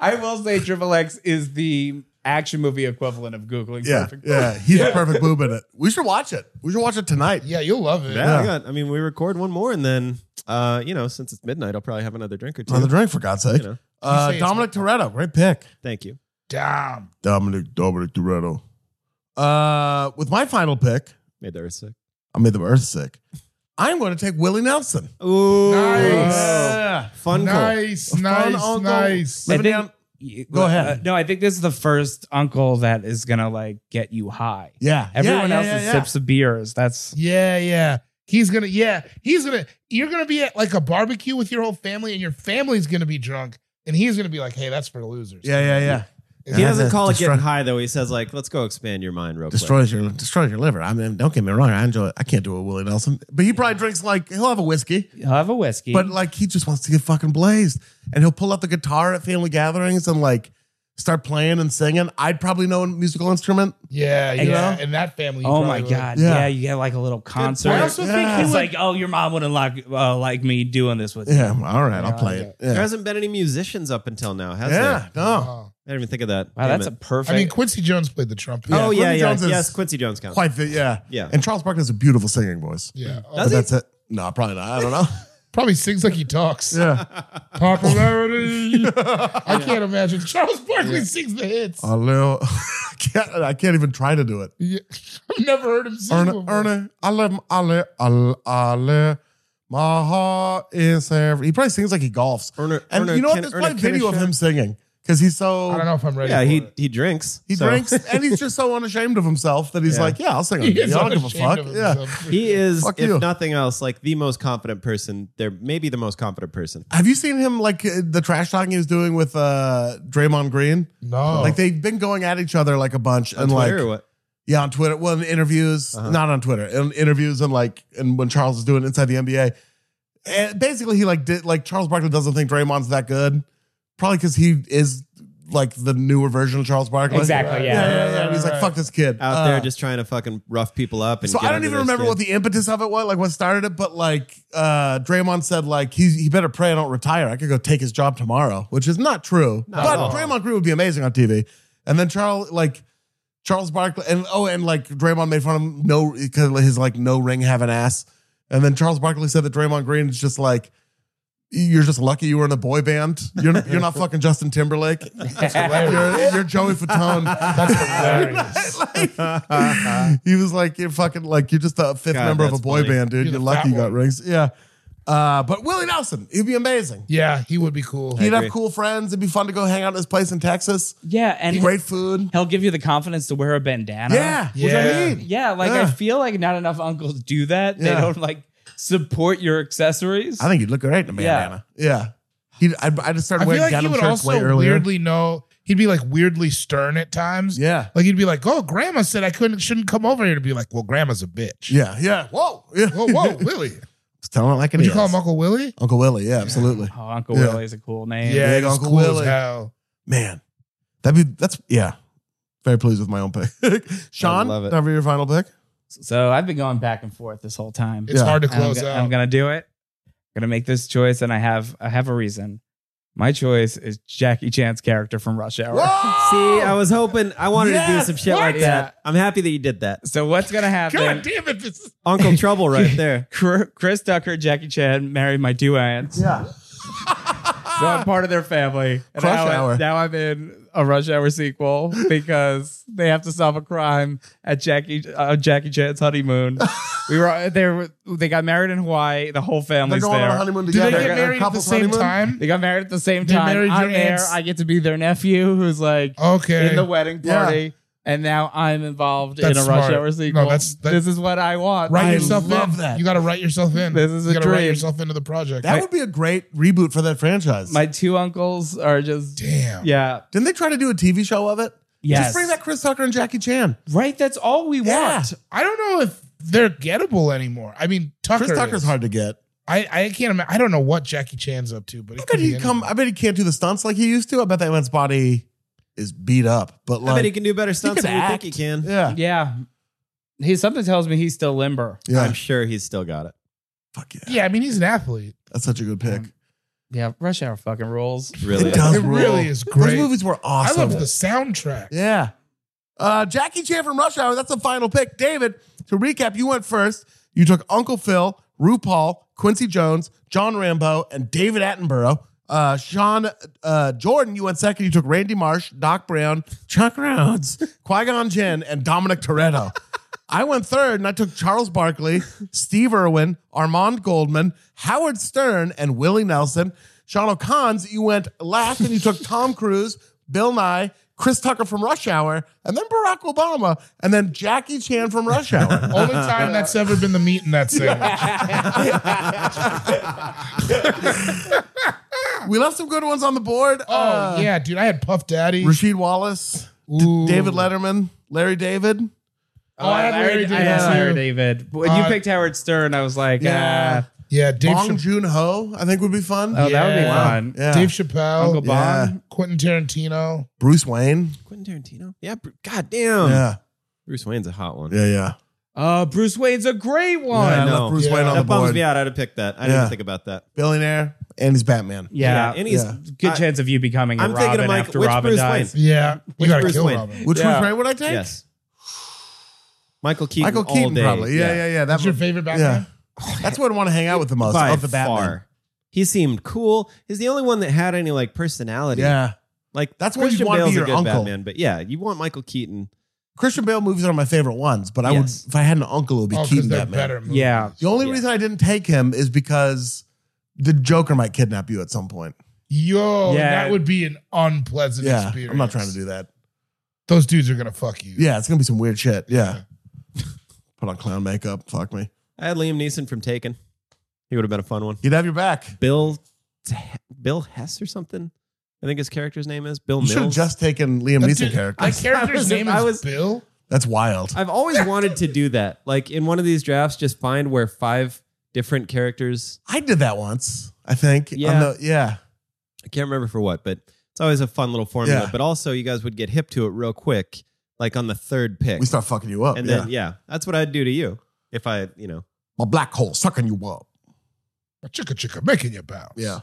[SPEAKER 5] I will say Triple X is the action movie equivalent of Googling
[SPEAKER 2] yeah,
[SPEAKER 5] perfect.
[SPEAKER 2] yeah, he's a perfect boob in it. We should watch it. We should watch it tonight.
[SPEAKER 3] Yeah, you'll love it.
[SPEAKER 6] I, got- I mean, we record one more, and then, uh, you know, since it's midnight, I'll probably have another drink or two.
[SPEAKER 2] on the drink for God's sake.
[SPEAKER 6] You know,
[SPEAKER 2] Uh,
[SPEAKER 3] You say it's-
[SPEAKER 2] Dominic Toretto, great pick.
[SPEAKER 6] thank you.
[SPEAKER 3] Damn.
[SPEAKER 2] Dominic Dominic Toretto. Uh, with my final pick,
[SPEAKER 6] Made the earth sick.
[SPEAKER 2] I made the earth sick. I'm going to take Willie Nelson.
[SPEAKER 6] Ooh,
[SPEAKER 3] Nice.
[SPEAKER 6] Fun call.
[SPEAKER 3] Nice, nice,
[SPEAKER 2] uncle.
[SPEAKER 3] nice.
[SPEAKER 2] Living
[SPEAKER 5] I think-
[SPEAKER 2] down-
[SPEAKER 5] You-
[SPEAKER 2] Go ahead.
[SPEAKER 5] uh, no, I think this is the first uncle that is gonna like get you high.
[SPEAKER 2] Yeah,
[SPEAKER 5] Everyone
[SPEAKER 2] yeah,
[SPEAKER 5] else
[SPEAKER 2] yeah,
[SPEAKER 5] is
[SPEAKER 2] yeah,
[SPEAKER 5] sips of beers. That's
[SPEAKER 3] Yeah, yeah. He's gonna, yeah, he's gonna. You're gonna be at like a barbecue with your whole family, and your family's gonna be drunk, and he's gonna be like, "Hey, that's for losers."
[SPEAKER 2] yeah, yeah, yeah, yeah.
[SPEAKER 6] He
[SPEAKER 2] Yeah,
[SPEAKER 6] doesn't
[SPEAKER 2] that
[SPEAKER 6] call it
[SPEAKER 2] destroy-
[SPEAKER 6] getting high though. He says like, "Let's go expand your mind real quick."
[SPEAKER 2] Destroys your destroys your liver. I mean, don't get me wrong. I enjoy. it. I can't do a Willie Nelson, but he probably drinks like he'll have a whiskey,
[SPEAKER 5] I'll have a whiskey.
[SPEAKER 2] but like he just wants to get fucking blazed, and he'll pull out the guitar at family gatherings and like start playing and singing. I'd probably know a musical instrument.
[SPEAKER 3] yeah, yeah.
[SPEAKER 5] And-
[SPEAKER 3] And that family.
[SPEAKER 5] oh
[SPEAKER 3] probably
[SPEAKER 5] my
[SPEAKER 3] would.
[SPEAKER 5] god,
[SPEAKER 2] Yeah.
[SPEAKER 5] yeah. you get like a little concert.
[SPEAKER 3] I also
[SPEAKER 2] Yeah.
[SPEAKER 3] think he
[SPEAKER 5] it's
[SPEAKER 3] would.
[SPEAKER 5] like, oh, your mom wouldn't like uh, like me doing this with
[SPEAKER 2] Yeah,
[SPEAKER 5] you.
[SPEAKER 2] all right, I'll
[SPEAKER 5] Yeah, I
[SPEAKER 2] play
[SPEAKER 5] like
[SPEAKER 2] it.
[SPEAKER 6] There
[SPEAKER 2] Yeah,
[SPEAKER 6] hasn't been any musicians up until now, has there?
[SPEAKER 2] yeah, no,
[SPEAKER 3] Oh.
[SPEAKER 6] I didn't even think of that.
[SPEAKER 5] Wow,
[SPEAKER 6] Damn
[SPEAKER 5] that's
[SPEAKER 6] it.
[SPEAKER 5] a perfect.
[SPEAKER 3] I mean, Quincy Jones played the trumpet.
[SPEAKER 6] oh
[SPEAKER 2] Quincy
[SPEAKER 6] yeah, yeah.
[SPEAKER 2] Jones is-
[SPEAKER 6] yes, Quincy Jones counts.
[SPEAKER 2] quite fit. Yeah,
[SPEAKER 6] Yeah.
[SPEAKER 2] And Charles Barkley has a beautiful singing voice.
[SPEAKER 3] yeah. Oh,
[SPEAKER 2] But
[SPEAKER 6] Does he?
[SPEAKER 2] that's it. No, probably not. I don't know.
[SPEAKER 3] Probably sings like he talks.
[SPEAKER 2] yeah.
[SPEAKER 3] Popularity. I can't imagine Charles Barkley sings the hits.
[SPEAKER 2] A little. I can't, I can't even try to do it.
[SPEAKER 3] Yeah. I've never heard him sing.
[SPEAKER 2] Erna,
[SPEAKER 3] before.
[SPEAKER 2] Erna, I live, I live, I live, I live. My heart is every. He probably sings like he golfs.
[SPEAKER 6] Erna-
[SPEAKER 2] and
[SPEAKER 6] Erna
[SPEAKER 2] you know what?
[SPEAKER 6] Ken-
[SPEAKER 2] There's
[SPEAKER 6] Erna
[SPEAKER 2] probably video of
[SPEAKER 6] Kennisher?
[SPEAKER 2] him singing because he's
[SPEAKER 3] I don't
[SPEAKER 2] so.
[SPEAKER 3] know if I'm ready.
[SPEAKER 6] yeah,
[SPEAKER 3] for
[SPEAKER 6] he
[SPEAKER 3] it.
[SPEAKER 6] he drinks.
[SPEAKER 2] He
[SPEAKER 6] so-
[SPEAKER 2] drinks and he's just so unashamed of himself that he's
[SPEAKER 6] Yeah.
[SPEAKER 2] like, yeah, I'll sing. on
[SPEAKER 3] He
[SPEAKER 2] TV.
[SPEAKER 3] is
[SPEAKER 2] I don't give a
[SPEAKER 3] unashamed
[SPEAKER 2] fuck.
[SPEAKER 3] of
[SPEAKER 2] Yeah.
[SPEAKER 3] himself.
[SPEAKER 6] He is,
[SPEAKER 2] Fuck
[SPEAKER 6] if
[SPEAKER 2] you.
[SPEAKER 6] nothing else, like the most confident person. There, maybe the most confident person.
[SPEAKER 2] Have you seen him like uh, the trash talking he was doing with uh Draymond Green?
[SPEAKER 3] No.
[SPEAKER 2] Like they've been going at each other like a bunch
[SPEAKER 6] On
[SPEAKER 2] and
[SPEAKER 6] Twitter
[SPEAKER 2] like
[SPEAKER 6] or what? Uh-huh.
[SPEAKER 2] Yeah, on Twitter. Well, in interviews, not on Twitter, in interviews, and like, and when Charles is doing inside the NBA, and basically he like did like Charles Barkley doesn't think Draymond's that good, probably because he is like the newer version of Charles Barkley.
[SPEAKER 5] Exactly, yeah.
[SPEAKER 2] yeah, yeah. And he's like, fuck this kid
[SPEAKER 6] out
[SPEAKER 2] Uh,
[SPEAKER 6] there just trying to fucking rough people up. And
[SPEAKER 2] so
[SPEAKER 6] get
[SPEAKER 2] I don't
[SPEAKER 6] under
[SPEAKER 2] even
[SPEAKER 6] their
[SPEAKER 2] remember
[SPEAKER 6] skin.
[SPEAKER 2] what the impetus of it was, like what started it, but like uh Draymond said, like he he better pray I don't retire. I could go take his job tomorrow, which is not true.
[SPEAKER 6] Not
[SPEAKER 2] but
[SPEAKER 6] at all.
[SPEAKER 2] Draymond Green would be amazing on TV. And then Charles, like Charles Barkley, and oh, and like Draymond made fun of him, no, because his like no ring having ass. And then Charles Barkley said that Draymond Green is just like. You're just lucky you were in a boy band. You're you're not fucking Justin Timberlake. you're, you're Joey Fatone. That's
[SPEAKER 3] hilarious.
[SPEAKER 2] he was like, you're fucking like you're just a fifth
[SPEAKER 6] God,
[SPEAKER 2] member of a
[SPEAKER 6] that's
[SPEAKER 2] boy
[SPEAKER 6] funny.
[SPEAKER 2] band, dude.
[SPEAKER 3] You're
[SPEAKER 2] You're,
[SPEAKER 3] the fat
[SPEAKER 2] lucky you got
[SPEAKER 3] one.
[SPEAKER 2] rings. Yeah. Uh, but Willie Nelson, he'd be amazing.
[SPEAKER 3] yeah, he would be cool.
[SPEAKER 2] He'd have
[SPEAKER 6] agree.
[SPEAKER 2] cool friends. It'd be fun to go hang out at his place in Texas.
[SPEAKER 5] yeah, and
[SPEAKER 2] Great food.
[SPEAKER 5] he'll give you the confidence to wear a bandana.
[SPEAKER 2] Yeah, which I
[SPEAKER 3] Yeah.
[SPEAKER 2] need.
[SPEAKER 5] Yeah, like
[SPEAKER 2] Yeah.
[SPEAKER 5] I feel like not enough uncles do that. They
[SPEAKER 2] Yeah.
[SPEAKER 5] don't like support your accessories.
[SPEAKER 2] I think you'd look great in a
[SPEAKER 5] Yeah.
[SPEAKER 2] bandana. Yeah. He'd, I'd, I'd start
[SPEAKER 3] I feel
[SPEAKER 2] wearing
[SPEAKER 3] like he
[SPEAKER 2] denim
[SPEAKER 3] would
[SPEAKER 2] shirts way
[SPEAKER 3] also
[SPEAKER 2] earlier.
[SPEAKER 3] weirdly know. He'd be like weirdly stern at times.
[SPEAKER 2] yeah.
[SPEAKER 3] Like he'd be like, "Oh, Grandma said I couldn't, shouldn't come over here." To be like, "Well, Grandma's a bitch."
[SPEAKER 2] Yeah. Yeah. Whoa. Yeah.
[SPEAKER 3] Whoa, whoa, Willie.
[SPEAKER 2] Just telling it like it
[SPEAKER 3] Would
[SPEAKER 2] is.
[SPEAKER 3] you call him Uncle Willie?
[SPEAKER 2] Uncle Willie. Yeah, absolutely.
[SPEAKER 5] oh, Uncle
[SPEAKER 2] Yeah.
[SPEAKER 5] Willie's a cool name.
[SPEAKER 2] Yeah,
[SPEAKER 3] he's
[SPEAKER 2] Uncle
[SPEAKER 3] cool as
[SPEAKER 2] Willie.
[SPEAKER 3] hell.
[SPEAKER 2] Man, that'd be, that's, yeah. Very pleased with my own pick. Sean,
[SPEAKER 6] love it.
[SPEAKER 2] never your final pick.
[SPEAKER 5] So I've been going back and forth this whole time.
[SPEAKER 3] It's
[SPEAKER 2] Yeah.
[SPEAKER 3] hard to
[SPEAKER 5] And I'm
[SPEAKER 3] close
[SPEAKER 5] go-
[SPEAKER 3] out.
[SPEAKER 5] I'm gonna do it. I'm gonna make this choice, and I have I have a reason. My choice is Jackie Chan's character from Rush Hour.
[SPEAKER 6] See, I was hoping I wanted to do some shit like that.
[SPEAKER 5] Yeah.
[SPEAKER 6] I'm happy that you did that.
[SPEAKER 5] So what's gonna happen?
[SPEAKER 3] God damn it! This is-
[SPEAKER 6] Uncle Trouble right there.
[SPEAKER 5] Cr- Chris Tucker, Jackie Chan married my two aunts. Yeah. so I'm part of their family. And
[SPEAKER 2] Rush
[SPEAKER 5] now, I-
[SPEAKER 2] Hour.
[SPEAKER 5] now I'm in a Rush Hour sequel because they have to solve a crime at Jackie uh, Jackie Chan's honeymoon. we were they were they got married in Hawaii. The whole
[SPEAKER 2] They're
[SPEAKER 5] family's
[SPEAKER 2] going
[SPEAKER 5] there.
[SPEAKER 2] on a honeymoon
[SPEAKER 3] Do they
[SPEAKER 2] together.
[SPEAKER 3] get
[SPEAKER 2] A
[SPEAKER 3] married at the
[SPEAKER 2] couple's
[SPEAKER 3] same
[SPEAKER 2] honeymoon?
[SPEAKER 3] time?
[SPEAKER 5] They got married at the same
[SPEAKER 3] They
[SPEAKER 5] time.
[SPEAKER 3] married
[SPEAKER 5] I'm
[SPEAKER 3] your
[SPEAKER 5] there.
[SPEAKER 3] aunts.
[SPEAKER 5] I get to be their nephew, who's like
[SPEAKER 3] Okay.
[SPEAKER 5] in the wedding
[SPEAKER 2] Yeah.
[SPEAKER 5] party. And now I'm involved
[SPEAKER 3] That's
[SPEAKER 5] in a rush
[SPEAKER 3] smart.
[SPEAKER 5] hour
[SPEAKER 3] No,
[SPEAKER 5] sequel.
[SPEAKER 3] that's- that-
[SPEAKER 5] this is what I want.
[SPEAKER 3] write
[SPEAKER 5] I
[SPEAKER 3] yourself
[SPEAKER 2] love
[SPEAKER 3] in.
[SPEAKER 2] that.
[SPEAKER 3] You got to write yourself in.
[SPEAKER 5] This is
[SPEAKER 3] you
[SPEAKER 5] a
[SPEAKER 3] gotta Write
[SPEAKER 5] dream.
[SPEAKER 3] yourself into the project.
[SPEAKER 2] That would be a great reboot for that franchise.
[SPEAKER 5] My two uncles are just
[SPEAKER 3] Damn.
[SPEAKER 5] yeah.
[SPEAKER 2] Didn't they try to do a TV show of it?
[SPEAKER 5] Yes.
[SPEAKER 2] Just bring back Chris Tucker and Jackie Chan.
[SPEAKER 5] Right, that's all we
[SPEAKER 2] Yeah.
[SPEAKER 5] want.
[SPEAKER 3] I don't know if they're gettable anymore. I mean, Tucker.
[SPEAKER 2] Chris Tucker's
[SPEAKER 3] is.
[SPEAKER 2] hard to get.
[SPEAKER 3] I, I can't imagine. I don't know what Jackie Chan's up to, but it
[SPEAKER 2] I bet
[SPEAKER 3] could be
[SPEAKER 2] he come. I bet he can't do the stunts like he used to. I bet that man's body is beat up. But like,
[SPEAKER 6] I bet he can do better
[SPEAKER 2] he
[SPEAKER 6] stunts
[SPEAKER 2] could
[SPEAKER 6] than you
[SPEAKER 2] act.
[SPEAKER 6] think he can.
[SPEAKER 2] yeah,
[SPEAKER 5] Yeah. He something tells me he's still limber.
[SPEAKER 2] yeah.
[SPEAKER 6] I'm sure he's still got it.
[SPEAKER 2] Fuck yeah.
[SPEAKER 3] anything. Yeah, I mean, he's an athlete.
[SPEAKER 2] that's such a good pick.
[SPEAKER 5] Yeah, rush hour fucking rules.
[SPEAKER 6] Really.
[SPEAKER 2] It does
[SPEAKER 3] It
[SPEAKER 2] rule.
[SPEAKER 3] really is
[SPEAKER 2] Those
[SPEAKER 3] great.
[SPEAKER 2] movies were awesome.
[SPEAKER 3] I love the soundtrack.
[SPEAKER 2] Yeah. Uh, Jackie Chan from Rush Hour. That's the final pick. David, to recap, you went first. You took Uncle Phil, RuPaul, Quincy Jones, John Rambo, and David Attenborough. Uh, Sean uh, Jordan, you went second. You took Randy Marsh, Doc Brown, Chuck Rhodes, Qui Gon Jinn, and Dominic Toretto. I went third, and I took Charles Barkley, Steve Irwin, Armand Goldman, Howard Stern, and Willie Nelson. Sean O'Conn's, you went last, and you took Tom Cruise, Bill Nye, Chris Tucker from Rush Hour, and then Barack Obama, and then Jackie Chan from Rush Hour.
[SPEAKER 3] Only time that's ever been the meat in that sandwich.
[SPEAKER 2] we left some good ones on the board.
[SPEAKER 3] Oh yeah, dude, I had Puff Daddy.
[SPEAKER 2] Rasheed Wallace, D-
[SPEAKER 3] Ooh.
[SPEAKER 2] David Letterman, Larry David.
[SPEAKER 3] Oh, I had Larry
[SPEAKER 5] Uh, I
[SPEAKER 3] David
[SPEAKER 5] had Larry
[SPEAKER 3] too.
[SPEAKER 5] David. When you
[SPEAKER 3] Uh,
[SPEAKER 5] picked Howard Stern, I was like,
[SPEAKER 2] Yeah.
[SPEAKER 5] yeah.
[SPEAKER 3] Yeah, Dave,
[SPEAKER 2] Bong
[SPEAKER 3] Chap-
[SPEAKER 2] Joon Ho, I think would be fun.
[SPEAKER 5] oh, that would be
[SPEAKER 3] Yeah.
[SPEAKER 5] fun.
[SPEAKER 2] yeah.
[SPEAKER 3] Dave Chappelle,
[SPEAKER 5] Uncle Bob.
[SPEAKER 3] Quentin Tarantino.
[SPEAKER 2] Bruce Wayne.
[SPEAKER 6] Quentin Tarantino? Yeah. Bru- God damn.
[SPEAKER 2] Yeah.
[SPEAKER 6] Bruce Wayne's a hot one.
[SPEAKER 2] Yeah, yeah.
[SPEAKER 5] Uh, Bruce Wayne's a great
[SPEAKER 2] Yeah,
[SPEAKER 5] one.
[SPEAKER 2] I
[SPEAKER 6] know.
[SPEAKER 2] left Bruce
[SPEAKER 3] Yeah.
[SPEAKER 2] Wayne on
[SPEAKER 6] That
[SPEAKER 2] the
[SPEAKER 6] bums
[SPEAKER 2] board.
[SPEAKER 6] me out. I'd have picked that. I
[SPEAKER 2] Yeah.
[SPEAKER 6] didn't think about that.
[SPEAKER 2] Billionaire, and he's Batman.
[SPEAKER 5] Yeah.
[SPEAKER 6] And he's
[SPEAKER 2] Yeah.
[SPEAKER 5] Good
[SPEAKER 6] I-
[SPEAKER 5] chance of you becoming a
[SPEAKER 6] I'm
[SPEAKER 5] Robin
[SPEAKER 6] thinking of like
[SPEAKER 5] after
[SPEAKER 6] which
[SPEAKER 5] Robin
[SPEAKER 6] Bruce
[SPEAKER 5] dies.
[SPEAKER 6] Wayne.
[SPEAKER 3] Yeah, you
[SPEAKER 6] Which
[SPEAKER 3] gotta
[SPEAKER 6] Bruce
[SPEAKER 3] kill
[SPEAKER 6] Wayne?
[SPEAKER 3] Robin.
[SPEAKER 2] Which
[SPEAKER 5] Yeah.
[SPEAKER 2] Bruce Wayne would I take?
[SPEAKER 6] Yes. Michael Keaton.
[SPEAKER 2] Michael
[SPEAKER 6] all
[SPEAKER 2] Keaton
[SPEAKER 6] day.
[SPEAKER 2] probably. Yeah, yeah, yeah. That's
[SPEAKER 3] What's your favorite Batman? Oh,
[SPEAKER 2] That's what I want to hang out with the most
[SPEAKER 6] By
[SPEAKER 2] of the Batman.
[SPEAKER 6] far. He seemed cool. He's the only one that had any like personality.
[SPEAKER 2] Yeah.
[SPEAKER 6] Like
[SPEAKER 2] That's why
[SPEAKER 6] what
[SPEAKER 2] you'd want to be your
[SPEAKER 6] a good
[SPEAKER 2] uncle.
[SPEAKER 6] Batman, but yeah, you want Michael Keaton.
[SPEAKER 2] Christian Bale movies are my favorite ones, but I
[SPEAKER 6] Yes.
[SPEAKER 2] would if I had an uncle, it would be
[SPEAKER 3] Oh, because
[SPEAKER 2] Keaton
[SPEAKER 3] they're
[SPEAKER 2] Batman.
[SPEAKER 3] better. Movies.
[SPEAKER 5] Yeah.
[SPEAKER 2] The only
[SPEAKER 6] Yeah.
[SPEAKER 2] reason I didn't take him is because the Joker might kidnap you at some point.
[SPEAKER 3] Yo,
[SPEAKER 5] Yeah.
[SPEAKER 3] that would be an unpleasant
[SPEAKER 2] Yeah,
[SPEAKER 3] experience.
[SPEAKER 2] I'm not trying to do that.
[SPEAKER 3] Those dudes are gonna fuck you.
[SPEAKER 2] Yeah, it's gonna be some weird shit. Yeah, put on clown makeup. Fuck me.
[SPEAKER 6] I had Liam Neeson from Taken. He would have been a fun one.
[SPEAKER 2] He'd have your back.
[SPEAKER 6] Bill Bill Hess or something. I think his character's name is Bill
[SPEAKER 2] You should have
[SPEAKER 6] Mills.
[SPEAKER 2] just taken Liam
[SPEAKER 3] That
[SPEAKER 2] Neeson
[SPEAKER 3] dude-
[SPEAKER 2] character.
[SPEAKER 3] My character's
[SPEAKER 6] was-
[SPEAKER 3] name
[SPEAKER 6] I
[SPEAKER 3] is
[SPEAKER 6] was-
[SPEAKER 3] Bill.
[SPEAKER 2] That's wild.
[SPEAKER 6] I've always wanted to do that. Like in one of these drafts, just find where five different characters.
[SPEAKER 2] I did that once. I think. on
[SPEAKER 6] Yeah.
[SPEAKER 2] the- yeah.
[SPEAKER 6] I can't remember for what, but it's always a fun little formula.
[SPEAKER 2] Yeah.
[SPEAKER 6] But also, you guys would get hip to it real quick, like on the third pick.
[SPEAKER 2] We start fucking you up.
[SPEAKER 6] and
[SPEAKER 2] yeah.
[SPEAKER 6] then yeah, that's what I'd do to you if I, you know,
[SPEAKER 2] My black hole sucking you up.
[SPEAKER 3] Chicka chicka making your bounce.
[SPEAKER 2] Yeah.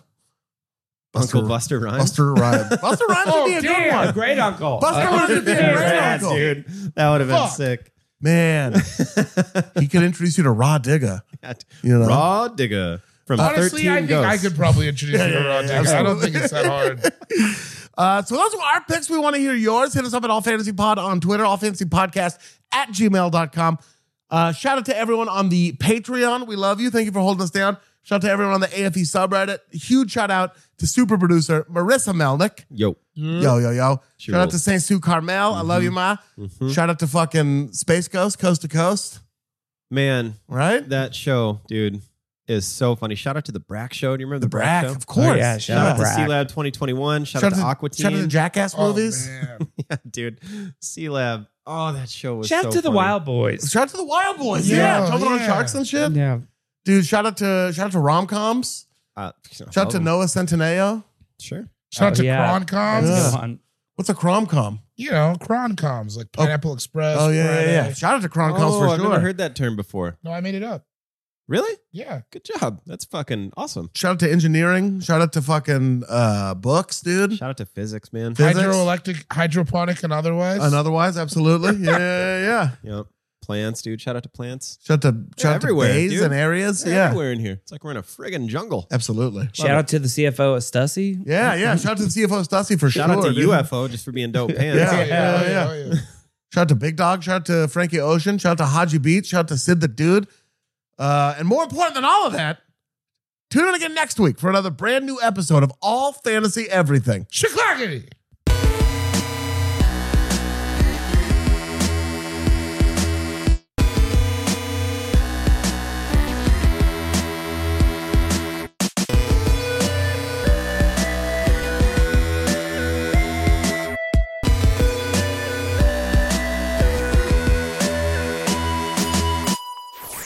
[SPEAKER 6] Uncle Buster Rhymes. Oh,
[SPEAKER 2] Buster Rhymes. Buster Rhymes would be a good
[SPEAKER 5] Damn,
[SPEAKER 2] one.
[SPEAKER 5] a great uncle.
[SPEAKER 2] Buster
[SPEAKER 5] Uh,
[SPEAKER 2] Rhymes would be a
[SPEAKER 5] yeah,
[SPEAKER 2] great
[SPEAKER 5] that's
[SPEAKER 2] uncle.
[SPEAKER 5] it.
[SPEAKER 6] dude. That would have been
[SPEAKER 3] Fuck.
[SPEAKER 6] sick.
[SPEAKER 2] Man, he could introduce you to Raw Digger. You know?
[SPEAKER 6] Raw digger from
[SPEAKER 3] Honestly,
[SPEAKER 6] 13
[SPEAKER 3] I think
[SPEAKER 6] Ghosts.
[SPEAKER 3] I could probably introduce you to Raw Digger. I don't think it's that hard.
[SPEAKER 2] Uh, so those are our picks. We want to hear yours. Hit us up at All Fantasy Pod on Twitter, All Fantasy Podcast at gmail.com. Uh, shout out to everyone on the Patreon. We love you. Thank you for holding us down. Shout out to everyone on the AFE subreddit. Huge shout out to super producer Marissa Melnick.
[SPEAKER 6] Yo,
[SPEAKER 2] Yo, yo, yo.
[SPEAKER 6] Mm-hmm. She Mm-hmm.
[SPEAKER 2] shout out
[SPEAKER 6] rules.
[SPEAKER 2] to St. Sue Carmel. I love you, Ma. Shout out to fucking Space Ghost, Coast to Coast.
[SPEAKER 6] man,
[SPEAKER 2] Right?
[SPEAKER 6] that show, dude. is so funny. Shout out to the Brack Show. Do you remember the, Brack,
[SPEAKER 2] Brack,
[SPEAKER 6] Show?
[SPEAKER 2] of course.
[SPEAKER 5] Oh, yeah,
[SPEAKER 6] Shout out to
[SPEAKER 5] Brack.
[SPEAKER 6] C Lab 2021. Shout,
[SPEAKER 2] Shout
[SPEAKER 6] out to Aqua
[SPEAKER 2] Shout out to
[SPEAKER 6] Teen.
[SPEAKER 2] the Jackass
[SPEAKER 3] Oh,
[SPEAKER 2] movies.
[SPEAKER 3] man.
[SPEAKER 6] yeah, dude. C Lab. Oh, that show was
[SPEAKER 5] Shout
[SPEAKER 6] so
[SPEAKER 5] out to the
[SPEAKER 6] funny.
[SPEAKER 5] Wild Boys.
[SPEAKER 2] Shout out to the Wild Boys. Yeah,
[SPEAKER 3] Yeah,
[SPEAKER 2] jumping on
[SPEAKER 3] yeah.
[SPEAKER 2] sharks and shit.
[SPEAKER 5] Yeah.
[SPEAKER 2] Dude, shout out to shout out to rom coms.
[SPEAKER 6] Uh,
[SPEAKER 2] Shout out to
[SPEAKER 6] oh,
[SPEAKER 2] Noah Centineo.
[SPEAKER 6] Sure.
[SPEAKER 3] Shout out
[SPEAKER 5] Oh,
[SPEAKER 3] to
[SPEAKER 5] yeah.
[SPEAKER 3] Croncoms.
[SPEAKER 2] Yeah.
[SPEAKER 5] Come on.
[SPEAKER 2] What's a crom com?
[SPEAKER 3] You know, Croncoms, like
[SPEAKER 2] Oh.
[SPEAKER 3] Pineapple Express.
[SPEAKER 2] Oh yeah, yeah,
[SPEAKER 3] Friday.
[SPEAKER 2] yeah. Shout out to crom coms
[SPEAKER 6] oh,
[SPEAKER 2] for
[SPEAKER 6] I've
[SPEAKER 2] sure.
[SPEAKER 6] never heard that term before.
[SPEAKER 3] No, I made it up.
[SPEAKER 6] Really?
[SPEAKER 3] Yeah.
[SPEAKER 6] Good job. That's fucking awesome.
[SPEAKER 2] shout out to engineering. Shout out to fucking uh, books, dude.
[SPEAKER 6] Shout out to physics, man.
[SPEAKER 2] Physics?
[SPEAKER 3] Hydroelectric, hydroponic, and otherwise.
[SPEAKER 2] And otherwise, absolutely. Yeah, yeah, yeah.
[SPEAKER 6] Yep. Plants, dude. Shout out to plants.
[SPEAKER 2] Shout out to shout out to
[SPEAKER 6] everywhere,
[SPEAKER 2] bays
[SPEAKER 6] dude.
[SPEAKER 2] and areas.
[SPEAKER 6] They're
[SPEAKER 2] Yeah,
[SPEAKER 6] Everywhere in here. It's like we're in a friggin' jungle.
[SPEAKER 2] absolutely.
[SPEAKER 5] Shout out to the CFO Stussy.
[SPEAKER 2] Yeah, yeah. Shout out to the CFO Stussy for
[SPEAKER 6] Shout
[SPEAKER 2] sure.
[SPEAKER 6] out to
[SPEAKER 2] dude.
[SPEAKER 6] UFO just for being dope pants.
[SPEAKER 2] Yeah.
[SPEAKER 3] oh,
[SPEAKER 2] yeah, yeah.
[SPEAKER 3] oh,
[SPEAKER 2] Shout out to Big Dog. Shout out to Frankie Ocean. Shout out to Haji Beat. Shout out to Sid the Dude. Uh, and more important than all of that, tune in again next week for another brand new episode of All Fantasy Everything.
[SPEAKER 3] Shiklackety.